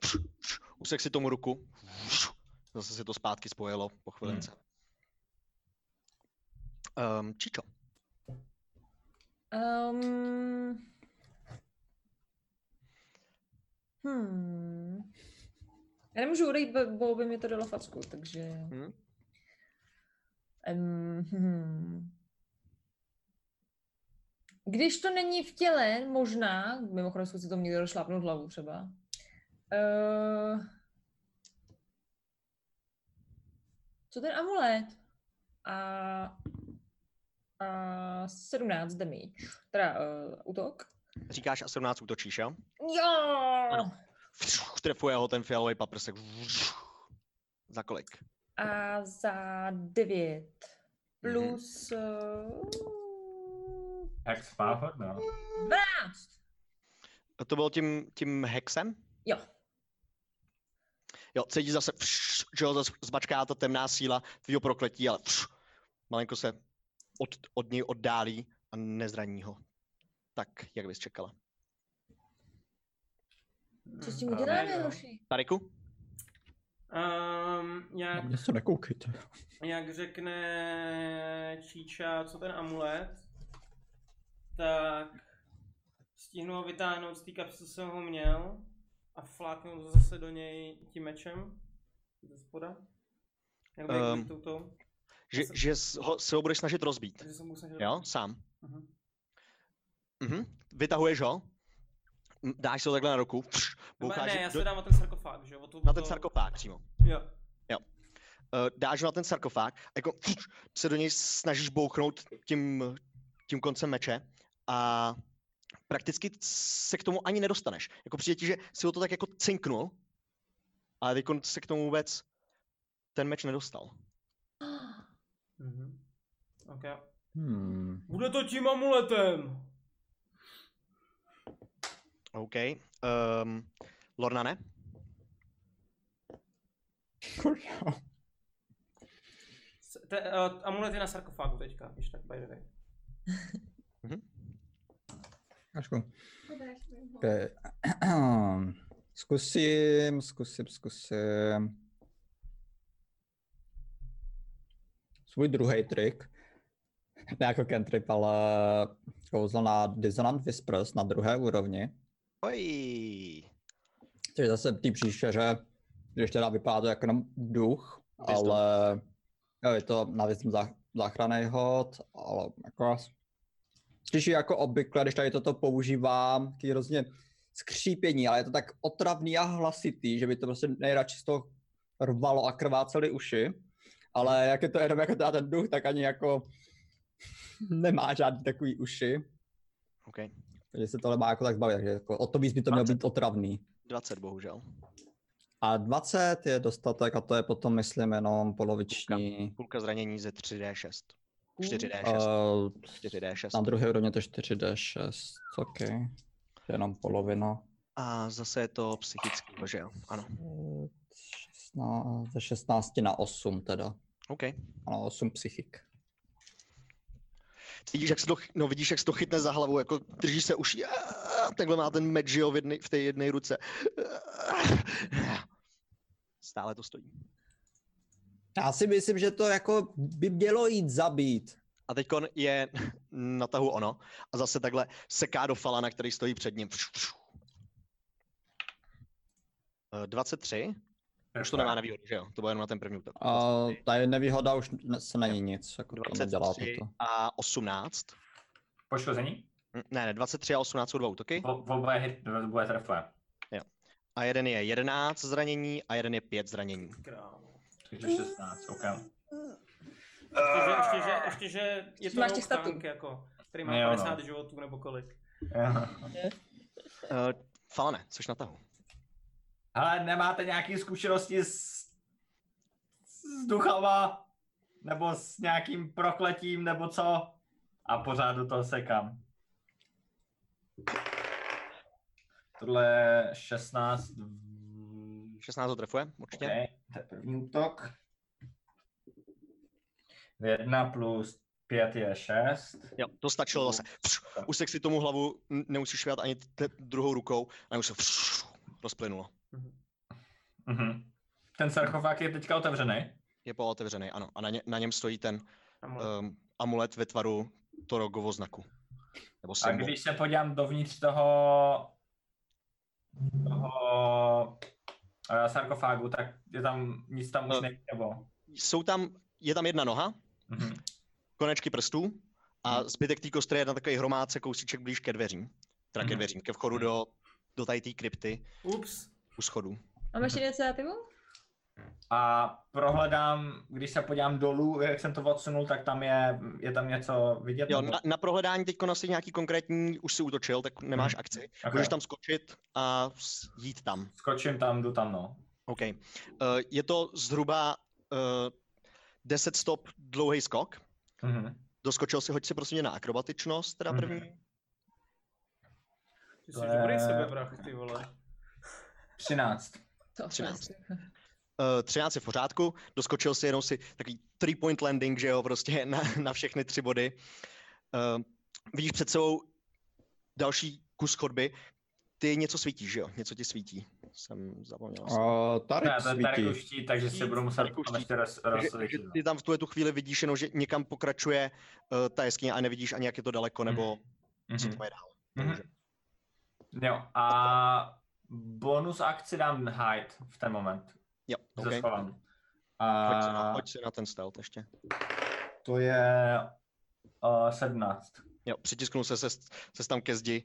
Speaker 2: Vš, vš, Usek si tomu ruku. Vš, Zase se to zpátky spojilo po chvilince.
Speaker 5: Hmm.
Speaker 2: Um, Čičo.
Speaker 3: Um... Hmm. Já nemůžu odejít, bo- bo by mi to dalo facku, takže...
Speaker 2: Hmm.
Speaker 3: Hmm. Um, hmm. Když to není v těle, možná, mimochodem zkus si to někdo šlápnout hlavu třeba. Uh, co ten amulet? A, a 17 damage, teda uh, útok.
Speaker 2: Říkáš a 17 útočíš, jo?
Speaker 3: Jo!
Speaker 2: Ano. Vš, Trefuje ho ten fialový paprsek. Vš. Za kolik?
Speaker 3: A za 9 plus eh, uh,
Speaker 5: Jak spávat, no.
Speaker 3: 12.
Speaker 2: To bylo tím, tím hexem?
Speaker 3: Jo.
Speaker 2: Jo, cítí zase, pš, že ho zase zbačká ta temná síla tvýho prokletí, ale pš, malinko se od, od něj oddálí a nezraní ho. Tak, jak bys čekala?
Speaker 3: Co s tím
Speaker 1: Eh,
Speaker 3: uděláme, hoši?
Speaker 2: Tariku?
Speaker 1: ehm,
Speaker 7: Um, jak,
Speaker 4: Mě se nekoukejte.
Speaker 7: jak řekne Číča, co ten amulet, tak stihnu ho vytáhnout z té kapsy, co jsem ho měl a fláknout ho zase do něj tím mečem ze spoda. Jak um,
Speaker 2: Ehm,
Speaker 7: jak tou tou?
Speaker 2: Že,
Speaker 7: Jsem-
Speaker 2: že s- ho, se ho budeš snažit rozbít,
Speaker 7: Takže jsem mu snažil.
Speaker 2: jo? Sám.
Speaker 7: Mhm.
Speaker 2: Mhm. Vytahuješ ho, m, dáš si ho takhle na ruku, pš,
Speaker 7: Nebo
Speaker 2: boucháš
Speaker 7: ne, já
Speaker 2: do,
Speaker 7: se dám na ten sarkofág, že jo? O tu-
Speaker 2: na ten
Speaker 7: to-
Speaker 2: sarkofág přímo.
Speaker 7: Jo.
Speaker 2: Eh, dáš ho na ten sarkofág a jako pš, se do něj snažíš bouchnout tím, tím koncem meče a prakticky se k tomu ani nedostaneš. Jako přijde ti, že si ho to tak jako cinknul, ale teď se k tomu vůbec ten meč nedostal.
Speaker 7: Mhm. Okay.
Speaker 4: Hmm.
Speaker 7: Bude to tím amuletem.
Speaker 2: OK. Um, Lornane?
Speaker 7: S- Te, uh, amulet je na sarkofágu teďka, když tak by the way.
Speaker 4: Ašku. Okay. Eh, zkusím, zkusím, zkusím. Svůj druhý trik. Ne jako cantrip, ale kouzlo na Dissonant Whispers na druhé úrovni.
Speaker 2: Oj.
Speaker 4: Což je zase v té příšeře, když teda vypadá to jako jenom duch,
Speaker 2: Wisdom.
Speaker 4: ale jo, je to na věc záchranný hod, ale jako slyší jako obvykle, když tady toto používám, taky hrozně skřípění, ale je to tak otravný a hlasitý, že by to prostě nejradši z toho rvalo a krvácely uši, ale jak je to jenom jako teda ten duch, tak ani jako nemá žádný takový uši,
Speaker 2: OK.
Speaker 4: takže se tohle má jako tak zbavit, takže jako o to víc by to mělo být otravný.
Speaker 2: 20 bohužel.
Speaker 4: A 20 je dostatek a to je potom, myslím, jenom poloviční.
Speaker 2: Půlka zranění ze 3D6. 4D6.
Speaker 4: Uh,
Speaker 2: Eh, 4D6.
Speaker 4: na druhé úrovni to je 4D6, ok. Jenom polovina.
Speaker 2: A zase je to psychický, že jo? Ano.
Speaker 4: Eh, 16, ze 16 na 8 teda.
Speaker 2: OK.
Speaker 4: Ano, 8 psychik.
Speaker 2: Vidíš, jak se to, ch- no, vidíš, jak se to chytne za hlavu, jako drží se uší. Aaa, Takhle má ten meč, že jo, v, jedny, v té jedné ruce. Aaa. Stále to stojí.
Speaker 4: Já si myslím, že to jako by mělo jít zabít.
Speaker 2: A teď je na tahu ono a zase takhle seká do falana, který stojí před ním. Eh, 23? Už to nemá na výhodu, že jo? To bylo jenom na ten první útok.
Speaker 4: A Eh, tady nevýhoda už ne- se není nic, jako to nedělá
Speaker 2: 23
Speaker 4: toto.
Speaker 2: a 18.
Speaker 5: Poškození?
Speaker 2: Hm, Ne, ne, 23 a 18 jsou dva útoky.
Speaker 5: V v oboje hit, v oboje trefle.
Speaker 2: A jeden je 11 zranění a jeden je 5 zranění.
Speaker 7: Krávo.
Speaker 5: Takže 16, OK.
Speaker 1: Eh.
Speaker 7: Ještě, že,
Speaker 2: Eh,
Speaker 7: ještě, že, ještě, že je to
Speaker 3: Máš
Speaker 7: Máš
Speaker 3: těch statů.
Speaker 7: tank, jako, který má
Speaker 5: Jo, no.
Speaker 7: 50 životů nebo kolik.
Speaker 5: Eh.
Speaker 2: Uh, Falane, což na tahu.
Speaker 5: Ale nemáte nějaké zkušenosti s, s duchama? Nebo s nějakým prokletím, nebo co? A pořád do toho sekám. Tohle je 16.
Speaker 2: 16 ho trefuje, určitě.
Speaker 5: Okay, to je první útok. 1 plus 5 je 6.
Speaker 2: Jo, to stačilo zase. Pš, Usek si tomu hlavu, n- nemusíš švát ani te- druhou rukou, a už se pš, rozplynulo.
Speaker 5: Mhm. Ten sarkofág je teďka otevřený.
Speaker 2: Je pootevřený, ano. A na, ně, na něm stojí ten
Speaker 5: Hmm.
Speaker 7: Amulet.
Speaker 2: um, amulet ve tvaru Torogovo znaku. Nebo
Speaker 5: A
Speaker 2: symbol.
Speaker 5: když se podívám dovnitř toho, toho eh, sarkofágu, tak je tam nic tam
Speaker 2: No.
Speaker 5: už není, nebo...
Speaker 2: Jsou tam, je tam jedna noha,
Speaker 5: Mhm.
Speaker 2: konečky prstů a
Speaker 5: Mhm.
Speaker 2: zbytek té kostry je na takový hromádce kousíček blíž ke dveřím. Teda ke
Speaker 5: Mhm.
Speaker 2: dveřím, ke vchodu
Speaker 5: Mhm.
Speaker 2: do, do tady té krypty
Speaker 7: Ups.
Speaker 2: u schodů.
Speaker 3: Máme ještě iniciativu?
Speaker 5: A prohledám, když se podívám dolů, jak jsem to odsunul, tak tam je, je tam něco vidět?
Speaker 2: Jo,
Speaker 5: nebo-
Speaker 2: na, na prohledání teď asi nějaký konkrétní, už si útočil, tak nemáš
Speaker 5: Mhm.
Speaker 2: akci.
Speaker 5: Ok,
Speaker 2: Můžeš tam skočit a s- jít tam.
Speaker 5: Skočím tam, jdu tam, no.
Speaker 2: OK. Eh, Je to zhruba eh, 10 stop dlouhý skok.
Speaker 5: Mhm.
Speaker 2: Doskočil si, hoď si prosím tě na akrobatičnost, teda
Speaker 5: Mhm.
Speaker 2: první.
Speaker 7: Ty
Speaker 5: To
Speaker 7: jsi
Speaker 5: je-
Speaker 7: dobrý sebevrach, ty vole.
Speaker 5: 13.
Speaker 3: To
Speaker 2: 13. Eh, 13 je v pořádku, doskočil si jenom si takový three point landing, že jo, prostě na, na všechny tři body. Eh, Vidíš před sebou další kus chodby. Ty něco svítíš, že jo? Něco ti svítí. Jsem zapomněl. asi.
Speaker 4: Uh,
Speaker 5: Ne,
Speaker 4: Tarek
Speaker 5: to je tady
Speaker 4: svítí.
Speaker 5: kuští, takže si budu muset
Speaker 2: Tady kuští.
Speaker 5: potom ještě roz,
Speaker 2: Takže,
Speaker 5: rozsvítit.
Speaker 2: takže ty tam v tuhle tu chvíli vidíš jenom, že někam pokračuje uh, ta jeskyně a nevidíš ani, jak je to daleko, nebo co
Speaker 5: Mhm.
Speaker 2: to je dál.
Speaker 5: Mhm.
Speaker 2: Takže-
Speaker 5: Jo, a bonus akci dám hide v ten moment.
Speaker 2: Jo,
Speaker 5: Okay. Ze
Speaker 2: okay.
Speaker 5: schovan.
Speaker 2: Hoď, si no, na,
Speaker 5: A
Speaker 2: hoď si na ten stealth ještě.
Speaker 5: to je uh, 17.
Speaker 2: Jo, přitisknul se, se, se tam ke zdi,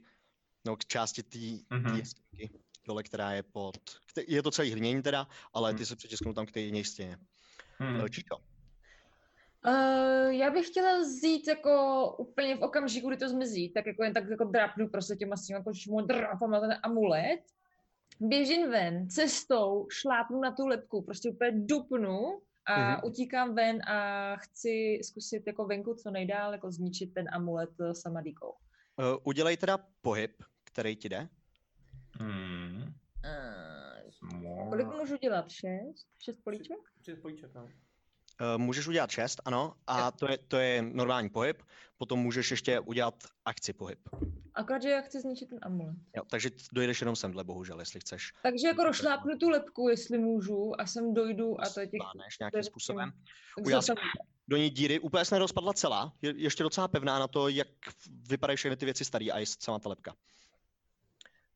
Speaker 2: no k části té
Speaker 5: Mhm.
Speaker 2: mm-hmm. jeskyňky, dole, která je pod, kte- je to celý hrnění teda, ale ty
Speaker 5: Mhm.
Speaker 2: se přitisknul tam k té jiné stěně.
Speaker 5: Hmm.
Speaker 2: Mm. Čičo,
Speaker 3: Uh, já bych chtěla vzít jako úplně v okamžiku, kdy to zmizí, tak jako jen tak jako drápnu prostě těma svýma jako šmodrápama ten amulet. Běžím ven, cestou šlápnu na tu lepku, prostě úplně dupnu a
Speaker 2: Mhm.
Speaker 3: utíkám ven a chci zkusit jako venku co nejdál jako zničit ten amulet eh, samadíkou.
Speaker 2: uh, udělej teda pohyb, který ti jde.
Speaker 5: Hmm.
Speaker 3: Uh,
Speaker 5: Small.
Speaker 3: kolik můžu dělat? Šest? Šest políček?
Speaker 7: Přes políček, no.
Speaker 2: Uh, můžeš udělat 6, ano, a to je, to je normální pohyb, potom můžeš ještě udělat akci pohyb.
Speaker 3: Akorát, že já chci zničit ten amulet.
Speaker 2: Jo, takže t- dojdeš jenom semhle, bohužel, jestli chceš.
Speaker 3: Takže jako rozšlápnu tu lepku, jestli můžu, a sem dojdu a to je těch...
Speaker 2: Zvládneš
Speaker 3: to je
Speaker 2: nějakým
Speaker 3: těch-
Speaker 2: způsobem.
Speaker 3: tak
Speaker 2: Udělal
Speaker 3: zase-
Speaker 2: do ní díry. Úplně se nerozpadla celá, je ještě docela pevná na to, jak vypadají všechny ty věci starý a je sama ta lepka.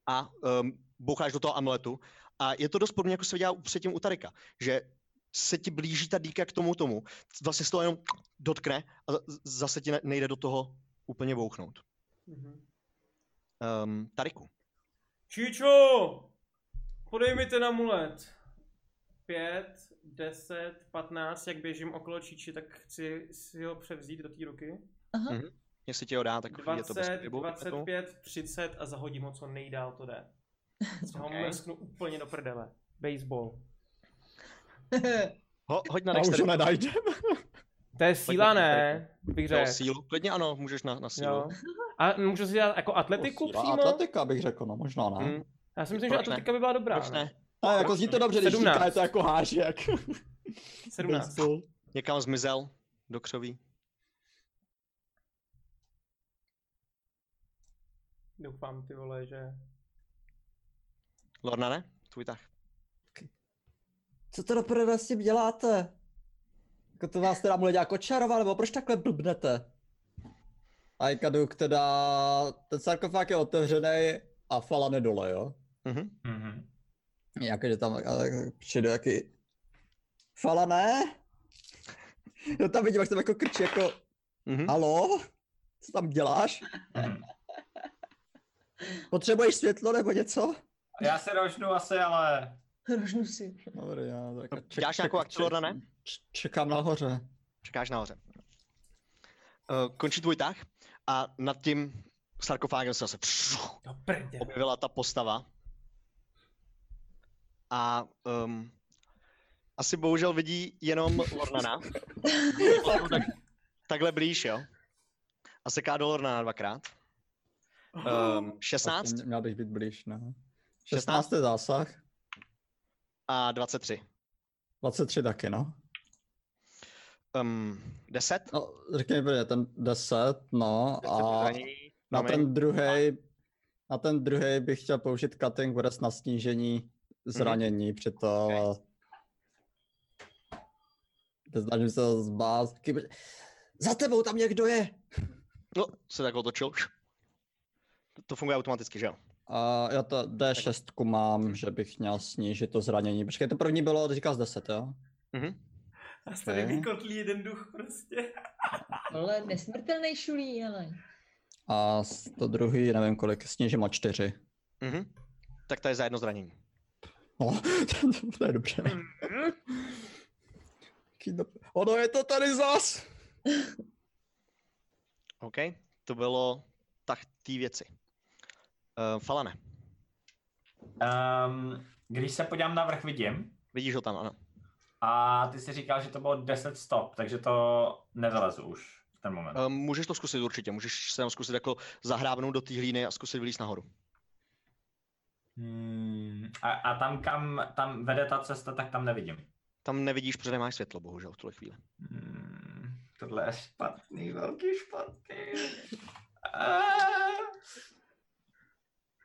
Speaker 2: A um, boucháš do toho amuletu a je to dost podobně, jako se dělá předtím u Tarika, že se ti blíží ta dýka k tomu tomu, vlastně se to jenom dotkne a z- z- zase ti ne- nejde do toho úplně bouchnout.
Speaker 7: Mhm.
Speaker 2: Um, Tariku,
Speaker 7: Číčo! Podej mi ten amulet. Pět, deset, patnáct, jak běžím okolo Číči, tak chci si ho převzít do té ruky.
Speaker 3: Aha.
Speaker 2: jestli ti ho dá, tak je to bez
Speaker 7: 20,
Speaker 2: pohybu, dejme tomu.
Speaker 7: 25, 30 a zahodím ho co nejdál to jde. Co ho
Speaker 2: Okay.
Speaker 7: mrsknu úplně do prdele. Baseball.
Speaker 2: Ho, hoď na
Speaker 4: A už ho
Speaker 2: dexteritu,
Speaker 4: nedajde.
Speaker 7: To je síla, ne? Bych
Speaker 2: na
Speaker 7: řekl.
Speaker 2: sílu. Klidně ano, můžeš na, na sílu.
Speaker 7: Jo. A můžu si dělat jako atletiku
Speaker 4: Posílá.
Speaker 7: přímo? Hmm.
Speaker 4: Atletika bych řekl, no možná ne.
Speaker 2: Mm,
Speaker 7: Já si myslím, že
Speaker 2: Proč ne?
Speaker 7: atletika by byla dobrá.
Speaker 2: proč ne?
Speaker 4: A jako zní to dobře, když
Speaker 7: Sedmnáct.
Speaker 4: říká, je to jako hážek.
Speaker 7: 17.
Speaker 2: Někam zmizel do křoví.
Speaker 7: Doufám, ty vole, že...
Speaker 2: Lorna, ne? Tvůj tah.
Speaker 8: Co to doprve s tím děláte?
Speaker 4: Jako to vás teda mluví jako čarová, nebo proč takhle blbnete? A Ikaduk teda, ten sarkofág je otevřený a Falan je dole, jo?
Speaker 2: Mhm.
Speaker 5: Mhm.
Speaker 4: Jakože tam ale přijde jaký... Fala ne? No tam vidím, jak tam jako krčí jako,
Speaker 2: Mhm.
Speaker 4: halo? Co tam děláš?
Speaker 5: Mhm.
Speaker 4: Potřebuješ světlo nebo něco?
Speaker 5: Já se rožnu asi, ale...
Speaker 3: Rožnu si.
Speaker 4: Dobrý, já tak
Speaker 2: No, děláš nějakou akci, Lorda, ne?
Speaker 4: č- Čekám nahoře.
Speaker 2: Čekáš nahoře. Uh, končí tvůj tah a nad tím sarkofágem se zase
Speaker 7: Do prdě.
Speaker 2: objevila ta postava. A um, asi bohužel vidí jenom Lornana. tak, takhle blíž, jo? A seká do Lornana dvakrát. Um, 16
Speaker 4: Vlastně Měl bych být blíž, no.
Speaker 2: 16?
Speaker 4: 16. zásah,
Speaker 2: a 23.
Speaker 4: 23 taky, no.
Speaker 2: Um, 10?
Speaker 4: No, řekni mi, ten 10, no,
Speaker 2: 10
Speaker 4: a
Speaker 2: zranění.
Speaker 4: na
Speaker 2: promiň.
Speaker 4: ten druhý, na ten druhý bych chtěl použít cutting words na snížení zranění, přitom okay. snažím se ho zbát. Kým- Za tebou tam někdo je!
Speaker 2: No, se tak otočil. To funguje automaticky, že jo?
Speaker 4: A já to D6 mám, že bych měl snížit to zranění. Počkej, to první bylo, ty říkal z 10, jo?
Speaker 7: A z
Speaker 4: Okay.
Speaker 7: tady vykotlí jeden duch prostě.
Speaker 3: Ale nesmrtelný šulí, ale.
Speaker 4: A s- to druhý, nevím kolik, snížím o 4.
Speaker 2: Mhm. Tak to je za jedno zranění.
Speaker 4: No, to je dobře. Jaký dob- Ono je to tady zas!
Speaker 2: OK, to bylo tak ty věci. Uh, Falane,
Speaker 5: Um, když se podívám na vrch, vidím.
Speaker 2: vidíš ho tam, ano.
Speaker 5: A ty si říkal, že to bylo 10 stop, takže to nevylezu už v ten moment.
Speaker 2: Um, můžeš to zkusit určitě, můžeš se tam zkusit jako zahrábnout do té hlíny a zkusit vylíst nahoru.
Speaker 5: Hmm. A, a tam, kam tam vede ta cesta, tak tam nevidím.
Speaker 2: Tam nevidíš, protože nemáš světlo, bohužel, v tuhle chvíli.
Speaker 5: Hmm. Tohle je špatný, velký špatný. A...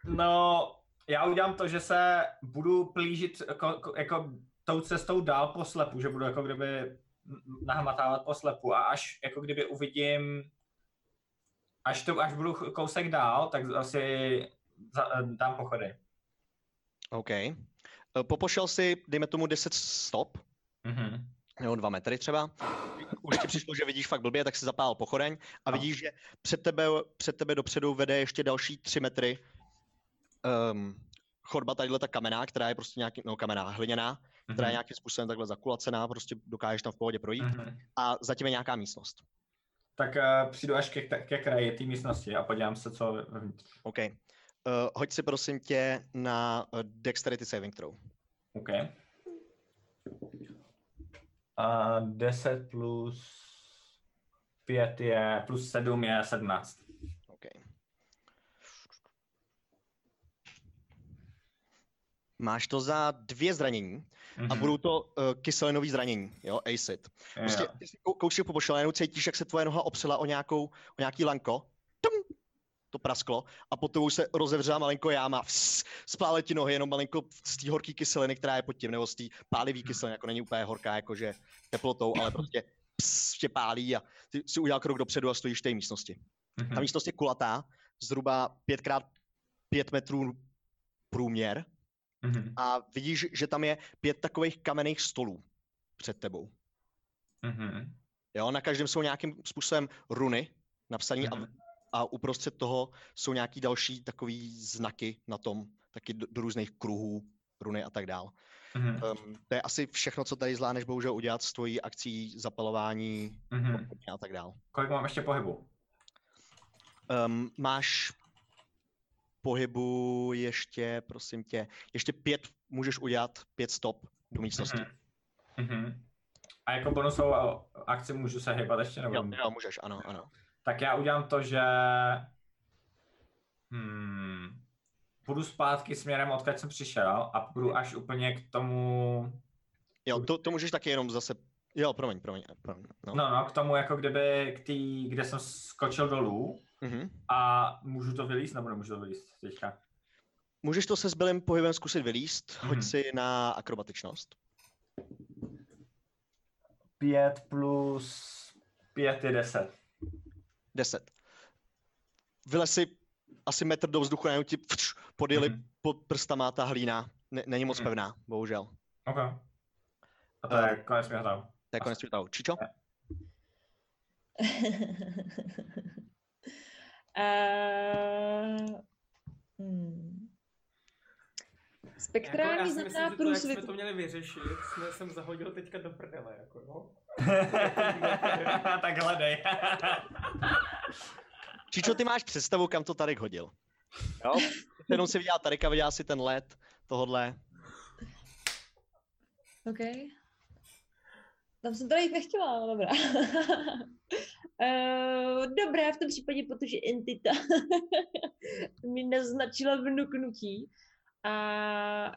Speaker 5: No, já udělám to, že se budu plížit jako, jako tou cestou dál po slepu, že budu jako kdyby nahmatávat po slepu a až jako kdyby uvidím, až, to, až budu kousek dál, tak asi za, dám pochody.
Speaker 2: OK. Eh, Popošel si, dejme tomu, 10 stop,
Speaker 5: Mhm.
Speaker 2: nebo 2 metry třeba. Už ti přišlo, že vidíš fakt blbě, tak si zapál pochodeň a
Speaker 5: Ano.
Speaker 2: vidíš, že před tebe, před tebe dopředu vede ještě další 3 metry um, chodba tadyhle ta kamená, která je prostě nějaký, no kamená, hliněná, která je
Speaker 5: Mhm.
Speaker 2: nějakým způsobem takhle zakulacená, prostě dokážeš tam v pohodě projít
Speaker 5: Mhm.
Speaker 2: a zatím je nějaká místnost.
Speaker 5: Tak eh, přijdu až ke, ke kraji té místnosti a podívám se, co je vevnitř.
Speaker 2: OK. Uh, hoď si prosím tě na eh, Dexterity Saving Throw.
Speaker 5: OK. A 10 plus 5 je, plus 7 je 17.
Speaker 2: OK. Máš to za dvě zranění a
Speaker 5: Mhm.
Speaker 2: budou to uh, kyselinové zranění, jo, ACID.
Speaker 5: Jo.
Speaker 2: Prostě ty si kou- koušíš po pošelenou, cítíš, jak se tvoje noha opřela o, nějakou, o nějaký lanko, tum, to prasklo a pod tebou se rozevřela malinko jáma, vs, spále ti nohy jenom malinko z té horké kyseliny, která je pod tím, nebo z té pálivý kyseliny, jako není úplně horká, jakože teplotou, ale prostě ps, tě pálí a ty si udělal krok dopředu a stojíš v té místnosti.
Speaker 5: Mhm.
Speaker 2: Ta místnost je kulatá, zhruba 5x5 metrů průměr
Speaker 5: Mhm.
Speaker 2: a vidíš, že tam je pět takových kamenných stolů před tebou.
Speaker 5: Mhm.
Speaker 2: Jo, na každém jsou nějakým způsobem runy napsané a,
Speaker 5: Mhm.
Speaker 2: a uprostřed toho jsou nějaký další takový znaky na tom, taky do, do různých kruhů, runy a tak dál.
Speaker 5: Mhm.
Speaker 2: Um, to je asi všechno, co tady zvládneš bohužel udělat s tvojí akcí zapalování
Speaker 5: Mhm.
Speaker 2: a tak dál.
Speaker 5: Kolik mám ještě pohybu?
Speaker 2: Um, máš pohybu ještě, prosím tě, ještě pět můžeš udělat, pět stop do místnosti.
Speaker 5: Mhm. Mhm. A jako bonusovou a- akci můžu se hýbat ještě nebo?
Speaker 2: Jo, jo, můžeš, ano, ano.
Speaker 5: Tak já udělám to, že hmm, půjdu zpátky směrem, odkud jsem přišel a půjdu až úplně k tomu,
Speaker 2: Jo, to, to můžeš taky jenom zase, jo, promiň, promiň, promiň, no.
Speaker 5: no no, k tomu jako kdyby, k tý, kde jsem skočil dolů
Speaker 2: Mhm.
Speaker 5: a můžu to vylíst nebo nemůžu to vylíst teďka?
Speaker 2: Můžeš to se zbylým pohybem zkusit vylíst, hoď
Speaker 5: Mhm.
Speaker 2: si na akrobatičnost.
Speaker 5: 5 plus 5 je 10.
Speaker 2: 10. Vyle si asi metr do vzduchu, najednou ti pš, podjeli
Speaker 5: Mhm.
Speaker 2: pod prstama ta hlína. Ne, není moc
Speaker 5: Mhm.
Speaker 2: pevná, bohužel.
Speaker 5: OK. A to je konec mého tahu.
Speaker 2: To je konec tvýho tahu. Čičo?
Speaker 3: A... Hmm.
Speaker 7: já
Speaker 3: Spektrální
Speaker 7: Jako si myslím,
Speaker 3: znamená
Speaker 7: že to, jak jsme
Speaker 3: průsvit.
Speaker 7: to měli vyřešit, jsme, jsem zahodil teďka do prdele, jako no.
Speaker 5: tak hledej.
Speaker 2: Čičo, ty máš představu, kam to Tarek hodil. Jo? Jenom si viděla Tareka, viděla si ten let, tohodle.
Speaker 3: OK. Tam jsem to jít nechtěla, ale dobrá. Eh, Dobrá, v tom případě, protože entita mi naznačila vnuknutí a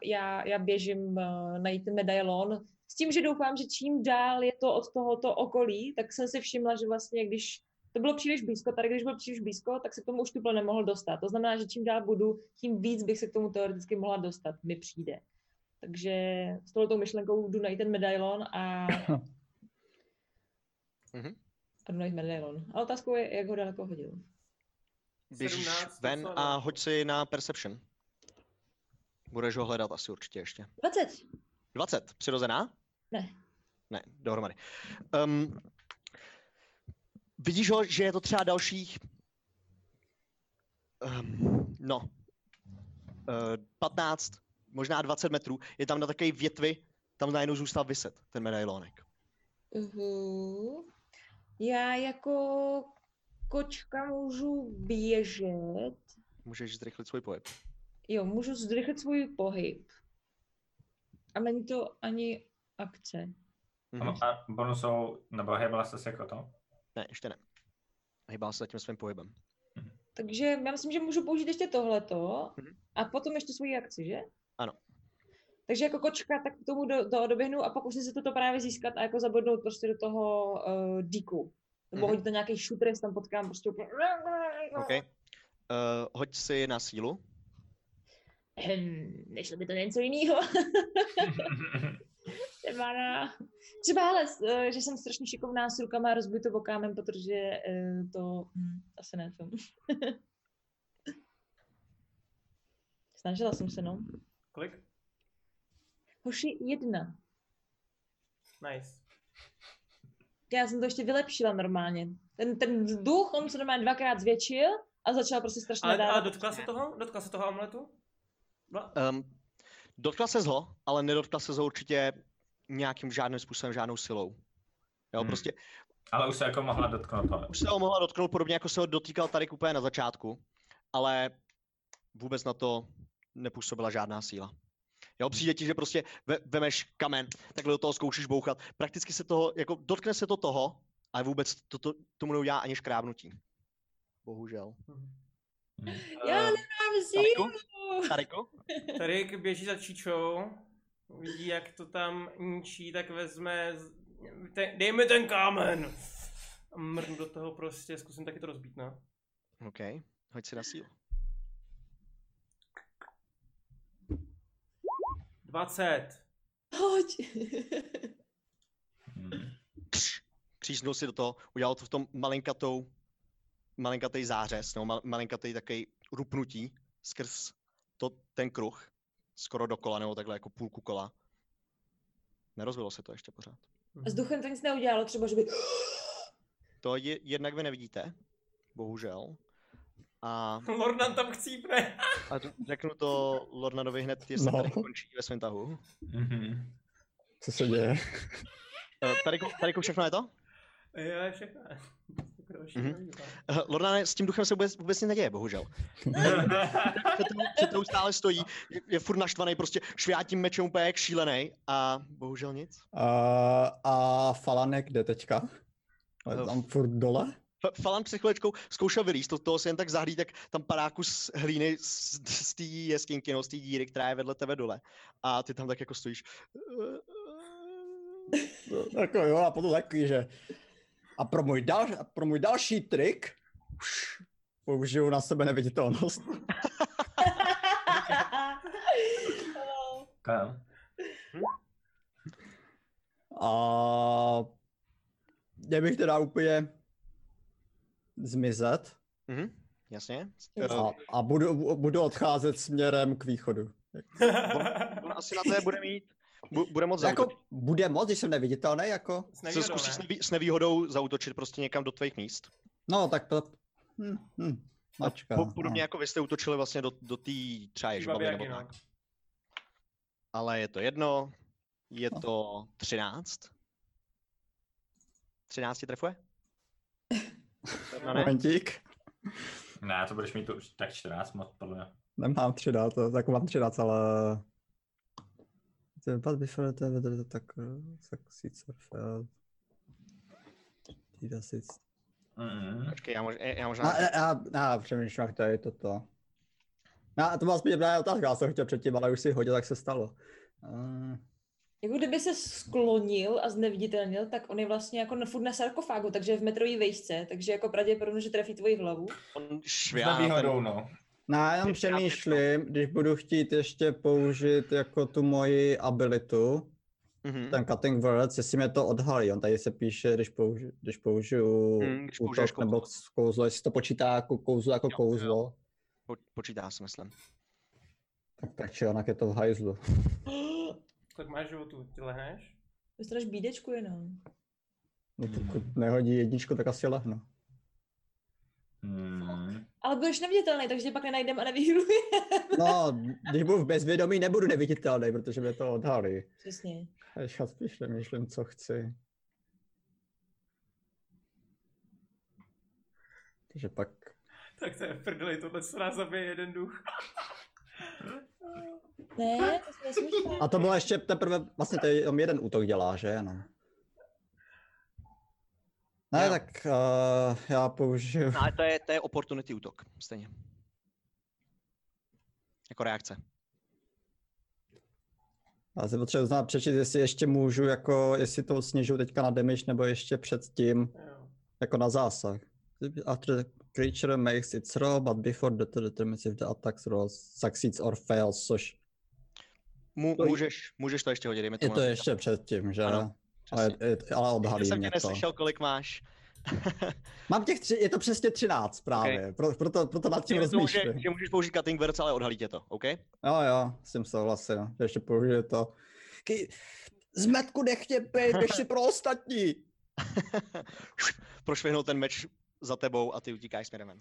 Speaker 3: já, já běžím eh, najít ten medailon s tím, že doufám, že čím dál je to od tohoto okolí, tak jsem si všimla, že vlastně když to bylo příliš blízko, tady když bylo příliš blízko, tak se k tomu už tuple nemohl dostat. To znamená, že čím dál budu, tím víc bych se k tomu teoreticky mohla dostat, mi přijde. Takže s touto myšlenkou jdu najít ten medailon a...
Speaker 2: Mhm.
Speaker 3: a jdu najít medailon. A otázkou je, jak ho daleko hodil.
Speaker 2: Běžíš
Speaker 7: 17
Speaker 2: ven
Speaker 7: docela
Speaker 2: a
Speaker 1: no.
Speaker 7: daleko.
Speaker 2: hoď si na Perception. Budeš ho hledat asi určitě ještě.
Speaker 3: 20!
Speaker 2: 20, přirozená?
Speaker 3: Ne.
Speaker 2: Ne, dohromady. Um, vidíš ho, že je to třeba dalších... Um, no. Uh, 15, možná 20 metrů. Je tam na takové větvi, tam najednou zůstal vyset ten medailonek.
Speaker 3: Uhu. Mhm. Já jako kočka můžu běžet.
Speaker 2: Můžeš zrychlit svůj pohyb.
Speaker 3: Jo, můžu zrychlit svůj pohyb. A není to ani akce.
Speaker 2: Mhm.
Speaker 5: a bonusovou, nebo hýbala jste se jako to?
Speaker 2: Ne, ještě ne. Hýbal se zatím svým pohybem.
Speaker 3: Takže já myslím, že můžu použít ještě tohleto
Speaker 2: Mhm.
Speaker 3: a potom ještě svoji akci, že?
Speaker 2: Ano.
Speaker 3: Takže jako kočka, tak k tomu do, do, doběhnu a pokusím se toto právě získat a jako zabodnout prostě do toho uh, díku. Nebo
Speaker 2: Mhm.
Speaker 3: hodit na nějaký
Speaker 2: Eh,
Speaker 3: šutr, jestli tam potkám prostě úplně...
Speaker 2: OK. Uh, hoď si na sílu.
Speaker 3: Hm, nešlo by to na něco jiného. Třeba na... Třeba hele, s- eh, že jsem strašně šikovná s rukama a rozbitou okámem, protože eh, to hm, asi ne to. Snažila jsem se, no.
Speaker 1: Kolik?
Speaker 3: Hoši jedna.
Speaker 1: Nice.
Speaker 3: Já jsem to ještě vylepšila normálně. Ten, ten vzduch, on se normálně dvakrát zvětšil a začal prostě strašně
Speaker 1: A, a
Speaker 3: dávat.
Speaker 1: dotkla se toho? Dotkla se toho amuletu? Byla-
Speaker 2: Um, dotkla se ho, ale nedotkla se ho určitě nějakým žádným způsobem, žádnou silou. Jo,
Speaker 5: Hmm.
Speaker 2: prostě
Speaker 5: Ale už se jako mohla dotknout toho.
Speaker 2: už se ho mohla dotknout podobně, jako se ho dotýkal tady kupé na začátku, ale vůbec na to nepůsobila žádná síla. Jo, přijde ti, že prostě ve, vemeš kamen, takhle do toho zkoušíš bouchat. Prakticky se toho, jako dotkne se to toho, ale vůbec to, to, tomu neudělá ani škrábnutí. Bohužel.
Speaker 3: Já
Speaker 5: Eh,
Speaker 3: nemám sílu!
Speaker 2: Tariku? Tariku?
Speaker 1: Tarik běží za Číčou, vidí, jak to tam ničí, tak vezme, z- ten, dej mi ten kámen! A Mrnu do toho prostě, zkusím taky to rozbít, no.
Speaker 2: OK, hoď si na sílu.
Speaker 1: 20.
Speaker 3: Hoď!
Speaker 5: hm.
Speaker 2: Kř, Křížnul si do toho, udělal to v tom malinkatou, malinkatej zářez, nebo mal, malinkatej takový rupnutí skrz to, ten kruh, skoro do kola, nebo takhle jako půlku kola. Nerozbilo se to ještě pořád.
Speaker 3: A s duchem to nic neudělalo, třeba, že by...
Speaker 2: To je, jednak vy nevidíte, bohužel. A,
Speaker 1: Lordan tam chcípne.
Speaker 2: a to- řeknu to Lornanovi hned, jestli
Speaker 4: No.
Speaker 2: no. tady končí ve svém tahu.
Speaker 5: Mhm.
Speaker 4: Co se děje?
Speaker 2: Eh, Tady, tady všechno je to?
Speaker 1: Jo, všechno. Skoro všechno.
Speaker 2: Eh, Lornane, s tím duchem se vůbec, vůbec nic neděje, bohužel. před tou, před tou stále stojí, je, je furt naštvaný, prostě švihá tím mečem úplně jak šílený a bohužel nic.
Speaker 4: Uh, a Falanek kde teďka? Ale
Speaker 2: Eh,
Speaker 4: tam furt dole?
Speaker 2: F- Falan před chvílečkou zkoušel vylíst, od toho se jen tak zahlíd, tak tam paráku z hlíny z, z té jeskyňky, no, z té díry, která je vedle tebe dole. A ty tam tak jako stojíš.
Speaker 4: No, Jako jo, a potom takový, že... A pro můj, dal, a pro můj další trik už použiju na sebe neviditelnost.
Speaker 3: Oh.
Speaker 5: Kam?
Speaker 4: A mě bych teda úplně zmizet
Speaker 2: Mhm, jasně.
Speaker 4: a, a budu, budu odcházet směrem k východu.
Speaker 2: On Eh, asi na té bude mít, bu, bude moc jako...
Speaker 4: Jako bude moc, když jsem neviditelný, jako...
Speaker 1: S
Speaker 2: Se
Speaker 1: nevýhodou,
Speaker 2: zkusí s,
Speaker 1: ne?
Speaker 2: nevý, s nevýhodou zautočit prostě někam do tvých míst.
Speaker 4: No, tak to... Hm, hm, mačka.
Speaker 2: Po- Podobně
Speaker 4: no.
Speaker 2: jako vy jste útočili vlastně do, do té třeba ježbavy nebo
Speaker 1: Babiaky,
Speaker 2: tak.
Speaker 1: no.
Speaker 2: Ale je to jedno. Je
Speaker 4: No.
Speaker 2: to 13. 13 tě trefuje? No ne.
Speaker 4: Momentík.
Speaker 5: Ne, to budeš mít tu už tak 14 moc, podle mě.
Speaker 4: Nemám 3D, to, tak mám 3D, ale... Ten pad before to vedl to tak... eh, Tak sice... Týda sice...
Speaker 5: Mhm.
Speaker 2: Počkej, já, mož, eh, já možná...
Speaker 4: A, a, a, a přemýšlím, jak tady toto. No, a to byla spíš dobrá otázka, já jsem chtěl předtím, ale už si hodil, tak se stalo. Uh,
Speaker 3: Jako kdyby se sklonil a zneviditelnil, tak on je vlastně jako na- furt na sarkofágu, takže je v metrový vejšce, takže jako pravděpodobně, že trefí tvoji hlavu.
Speaker 2: On
Speaker 5: S
Speaker 2: švihá na ten,
Speaker 5: nevýhodou, no.
Speaker 4: no, já jenom přemýšlím, když budu chtít ještě použít jako tu moji abilitu,
Speaker 2: Mhm.
Speaker 4: ten cutting words, jestli mě to odhalí. On tady se píše, když, použi, když použiju
Speaker 2: Hmm, když použiješ
Speaker 4: útok nebo kouzlo, jestli to počítá jako kouzlo, jako
Speaker 2: jo.
Speaker 4: kouzlo.
Speaker 2: Po, počítá se, myslím.
Speaker 4: Tak, tak či onak je to v hajzlu.
Speaker 1: Tak máš životu, ty lehneš?
Speaker 3: Dostaneš bídečku jenom.
Speaker 4: No,
Speaker 2: Hmm.
Speaker 4: pokud nehodí jedničku, tak asi lehnu.
Speaker 5: Mhm.
Speaker 3: Ale budeš neviditelný, takže tě pak nenajdem a nevyhýluji.
Speaker 4: No, když budu v bezvědomí, nebudu neviditelný, protože mě to odhalí.
Speaker 3: Přesně.
Speaker 4: Já spíš nemýšlím, co chci. Takže pak...
Speaker 1: Tak to je v prdeli, tohle co nás zabije jeden duch.
Speaker 3: Ne, to se nesmíš.
Speaker 4: A to bylo ještě teprve, vlastně to je jenom jeden útok dělá, že jenom. Ne,
Speaker 2: Jo.
Speaker 4: tak uh, já použiju...
Speaker 2: No, ale to je, to je opportunity útok, stejně. Jako reakce.
Speaker 4: Já si potřebuji znát přečíst, jestli ještě můžu, jako, jestli to snižu teďka na damage, nebo ještě předtím,
Speaker 1: Jo.
Speaker 4: jako na zásah. After creature makes its roll, but before the turn determines if the attack roll succeeds or fails, což
Speaker 2: Mu,
Speaker 4: To-
Speaker 2: můžeš, můžeš to ještě hodit, dejme
Speaker 4: je
Speaker 2: tomu.
Speaker 4: to
Speaker 2: na-
Speaker 4: ještě předtím, že?
Speaker 2: Ano,
Speaker 4: Ano, ale,
Speaker 2: přesně.
Speaker 4: je- ale
Speaker 2: Já
Speaker 4: odhalí
Speaker 2: jsem
Speaker 4: mě
Speaker 2: tě
Speaker 4: to.
Speaker 2: neslyšel, kolik máš.
Speaker 4: Mám těch tři, je to přesně 13 právě, okay. pro, proto, proto nad tím
Speaker 2: Tím tomu, že,
Speaker 4: rozmýšlím.
Speaker 2: že můžeš použít cutting words, ale odhalí tě to, OK?
Speaker 4: Jo, jo, s tím souhlasím, že ještě použiju to. Ký... Zmetku nechtě pej, běž si pro ostatní!
Speaker 2: Prošvihnul ten meč za tebou a ty utíkáš směrem ven.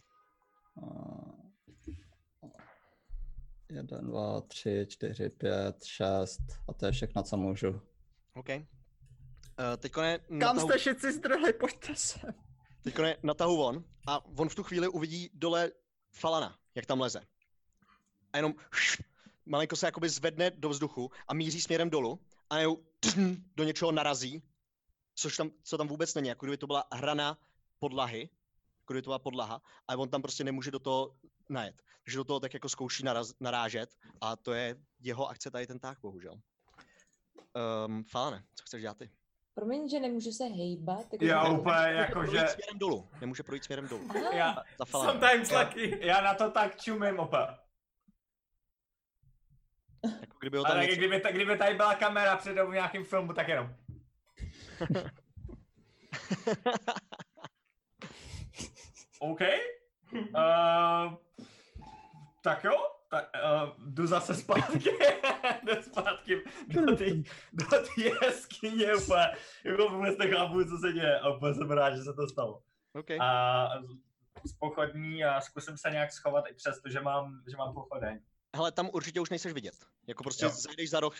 Speaker 4: Jeden, dva, tři, čtyři, pět, šest a to je všechno, co můžu.
Speaker 2: OK. Uh, teďko ne,
Speaker 4: Kam
Speaker 2: natahu,
Speaker 4: jste všichni zdrhli, pojďte se!
Speaker 2: teďko ne, natahu von a on v tu chvíli uvidí dole Falana, jak tam leze. A jenom malinko se jakoby zvedne do vzduchu a míří směrem dolů a jenom do něčeho narazí, což tam, co tam vůbec není, jako kdyby to byla hrana podlahy, jako kdyby to byla podlaha, a on tam prostě nemůže do toho najet. Takže do toho tak jako zkouší naraz, narážet a to je jeho akce tady ten tak, bohužel. Um, Falane, co chceš dělat ty?
Speaker 3: Promiň, že nemůžu se hejbat. jako tak-
Speaker 5: Já úplně
Speaker 2: Nemůže
Speaker 5: jakože,
Speaker 2: projít směrem dolů, nemůže projít směrem dolů.
Speaker 3: Aha,
Speaker 5: já,
Speaker 2: Za Falana.
Speaker 7: Sometimes lucky.
Speaker 5: já na to tak čumím opa.
Speaker 2: Jako kdyby ho tam
Speaker 5: Ale
Speaker 2: něco...
Speaker 5: kdyby, ta- kdyby tady byla kamera přede mnou v nějakém filmu, tak jenom. OK. Uh, tak jo, tak, uh, jdu zase zpátky, jdu zpátky do té do tý jeskyně úplně, jako vůbec nechápu, co se děje a úplně jsem rád, že se to stalo.
Speaker 2: okay.
Speaker 5: A z- z pochodní a zkusím se nějak schovat i přesto, že mám, že mám pochodeň.
Speaker 2: Hele, tam určitě už nejseš vidět. Jako prostě
Speaker 5: Jo.
Speaker 2: zajdeš za roh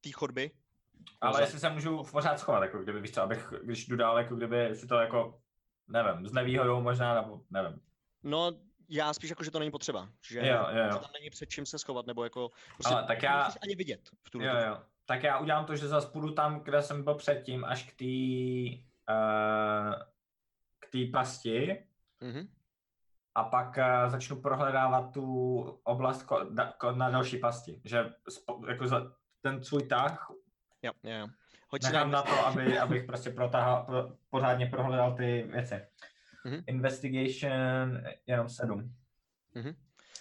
Speaker 2: té chodby.
Speaker 5: Ale
Speaker 2: Pořád.
Speaker 5: jestli se můžu pořád schovat, jako kdyby, víš co, abych, když jdu dál, jako kdyby si to jako, nevím, s nevýhodou možná, nebo nevím.
Speaker 2: No, já spíš jako, že to není potřeba. Že,
Speaker 5: Jo, jo, jo.
Speaker 2: že tam není před čím se schovat, nebo jako... Prostě
Speaker 5: Ale tak
Speaker 2: ty
Speaker 5: já-
Speaker 2: nejseš ani vidět v tu
Speaker 5: Jo, jo. Tak já udělám to, že zase půjdu tam, kde jsem byl předtím, až k té uh, k té pasti
Speaker 2: Mhm.
Speaker 5: a pak uh, začnu prohledávat tu oblast ko, da, ko, na další pasti. Že spo, jako za ten svůj tah
Speaker 2: Jo, jo, jo. Hoď si
Speaker 5: Nechám
Speaker 2: na...
Speaker 5: na to, aby, abych prostě protáhl, pro, pořádně prohledal ty věci.
Speaker 2: Mhm.
Speaker 5: Mm-hmm. Investigation jenom sedm.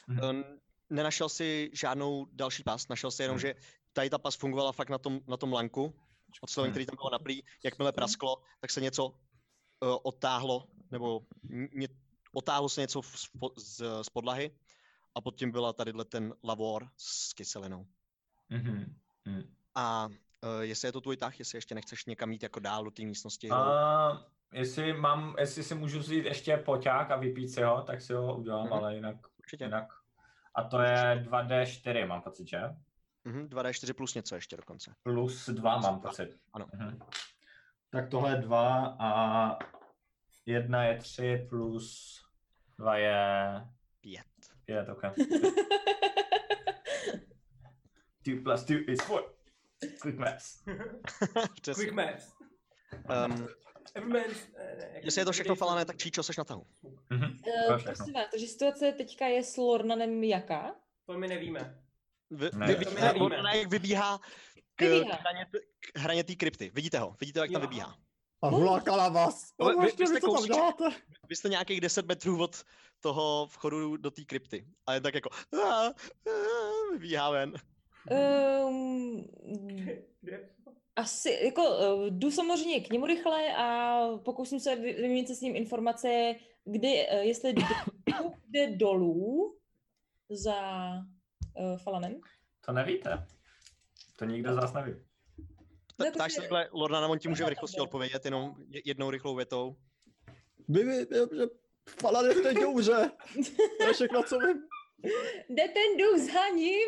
Speaker 2: Ehm, Nenašel si žádnou další pas, našel si jenom,
Speaker 5: Hm.
Speaker 2: že tady ta pas fungovala fakt na tom, na tom lanku, od slovem,
Speaker 5: Hm.
Speaker 2: který tam bylo naplý, jakmile prasklo, tak se něco uh, odtáhlo, nebo ně, ně- otáhlo se něco v- z, po- z, z podlahy a pod tím byla tady ten lavor s kyselinou.
Speaker 5: Mm-hmm. Mm.
Speaker 2: A uh, jestli je to tvůj tah, jestli ještě nechceš někam jít jako dál do té místnosti. nebo-
Speaker 5: A jestli, mám, jestli si můžu vzít ještě poťák a vypít si ho, tak si ho udělám,
Speaker 2: Mhm.
Speaker 5: mm-hmm. ale jinak,
Speaker 2: Určitě.
Speaker 5: jinak. A to je 2D4, mám pocit, že?
Speaker 2: Mhm, 2D4 plus něco ještě dokonce.
Speaker 5: Plus 2 mám
Speaker 2: Plus
Speaker 5: pocit.
Speaker 2: ano.
Speaker 5: Mhm. Tak tohle je 2 a 1 je 3 plus 2 je
Speaker 2: Pět.
Speaker 5: 5, ok. 2 plus 2 is 4. Quick maths.
Speaker 2: Přesně.
Speaker 7: Quick math.
Speaker 2: Um,
Speaker 7: Every man's... eh, ne,
Speaker 2: jestli je
Speaker 1: jako
Speaker 2: to všechno
Speaker 7: every day's-
Speaker 2: falané, tak číčo seš na tahu.
Speaker 5: Mhm.
Speaker 3: Eh,
Speaker 5: To je všechno.
Speaker 3: prosím vás, takže situace teďka je s Lornanem jaká?
Speaker 7: To my nevíme.
Speaker 2: Vy,
Speaker 5: Ne,
Speaker 2: vy
Speaker 5: to
Speaker 2: vidíte,
Speaker 7: my nevíme.
Speaker 2: ona jak vybíhá k,
Speaker 3: Vybíhá.
Speaker 2: k hraně, k hraně té krypty. Vidíte ho, vidíte, jak tam
Speaker 7: Jo.
Speaker 2: vybíhá.
Speaker 4: A huláka na vás!
Speaker 2: Ale No, vy-
Speaker 4: Pomozte
Speaker 2: vy jste
Speaker 4: mi, co tam
Speaker 2: kousíček.
Speaker 4: děláte!
Speaker 2: Vy jste nějakých 10 metrů od toho vchodu do té krypty. A je tak jako "Ah, ah," vybíhá ven.
Speaker 5: Mhm.
Speaker 3: Um,
Speaker 7: Kde?
Speaker 3: asi, jako eh, jdu samozřejmě k němu rychle a pokusím se vy- vyměnit se s ním informace, kdy, eh, jestli d- jde dolů za uh, Falanem.
Speaker 5: To nevíte. To nikdo z vás neví.
Speaker 3: Ne,
Speaker 2: Pta- Ptáš
Speaker 3: protože-
Speaker 2: se takhle, Lorna, on ti může v
Speaker 3: Lorna tam
Speaker 2: rychlosti
Speaker 3: byla.
Speaker 2: odpovědět jenom je- jednou rychlou větou.
Speaker 4: Vy, vy, vy, že Falanet teď umře! To je všechno, co vím.
Speaker 3: Jde ten duch za ním!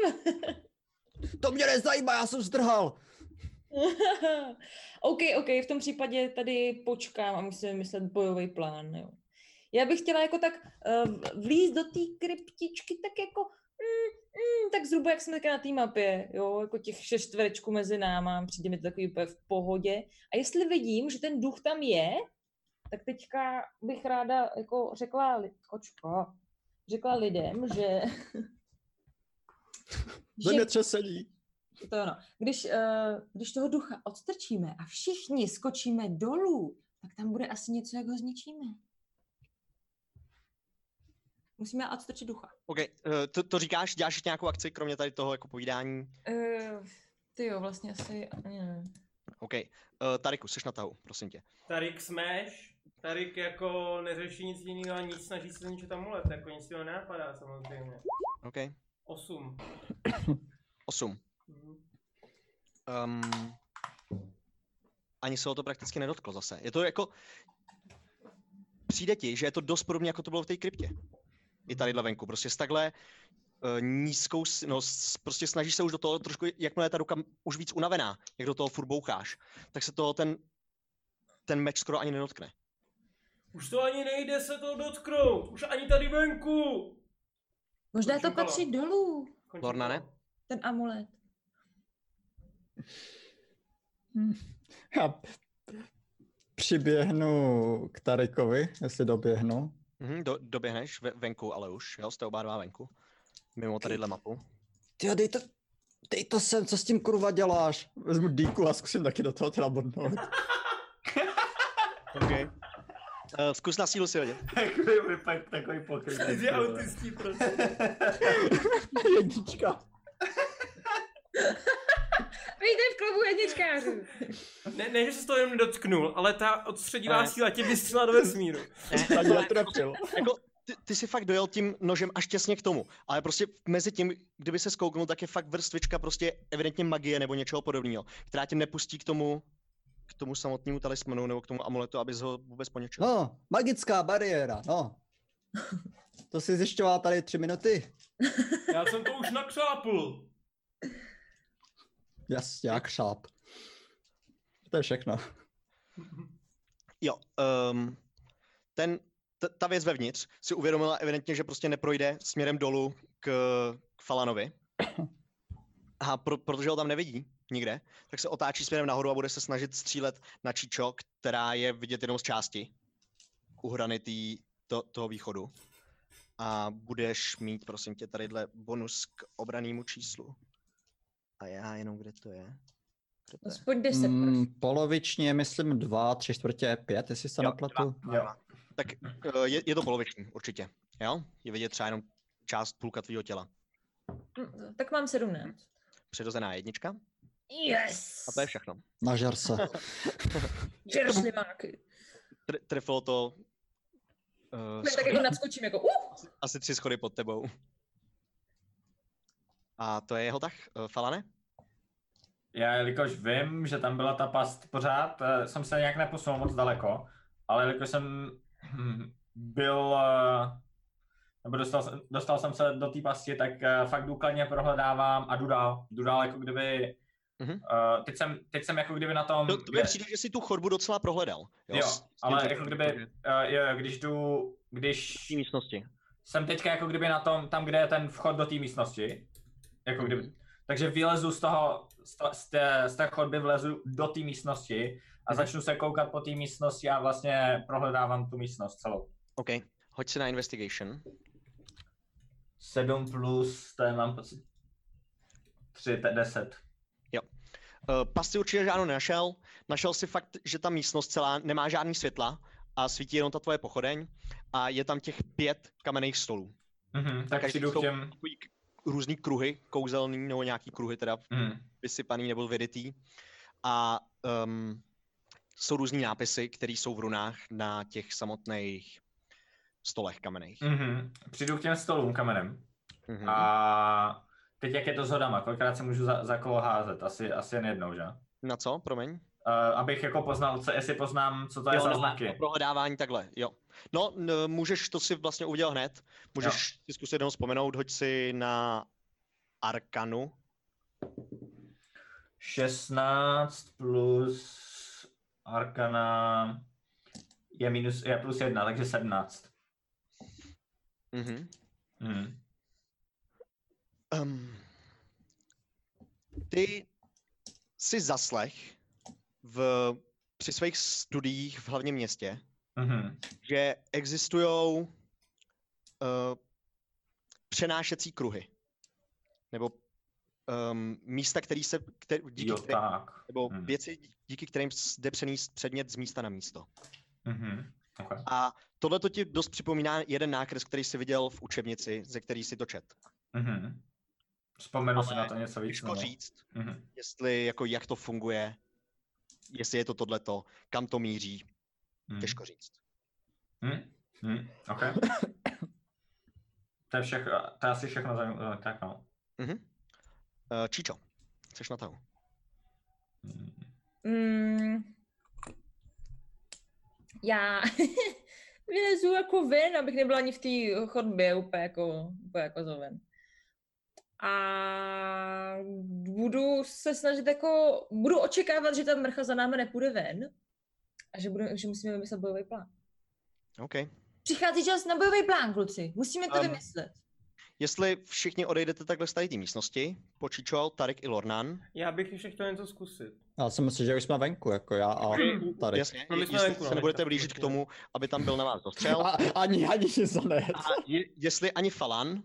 Speaker 4: To mě nezajímá, já jsem zdrhal!
Speaker 3: OK, OK, v tom případě tady počkám a musím vymyslet bojový plán. Jo. Já bych chtěla jako tak uh, vlíz do té kryptičky, tak jako mm, mm, tak zhruba jak jsme teď na té mapě, jo, jako těch šest čtverečků mezi náma, přijde mi to takový úplně v pohodě. A jestli vidím, že ten duch tam je, tak teďka bych ráda jako řekla, li- kočko, řekla lidem, že...
Speaker 4: No Zemětřesení!
Speaker 3: To ano. Když, eh, když toho ducha odstrčíme a všichni skočíme dolů, tak tam bude asi něco, jak ho zničíme.
Speaker 10: Musíme odstrčit ducha.
Speaker 2: OK, eh, to, to říkáš, děláš ještě nějakou akci, kromě tady toho jako povídání?
Speaker 3: Uh, ty jo, vlastně asi ani nevím.
Speaker 2: OK, uh, Tariku, jsi na tahu, prosím tě.
Speaker 1: Tarik smash. Tarik jako neřeší nic jiného a nic snaží se zničit amulet, jako nic jiného nenapadá samozřejmě.
Speaker 2: OK,
Speaker 1: Osm.
Speaker 2: osm.
Speaker 1: Mhm.
Speaker 2: Um, ani se ho to prakticky nedotklo zase. Je to jako... Přijde ti, že je to dost podobně, jako to bylo v té kryptě. I tady venku. Prostě s takhle eh, nízkou, s- no s- prostě snažíš se už do toho trošku, jakmile je ta ruka m- už víc unavená, jak do toho furt boucháš, tak se toho ten, ten meč skoro ani nedotkne.
Speaker 1: Už to ani nejde se to dotknout, už ani tady venku.
Speaker 3: Možná to
Speaker 1: Končím kolo.
Speaker 3: patří dolů,
Speaker 1: Končí
Speaker 2: Lorna, ne?
Speaker 1: kolo.
Speaker 3: ten amulet.
Speaker 4: Já přiběhnu k Tarikovi, jestli doběhnu.
Speaker 2: Mhm, do, doběhneš ve, venku, ale už, jo, jste oba dva venku. Mimo tadyhle mapu.
Speaker 8: Ty dej to, dej to sem, co s tím kurva děláš?
Speaker 4: Vezmu dýku a zkusím taky do toho teda bodnout.
Speaker 2: Okay. Uh, zkus na sílu si hodit.
Speaker 5: Takový vypad, takový pokryt.
Speaker 1: Lidi autistí prostě.
Speaker 4: Jednička.
Speaker 3: Víte v klubu jedničkářů.
Speaker 1: Ne, ne, že se to jenom dotknul, ale ta odstředivá
Speaker 2: Ne.
Speaker 1: síla tě vystřelila do vesmíru.
Speaker 4: Ani netrefil.
Speaker 2: jako, ty, ty jsi fakt dojel tím nožem až těsně k tomu, ale prostě mezi tím, kdyby se skouknul, tak je fakt vrstvička prostě evidentně magie nebo něčeho podobného, která tě nepustí k tomu, k tomu samotnému talismanu nebo k tomu amuletu, abys ho vůbec poničil. No.
Speaker 4: No, magická bariéra, no. To si zjišťoval tady tři minuty.
Speaker 1: Já jsem to už nakřápl.
Speaker 4: Jasně, jak šáp. To je všechno.
Speaker 2: Jo, um, ten, t- ta věc vevnitř si uvědomila evidentně, že prostě neprojde směrem dolů k, k Falanovi. A pro, protože ho tam nevidí nikde, tak se otáčí směrem nahoru a bude se snažit střílet na Číčo, která je vidět jenom z části u hrany tý, to, toho východu. A budeš mít, prosím tě, tadyhle bonus k obranému číslu. A já jenom, kde to je? Kde to je?
Speaker 3: Aspoň 10. Mm.
Speaker 4: Mm, polovičně, myslím, dva, tři čtvrtě, pět, jestli se
Speaker 2: Jo,
Speaker 4: napletu.
Speaker 5: Jo.
Speaker 2: Tak eh, je, je to poloviční, určitě. Jo? Je vidět třeba jenom část půlka tvýho těla.
Speaker 3: Mm, Tak mám 17.
Speaker 2: Přirozená jednička
Speaker 3: Yes!
Speaker 2: a to je všechno.
Speaker 4: Nažer se.
Speaker 3: Žeru slimáky.
Speaker 2: Tr- trefilo to uh,
Speaker 3: Tak jako nadskočím jako uh!
Speaker 2: asi tři schody pod tebou. A to je jeho tah, uh, Falane?
Speaker 5: Já, jelikož vím, že tam byla ta past pořád, eh, jsem se nějak neposunul moc daleko, ale jelikož jsem hm, byl, eh, nebo dostal, jsem- dostal jsem se do té pasti, tak eh, fakt důkladně prohledávám a jdu dál, jdu dál jako kdyby,
Speaker 2: Mhm.
Speaker 5: eh, teď, jsem, teď jsem jako kdyby na tom,
Speaker 2: To, to mi
Speaker 5: kde-
Speaker 2: přijde, že si tu chodbu docela prohledal.
Speaker 5: Jo,
Speaker 2: s- s tím
Speaker 5: ale
Speaker 2: tak-
Speaker 5: jako kdyby- eh, jo, jo, když jdu, když
Speaker 2: V té místnosti.
Speaker 5: jsem teďka jako kdyby na tom, tam, kde je ten vchod do té místnosti, jako kdyby,
Speaker 2: Mhm.
Speaker 5: takže vylezu z toho, z, to, z, té, z té chodby vlezu do té místnosti a
Speaker 2: Mhm.
Speaker 5: začnu se koukat po té místnosti a vlastně prohledávám tu místnost celou.
Speaker 2: OK, hoď si na investigation.
Speaker 5: 7 plus, to je mám pocit, 3, 10.
Speaker 2: Uh, pas si určitě žádnou nenašel. Našel si fakt, že ta místnost celá nemá žádný světla a svítí jenom ta tvoje pochodeň a je tam těch pět kamenných stolů.
Speaker 5: Mhm, tak
Speaker 2: Každý
Speaker 5: přijdu
Speaker 2: jsou-
Speaker 5: k těm,
Speaker 2: Takový k- různý kruhy, kouzelný nebo nějaký kruhy teda
Speaker 5: mhm,
Speaker 2: vysypaný nebo vyditý. A um, jsou různý nápisy, které jsou v runách na těch samotných stolech kamenných.
Speaker 5: mhm, přijdu k těm stolům kamenem
Speaker 2: Mhm.
Speaker 5: a teď jak je to s hodama, kolikrát se můžu za, za koho házet, asi, asi jen jednou, že?
Speaker 2: Na co, promiň?
Speaker 5: Uh, abych jako poznal, co, jestli poznám, co to je
Speaker 2: Jo,
Speaker 5: za
Speaker 2: no,
Speaker 5: znaky.
Speaker 2: na prohledávání takhle, jo. No, n- můžeš, to si vlastně udělal hned. Můžeš si zkusit jenom vzpomenout, hoď si na Arkanu.
Speaker 5: 16 plus Arkana je, minus, je plus 1, takže 17.
Speaker 2: Mhm.
Speaker 5: Hmm.
Speaker 2: Um, ty si zaslech v, při svých studiích v hlavním městě,
Speaker 5: Mhm.
Speaker 2: že existují uh, přenášecí kruhy. Nebo um, místa, který se, který, díky
Speaker 5: Jo,
Speaker 2: kterým,
Speaker 5: tak.
Speaker 2: nebo
Speaker 5: Hmm.
Speaker 2: věci, díky kterým s- jde přenést předmět z místa na místo.
Speaker 5: Mhm. Okay.
Speaker 2: A tohle to ti dost připomíná jeden nákres, který jsi viděl v učebnici, ze který si to čet.
Speaker 5: Mhm. Vzpomenu si
Speaker 2: Ale
Speaker 5: na to něco víc.
Speaker 2: Těžko
Speaker 5: no.
Speaker 2: říct,
Speaker 5: Mhm.
Speaker 2: jestli jako jak to funguje, jestli je to tohleto, kam to míří,
Speaker 5: Mhm.
Speaker 2: těžko říct.
Speaker 5: Hm? Hm? OK. to je všechno, to je asi všechno za, tak no.
Speaker 2: Mhm. Eh, Číčo, jsi na tahu.
Speaker 5: Mhm.
Speaker 3: Mm. Já vylezu jako ven, abych nebyla ani v té chodbě úplně jako, úplně jako zoven. A budu se snažit jako, budu očekávat, že ta mrcha za námi nepůjde ven a že, budeme, že musíme vymyslet bojový plán.
Speaker 2: OK.
Speaker 3: Přichází čas na bojový plán, kluci. Musíme to
Speaker 2: Ano.
Speaker 3: vymyslet.
Speaker 2: Jestli všichni odejdete takhle z tady té místnosti, počíčo, Tarik i Lornan.
Speaker 1: Já bych ještě chtěl něco zkusit.
Speaker 4: Já jsem myslel, že už jsme venku, jako já a tady.
Speaker 2: Jasně,
Speaker 1: No, my jsme
Speaker 2: jestli
Speaker 1: venku, no,
Speaker 2: se nebudete
Speaker 1: teďka.
Speaker 2: blížit k tomu, aby tam byl na vás dostřel.
Speaker 4: A, ani, ani nic ne.
Speaker 2: A je, jestli ani Falan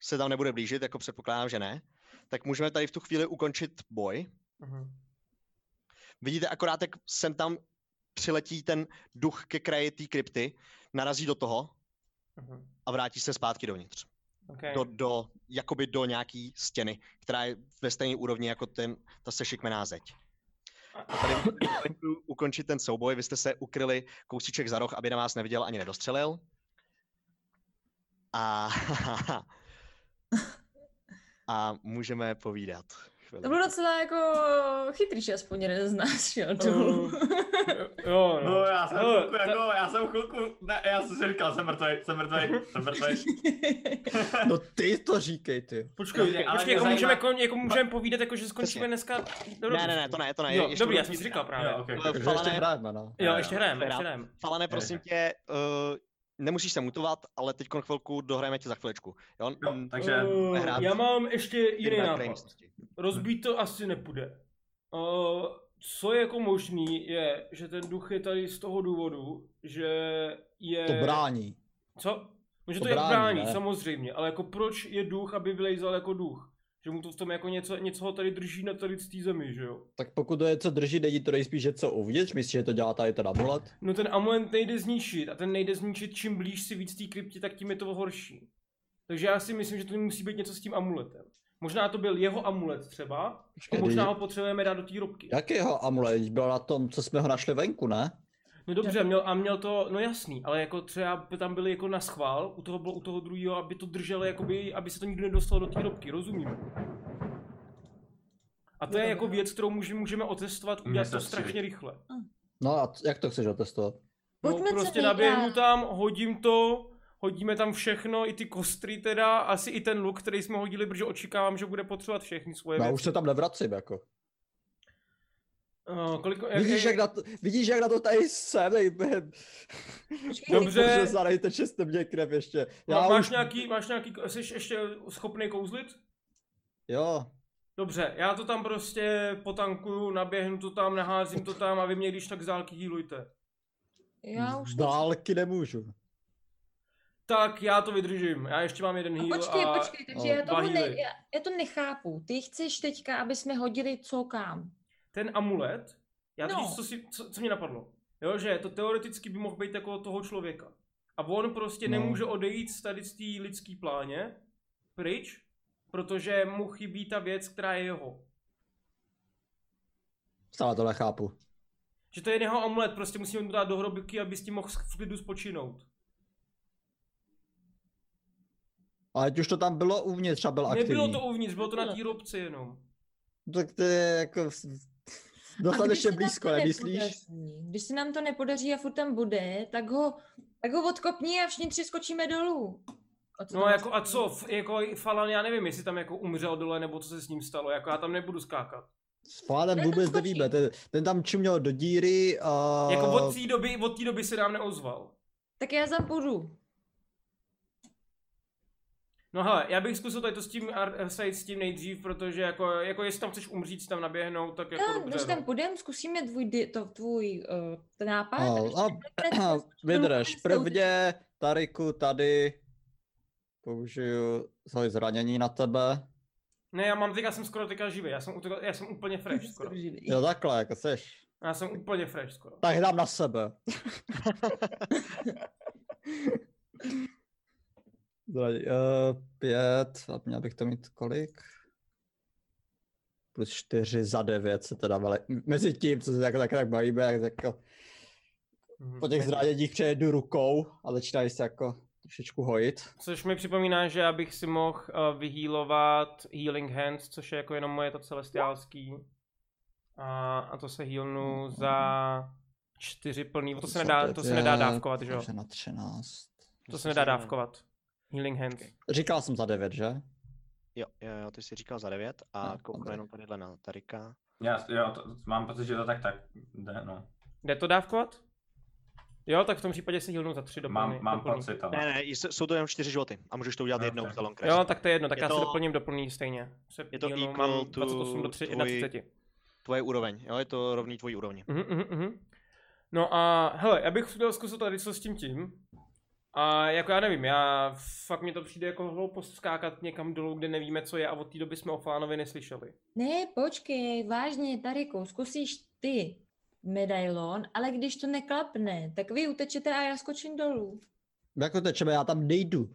Speaker 2: se tam nebude blížit, jako předpokládám, že ne, tak můžeme tady v tu chvíli ukončit boj.
Speaker 1: Mhm.
Speaker 2: Vidíte akorát, jak sem tam přiletí ten duch ke kraji té krypty, narazí do toho
Speaker 1: Mhm.
Speaker 2: a vrátí se zpátky dovnitř.
Speaker 1: Okay.
Speaker 2: Do, do, jakoby do nějaký stěny, která je ve stejné úrovni jako ten, ta sešikmená zeď. A tady můžeme pomalinku ukončit ten souboj, vy jste se ukryli kousíček za roh, aby na vás neviděl ani nedostřelil. A, a můžeme povídat.
Speaker 3: To
Speaker 2: chvilinku.
Speaker 3: bylo docela jako chytrý, že aspoň jeden z nás šel dolů.
Speaker 1: Eh, Jo,
Speaker 5: No,
Speaker 1: no.
Speaker 5: já jsem
Speaker 1: No,
Speaker 5: chvilku,
Speaker 1: to-
Speaker 5: jako, já jsem chvilku, ne, já jsem si říkal, jsem mrtvej, jsem mrtvej, jsem mrtvej.
Speaker 4: No ty to říkej, ty.
Speaker 1: Počkej,
Speaker 5: Dobře, ale
Speaker 1: počkej,
Speaker 5: mě
Speaker 1: jako
Speaker 5: zajímá-
Speaker 1: můžeme, kon, jako můžeme povídat, jako že skončíme
Speaker 2: Přesně.
Speaker 1: dneska.
Speaker 2: Ne, ne, ne, to ne, to ne.
Speaker 1: Jo,
Speaker 2: ještě
Speaker 1: dobrý,
Speaker 2: budu
Speaker 1: já jsem si
Speaker 2: mít-
Speaker 1: říkal právě.
Speaker 5: jo,
Speaker 1: Jo,
Speaker 5: ok,
Speaker 2: Eh,
Speaker 5: ok.
Speaker 4: Takže ještě
Speaker 2: Falane,
Speaker 4: hrajeme, no.
Speaker 1: jo
Speaker 5: Jo,
Speaker 1: ještě
Speaker 5: jo.
Speaker 1: hrajeme,
Speaker 2: Dobrá.
Speaker 1: ještě hrajeme.
Speaker 2: Falane, prosím tě, uh, nemusíš se mutovat, ale teď chvilku dohrajeme tě za chviličku. Jo?
Speaker 5: Jo, takže
Speaker 1: Eh,
Speaker 2: hrát-
Speaker 1: já mám ještě jiný
Speaker 2: Jdeme na
Speaker 1: nápad.
Speaker 2: krajnosti.
Speaker 1: Rozbít to asi nepůjde. Uh, co je jako možný, je, že ten duch je tady z toho důvodu, že je...
Speaker 4: To brání.
Speaker 1: Co? No, že to,
Speaker 4: To
Speaker 1: je brání,
Speaker 4: brání, ne?
Speaker 1: samozřejmě, ale jako proč je duch, aby vylejzal jako duch? Že mu to v tom jako něco, něco ho tady drží na tady z té zemi, že jo?
Speaker 4: Tak pokud to je co drží, není to nejspíš, že co uvnitř, myslíš, že to dělá tady ten amulet?
Speaker 1: No ten amulet nejde zničit a ten nejde zničit, čím blíž si víc té kryptě, tak tím je to horší. Takže já si myslím, že to musí být něco s tím amuletem. Možná to byl jeho amulet třeba, a možná ho potřebujeme dát do té robky.
Speaker 4: Jakého amulet? Vždyť Byl na tom, co jsme ho našli venku, ne?
Speaker 1: No dobře, měl, a měl to, no jasný, ale jako třeba by tam byli jako na schvál, u toho bylo u toho druhého, aby to drželo, jakoby, aby se to nikdo nedostalo do té dobky, rozumíme. A to je jako věc, kterou můžeme, můžeme otestovat,
Speaker 5: Mně
Speaker 1: udělat
Speaker 5: se
Speaker 1: to
Speaker 5: přijde.
Speaker 1: strašně rychle.
Speaker 4: No a c- jak to chceš otestovat?
Speaker 1: No,
Speaker 3: Pojďme co
Speaker 1: prostě
Speaker 3: nejdál.
Speaker 1: naběhnu tam, hodím to, hodíme tam všechno, i ty kostry teda, asi i ten luk, který jsme hodili, protože očekávám, že bude potřebovat všechny svoje
Speaker 4: Já
Speaker 1: věci.
Speaker 4: No už se tam nevracím, jako.
Speaker 1: Eh, kolik, eh,
Speaker 4: Vidíš,
Speaker 1: eh,
Speaker 4: jak na to, vidíš, jak na to tady jsem, eh, nej,
Speaker 1: Dobře.
Speaker 4: Bože, zadejte čistem mě krev ještě.
Speaker 1: má-
Speaker 4: Já
Speaker 1: no, máš,
Speaker 4: už,
Speaker 1: nějaký, máš nějaký, jsi ještě schopný kouzlit?
Speaker 4: Jo,
Speaker 1: Dobře, já to tam prostě potankuju, naběhnu to tam, naházím to tam a vy mě když tak z dálky healujte.
Speaker 3: Já už
Speaker 4: z
Speaker 3: to
Speaker 4: dálky nemůžu.
Speaker 1: Tak já to vydržím, já ještě mám jeden
Speaker 3: A
Speaker 1: heal
Speaker 3: Počkej,
Speaker 1: a...
Speaker 3: počkej, takže
Speaker 4: no,
Speaker 3: já, tomu ne,
Speaker 1: bahýlej.
Speaker 3: já, já to nechápu. Ty chceš teďka, aby jsme hodili co kam.
Speaker 1: Ten amulet, já
Speaker 3: No.
Speaker 1: no. totiž, co, si, co, co mě napadlo, jo, že to teoreticky by mohl být jako toho člověka. A on prostě
Speaker 4: No.
Speaker 1: no. nemůže odejít z tady z té lidský pláně, pryč, protože mu chybí ta věc, která je jeho.
Speaker 4: Stále to nechápu.
Speaker 1: Že to je jeho amulet, prostě musíme mu dát do hrobky, aby s tím mohl v klidu spočinout.
Speaker 4: Ale ať už to tam bylo uvnitř a byl aktivní.
Speaker 1: Nebylo to uvnitř, bylo to na té robce jenom.
Speaker 4: Tak to je jako... v-
Speaker 3: A když
Speaker 4: Dostatečně
Speaker 3: se nám
Speaker 4: blízko,
Speaker 3: to
Speaker 4: nemyslíš?
Speaker 3: nepodaří, Když se nám to nepodaří a furt tam bude, tak ho, tak ho odkopni a všichni tři skočíme dolů. A co
Speaker 1: No
Speaker 3: tam
Speaker 1: jako a
Speaker 3: vlastně-
Speaker 1: co, F- jako Falan, já nevím, jestli tam jako umřel dole, nebo co se s ním stalo, jako já tam nebudu skákat.
Speaker 4: S Fádem
Speaker 3: Ten tam
Speaker 4: vůbec
Speaker 3: skočí.
Speaker 4: nevíme, ten, ten tam čuměl do díry a...
Speaker 1: Jako od té doby, od té doby se nám neozval.
Speaker 3: Tak já zapůjdu.
Speaker 1: No hele, já bych zkusil tady to s tím, ar- sejít s tím nejdřív, protože jako, jako jestli tam chceš umřít, si tam naběhnout, tak jako
Speaker 3: No,
Speaker 1: dobře.
Speaker 3: když tam půjdeme, zkusíme tvůj, di- to, tvůj uh, ten nápad.
Speaker 4: A,
Speaker 3: když
Speaker 4: a-
Speaker 3: to neklapne, tak
Speaker 4: Vydrž,
Speaker 3: skočíme dolů.
Speaker 4: prvně Tariku tady použiju svoje zranění na tebe.
Speaker 1: Ne, já mám teďka, jsem skoro teďka živý, já jsem, utekl, já jsem úplně fresh skoro.
Speaker 4: Jo takhle, jako seš.
Speaker 1: Já jsem úplně fresh skoro.
Speaker 4: Tak dám na sebe. Zradí, uh, pět, a měl bych to mít kolik? Plus čtyři za devět se teda vele... Mezi tím, co se tak, tak, tak bavíme, tak jako... Po těch zraděních přejedu rukou a začínají se jako trošičku hojit.
Speaker 1: Což mi připomíná, že abych si mohl uh, vyhýlovat Healing Hands, což je jako jenom moje to celestiálský. A, a to se healnu za čtyři plný, to se nedá, to se nedá dávkovat, že jo?
Speaker 4: Takže na 13.
Speaker 1: To se nedá dávkovat. Healing Hands.
Speaker 4: Říkal jsem za 9, že?
Speaker 2: Jo, jo, jo, ty jsi říkal za 9 a
Speaker 4: No,
Speaker 2: no, kouknu
Speaker 4: dobrý.
Speaker 2: jenom tadyhle na Tarika.
Speaker 5: Já, jo, to, mám pocit, že to tak tak jde, no.
Speaker 1: Jde to dávkovat? Jo, tak v tom případě si healnu za tři doplny.
Speaker 5: Mám, mám
Speaker 1: doplný.
Speaker 5: pocit, ale.
Speaker 2: Ne, ne, js- jsou to jenom čtyři životy a můžeš to udělat
Speaker 5: No,
Speaker 2: jednou
Speaker 5: tak.
Speaker 2: za long rest.
Speaker 1: Jo, tak to je jedno, tak
Speaker 2: Je
Speaker 1: já to... si
Speaker 2: to-
Speaker 1: doplním doplný stejně. Se
Speaker 2: je to
Speaker 1: healnu,
Speaker 2: equal
Speaker 1: mám
Speaker 2: to
Speaker 1: 28 do 3,
Speaker 2: tvůj-
Speaker 1: 31.
Speaker 2: Tvoje úroveň, jo, je to rovný tvojí úrovni.
Speaker 1: Mhm, mhm, mhm. No a hele, já bych chtěl zkusit tady co s tím tím. A jako já nevím, já fakt mi to přijde jako hloupost skákat někam dolů, kde nevíme, co je a od té doby jsme o Flánovi neslyšeli.
Speaker 3: Ne, počkej, vážně, Tariku, zkusíš ty medailon, ale když to neklapne, tak vy utečete a já skočím dolů.
Speaker 4: Jako tečeme, já tam nejdu.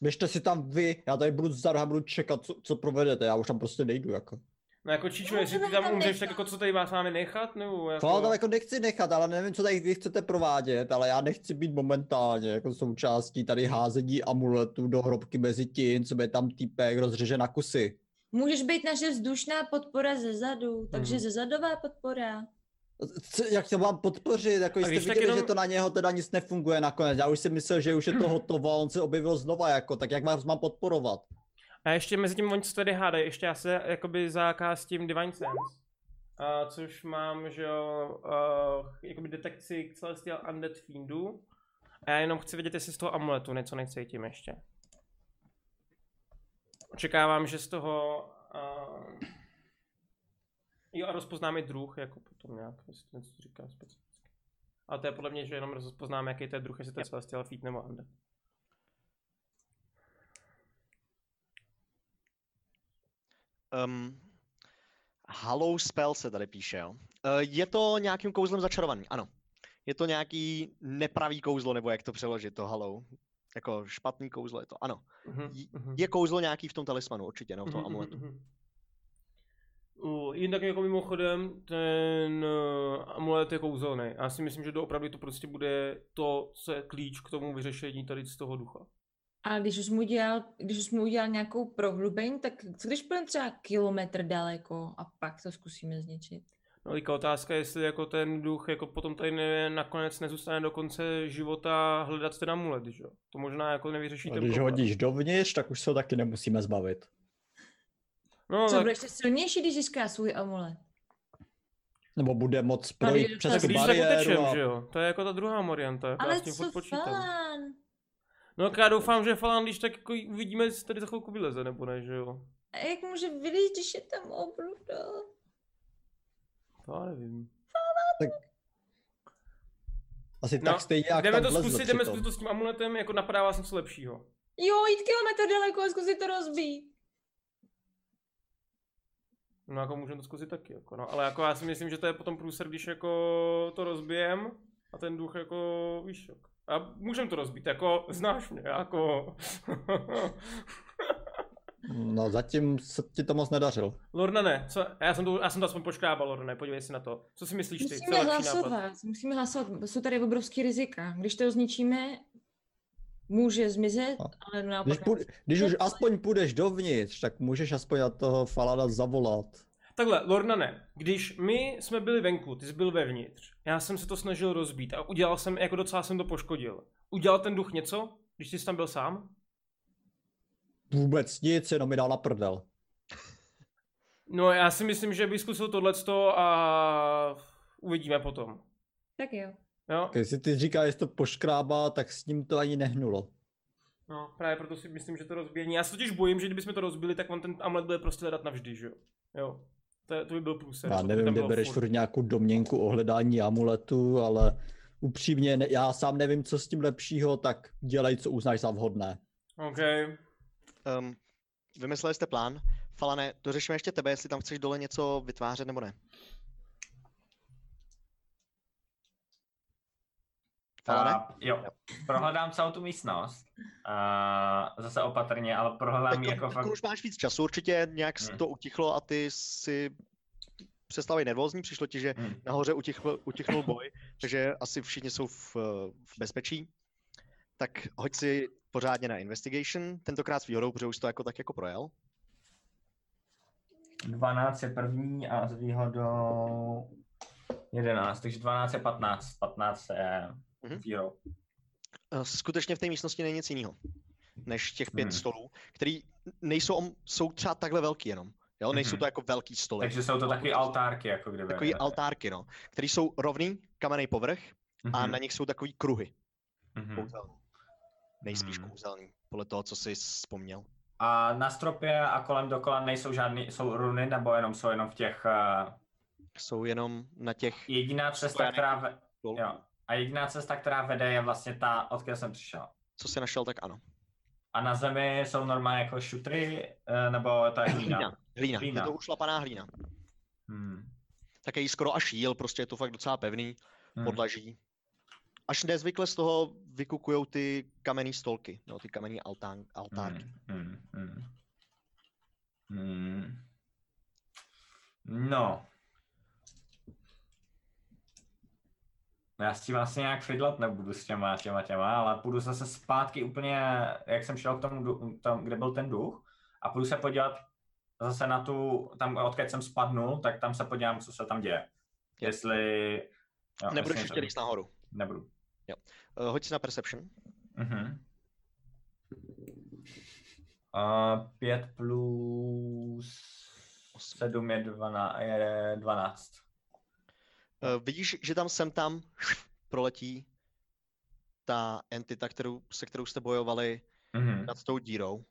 Speaker 4: Běžte si tam vy, já tady budu za rohem, budu čekat, co, co provedete, já už tam prostě nejdu, jako.
Speaker 1: No jako Číčo,
Speaker 3: No,
Speaker 1: jestli
Speaker 3: to
Speaker 1: ty tam
Speaker 3: nechat
Speaker 1: umřeš,
Speaker 3: nechat.
Speaker 1: tak jako co tady vás máme nechat, nebo jako...
Speaker 4: To já tam jako nechci nechat, ale nevím, co tady vy chcete provádět, ale já nechci být momentálně jako součástí tady házení amuletů do hrobky mezi tím, co je tam týpek rozřeže na kusy.
Speaker 3: Můžeš být naše vzdušná podpora ze zadu, takže
Speaker 1: Hmm.
Speaker 3: ze zadová podpora.
Speaker 4: Co, jak to mám podpořit? Jako jste
Speaker 1: víš, tak
Speaker 4: viděli,
Speaker 1: jenom-
Speaker 4: že to na něho teda nic nefunguje nakonec. Já už si myslel, že už je to hotovo a on se objevil znova, jako, tak jak vás mám podporovat?
Speaker 1: A ještě mezi tím oni se tady hádají, ještě já se jakoby zakáz tím Divine Sense. A což mám, že jo, uh, jakoby detekci Celestial Undead Fiendů. A já jenom chci vědět, jestli z toho amuletu něco necítím ještě. Očekávám, že z toho... Uh, jo, a rozpoznám i druh, jako potom nějak, jestli to něco říká specificky. A to je podle mě, že jenom rozpoznám, jaký to je druh, jestli to je Celestial Fiend nebo Undead.
Speaker 2: Um, Hallow Spell se tady píše, jo. Eh, Je to nějakým kouzlem začarovaný, ano. Je to nějaký nepravý kouzlo, nebo jak to přeložit, to hallow. Jako špatný kouzlo je to, ano.
Speaker 1: Mhm,
Speaker 2: J-
Speaker 1: mhm.
Speaker 2: Je kouzlo nějaký v tom talismanu, určitě, no, v tom
Speaker 1: Mhm,
Speaker 2: amuletu.
Speaker 1: mhm, mhm. Uh, jinak jako mimochodem, ten uh, amulet je kouzelný. Já si myslím, že doopravdy to prostě bude to, co je klíč k tomu vyřešení tady z toho ducha.
Speaker 3: A když už mu udělal, když už mu udělal nějakou prohlubeň, tak co když půjdeme třeba kilometr daleko a pak to zkusíme zničit?
Speaker 1: No, teďka otázka, jestli jako ten duch jako potom tady ne, nakonec nezůstane do konce života hledat ten amulet, že jo? To možná jako nevyřeší ten
Speaker 4: Když
Speaker 1: problém.
Speaker 4: hodíš dovnitř, tak už se ho taky nemusíme zbavit.
Speaker 1: No,
Speaker 3: Co
Speaker 1: tak,
Speaker 3: bude ještě silnější, když získá svůj amulet?
Speaker 4: Nebo bude moc
Speaker 3: No,
Speaker 4: projít
Speaker 3: vidíš,
Speaker 4: přes
Speaker 1: tak
Speaker 4: tu
Speaker 1: když tak
Speaker 4: bariéru.
Speaker 1: utečem,
Speaker 4: A...
Speaker 1: že jo? To je jako ta druhá varianta, jako já
Speaker 3: Ale
Speaker 1: s tím
Speaker 3: co
Speaker 1: furt počítám.
Speaker 3: Falan?
Speaker 1: No, tak já doufám, že Falan, když tak jako uvidíme, jestli tady za chvilku vyleze, nebo ne, že jo?
Speaker 3: A jak může vylít, když je tam obrudo?
Speaker 1: To já nevím.
Speaker 4: Asi
Speaker 1: No,
Speaker 4: tak stejně, jak
Speaker 1: jdeme
Speaker 4: tam
Speaker 1: to
Speaker 4: vlezl
Speaker 1: zkusit, jdeme
Speaker 4: přitom.
Speaker 1: zkusit to s tím amuletem, jako napadá vás něco lepšího.
Speaker 3: Jo, jít kilometr daleko a zkusit to rozbít.
Speaker 1: No jako můžeme to zkusit taky, jako no, ale jako já si myslím, že to je potom průser, když jako to rozbijem a ten duch jako, víš, jak. A můžem to rozbít, jako znáš mě, jako.
Speaker 4: No zatím se ti to moc nedařilo.
Speaker 1: Lorna ne, co, já jsem to, já jsem to aspoň počkrábal, Lorne, podívej se na to. Co si myslíš ty, co
Speaker 3: Musíme
Speaker 1: je lepší nápad?
Speaker 3: hlasovat, musíme hlasovat. Jsou tady obrovský rizika. Když to zničíme, může zmizet,
Speaker 4: No.
Speaker 3: ale
Speaker 4: Když,
Speaker 3: naopak...
Speaker 4: půj, když už aspoň půjdeš dovnitř, tak můžeš aspoň na toho Falada zavolat.
Speaker 1: Takhle, Lorna ne, když my jsme byli venku, ty jsi byl vevnitř, já jsem se to snažil rozbít a udělal jsem, jako docela jsem to poškodil. Udělal ten duch něco, když ty jsi tam byl sám?
Speaker 4: Vůbec nic, jenom mi dal na prdel.
Speaker 1: No já si myslím, že bych zkusil tohleto a uvidíme potom.
Speaker 3: Tak jo.
Speaker 1: Jo?
Speaker 4: Když si ty říká, jestli to poškrábá, tak s ním to ani nehnulo.
Speaker 1: No, právě proto si myslím, že to rozbíjení. Já se totiž bojím, že kdybychom to rozbili, tak on ten amulet bude prostě hledat navždy, že jo? Jo. To, je- to by byl průser.
Speaker 4: Já
Speaker 1: pokud by
Speaker 4: nevím,
Speaker 1: tam
Speaker 4: kde
Speaker 1: bylo
Speaker 4: bereš
Speaker 1: furt.
Speaker 4: furt nějakou domněnku o hledání amuletu, ale upřímně, ne, já sám nevím, co s tím lepšího, tak dělej, co uznáš za vhodné.
Speaker 1: OK.
Speaker 2: Um, vymysleli jste plán. Falane, to řešíme ještě tebe, jestli tam chceš dole něco vytvářet nebo ne. Falane?
Speaker 5: A, jo, prohledám celou tu místnost. A, zase opatrně, ale prohledám
Speaker 2: Tak
Speaker 5: ji
Speaker 2: to,
Speaker 5: jako
Speaker 2: jako
Speaker 5: fakt...
Speaker 2: už máš víc času, určitě nějak
Speaker 5: Hmm.
Speaker 2: hmm. to utichlo a ty si přestal být nervózní, přišlo ti, že
Speaker 5: Hmm.
Speaker 2: nahoře utichl, utichnul boj, takže asi všichni jsou v, eh, v bezpečí. Tak hoď si pořádně na investigation, tentokrát s výhodou, protože už jsi to jako tak jako projel.
Speaker 5: 12 je první a s výhodou 11, takže 12 je 15, 15 je
Speaker 2: Mhm.
Speaker 5: výhodou.
Speaker 2: Eh, Skutečně v té místnosti není nic jiného, než těch pět
Speaker 5: Hmm.
Speaker 2: hmm. stolů, který nejsou, om- jsou třeba takhle velký jenom. Jo, nejsou
Speaker 5: Mhm.
Speaker 2: to jako velký stoly.
Speaker 5: Takže jsou to taky altárky, jako kdyby.
Speaker 2: Takový altárky, no, který jsou rovný, kamenný povrch
Speaker 5: Mhm,
Speaker 2: a na nich jsou takový kruhy
Speaker 5: mhm.
Speaker 2: kouzelný. Nejspíš
Speaker 5: Hmm.
Speaker 2: kouzelný, podle toho, co jsi vzpomněl.
Speaker 5: A na stropě a kolem dokola nejsou žádný, jsou runy nebo jenom jsou jenom v těch, eh,
Speaker 2: Jsou jenom na těch
Speaker 5: jediná cesta,
Speaker 2: Spojené.
Speaker 5: která, ve,
Speaker 2: dolů.
Speaker 5: jo, a jediná cesta, která vede je vlastně ta, odkud jsem přišel.
Speaker 2: Co jsi našel, tak ano.
Speaker 5: A na zemi jsou normálně jako šutry, eh, nebo ta hlína.
Speaker 2: Hlína. Hlína.
Speaker 5: Hlína.
Speaker 2: Je to ušlapaná hlína.
Speaker 5: Hmm.
Speaker 2: Také jí skoro až jíl, prostě je to fakt docela pevný,
Speaker 5: Hmm.
Speaker 2: podlaží. Až nezvykle z toho vykukujou ty kamenné stolky, no, ty kamenné altán, altárky.
Speaker 5: Mm, mm, mm. Mm. No. No Já s tím asi nějak fidlat nebudu s těma, těma, těma, ale půjdu zase zpátky úplně, jak jsem šel k tomu, du- tam, kde byl ten duch, a půjdu se podívat zase na tu, tam, odkud jsem spadnul, tak tam se podívám, co se tam děje. Jestli... Jo,
Speaker 2: Nebudeš
Speaker 5: jestli
Speaker 2: už
Speaker 5: něco-
Speaker 2: chtěl jít nahoru.
Speaker 5: Nebudu.
Speaker 2: Uh, hoď si na Perception.
Speaker 5: Mhm. A 5 plus 7 je 12. Je 12.
Speaker 2: Uh, vidíš, že tam sem tam proletí ta entita, kterou, se kterou jste bojovali
Speaker 5: Mhm.
Speaker 2: nad tou dírou.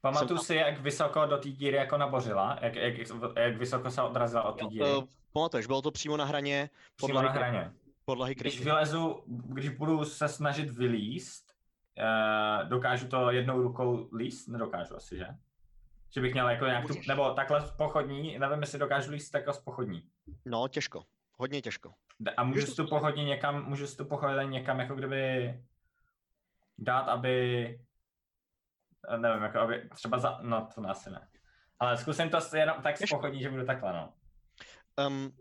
Speaker 5: Pamatuju
Speaker 2: No, Jsem tam.
Speaker 5: si, jak vysoko do té díry jako nabořila, jak, jak, jak vysoko se odrazila od té díry.
Speaker 2: Uh, pamatuješ, bylo to přímo na hraně
Speaker 5: Přímo na
Speaker 2: podlahy, kry-
Speaker 5: hraně.
Speaker 2: podlahy
Speaker 5: Když
Speaker 2: kryty.
Speaker 5: vylezu, když budu se snažit vylíst, eh, dokážu to jednou rukou líst? Nedokážu asi, že? Že bych měl jako nějak tu,
Speaker 2: Můžeš.
Speaker 5: nebo takhle z pochodní, nevím, jestli dokážu líst takhle z pochodní.
Speaker 2: No, těžko. Hodně těžko.
Speaker 5: D- A můžu
Speaker 2: Můžeš
Speaker 5: si
Speaker 2: to
Speaker 5: tu pochodně někam, můžu si tu pochodně někam jako kdyby dát, aby, eh, nevím, jako aby třeba za, no to asi ne. Ale zkusím to s- jenom tak z
Speaker 2: Těžko.
Speaker 5: pochodní, že budu takhle, no.
Speaker 2: Um,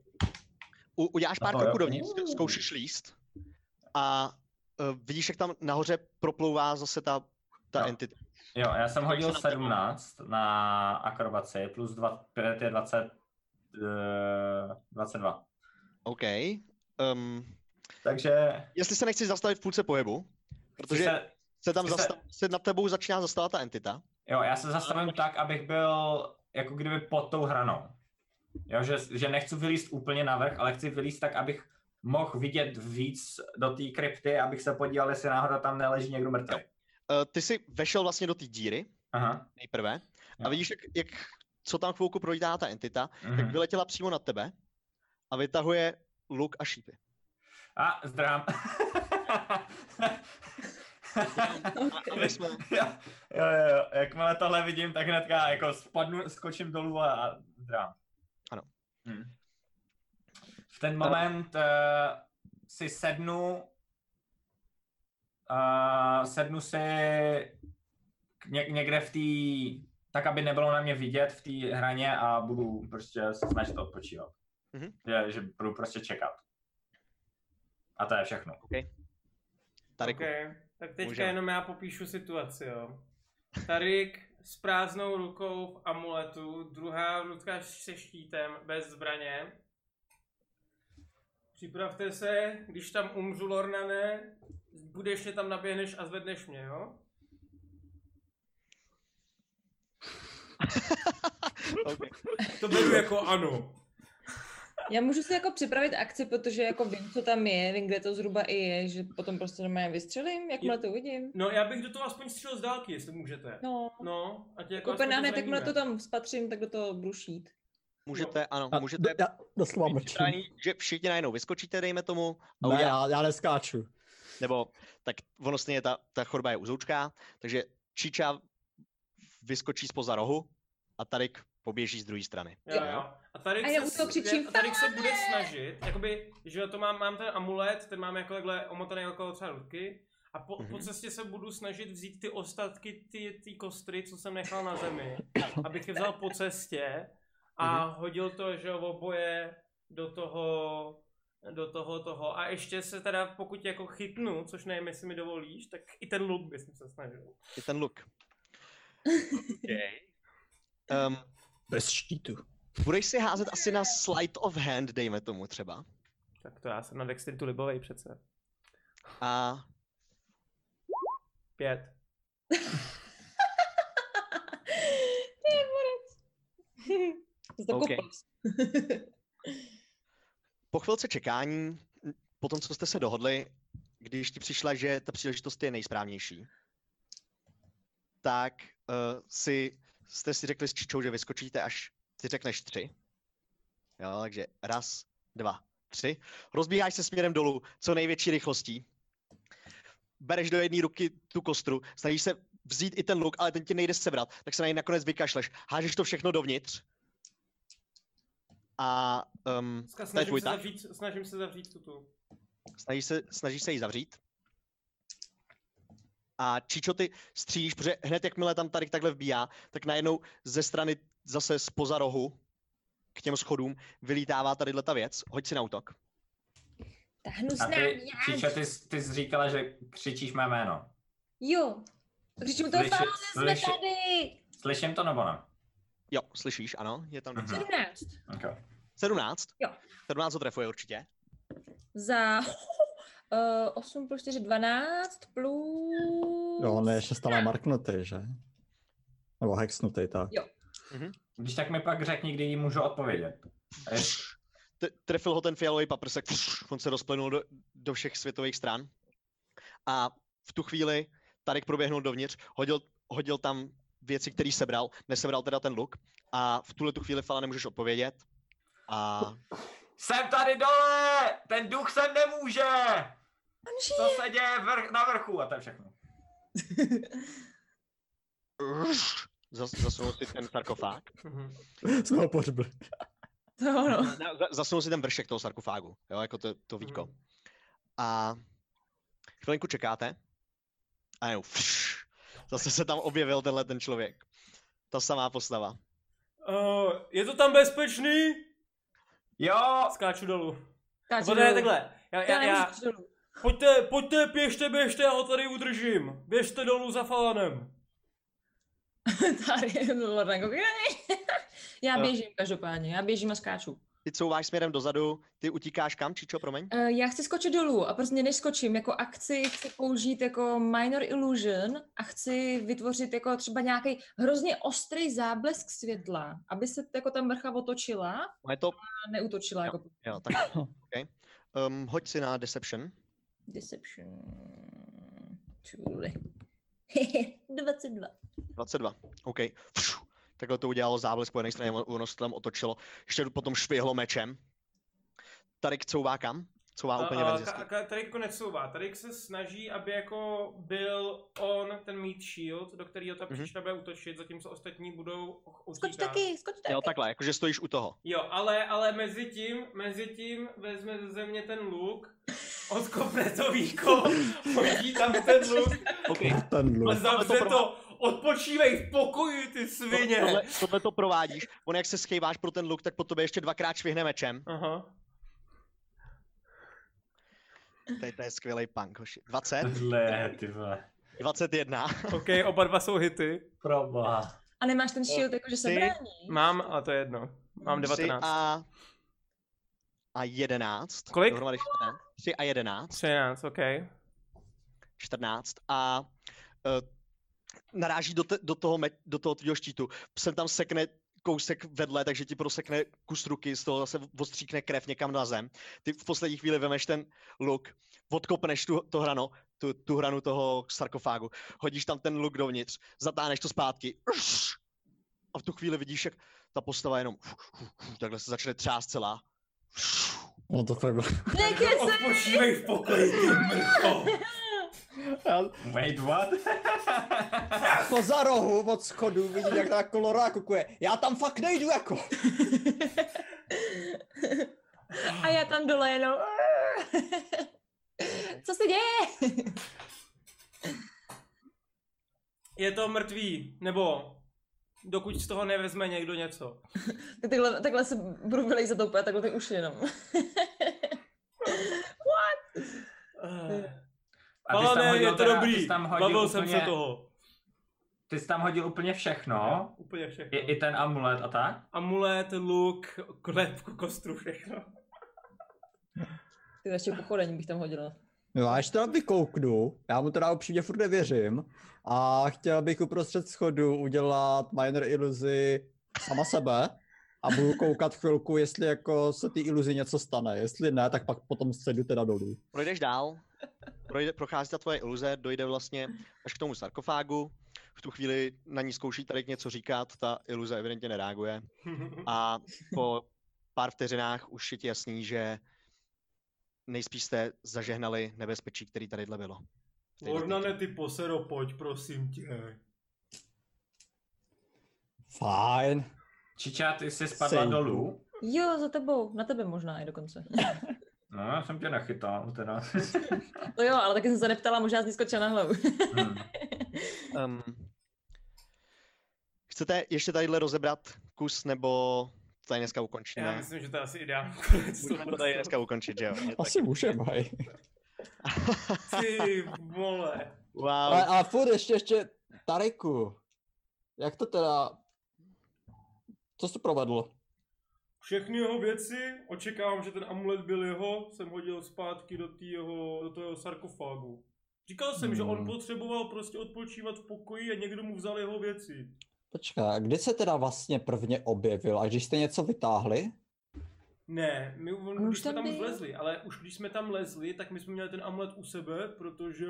Speaker 2: u, uděláš
Speaker 5: A
Speaker 2: pár
Speaker 5: to jo.
Speaker 2: kroků dovnitř, zkoušíš líst a uh, vidíš, jak tam nahoře proplouvá zase ta, ta
Speaker 5: Jo.
Speaker 2: entita.
Speaker 5: Jo, já jsem
Speaker 2: To
Speaker 5: hodil
Speaker 2: se nám tak-
Speaker 5: 17 na akrobaci, plus 2, 5 je 20, eh, 22.
Speaker 2: OK. Um,
Speaker 5: Takže
Speaker 2: jestli se nechci zastavit v půlce pohybu,
Speaker 5: chci
Speaker 2: protože se,
Speaker 5: se,
Speaker 2: tam
Speaker 5: chci se-
Speaker 2: zastav, se nad tebou začíná zastavovat ta entita.
Speaker 5: Jo, já se zastavím tak, abych byl jako kdyby pod tou hranou. Jo, že, že nechci vylíst úplně navrh, ale chci vylíst tak, abych mohl vidět víc do té krypty, abych se podíval, jestli náhodou tam neleží někdo mrtvý.
Speaker 2: Uh, ty jsi vešel vlastně do té díry
Speaker 5: Aha.
Speaker 2: nejprve a
Speaker 5: Jo.
Speaker 2: vidíš, jak, jak co tam chvilku projídá ta entita, tak
Speaker 5: mhm.
Speaker 2: vyletěla přímo na tebe a vytahuje luk a šípy.
Speaker 5: A zdrám.
Speaker 2: A my jsme,
Speaker 5: jo, jo, jo, jakmile tohle vidím, tak hnedka jako spadnu, skočím dolů a a zdrám.
Speaker 2: Ano.
Speaker 5: Hm. V ten moment uh, si sednu, uh, sednu si k ně, někde v té, tak aby nebylo na mě vidět v té hraně a budu prostě se snažit odpočívat.
Speaker 2: Mhm.
Speaker 5: Že, že budu prostě čekat. A to je všechno.
Speaker 2: tady
Speaker 7: Okay. Tak teďka
Speaker 2: Můžeme.
Speaker 7: jenom já popíšu situaci, jo. Tarik s prázdnou rukou v amuletu, druhá ruka se štítem, bez zbraně. Připravte se, když tam umřu, Lornane, budeš mě tam naběhneš a zvedneš mě, jo?
Speaker 2: okay.
Speaker 7: To beru jako ano.
Speaker 6: Já můžu si jako připravit akci, protože jako vím, co tam je, vím, kde to zhruba i je, že potom prostě normálně vystřelím, jakmile to uvidím.
Speaker 7: No já bych do toho aspoň střelil z dálky, jestli můžete.
Speaker 6: No,
Speaker 7: No, a tě jako
Speaker 6: kopená
Speaker 7: aspoň
Speaker 6: hned, jakmile
Speaker 7: zraníme.
Speaker 6: to tam spatřím, tak do toho budu šít.
Speaker 2: Můžete, ano,
Speaker 4: A
Speaker 2: můžete
Speaker 4: d- já doslova
Speaker 2: být
Speaker 4: mlčím.
Speaker 2: připraveni, že všichni najednou vyskočíte, dejme tomu, a
Speaker 4: Ne,
Speaker 2: udělá,
Speaker 4: já, já neskáču.
Speaker 2: nebo tak ono stejně ta, ta chodba je uzoučká, takže Číča vyskočí spoza rohu a Tarik poběží z druhé strany.
Speaker 1: Jo, jo. A tady
Speaker 6: A já
Speaker 1: se,
Speaker 6: u toho křičím,
Speaker 1: a tady se bude snažit, jakoby, že jo, to mám, mám ten amulet, ten mám jako takhle omotaný okolo třeba ruky, a po, po
Speaker 2: Mhm.
Speaker 1: cestě se budu snažit vzít ty ostatky, ty, ty kostry, co jsem nechal na zemi, abych je vzal po cestě a hodil to, že jo, oboje do toho, do toho, toho. A ještě se teda, pokud jako chytnu, což nevím, jestli mi dovolíš, tak i ten luk bych se snažil.
Speaker 2: Je ten luk. Um,
Speaker 4: Bez štítu.
Speaker 2: budeš si házet asi na sleight of hand, dejme tomu třeba.
Speaker 1: Tak to já jsem na dextritu libovej přece.
Speaker 2: A
Speaker 1: Pět.
Speaker 3: Ty borec.
Speaker 2: Okej. po chvilce čekání, m, po tom, co jste se dohodli, když ti přišla, že ta příležitost je nejsprávnější, tak uh, si, jste si řekli s Čičou, že vyskočíte, až si řekneš tři. Jo, takže raz, dva, tři. Rozbíháš se směrem dolů, co největší rychlostí. Bereš do jedné ruky tu kostru, snažíš se vzít i ten luk, ale ten ti nejde sebrat, tak se na něj nakonec vykašleš. Hážeš to všechno dovnitř. A um,
Speaker 1: Dneska
Speaker 2: to je
Speaker 1: snažím
Speaker 2: tvůj
Speaker 1: se,
Speaker 2: tah.
Speaker 1: zavřít, snažím se zavřít tuto.
Speaker 2: Snažíš se, snažíš se ji zavřít. A Čičo, ty střílíš, protože hned jakmile tam tady takhle vbíjá, tak najednou ze strany zase spoza rohu k těm schodům vylítává tady ta věc. Hoď si na útok.
Speaker 3: Ta hnusná
Speaker 5: A ty,
Speaker 3: mňáč.
Speaker 5: Číčo, ty, jsi- ty jsi říkala, že křičíš mé jméno.
Speaker 3: Jo. Křičím to,
Speaker 5: Slyši-
Speaker 3: fáze jsme
Speaker 5: slyši-
Speaker 3: tady.
Speaker 5: Slyším to nebo ne?
Speaker 2: Jo, slyšíš, ano, je tam
Speaker 5: Mhm.
Speaker 2: docela.
Speaker 3: 17.
Speaker 5: Okay.
Speaker 2: 17?
Speaker 3: Jo.
Speaker 2: 17 ho trefuje určitě.
Speaker 3: Za eh, 8 plus 4, 12 plus...
Speaker 4: Jo, on je šestama marknutý, že? Nebo hexnutý, tak.
Speaker 5: Když tak mi pak řekni, kdy jí můžu odpovědět. A je-
Speaker 2: T- trefil ho ten fialový paprsek, on se rozplynul do, do všech světových stran. A v tu chvíli Tarek proběhnul dovnitř, hodil, hodil tam věci, které sebral, nesebral teda ten luk. A v tuhle tu chvíli Fala nemůžeš odpovědět. A
Speaker 5: Jsem tady dole! Ten duch sem nemůže!
Speaker 3: On
Speaker 5: Co se děje vrch, na vrchu? A to je všechno.
Speaker 2: Zas- zasunul si ten sarkofág.
Speaker 1: Mhm.
Speaker 4: Jsme ho pohřbili.
Speaker 3: To je
Speaker 6: no.
Speaker 3: ono.
Speaker 2: Ne, za- Zasunul si ten vršek toho sarkofágu, jo, jako to, to vítko.
Speaker 1: Mhm.
Speaker 2: A chvilinku čekáte. A jenom fš, zase se tam objevil tenhle ten člověk. Ta samá postava.
Speaker 1: Eh, je to tam bezpečný?
Speaker 5: Jo!
Speaker 1: Skáču dolů.
Speaker 3: Káču
Speaker 1: Nebo
Speaker 6: no.
Speaker 1: ne,
Speaker 3: dolů.
Speaker 1: takhle. Já, já, já.
Speaker 3: nemůžu dolů.
Speaker 1: Pojďte, pojďte, běžte, běžte, já ho tady udržím. Běžte dolů za Falanem.
Speaker 3: Tady je Lorna koukej na něj. Já
Speaker 2: Eh.
Speaker 3: běžím každopádně, já běžím a skáču.
Speaker 2: Ty couváš směrem dozadu, ty utíkáš kam, Čičo, promiň?
Speaker 3: Eh, Já chci skočit dolů a prostě než skočím, jako akci chci použít jako minor illusion a chci vytvořit jako třeba nějaký hrozně ostrý záblesk světla, aby se jako ta mrcha otočila a
Speaker 2: No je to,
Speaker 3: neutočila jako
Speaker 2: jo, tak, okay. um, hoď si na Deception.
Speaker 3: deception. Čudli. 22.
Speaker 2: 22, OK. Fšu, takhle to udělalo záblesk po jedné straně, ono- ono se tam otočilo. Ještě potom švihlo mečem. Tarek couvá kam? Couvá úplně
Speaker 1: Eh, a,
Speaker 2: verzisky.
Speaker 1: ka, ka, tady jako necouvá. Tady se snaží, aby jako byl on ten meat shield, do kterého ta
Speaker 2: Mhm.
Speaker 1: příčka bude útočit, zatímco ostatní budou och-
Speaker 3: Skoč
Speaker 1: utíkat.
Speaker 3: taky, skoč taky.
Speaker 2: Jo, takhle, jakože stojíš u toho.
Speaker 1: Jo, ale, ale mezi tím, mezi tím vezme ze země ten luk, odkopne to víko, hodí tam ten luk
Speaker 2: OK.
Speaker 4: Ten
Speaker 1: a
Speaker 4: luk.
Speaker 1: zavře to. Odpočívej v pokoji, ty svině.
Speaker 2: Tohle, tohle to provádíš. On jak se schyváš pro ten luk, tak po tobě ještě dvakrát švihne mečem.
Speaker 1: Aha.
Speaker 2: To je, to je skvělý punk, hoši. 20,
Speaker 5: Tohle, ty vole.
Speaker 2: 21.
Speaker 1: OK, oba dva jsou hity.
Speaker 5: Proboha.
Speaker 3: A nemáš ten shield, jakože se
Speaker 2: Ty
Speaker 3: brání.
Speaker 1: Mám, ale to je jedno. Mám
Speaker 2: Tři
Speaker 1: 19.
Speaker 2: a, a 11.
Speaker 1: Kolik?
Speaker 2: Dohromady 14. 3 a 11.
Speaker 1: 13, OK.
Speaker 2: 14 a uh, naráží do, te, do toho, me, do toho tvýho štítu. Sem tam sekne kousek vedle, takže ti prosekne kus ruky, z toho zase ostříkne krev někam na zem. Ty v poslední chvíli vemeš ten luk, odkopneš tu, to hrano, tu, tu hranu toho sarkofágu, hodíš tam ten luk dovnitř, zatáhneš to zpátky. A v tu chvíli vidíš, jak ta postava jenom takhle se začne třást celá.
Speaker 4: No to fakt bylo.
Speaker 3: Nekec!
Speaker 1: Odpočívej v pokoji, ty mrcho.
Speaker 5: Wait, what?
Speaker 4: Po Jako za rohu od schodu vidím, jak ta kolora kukuje. Já tam fakt nejdu jako.
Speaker 3: A já tam dole jenom... Co se děje?
Speaker 1: Je to mrtvý, nebo dokud z toho nevezme někdo něco.
Speaker 3: Tak Takhle, takhle se budu vylejzat úplně, takhle ty uši jenom.
Speaker 1: Eh,
Speaker 5: A ty jsi tam
Speaker 1: Ale ne,
Speaker 5: hodil
Speaker 1: je to
Speaker 5: teda-
Speaker 1: dobrý.
Speaker 5: Ty jsi tam hodil,
Speaker 1: Bavil
Speaker 5: úplně,
Speaker 1: jsem se toho.
Speaker 5: Ty jsi tam hodil úplně všechno.
Speaker 1: Úplně všechno.
Speaker 5: I, I ten amulet a tak.
Speaker 1: Amulet, luk, klepku, kostru, všechno.
Speaker 3: Ty ještě pochodeň bych tam hodila.
Speaker 4: No a ještě tam vykouknu, já mu teda upřímně furt nevěřím, a chtěl bych uprostřed schodu udělat minor iluzi sama sebe a budu koukat chvilku, jestli jako se ty iluzi něco stane, jestli ne, tak pak potom sedu teda dolů.
Speaker 2: Projdeš dál, projde, prochází ta tvoje iluze, dojde vlastně až k tomu sarkofágu. V tu chvíli na ní zkouší tady něco říkat, ta iluze evidentně nereaguje. A po pár vteřinách už je ti jasný, že nejspíš jste zažehnali nebezpečí, který tady bylo. V téhle
Speaker 7: Ornane,
Speaker 2: knihě.
Speaker 7: ty posero, pojď, prosím tě.
Speaker 4: Fajn.
Speaker 5: Čiča, ty jsi spadla
Speaker 4: Sejdu.
Speaker 5: dolů.
Speaker 3: Jo, za tebou, na tebe možná i dokonce.
Speaker 5: No, já jsem tě nechytal teda.
Speaker 3: No jo, ale taky jsem se neptala, možná jsi mi skočila na hlavu.
Speaker 5: Hmm.
Speaker 2: Um, chcete ještě tadyhle rozebrat kus, nebo to tady dneska
Speaker 1: Já
Speaker 2: ukončíme?
Speaker 1: myslím, že to je asi ideální konec.
Speaker 2: Můžeme to tady dneska ukončit, že jo? Je to
Speaker 4: Asi můžeme, hej.
Speaker 1: Ty vole.
Speaker 2: Wow.
Speaker 4: Ale, ale furt ještě, ještě, Tariku, jak to teda, co jsi provedl?
Speaker 7: Všechny jeho věci, očekávám, že ten amulet byl jeho, jsem hodil zpátky do, tého, do toho jeho sarkofágu. Říkal jsem, že on
Speaker 4: Hmm.
Speaker 7: potřeboval prostě odpočívat v pokoji a někdo mu vzal jeho věci.
Speaker 4: Počkej, a kdy se teda vlastně prvně objevil, a když jste něco vytáhli?
Speaker 7: Ne, my on,
Speaker 3: On
Speaker 7: když
Speaker 3: už
Speaker 7: jsme
Speaker 3: tam
Speaker 7: tam
Speaker 3: byl.
Speaker 7: zlezli, ale už když jsme tam lezli, tak my jsme měli ten amulet u sebe, protože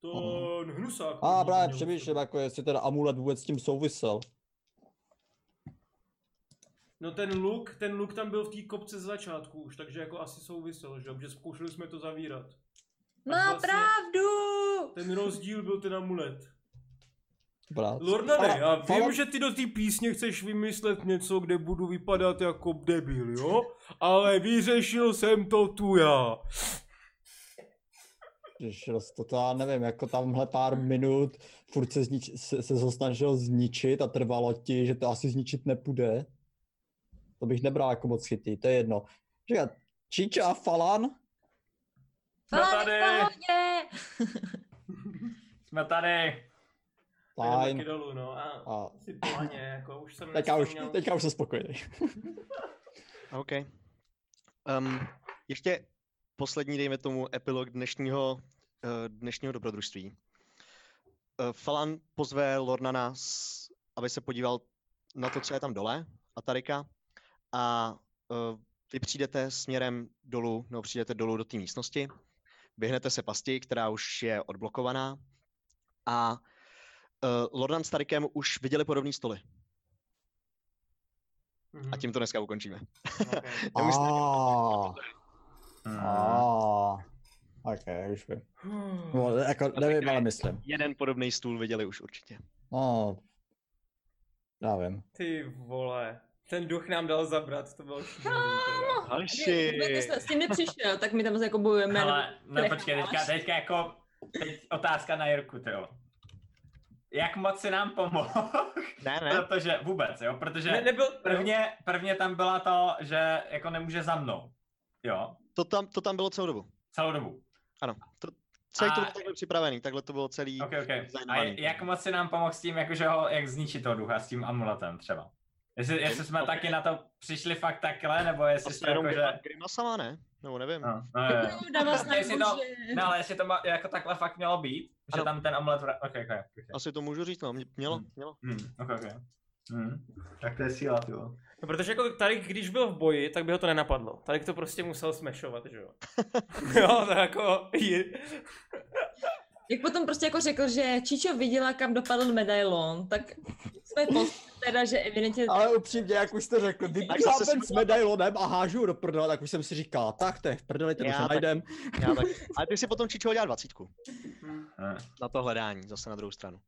Speaker 7: ten
Speaker 4: Aha.
Speaker 7: hnusák.
Speaker 4: A
Speaker 1: No,
Speaker 7: hodil
Speaker 4: právě
Speaker 7: měl u
Speaker 4: přemýšlím,
Speaker 7: sebe.
Speaker 4: jako jestli teda amulet vůbec s tím souvisel.
Speaker 7: No ten luk, ten luk tam byl v té kopce z začátku už, takže jako asi souvisel, že jo, protože zkoušeli jsme to zavírat.
Speaker 3: Má
Speaker 7: Vlastně-
Speaker 3: pravdu!
Speaker 7: Ten rozdíl byl ten amulet.
Speaker 4: Brat.
Speaker 7: Lordane,
Speaker 4: Ale
Speaker 7: já vím,
Speaker 4: Fallout-
Speaker 7: že ty do té písně chceš vymyslet něco, kde budu vypadat jako debil, jo? Ale vyřešil jsem to tu já.
Speaker 4: Ježiš, to já nevím, jako tamhle pár minut furt se, znič, se, se to snažil zničit a trvalo ti, že to asi zničit nepůjde. To bych nebral jako moc chytý, to je jedno. Říkat, Číča a Falan?
Speaker 5: Jsme
Speaker 3: Ale
Speaker 5: tady.
Speaker 3: v pohodě!
Speaker 5: Jsme tady.
Speaker 1: Tak jdeme taky
Speaker 4: Fajn.
Speaker 1: dolů, no. A
Speaker 4: A
Speaker 1: si pláně, jako už jsem
Speaker 4: tak já už,
Speaker 1: nevzpomněl.
Speaker 4: teďka už jsem spokojený.
Speaker 2: OK. Um, ještě poslední, dejme tomu, epilog dnešního, eh, dnešního dobrodružství. Eh, Falan pozve Lornana, s- aby se podíval na to, co je tam dole, a Tarika, a eh, vy přijdete směrem dolů, nebo přijdete dolů do té místnosti, běhnete se pasti, která už je odblokovaná, a eh, Lornan s Tarikem už viděli podobné stoly.
Speaker 1: Mhm.
Speaker 2: A tím to dneska ukončíme.
Speaker 1: Ok.
Speaker 2: Já už-
Speaker 4: Ah,
Speaker 5: Hmm.
Speaker 4: ah. Ok, už vím. No, jako nevím, ale myslím.
Speaker 2: Jeden podobný stůl viděli už určitě.
Speaker 4: No, já vím.
Speaker 1: Ty vole. Ten duch nám dal zabrat, to bylo šílený. ty vole.
Speaker 2: Halši.
Speaker 3: Kdyby jste s tím nepřišel, tak my tam se jako bojujeme. nebo-
Speaker 5: Hele, no
Speaker 3: necháváš.
Speaker 5: počkej, teďka, teďka jako, teď otázka na Jirku, ty jo. Jak moc si nám pomohl?
Speaker 2: Ne, ne.
Speaker 5: Protože vůbec, jo, protože
Speaker 1: Ne, nebyl...
Speaker 5: Prvně, prvně tam byla to, že jako nemůže za mnou. Jo,
Speaker 2: To tam, to tam bylo celou dobu.
Speaker 5: celou dobu.
Speaker 2: Celý
Speaker 5: A-
Speaker 2: to bylo takhle připravený, takhle to bylo celý.
Speaker 5: Ok, ok. A
Speaker 2: Zajímavý.
Speaker 5: jak moc si nám pomohl s tím, jakože ho, jak zničit toho ducha s tím amuletem třeba? Jestli, jestli jsme taky na to přišli fakt takhle, nebo jestli
Speaker 2: Asi
Speaker 5: jsme
Speaker 2: jenom
Speaker 5: jako, že...
Speaker 2: grima- grimasama, ne? Nebo nevím.
Speaker 5: No, no, jo, jo.
Speaker 3: Jo, Dává snad
Speaker 5: Jestli to-
Speaker 3: bože.
Speaker 5: no, ale jestli to ma, jako takhle fakt mělo být, že
Speaker 2: Ano.
Speaker 5: tam ten amulet... vra- Ok, ok, ok.
Speaker 2: Asi to můžu říct, no. mě- Mělo,
Speaker 5: Hm.
Speaker 2: mělo.
Speaker 5: Hmm, ok, ok. Hmm. Tak to je síla, ty jo.
Speaker 1: No, protože jako Tarik, když byl v boji, tak by ho to nenapadlo. Tarik to prostě musel smešovat, že jo? jo, to jako... Je...
Speaker 3: Jak potom prostě jako řekl, že Čičo viděla, kam dopadl medailon, tak Jsme poznali teda, že evidentně...
Speaker 4: Ale upřímně, jak už jste řekl, vypíchám
Speaker 2: zase
Speaker 4: ven s
Speaker 2: smutno.
Speaker 4: medailonem a hážu do prdele, tak už jsem si říkal, tak to je v prdeli, ten
Speaker 2: Já
Speaker 4: už
Speaker 2: tak-
Speaker 4: najdem.
Speaker 2: Já tak. Ale ty si potom Čičo dělá dvacítku.
Speaker 5: Eh,
Speaker 2: Na to hledání, zase na druhou stranu.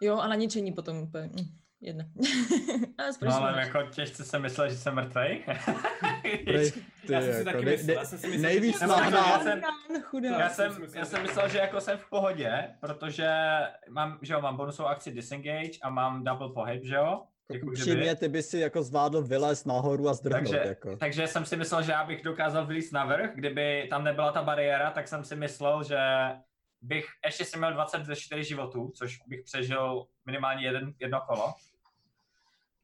Speaker 3: Jo, a na ničení potom úplně... mm, Jedno. ale
Speaker 5: No ale
Speaker 3: no,
Speaker 5: jako těžce jsem myslel, že jsem mrtvej.
Speaker 4: Ty,
Speaker 7: Já jsem si
Speaker 4: jako,
Speaker 7: taky
Speaker 4: ne-
Speaker 7: myslel,
Speaker 4: ne-
Speaker 7: já jsem si myslel,
Speaker 4: nejvíc
Speaker 1: No,
Speaker 7: že-
Speaker 5: snahná-
Speaker 7: Já
Speaker 5: jsem-
Speaker 3: chudá.
Speaker 5: já,
Speaker 7: Já jsem
Speaker 5: jsem,
Speaker 7: si
Speaker 5: já
Speaker 7: myslel,
Speaker 5: jsem
Speaker 7: že-
Speaker 5: myslel, že jako jsem v pohodě, protože mám, že jo, mám bonusovou akci disengage a mám double pohyb, že jo? Jako kdyby.
Speaker 4: Upřímně, ty by si jako zvládl vylez nahoru a zdrhnout,
Speaker 5: Takže-
Speaker 4: jako.
Speaker 5: Takže jsem si myslel, že já bych dokázal vylít na vrch, kdyby tam nebyla ta bariéra, tak jsem si myslel, že bych, ještě jsem měl 24 životů, což bych přežil minimálně jeden, jedno kolo.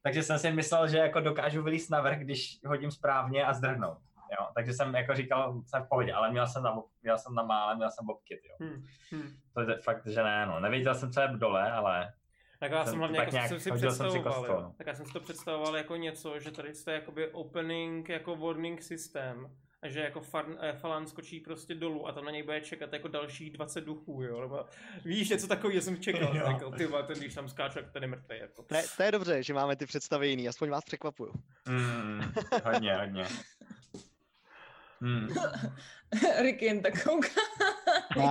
Speaker 5: Takže jsem si myslel, že jako dokážu vylít na vrch, když hodím správně a zdrhnout. Jo, takže jsem jako říkal, jsem v pohodě, ale měl jsem, na, bob- měl jsem na mále, měl jsem bobkit, jo.
Speaker 7: Hm, hm.
Speaker 5: To je fakt, že ne, no. Nevěděl jsem, co je dole, ale
Speaker 7: Tak já
Speaker 5: Jsem
Speaker 7: jsem hlavně
Speaker 5: tak
Speaker 7: jako, nějak,
Speaker 5: nějak-
Speaker 7: jsem si
Speaker 5: hodil jsem si
Speaker 7: představoval,
Speaker 5: kostou,
Speaker 7: jo.
Speaker 5: no.
Speaker 7: tak já jsem si to představoval jako něco, že tady to je jakoby opening jako warning systém a že jako fan, eh, Falan skočí prostě dolů a tam na něj bude čekat jako dalších 20 duchů, jo, nebo víš, něco takového jsem čekal,
Speaker 5: Jo.
Speaker 7: jako ty vole, ten když tam skáče, tak ten je mrtvý, jako.
Speaker 2: Ne, to je dobře, že máme ty představy jiný, aspoň vás překvapuju.
Speaker 5: mm, hodně, hodně. Hmm.
Speaker 3: Rick jen tak kouká.
Speaker 4: A,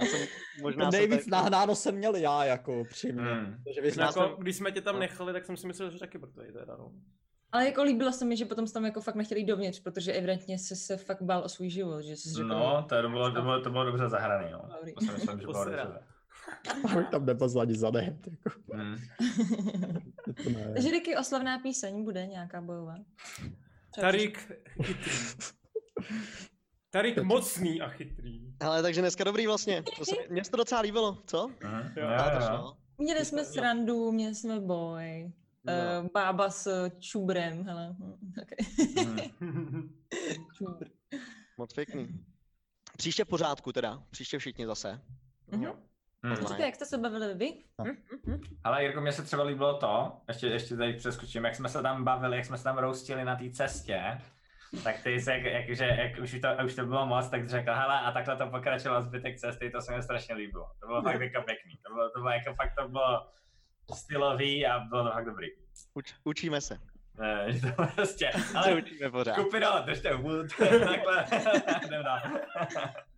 Speaker 2: Já jsem možná se
Speaker 4: nejvíc
Speaker 2: tady-
Speaker 4: nahnáno jsem měl já, jako upřímně.
Speaker 5: Hmm.
Speaker 4: Protože vy
Speaker 7: No,
Speaker 4: jste
Speaker 2: Já
Speaker 7: jako
Speaker 2: jsem-
Speaker 7: když jsme tě tam
Speaker 2: no.
Speaker 7: nechali, tak jsem si myslel, že taky mrtvý teda, no.
Speaker 3: Ale jako líbilo se mi, že potom jsi tam jako fakt nechtěli jít dovnitř, protože evidentně jsi se fakt bál o svůj život, že jsi řekl,
Speaker 5: No, to bylo, to bylo, to bylo dobře zahraný, jo.
Speaker 3: Dobrý.
Speaker 5: To si myslím, že bylo
Speaker 7: Posera.
Speaker 5: dobře.
Speaker 4: abych tam nepazla ani za net, jako.
Speaker 5: Hmm.
Speaker 4: To ne.
Speaker 3: Že Ricky oslavná píseň bude nějaká bojová.
Speaker 7: Tarik chytrý. Tarik mocný a chytrý.
Speaker 2: Ale takže dneska dobrý vlastně. To se, mně se to docela líbilo, co? no.
Speaker 5: Mhm.
Speaker 7: Jo.
Speaker 5: Jo,
Speaker 2: Ale
Speaker 5: jo,
Speaker 2: to
Speaker 5: jo.
Speaker 2: šlo.
Speaker 3: Měli jsme srandu, měli jsme boj.
Speaker 2: No.
Speaker 3: No. Bába s čubrem, hele. hm, Okay.
Speaker 5: Mhm.
Speaker 3: Čubr.
Speaker 2: Moc pěkný. Příště v pořádku teda, příště všichni zase.
Speaker 3: Mhm.
Speaker 5: Mhm.
Speaker 2: Online.
Speaker 3: Říkaj, jak jste se bavili vy?
Speaker 5: Ale Jirko, mně se třeba líbilo to, ještě, ještě tady přeskočím, jak jsme se tam bavili, jak jsme se tam roustili na té cestě, tak ty se, jak, jak, že, jak už, to, už to bylo moc, tak řekl, hele, a takhle to pokračoval zbytek cesty, to se mi strašně líbilo. To bylo fakt jako pěkný, to bylo, to bylo jako fakt to bylo stylový a bylo to fakt dobrý.
Speaker 2: Uč, učíme se.
Speaker 5: Eh, že to prostě,
Speaker 2: Se
Speaker 5: ale
Speaker 2: učíme pořád.
Speaker 5: kupino, držte hůl, takhle, jdem dál.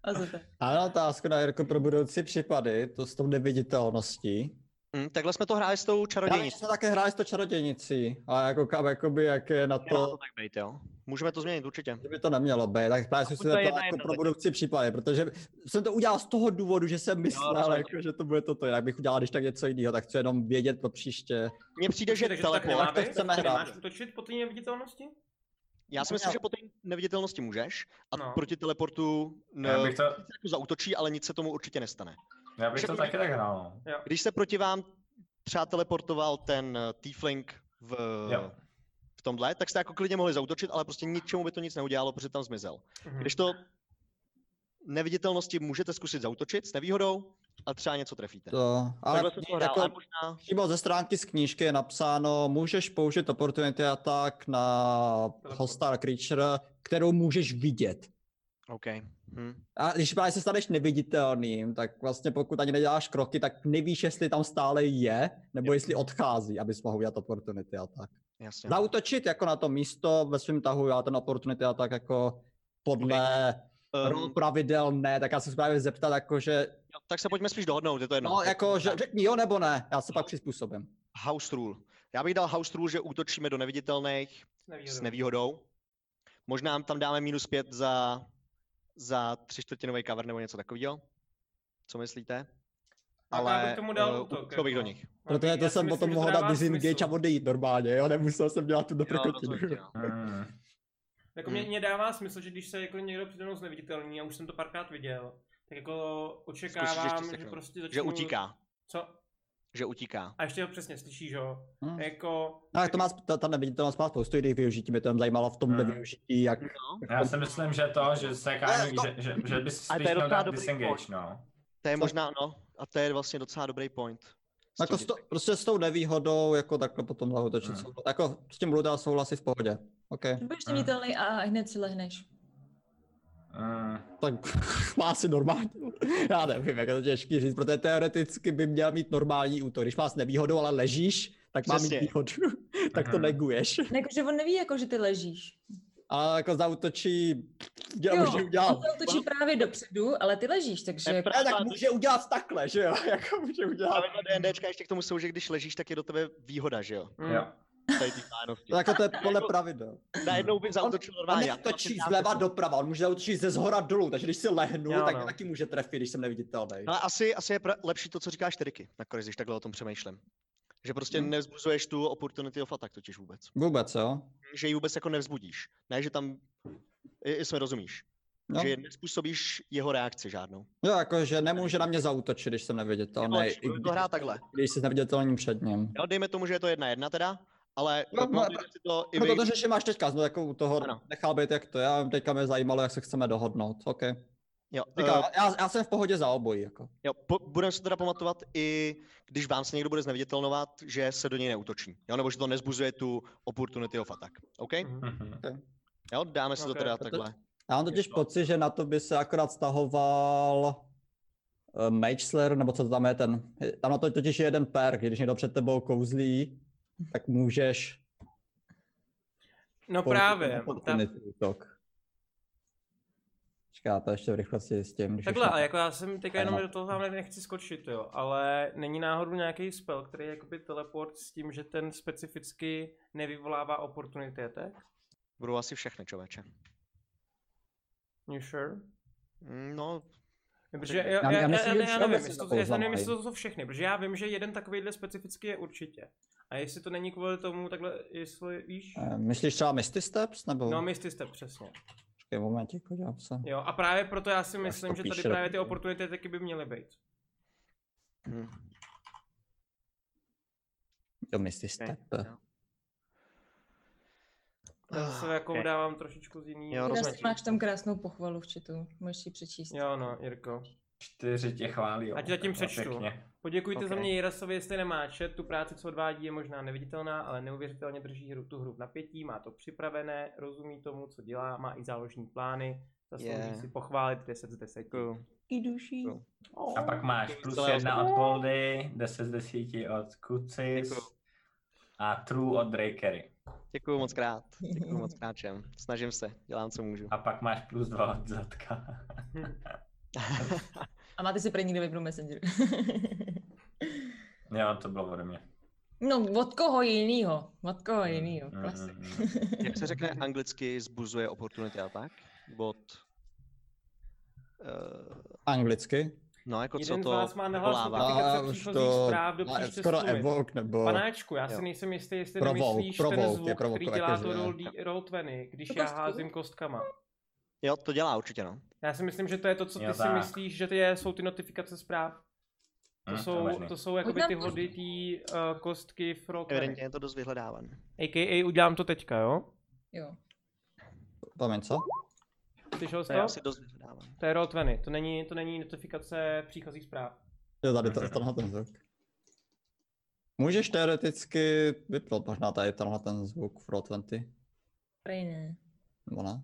Speaker 3: A zete.
Speaker 4: A otázka na Jirko pro budoucí případy, to s tou neviditelností.
Speaker 2: Hm, takhle jsme to hráli s tou
Speaker 4: Já vím, že
Speaker 2: čarodějnicí.
Speaker 4: jsme také hráli s to čarodějnicí, ale jako kam, jakoby, jak je na
Speaker 2: Mělo to
Speaker 4: to,
Speaker 2: tak být, jo? Můžeme to změnit určitě.
Speaker 4: že by to nemělo být, tak právě jsem si
Speaker 2: to je
Speaker 4: to jako
Speaker 2: jedna jedna
Speaker 4: pro
Speaker 2: teď.
Speaker 4: budoucí případy, protože jsem to udělal z toho důvodu, že jsem myslel,
Speaker 2: rozhodně.
Speaker 4: jako, že to bude toto, jinak bych udělal, když tak něco jiného, tak chci jenom vědět pro příště.
Speaker 2: Mně přijde, že
Speaker 7: Takže to tak
Speaker 2: teleport.
Speaker 7: nemá
Speaker 4: to
Speaker 7: být?
Speaker 4: chceme
Speaker 7: Ty
Speaker 4: hrát.
Speaker 7: Máš útočit po té neviditelnosti?
Speaker 2: Já si myslím, že po té neviditelnosti můžeš a
Speaker 7: No.
Speaker 2: proti teleportu no,
Speaker 5: Já bych to,
Speaker 2: jako zautočí, ale nic se tomu určitě nestane.
Speaker 5: já bych to taky tak hrál. no.
Speaker 2: Když se proti vám třeba teleportoval ten eh, Tiefling v,
Speaker 5: Jo.
Speaker 2: v tomhle, tak jste jako klidně mohli zautočit, ale prostě ničemu by to nic neudělalo, protože tam zmizel.
Speaker 7: Mhm.
Speaker 2: Když to neviditelnosti můžete zkusit zautočit s nevýhodou a třeba něco trefíte.
Speaker 4: To, ale
Speaker 2: Takhle se to hrál,
Speaker 4: jako-
Speaker 2: ale možná...
Speaker 4: Přímo ze stránky z knížky je napsáno, můžeš použít opportunity attack na hostile creature, kterou můžeš vidět.
Speaker 2: OK. Hm.
Speaker 4: A když právě se staneš neviditelným, tak vlastně pokud ani neděláš kroky, tak nevíš, jestli tam stále je, nebo jestli odchází, abys mohl udělat opportunity a tak.
Speaker 2: Jasně. no.
Speaker 4: Zautočit jako na to místo ve svém tahu, já ten opportunity a tak jako podle
Speaker 2: Ehm,
Speaker 4: role
Speaker 7: um,
Speaker 4: pravidel ne, tak já se chci právě zeptat jako, že,
Speaker 2: jo, tak se pojďme spíš dohodnout, je to jedno.
Speaker 4: no, jako, že
Speaker 2: Tak,
Speaker 4: řekni jo nebo ne, já
Speaker 7: No.
Speaker 4: se pak přizpůsobím.
Speaker 2: House rule. Já bych dal house rule, že útočíme do neviditelných s
Speaker 7: Nevýhodou.
Speaker 2: nevýhodou. Možná tam dáme minus pět za, za třičtvrtinový cover nebo něco takového. Co myslíte?
Speaker 7: Tak já bych tomu dal
Speaker 2: eh,
Speaker 7: útok,
Speaker 2: šel bych do
Speaker 7: jako.
Speaker 2: nich.
Speaker 4: Protože to
Speaker 7: Já si
Speaker 4: jsem
Speaker 7: myslím,
Speaker 4: potom
Speaker 7: že to
Speaker 4: mohl
Speaker 7: dává
Speaker 4: dát disengage a
Speaker 7: smysl.
Speaker 4: odejít normálně, jo, nemusel jsem dělat tu doprkotinu.
Speaker 2: rozhodně, no.
Speaker 5: Mm.
Speaker 7: Jako mě,
Speaker 2: Hmm.
Speaker 7: mě dává smysl, že když se jako někdo přede mnou zneviditelní, a už jsem to párkrát viděl, tak jako očekávám, že
Speaker 2: seknout.
Speaker 7: prostě
Speaker 2: Že
Speaker 7: začnu...
Speaker 2: utíká,
Speaker 7: Co?
Speaker 2: že utíká.
Speaker 7: A ještě ho přesně slyšíš, jo?
Speaker 4: Hmm.
Speaker 7: Jako...
Speaker 4: No, to má, ta, ta neviditelnost má spoustu jiných využití, mě to jen zajímalo v
Speaker 7: Hmm.
Speaker 4: tomhle
Speaker 5: Mm.
Speaker 4: využití, jak
Speaker 5: Já si myslím, že to, že se kání, že, že, že bys
Speaker 2: Ale to
Speaker 5: spíš
Speaker 2: je
Speaker 5: měl
Speaker 2: docela
Speaker 5: dát
Speaker 2: dobrý
Speaker 5: disengage,
Speaker 2: point.
Speaker 5: no.
Speaker 2: To je možná, no. A to je vlastně docela dobrý point. S
Speaker 4: Jako
Speaker 2: tím
Speaker 4: s to, prostě s tou nevýhodou, jako takhle potom zautočit.
Speaker 5: Hmm.
Speaker 4: Hmm. Jako s tím Luda souhlasí v pohodě. OK.
Speaker 3: Budeš viditelný a hned si lehneš.
Speaker 5: Mm,
Speaker 4: tak má si normální. Já nevím, jak je to těžký říct, protože teoreticky by měl mít normální útok. Když má s nevýhodou, ale ležíš, tak má mít
Speaker 2: Přesně.
Speaker 4: výhodu. tak to
Speaker 5: Mhm.
Speaker 4: neguješ.
Speaker 3: No, Jakože on neví, jako, že ty ležíš.
Speaker 4: A jako zautočí, dělá,
Speaker 3: Jo,
Speaker 4: může udělat.
Speaker 3: On to točí právě dopředu, ale ty ležíš, takže...
Speaker 2: Ne,
Speaker 3: jako-
Speaker 4: Ne, tak může udělat takhle, že jo? Jako může udělat.
Speaker 2: Pravidla DNDčka ještě k tomu jsou, že když ležíš, tak je do tebe výhoda, že jo?
Speaker 7: Mm.
Speaker 5: jo.
Speaker 2: Tady ty pánosti.
Speaker 4: To Jako to je podle pravidel.
Speaker 2: Najednou by zautočil
Speaker 4: On
Speaker 2: normálně. já to
Speaker 4: netočí
Speaker 2: vlastně
Speaker 4: zleva
Speaker 2: znám.
Speaker 4: doprava, on může zautočit ze zhora dolů, takže když si lehnu,
Speaker 1: Jo,
Speaker 4: tak
Speaker 1: no.
Speaker 4: taky může trefit, když jsem neviditelný.
Speaker 2: Ale asi, asi je pra- lepší to, co říkáš Teriky, nakonec, když takhle o tom přemýšlím. Že prostě hmm. nevzbuzuješ tu opportunity of attack totiž vůbec.
Speaker 4: Vůbec, jo?
Speaker 2: Že ji vůbec jako nevzbudíš. Ne, že tam, je- jestli mi rozumíš.
Speaker 4: No.
Speaker 2: Že nespůsobíš jeho reakci žádnou.
Speaker 4: Jo, jakože nemůže na mě zautočit, když jsem neviditelný.
Speaker 2: Jako, budu to hrát takhle.
Speaker 4: Když jsi neviditelný před ním.
Speaker 2: Jo, dejme tomu, že je to jedna jedna teda, ale
Speaker 4: No,
Speaker 2: no,
Speaker 4: ale-
Speaker 2: si to i
Speaker 4: Proto
Speaker 2: vy,
Speaker 4: to řeším až teďka, no jako u toho
Speaker 2: Ano.
Speaker 4: nechal být jak to, já teďka mě zajímalo, jak se chceme dohodnout, ok.
Speaker 2: jo,
Speaker 4: Říká,
Speaker 2: eh,
Speaker 4: já, já, jsem v pohodě za obojí, jako.
Speaker 2: jo, po, budeme se teda pamatovat i, když vám se někdo bude zneviditelnovat, že se do něj neutočí, jo, nebo že to nezbuzuje tu opportunity of attack, OK?
Speaker 5: Mhm.
Speaker 2: Jo, dáme si to
Speaker 1: Ok,
Speaker 2: teda
Speaker 4: to-
Speaker 2: takhle.
Speaker 4: Já mám totiž pocit, že na to by se akorát stahoval uh, Mage Slayer, nebo co to tam je ten. je- Tam na to totiž je jeden perk, když někdo před tebou kouzlí, tak můžeš
Speaker 1: No
Speaker 4: použít ten
Speaker 1: právě. Ta,
Speaker 4: opportunity útok. Čekáte ještě v rychlosti s tím, když
Speaker 1: takhle,
Speaker 4: ještě-
Speaker 1: ale jako já jsem teďka jenom
Speaker 4: Ano.
Speaker 1: do toho tamhle nechci skočit, jo, ale není náhodou nějaký spell, který je jakoby teleport s tím, že ten specificky nevyvolává opportunity attack?
Speaker 2: Budou asi všechny, čověče.
Speaker 1: You sure?
Speaker 2: Mm, No,
Speaker 1: Protože já,
Speaker 2: Já-
Speaker 1: já,
Speaker 4: já
Speaker 1: já, já,
Speaker 4: myslím, že
Speaker 1: ne- já,
Speaker 4: všeobecně
Speaker 1: nevím, jestli
Speaker 4: to
Speaker 1: to, já nevím,
Speaker 4: poznám,
Speaker 1: jestli
Speaker 4: hej.
Speaker 1: to jsou všechny, protože já vím, že jeden takovýhle specificky je určitě. A jestli to není kvůli tomu, takhle, jestli víš...
Speaker 4: Eh, Myslíš třeba Misty Steps, nebo?
Speaker 1: No, Misty Step, přesně.
Speaker 4: Počkej, momentík, podívám se.
Speaker 1: Jo, a právě proto já si
Speaker 4: to
Speaker 1: myslím, že tady
Speaker 4: píše
Speaker 1: právě ty
Speaker 4: dokonce.
Speaker 1: opportunity taky by měly být.
Speaker 2: hm,
Speaker 4: Jo, Misty Step.
Speaker 2: jo.
Speaker 1: Já
Speaker 2: Ah,
Speaker 1: se jako
Speaker 5: ok.
Speaker 1: dávám trošičku z jiný.
Speaker 2: Jo,
Speaker 3: Jinak
Speaker 2: rozumím.
Speaker 1: rozmečí.
Speaker 3: máš tam krásnou pochvalu v čitu, můžeš ji přečíst.
Speaker 1: Jo, no, Jirko.
Speaker 5: Čtyři tě chválí. jo.
Speaker 1: Ať zatím
Speaker 5: Tak to je
Speaker 1: přečtu.
Speaker 5: pěkně.
Speaker 1: Poděkujte okay. za
Speaker 5: Ok.
Speaker 1: mě Jirasovi, jestli nemá chat, tu práci, co odvádí, je možná neviditelná, ale neuvěřitelně drží hru, tu hru v napětí, má to připravené, rozumí tomu, co dělá, má i záložní plány, zaslouží
Speaker 2: Je.
Speaker 1: yeah. si pochválit 10 z 10.
Speaker 2: Děkuju.
Speaker 3: Ty duší.
Speaker 2: Jo.
Speaker 1: Oh.
Speaker 5: A pak máš plus
Speaker 2: Celého
Speaker 5: jedna od Boldy, 10 z 10 od Kucis
Speaker 2: Děkuju.
Speaker 5: a True od Drakery.
Speaker 2: Děkuju moc krát. Děkuju moc krát všem. Snažím se, dělám, co můžu.
Speaker 5: A pak máš plus dva od Zatka.
Speaker 3: A máte si pro nikdy vybrou Messenger.
Speaker 5: jo, to bylo ode mě.
Speaker 3: no, od koho jinýho? Od koho
Speaker 2: Mm-hmm.
Speaker 5: Mm,
Speaker 3: jinýho?
Speaker 5: mm,
Speaker 3: Klasik.
Speaker 5: mm, mm.
Speaker 2: Jak se řekne anglicky zbuzuje opportunity attack? Bod. Uh,
Speaker 4: Anglicky?
Speaker 2: no jako co
Speaker 1: Jeden z vás má
Speaker 2: to
Speaker 1: nahlas
Speaker 2: volává.
Speaker 1: notifikace
Speaker 4: A
Speaker 1: příchozích
Speaker 4: už to-
Speaker 1: zpráv do
Speaker 4: a
Speaker 1: příště
Speaker 4: skoro
Speaker 1: summit.
Speaker 4: Evoke, nebo...
Speaker 1: Panáčku, já si
Speaker 2: Jo.
Speaker 1: nejsem jistý, jestli
Speaker 4: Provoke,
Speaker 1: nemyslíš ten
Speaker 4: provoke, je
Speaker 1: zvuk,
Speaker 4: provoke,
Speaker 1: který dělá
Speaker 4: jakože-
Speaker 1: to roll, d- roll 20, když
Speaker 3: To
Speaker 1: já
Speaker 3: kostky?
Speaker 1: házím kostkama.
Speaker 2: Jo, to dělá určitě, no.
Speaker 1: Já si myslím, že to je to, co ty
Speaker 5: Jo,
Speaker 1: si
Speaker 5: tak.
Speaker 1: myslíš, že ty je, jsou ty notifikace zpráv. To
Speaker 5: Hm,
Speaker 1: jsou,
Speaker 5: možný.
Speaker 1: to jsou jakoby
Speaker 3: Hodná
Speaker 1: ty
Speaker 3: kostky.
Speaker 1: hody, ty uh, kostky v roll 20.
Speaker 2: Evidentně je to dost vyhledávan.
Speaker 1: AKA udělám to teďka, jo?
Speaker 3: Jo.
Speaker 4: Promiň, co?
Speaker 1: Slyšel
Speaker 2: To
Speaker 1: jsi
Speaker 2: je
Speaker 1: to?
Speaker 2: asi dost vyhledávan.
Speaker 1: To je roll 20, to není, to není notifikace příchozích zpráv.
Speaker 4: Jo, tady to, tenhle ten zvuk. Můžeš teoreticky vypnout možná tady tenhle ten zvuk v Roll 20,
Speaker 3: Prej ne.
Speaker 4: nebo ne?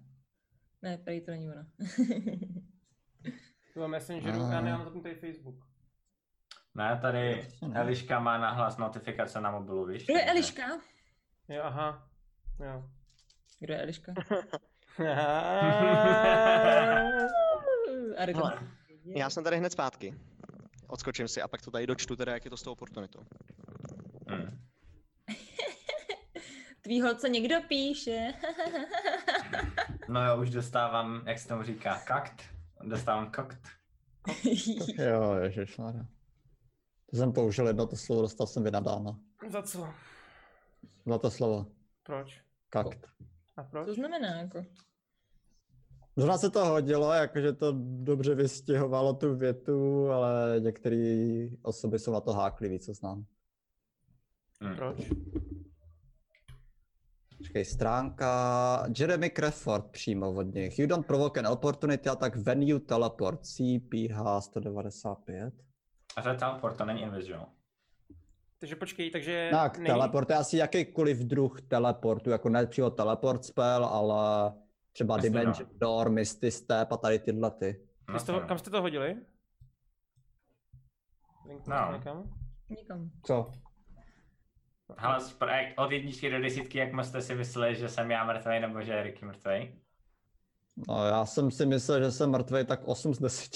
Speaker 3: Ne, prej to není ona.
Speaker 1: To mám Messengeru,
Speaker 4: Ah.
Speaker 1: já nemám zapnutý Facebook.
Speaker 5: Ne, No, tady
Speaker 4: Jasně, Prostě ne.
Speaker 5: Eliška má nahlas notifikace na mobilu, víš?
Speaker 3: Kdo je
Speaker 5: takže-
Speaker 3: Eliška?
Speaker 1: Jo, aha. Jo.
Speaker 3: Kdo je Eliška? Argo.
Speaker 2: Hele, Já jsem tady hned zpátky. Odskočím si a pak to tady dočtu teda, jak je to s tou oportunitou.
Speaker 5: Hm.
Speaker 3: Tvý holce někdo píše.
Speaker 5: No jo, už dostávám, jak se tomu říká, kakt. Dostávám kakt.
Speaker 4: Jo, ježišmarja. To jsem použil jedno to slovo, dostal jsem vynadáno.
Speaker 1: Za co?
Speaker 4: Bylo to slovo.
Speaker 1: Proč?
Speaker 4: Kakt.
Speaker 1: A proč?
Speaker 3: to znamená jako.
Speaker 4: Zrovna se to hodilo, jakože to dobře vystihovalo tu větu, ale některé osoby jsou na to háklivý, co znám.
Speaker 5: Hm.
Speaker 1: Proč?
Speaker 4: Počkej, stránka Jeremy Crawford přímo od nich. You don't provoke an opportunity attack when you teleport. CPH 195.
Speaker 5: A to je teleport, to není invisible.
Speaker 1: Takže počkej, takže...
Speaker 4: Tak,
Speaker 1: není-
Speaker 4: teleport je asi jakýkoliv druh teleportu, jako ne přímo teleport spell, ale Třeba
Speaker 5: Jasně, no.
Speaker 4: Dimension Door, Misty Step a tady tyhle ty.
Speaker 5: No,
Speaker 1: Vy jste ho,
Speaker 5: no.
Speaker 1: kam jste to hodili? Link to
Speaker 5: No.
Speaker 1: Někam?
Speaker 3: Nikam.
Speaker 4: Co?
Speaker 5: Hele, super, a jak- od jedničky do desítky, jak moc jste si mysleli, že jsem já mrtvej nebo že je Ricky mrtvej?
Speaker 4: No, já jsem si myslel, že jsem mrtvý, tak 8 z 10.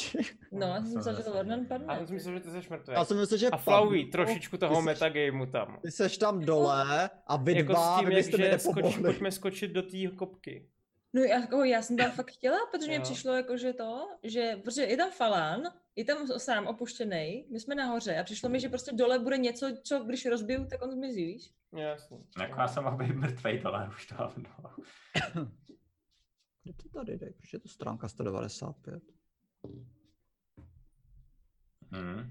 Speaker 3: No, já jsem myslel, že to Warden
Speaker 1: A
Speaker 3: padne.
Speaker 1: já jsem myslel, že ty jsi mrtvý.
Speaker 4: Já jsem myslel, že
Speaker 1: A
Speaker 4: padnu.
Speaker 1: Flowey, trošičku toho
Speaker 4: Ty seš-
Speaker 1: metagameu tam.
Speaker 4: Ty seš tam dole a vy
Speaker 1: Jako
Speaker 4: dva,
Speaker 1: s tím,
Speaker 4: vy byste mi
Speaker 1: jak, že skoč,
Speaker 4: nepomohli.
Speaker 1: pojďme skočit do té kopky.
Speaker 3: No já, jako, já jsem tam fakt chtěla, protože mi
Speaker 1: Jo.
Speaker 3: přišlo jako, že to, že, protože je tam falán, je tam sám opuštěný, my jsme nahoře a přišlo mi, že prostě dole bude něco, co když rozbiju, tak on zmizí, víš?
Speaker 1: Jasně.
Speaker 5: Jako já jsem mohl být mrtvej dole už dávno.
Speaker 4: Kde to tady jde? Proč je to stránka 195?
Speaker 5: Hmm.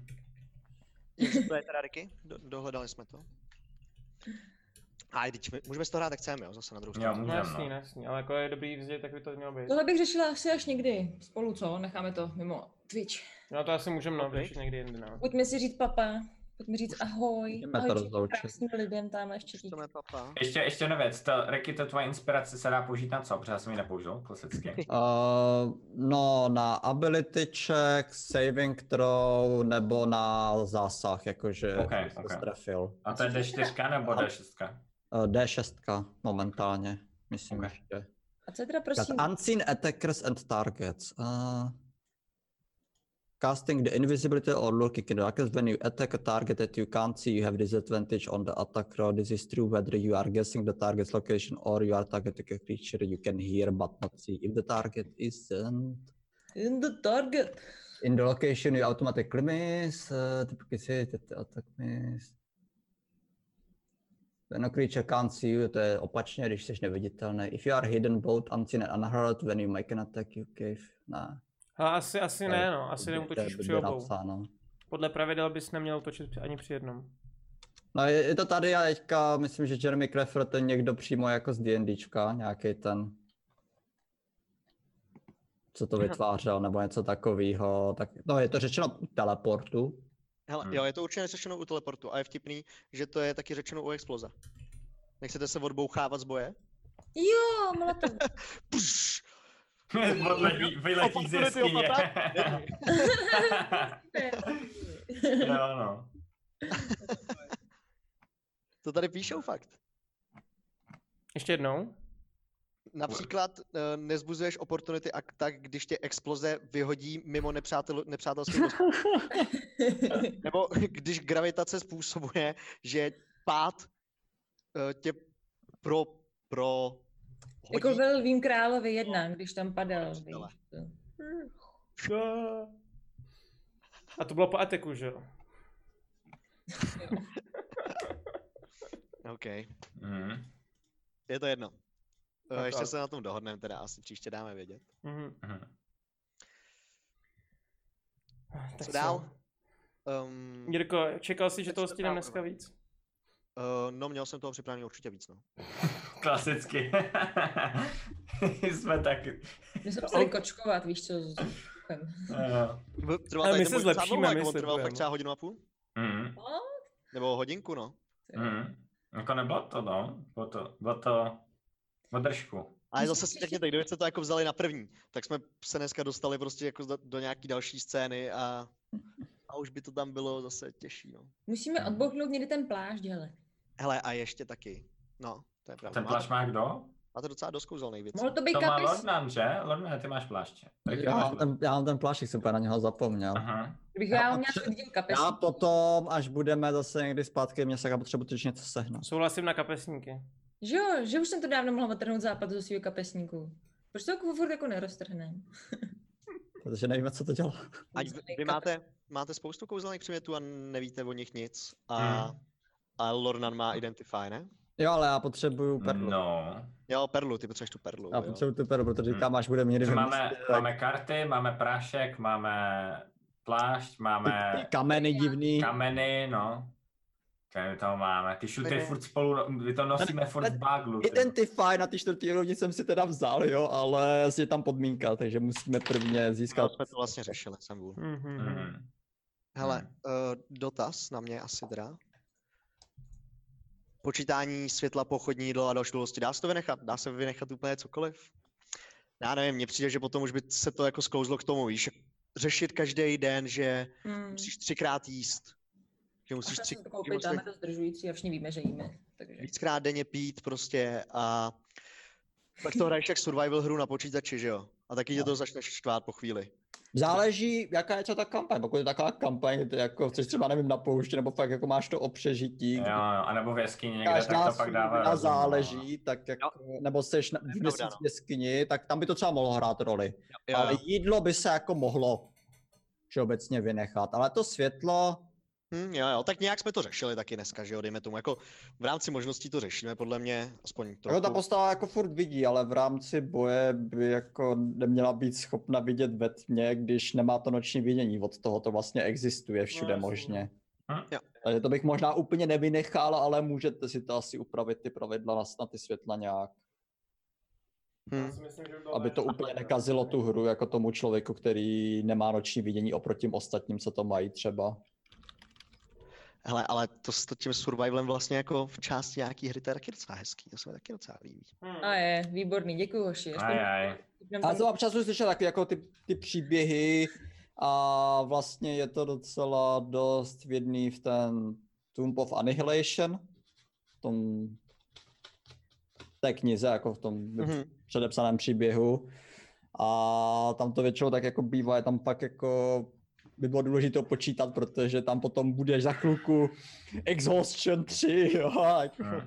Speaker 2: To je teda Ricky, do, dohledali jsme to. A i teď my- můžeme si to hrát, jak chceme, jo, zase na druhou
Speaker 5: Jo,
Speaker 2: stranu.
Speaker 1: No
Speaker 5: můžem,
Speaker 1: jasný, no.
Speaker 5: no.
Speaker 1: jasný, ale jako je dobrý vzdět, tak by to mělo být.
Speaker 3: Tohle bych řešila asi až někdy spolu, co? Necháme to mimo Twitch.
Speaker 1: No to asi můžeme no,
Speaker 2: Dobrý.
Speaker 1: vyřešit někdy jindy, no.
Speaker 3: Pojďme si říct papa, pojďme říct ahoj,
Speaker 4: Můžeme to
Speaker 3: ahoj všem
Speaker 4: rozloučit.
Speaker 3: krásným lidem tam ještě
Speaker 2: To
Speaker 3: říct.
Speaker 2: mé papa.
Speaker 5: Ještě, ještě jedna věc, to, Ricky, to tvoje inspirace se dá použít na co? Protože já jsem ji nepoužil, klasicky.
Speaker 4: Uh, no, na ability check, saving throw, nebo na zásah, jakože
Speaker 5: Ok,
Speaker 4: okay, okay.
Speaker 5: ok.
Speaker 4: strefil.
Speaker 5: A to je D4 nebo D6?
Speaker 4: Uh, D6 momentálně, myslím
Speaker 5: Ok.
Speaker 4: okay. ještě.
Speaker 3: A co je teda
Speaker 4: Got
Speaker 3: prosím?
Speaker 4: unseen attackers and targets. Uh, casting the invisibility or lurking in darkness. When you attack a target that you can't see, you have disadvantage on the attack roll. This is true whether you are guessing the target's location or you are targeting a creature you can hear but not see. If the target isn't
Speaker 3: In the target.
Speaker 4: In the location you automatically miss, uh, typically say that the attack miss. When a creature can't see you, to je opačně, když jsi neviditelný. If you are hidden both unseen and unheard, when you make an attack, you cave. Ne.
Speaker 1: Ale asi, asi
Speaker 4: to je
Speaker 1: ne, no, asi
Speaker 4: blbě- to je
Speaker 1: neutočíš při
Speaker 4: blbě
Speaker 1: obou.
Speaker 4: napsáno.
Speaker 1: Podle pravidel bys neměl točit ani při jednom.
Speaker 4: No je, je, to tady a teďka myslím, že Jeremy Crawford ten někdo přímo jako z D&Dčka, nějaký ten co to
Speaker 1: Aha.
Speaker 4: vytvářel, nebo něco takového. Tak, no, je to řečeno u teleportu,
Speaker 2: Hele,
Speaker 5: Hmm.
Speaker 2: jo, je to určitě řečeno u teleportu a je vtipný, že to je taky řečeno u exploze. Nechcete se odbouchávat z boje?
Speaker 3: Jo, mlete.
Speaker 2: Pš!
Speaker 5: Odletí- Vyletí z
Speaker 2: Opportunity
Speaker 5: jeskyně.
Speaker 2: opata?
Speaker 5: jo, no.
Speaker 2: To tady píšou fakt.
Speaker 1: Ještě jednou?
Speaker 2: Například eh, nezbuzuješ opportunity a tak, když tě exploze vyhodí mimo nepřátel, nepřátelský postup. Nebo když gravitace způsobuje, že pád eh, tě pro, pro hodí.
Speaker 3: jako byl vím královi jedna,
Speaker 4: No.
Speaker 3: když tam padal. víš.
Speaker 2: Přítele.
Speaker 1: A to bylo po ateku, že jo?
Speaker 2: OK,
Speaker 5: Mhm,
Speaker 2: je to jedno. Eh,
Speaker 1: Tak
Speaker 2: Ještě
Speaker 1: ale-
Speaker 2: se na tom dohodneme teda, asi příště dáme vědět.
Speaker 1: Mhm.
Speaker 5: mhm.
Speaker 1: Eh, Tak
Speaker 2: Co dál? Um,
Speaker 1: Jirko, čekal jsi, že
Speaker 2: Tak
Speaker 1: toho
Speaker 2: se
Speaker 1: stíneme
Speaker 2: dáme.
Speaker 1: dneska víc?
Speaker 2: uh, no, měl jsem toho připravený určitě víc, no.
Speaker 5: Klasicky. Jsme taky.
Speaker 3: My jsme museli kočkovat, víš co, s duchem.
Speaker 5: Jo.
Speaker 2: V- Trval
Speaker 1: Ale my
Speaker 2: tady ten
Speaker 1: se
Speaker 2: můj
Speaker 1: zlepšíme,
Speaker 2: sámol,
Speaker 1: my
Speaker 2: jako on
Speaker 1: se
Speaker 2: trval fakt
Speaker 1: budeme.
Speaker 2: třeba hodinu a půl?
Speaker 5: Mhm.
Speaker 2: Nebo hodinku, no.
Speaker 5: Mm. Jako nebylo to, no. Bylo to, bylo to o držku.
Speaker 2: Ale
Speaker 3: My
Speaker 2: zase
Speaker 3: jsme
Speaker 2: si
Speaker 3: přišli-
Speaker 2: řekněte, kdyby jste to jako vzali na první, tak jsme se dneska dostali prostě jako do, do nějaký další scény a, a už by to tam bylo zase těžší, no.
Speaker 3: Musíme odbouchnout někdy ten plášť, hele.
Speaker 2: Hele, a ještě taky. No, to je pravda.
Speaker 5: Ten
Speaker 2: Máte,
Speaker 5: plášť má kdo?
Speaker 2: máte docela dost kouzelných věcí.
Speaker 3: Mohl to být
Speaker 5: To má
Speaker 3: kapes,
Speaker 5: Lordnan, že? Lordnan, ty máš pláště. Tak ty
Speaker 4: Já
Speaker 5: máš
Speaker 4: mám, ten, já mám ten plášek, jsem úplně na něho zapomněl.
Speaker 5: Aha.
Speaker 3: kdybych
Speaker 4: Já
Speaker 3: já
Speaker 4: potře-
Speaker 3: měl viděl kapes.
Speaker 4: Já potom, až budeme zase někdy zpátky, mě se potřebuji teď něco sehnat.
Speaker 1: Souhlasím na kapesníky.
Speaker 3: Že jo, že už jsem to dávno mohla otrhnout západ ze svého kapesníku. Proč to jako furt jako neroztrhne?
Speaker 4: Protože nevíme, co to dělá.
Speaker 2: Ať vy,
Speaker 3: Kouzelný
Speaker 2: vy
Speaker 3: kapes.
Speaker 2: máte, máte spoustu kouzelných předmětů a nevíte o nich nic. A,
Speaker 5: Hmm.
Speaker 2: a Lornan má Identify, ne?
Speaker 4: Jo, ale já potřebuju perlu.
Speaker 5: No.
Speaker 2: Jo, perlu, ty potřebuješ tu perlu.
Speaker 4: Já
Speaker 2: Jo. No,
Speaker 4: potřebuju tu perlu, protože
Speaker 5: Hmm.
Speaker 4: říkám, až budeme někdy
Speaker 5: Takže máme,
Speaker 4: vymyslet, tak
Speaker 5: máme karty, máme prášek, máme plášť,
Speaker 4: ty,
Speaker 5: máme
Speaker 4: ty kameny divný.
Speaker 5: kameny, no. Tady toho máme. Ty šutry furt spolu, no- my to nosíme furt v baglu. ty.
Speaker 4: Identify na ty čtvrtý úrovni jsem si teda vzal, jo, ale je tam podmínka, takže musíme prvně
Speaker 2: No,
Speaker 4: získat.
Speaker 2: jsme to vlastně řešili, jsem vůl.
Speaker 1: Mhm.
Speaker 5: Mhm.
Speaker 2: Hele, uh, dotaz na mě asi teda. Počítání světla pochodní jídlo a další dlouhosti. Dá se to vynechat? Dá se vynechat úplně cokoliv? Já nevím, mně přijde, že potom už by se to jako sklouzlo k tomu, víš, řešit každý den, že
Speaker 3: Hmm.
Speaker 2: musíš třikrát jíst, že musíš
Speaker 3: Musíš
Speaker 2: tři,
Speaker 3: si to
Speaker 2: že
Speaker 3: koupit,
Speaker 2: musíš
Speaker 3: dáme to zdržující a všichni víme, že jíme. Takže.
Speaker 2: víckrát denně pít prostě a pak to hraješ jak survival hru na počítači, že jo? A taky tě to začneš štvát po chvíli.
Speaker 4: Záleží, jaká je třeba ta kampaň. Pokud je taková kampaň, to je jako, což třeba nevím, na poušti, nebo fakt jako máš to o přežití,
Speaker 5: Jo,
Speaker 4: kdy
Speaker 5: jo, anebo v jeskyni někde,
Speaker 4: každá
Speaker 5: tak to pak dává
Speaker 4: surovina
Speaker 5: rozum, no.
Speaker 4: záleží, tak jako, nebo jsi na, v
Speaker 2: pravda,
Speaker 4: měsíc
Speaker 2: no.
Speaker 4: v jeskyni, tak tam by to třeba mohlo hrát roli.
Speaker 2: Jo,
Speaker 4: Ale
Speaker 2: jo.
Speaker 4: jídlo by se jako mohlo všeobecně vynechat, ale to světlo,
Speaker 2: Hm, jo, jo, tak nějak jsme to řešili taky dneska, že jo, dejme tomu, jako v rámci možností to řešíme, podle mě, aspoň
Speaker 4: Trochu. ta
Speaker 2: trochu.
Speaker 4: postava jako furt vidí, ale v rámci boje by jako neměla být schopna vidět ve tmě, když nemá to noční vidění. Od toho to vlastně existuje všude
Speaker 1: jasně, no.
Speaker 4: možně.
Speaker 5: Hm.
Speaker 2: Jo.
Speaker 4: Takže to bych možná úplně nevynechal, ale můžete si to asi upravit ty pravidla na, na ty světla nějak,
Speaker 2: Hm.
Speaker 1: Já si myslím, že by byla
Speaker 4: aby to
Speaker 1: lepší
Speaker 4: úplně
Speaker 1: varianta.
Speaker 4: nekazilo tu hru jako tomu člověku, který nemá noční vidění oproti těm ostatním, co to mají třeba.
Speaker 2: Hele, ale to s to tím survivalem vlastně jako v části nějaký hry, to je taky docela hezký, to se mi taky docela líbí.
Speaker 1: Hmm.
Speaker 3: A je, výborný, děkuji hoši. aspoň-
Speaker 5: no. Aj, aj.
Speaker 3: Kupneme
Speaker 4: A
Speaker 3: tam-
Speaker 4: jsem občas už slyšel taky jako ty, ty příběhy a vlastně je to docela dost vědný v ten Tomb of Annihilation, v tom v té knize, jako v tom
Speaker 2: Mhm.
Speaker 4: předepsaném příběhu. A tam to většinou tak jako bývá, je tam pak jako by bylo důležité to počítat, protože tam potom budeš za chvilku exhaustion 3, jo, a jako
Speaker 5: Hm.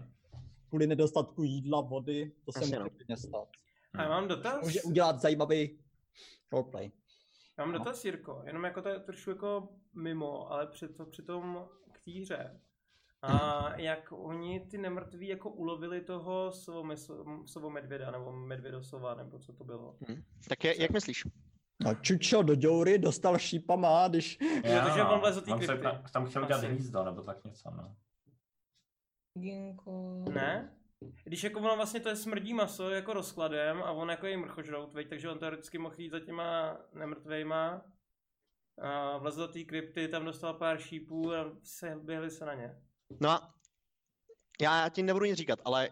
Speaker 4: kvůli nedostatku jídla, vody, to se
Speaker 2: Mhm. Jasně,
Speaker 4: může
Speaker 2: no.
Speaker 4: klidně stát
Speaker 1: A já mám dotaz.
Speaker 4: může udělat zajímavý roleplay.
Speaker 1: Já mám dotaz, Jirko, jenom jako to je trošku jako mimo, ale při, to, při tom k té hře. A jak oni ty nemrtví jako ulovili toho sovomeso- sovomedvěda, nebo medvědosova, nebo co to bylo.
Speaker 2: Tak je, jak myslíš?
Speaker 4: No, čučo do děury, dostal šípama, když...
Speaker 5: Jo,
Speaker 1: protože
Speaker 5: no.
Speaker 1: on vlezl do té
Speaker 5: On se
Speaker 1: krypty.
Speaker 5: tam- Tam chtěl udělat
Speaker 1: Asi.
Speaker 5: hnízdo, nebo tak něco, no.
Speaker 3: Ginko.
Speaker 1: Ne? Když jako ono vlastně to je smrdí maso jako rozkladem a on jako je mrchožrout, veď, takže on teoreticky mohl jít za těma nemrtvejma. A vlezl do té krypty, tam dostal pár šípů a se běhli se na ně.
Speaker 2: No a já, já ti nebudu nic říkat, ale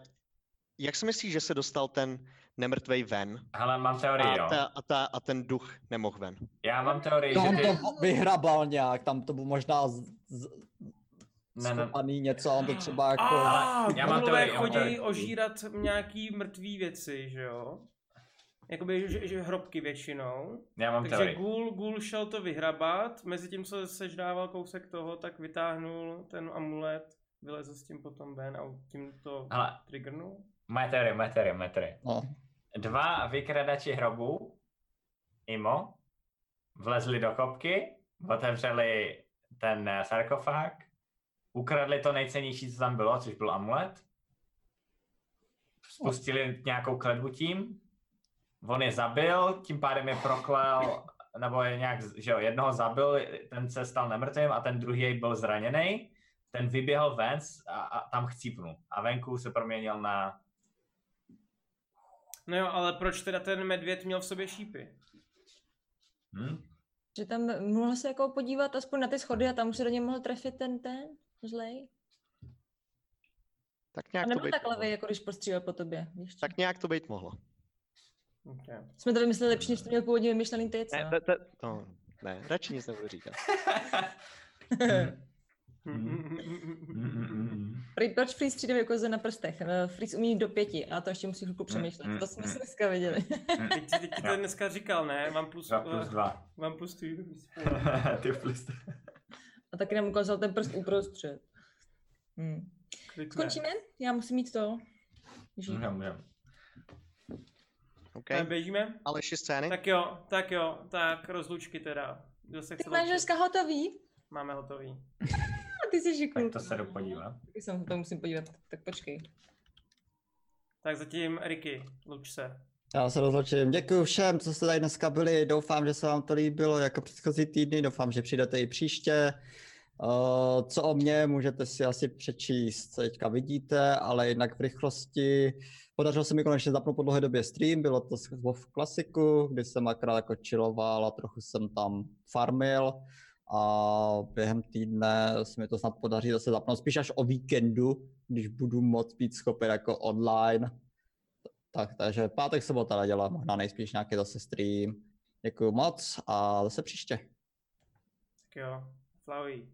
Speaker 2: jak si myslíš, že se dostal ten nemrtvej ven
Speaker 5: Hele, mám teorii,
Speaker 2: a,
Speaker 5: jo.
Speaker 2: ta, a, ta, a ten duch nemohl ven?
Speaker 5: Já mám teorii,
Speaker 4: No,
Speaker 5: že
Speaker 4: on
Speaker 5: ty...
Speaker 4: to vyhrabal nějak, tam to bylo možná z, z,
Speaker 5: Ne, ne.
Speaker 4: skopaný něco a on to
Speaker 1: Ah,
Speaker 4: třeba jako...
Speaker 1: A,
Speaker 5: já mám
Speaker 1: Gnomové
Speaker 5: teorii, já mám
Speaker 1: chodí
Speaker 5: teorii.
Speaker 1: ožírat nějaký mrtvý věci, že jo? Jakoby že, že hrobky většinou.
Speaker 5: Já mám
Speaker 1: Takže
Speaker 5: teorii.
Speaker 1: Gul, Gul šel to vyhrabat, mezi tím, co seždával kousek toho, tak vytáhnul ten amulet, vylezl s tím potom ven a tím to
Speaker 5: Hele,
Speaker 1: triggernul.
Speaker 5: moje teorie, moje teorie, moje teorie.
Speaker 4: No.
Speaker 5: Dva vykradači hrobů, Imo, vlezli do kopky, otevřeli ten eh, sarkofág, ukradli to nejcennější, co tam bylo, což byl amulet, spustili nějakou kletbu tím, on je zabil, tím pádem je proklel, nebo je nějak, že jo, jednoho zabil, ten se stal nemrtvým a ten druhý byl zraněný, ten vyběhl ven s- a, a tam chcípnul a venku se proměnil na
Speaker 1: No jo, ale proč teda ten medvěd měl v sobě šípy?
Speaker 5: hm,
Speaker 3: Že tam mohl se jako podívat aspoň na ty schody a tam už se do něj mohl trefit ten ten zlej.
Speaker 2: Tak
Speaker 3: A
Speaker 2: nějak to
Speaker 3: nebyl
Speaker 2: být
Speaker 3: tak
Speaker 2: mohlo.
Speaker 3: levý, jako když postřílel po tobě, víš co?
Speaker 2: Tak nějak to být mohlo.
Speaker 1: Okay.
Speaker 3: Jsme to vymysleli lepší, než to měl původně vymyšlený ty, co?
Speaker 2: Ne, to, to, to, ne, radši nic nebudu říkat.
Speaker 5: Hm,
Speaker 3: Prý- Proč Freeze přijde jako ze na prstech? Eh, Freeze umí do pěti a to ještě musí chvilku přemýšlet.
Speaker 5: mm,
Speaker 3: To jsme
Speaker 5: mm.
Speaker 3: si dneska viděli.
Speaker 1: Teď, teď ti to dneska říkal, ne? Mám plus,
Speaker 5: 2 plus 2.
Speaker 1: mám plus tu.
Speaker 5: Ty plus
Speaker 3: A taky nám ukázal ten prst uprostřed.
Speaker 5: Mm.
Speaker 3: Hmm. Skončíme? Já musím mít to. Ježíš.
Speaker 5: Můžem, můžem.
Speaker 2: Okay.
Speaker 1: Běžíme?
Speaker 2: Ale ještě scény?
Speaker 1: Tak jo, tak jo, tak rozlučky teda. Kdo se
Speaker 3: Tak
Speaker 1: chce
Speaker 3: máš
Speaker 1: loučit?
Speaker 3: dneska hotový?
Speaker 1: Máme hotový.
Speaker 3: A ty jsi
Speaker 5: Tak
Speaker 3: žikul.
Speaker 5: to se jdu podívat.
Speaker 3: Taky se na to musím podívat. Tak počkej.
Speaker 1: Tak zatím, Ricky, luč se.
Speaker 4: Já se rozločím. Děkuji všem, co jste tady dneska byli. Doufám, že se vám to líbilo jako předchozí týdny. Doufám, že přijdete i příště. Eh, Co o mně můžete si asi přečíst, co teďka vidíte, ale jinak v rychlosti. Podařilo se mi konečně zapnout po dlouhé době stream, bylo to s- v klasiku, kdy jsem akorát jako chilloval a trochu jsem tam farmil a během týdne se mi to snad podaří zase zapnout, spíš až o víkendu, když budu moc být schopen jako online Tak, takže pátek, sobota, neděla, možná nejspíš nějaký zase stream. Děkuju moc a zase příště.
Speaker 1: Tak jo, Flavi.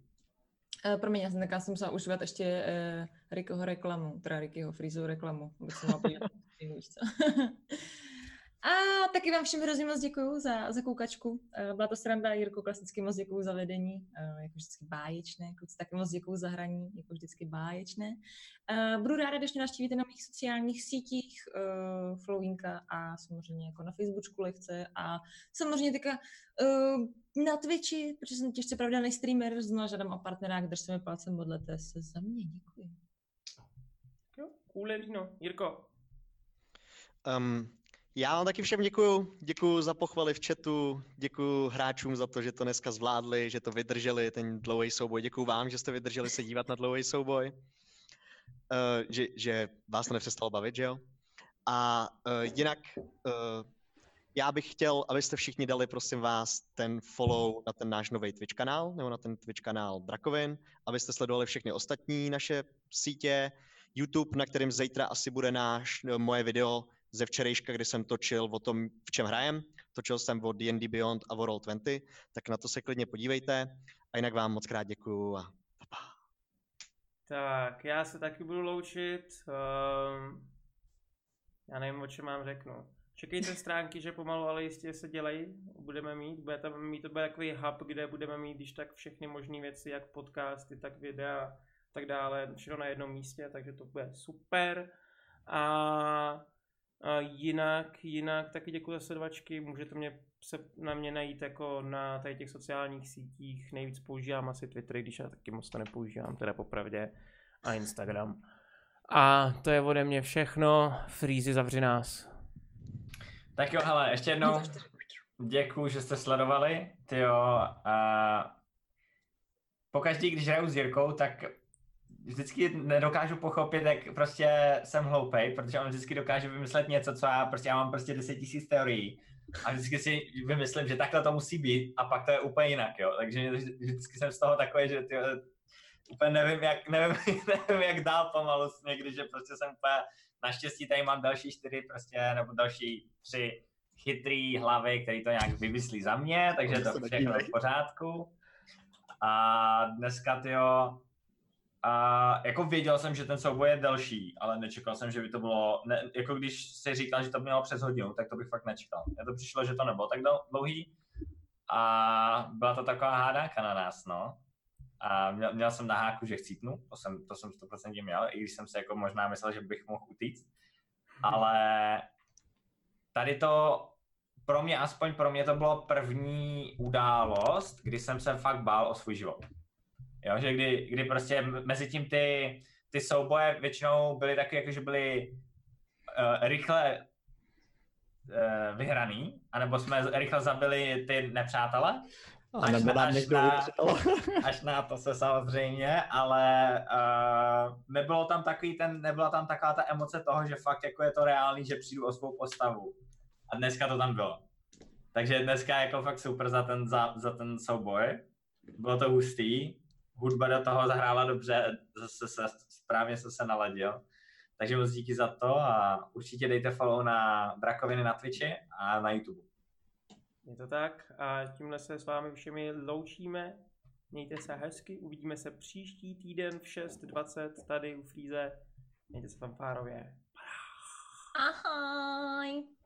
Speaker 3: Eh, promiň, já jsem taká, jsem musela užívat ještě eh, Rickyho reklamu, teda Rickyho Freezeho reklamu. Vůbec jsem mohla podívat na stream, víš co. A taky vám všem hrozně moc děkuju za, za koukačku. Eh, Byla to sranda, Jirko, klasicky moc děkuju za vedení, eh, jako vždycky báječné, kluci taky moc děkuju za hraní, jako vždycky báječné. Eh, Budu ráda, když mě navštívíte na mých sociálních sítích, eh, Flowinka a samozřejmě jako na Facebooku lekce a samozřejmě teďka eh, na Twitchi, protože jsem těžce pravidelný streamer, znovu žádám o partnerák, držte mi palcem, modlete se za mě, děkuji.
Speaker 1: Jo, kůle víno. Jirko,
Speaker 2: Um, já vám taky všem děkuju. Děkuju za pochvaly v chatu, děkuju hráčům za to, že to dneska zvládli, že to vydrželi, ten dlouhý souboj. Děkuju vám, že jste vydrželi se dívat na dlouhý souboj. Uh, že, že vás to nepřestalo bavit, že jo? A uh, jinak uh, já bych chtěl, abyste všichni dali, prosím vás, ten follow na ten náš nový Twitch kanál, nebo na ten Twitch kanál Drakovin, abyste sledovali všechny ostatní naše sítě, YouTube, na kterém zítra asi bude náš, eh, moje video ze včerejška, kdy jsem točil o tom, v čem hrajem. Točil jsem o D&D Beyond a o Roll20, tak na to se klidně podívejte. A jinak vám moc krát děkuju a
Speaker 1: Tak, já se taky budu loučit. Um, já nevím, o čem mám řeknu. Čekejte stránky, že pomalu, ale jistě se dělají. Budeme mít, bude tam mít, to bude takový hub, kde budeme mít, když tak všechny možné věci, jak podcasty, tak videa, tak dále, všechno na jednom místě, takže to bude super. A, a jinak, jinak, taky děkuji za sledovačky, můžete mě se na mě najít jako na tady těch sociálních sítích, nejvíc používám asi Twitter, i když já taky moc to nepoužívám, teda popravdě, a Instagram. A to je ode mě všechno, Freezy zavři nás.
Speaker 5: Tak jo, hele, ještě jednou
Speaker 3: Nic za čtyři.
Speaker 5: děkuju, že jste sledovali, tyjo, a pokaždý, když hraju s Jirkou, tak vždycky nedokážu pochopit, jak prostě jsem hloupej, protože on vždycky dokáže vymyslet něco, co já prostě, já mám prostě 10 000 teorií a vždycky si vymyslím, že takhle to musí být a pak to je úplně jinak, jo, takže mě to vždy- vždycky jsem z toho takový, že tyjo, úplně nevím jak, nevím, nevím, jak dál pomalu někdy, že prostě jsem úplně, naštěstí tady mám další čtyři prostě, nebo další tři chytrý hlavy, který to nějak vymyslí za mě, takže
Speaker 4: Oni
Speaker 5: to
Speaker 4: se
Speaker 5: všechno
Speaker 4: nedívej.
Speaker 5: v pořádku. A dneska, tyjo, a jako věděl jsem, že ten souboj je delší, ale nečekal jsem, že by to bylo, ne, jako když si říkal, že to mělo přes hodinu, tak to bych fakt nečekal. Já to přišlo, že to nebylo tak dl- dlouhý a byla to taková hádáka na nás, no. A měl, měl jsem na háku, že chcípnu, to jsem, to jsem 100% měl, i když jsem si jako možná myslel, že bych mohl utíct. Ale tady to pro mě, aspoň pro mě to bylo první událost, kdy jsem se fakt bál o svůj život. Jo, že kdy, kdy prostě m- mezi tím ty, ty souboje většinou byly taky, jako že byly uh, rychle uh, vyhraný, anebo jsme z- rychle zabili ty nepřátele,
Speaker 4: A
Speaker 5: Až
Speaker 4: nebo
Speaker 5: na-
Speaker 4: nám
Speaker 5: až
Speaker 4: někdo
Speaker 5: na-
Speaker 4: umřel.
Speaker 5: až na to se samozřejmě, ale uh, nebylo tam takový ten, nebyla tam taková ta emoce toho, že fakt jako je to reálný, že přijdu o svou postavu. A dneska to tam bylo. Takže dneska jako fakt super za ten, za, za ten souboj. Bylo to hustý, hudba do toho zahrála dobře, zase se, správně jsem se naladil. Takže moc díky za to a určitě dejte follow na Drakoviny na Twitchi a na YouTube.
Speaker 1: Je to tak a tímhle se s vámi všemi loučíme. Mějte se hezky, uvidíme se příští týden v 6.20 tady u Frýze. Mějte se fanfárově.
Speaker 3: Ahoj.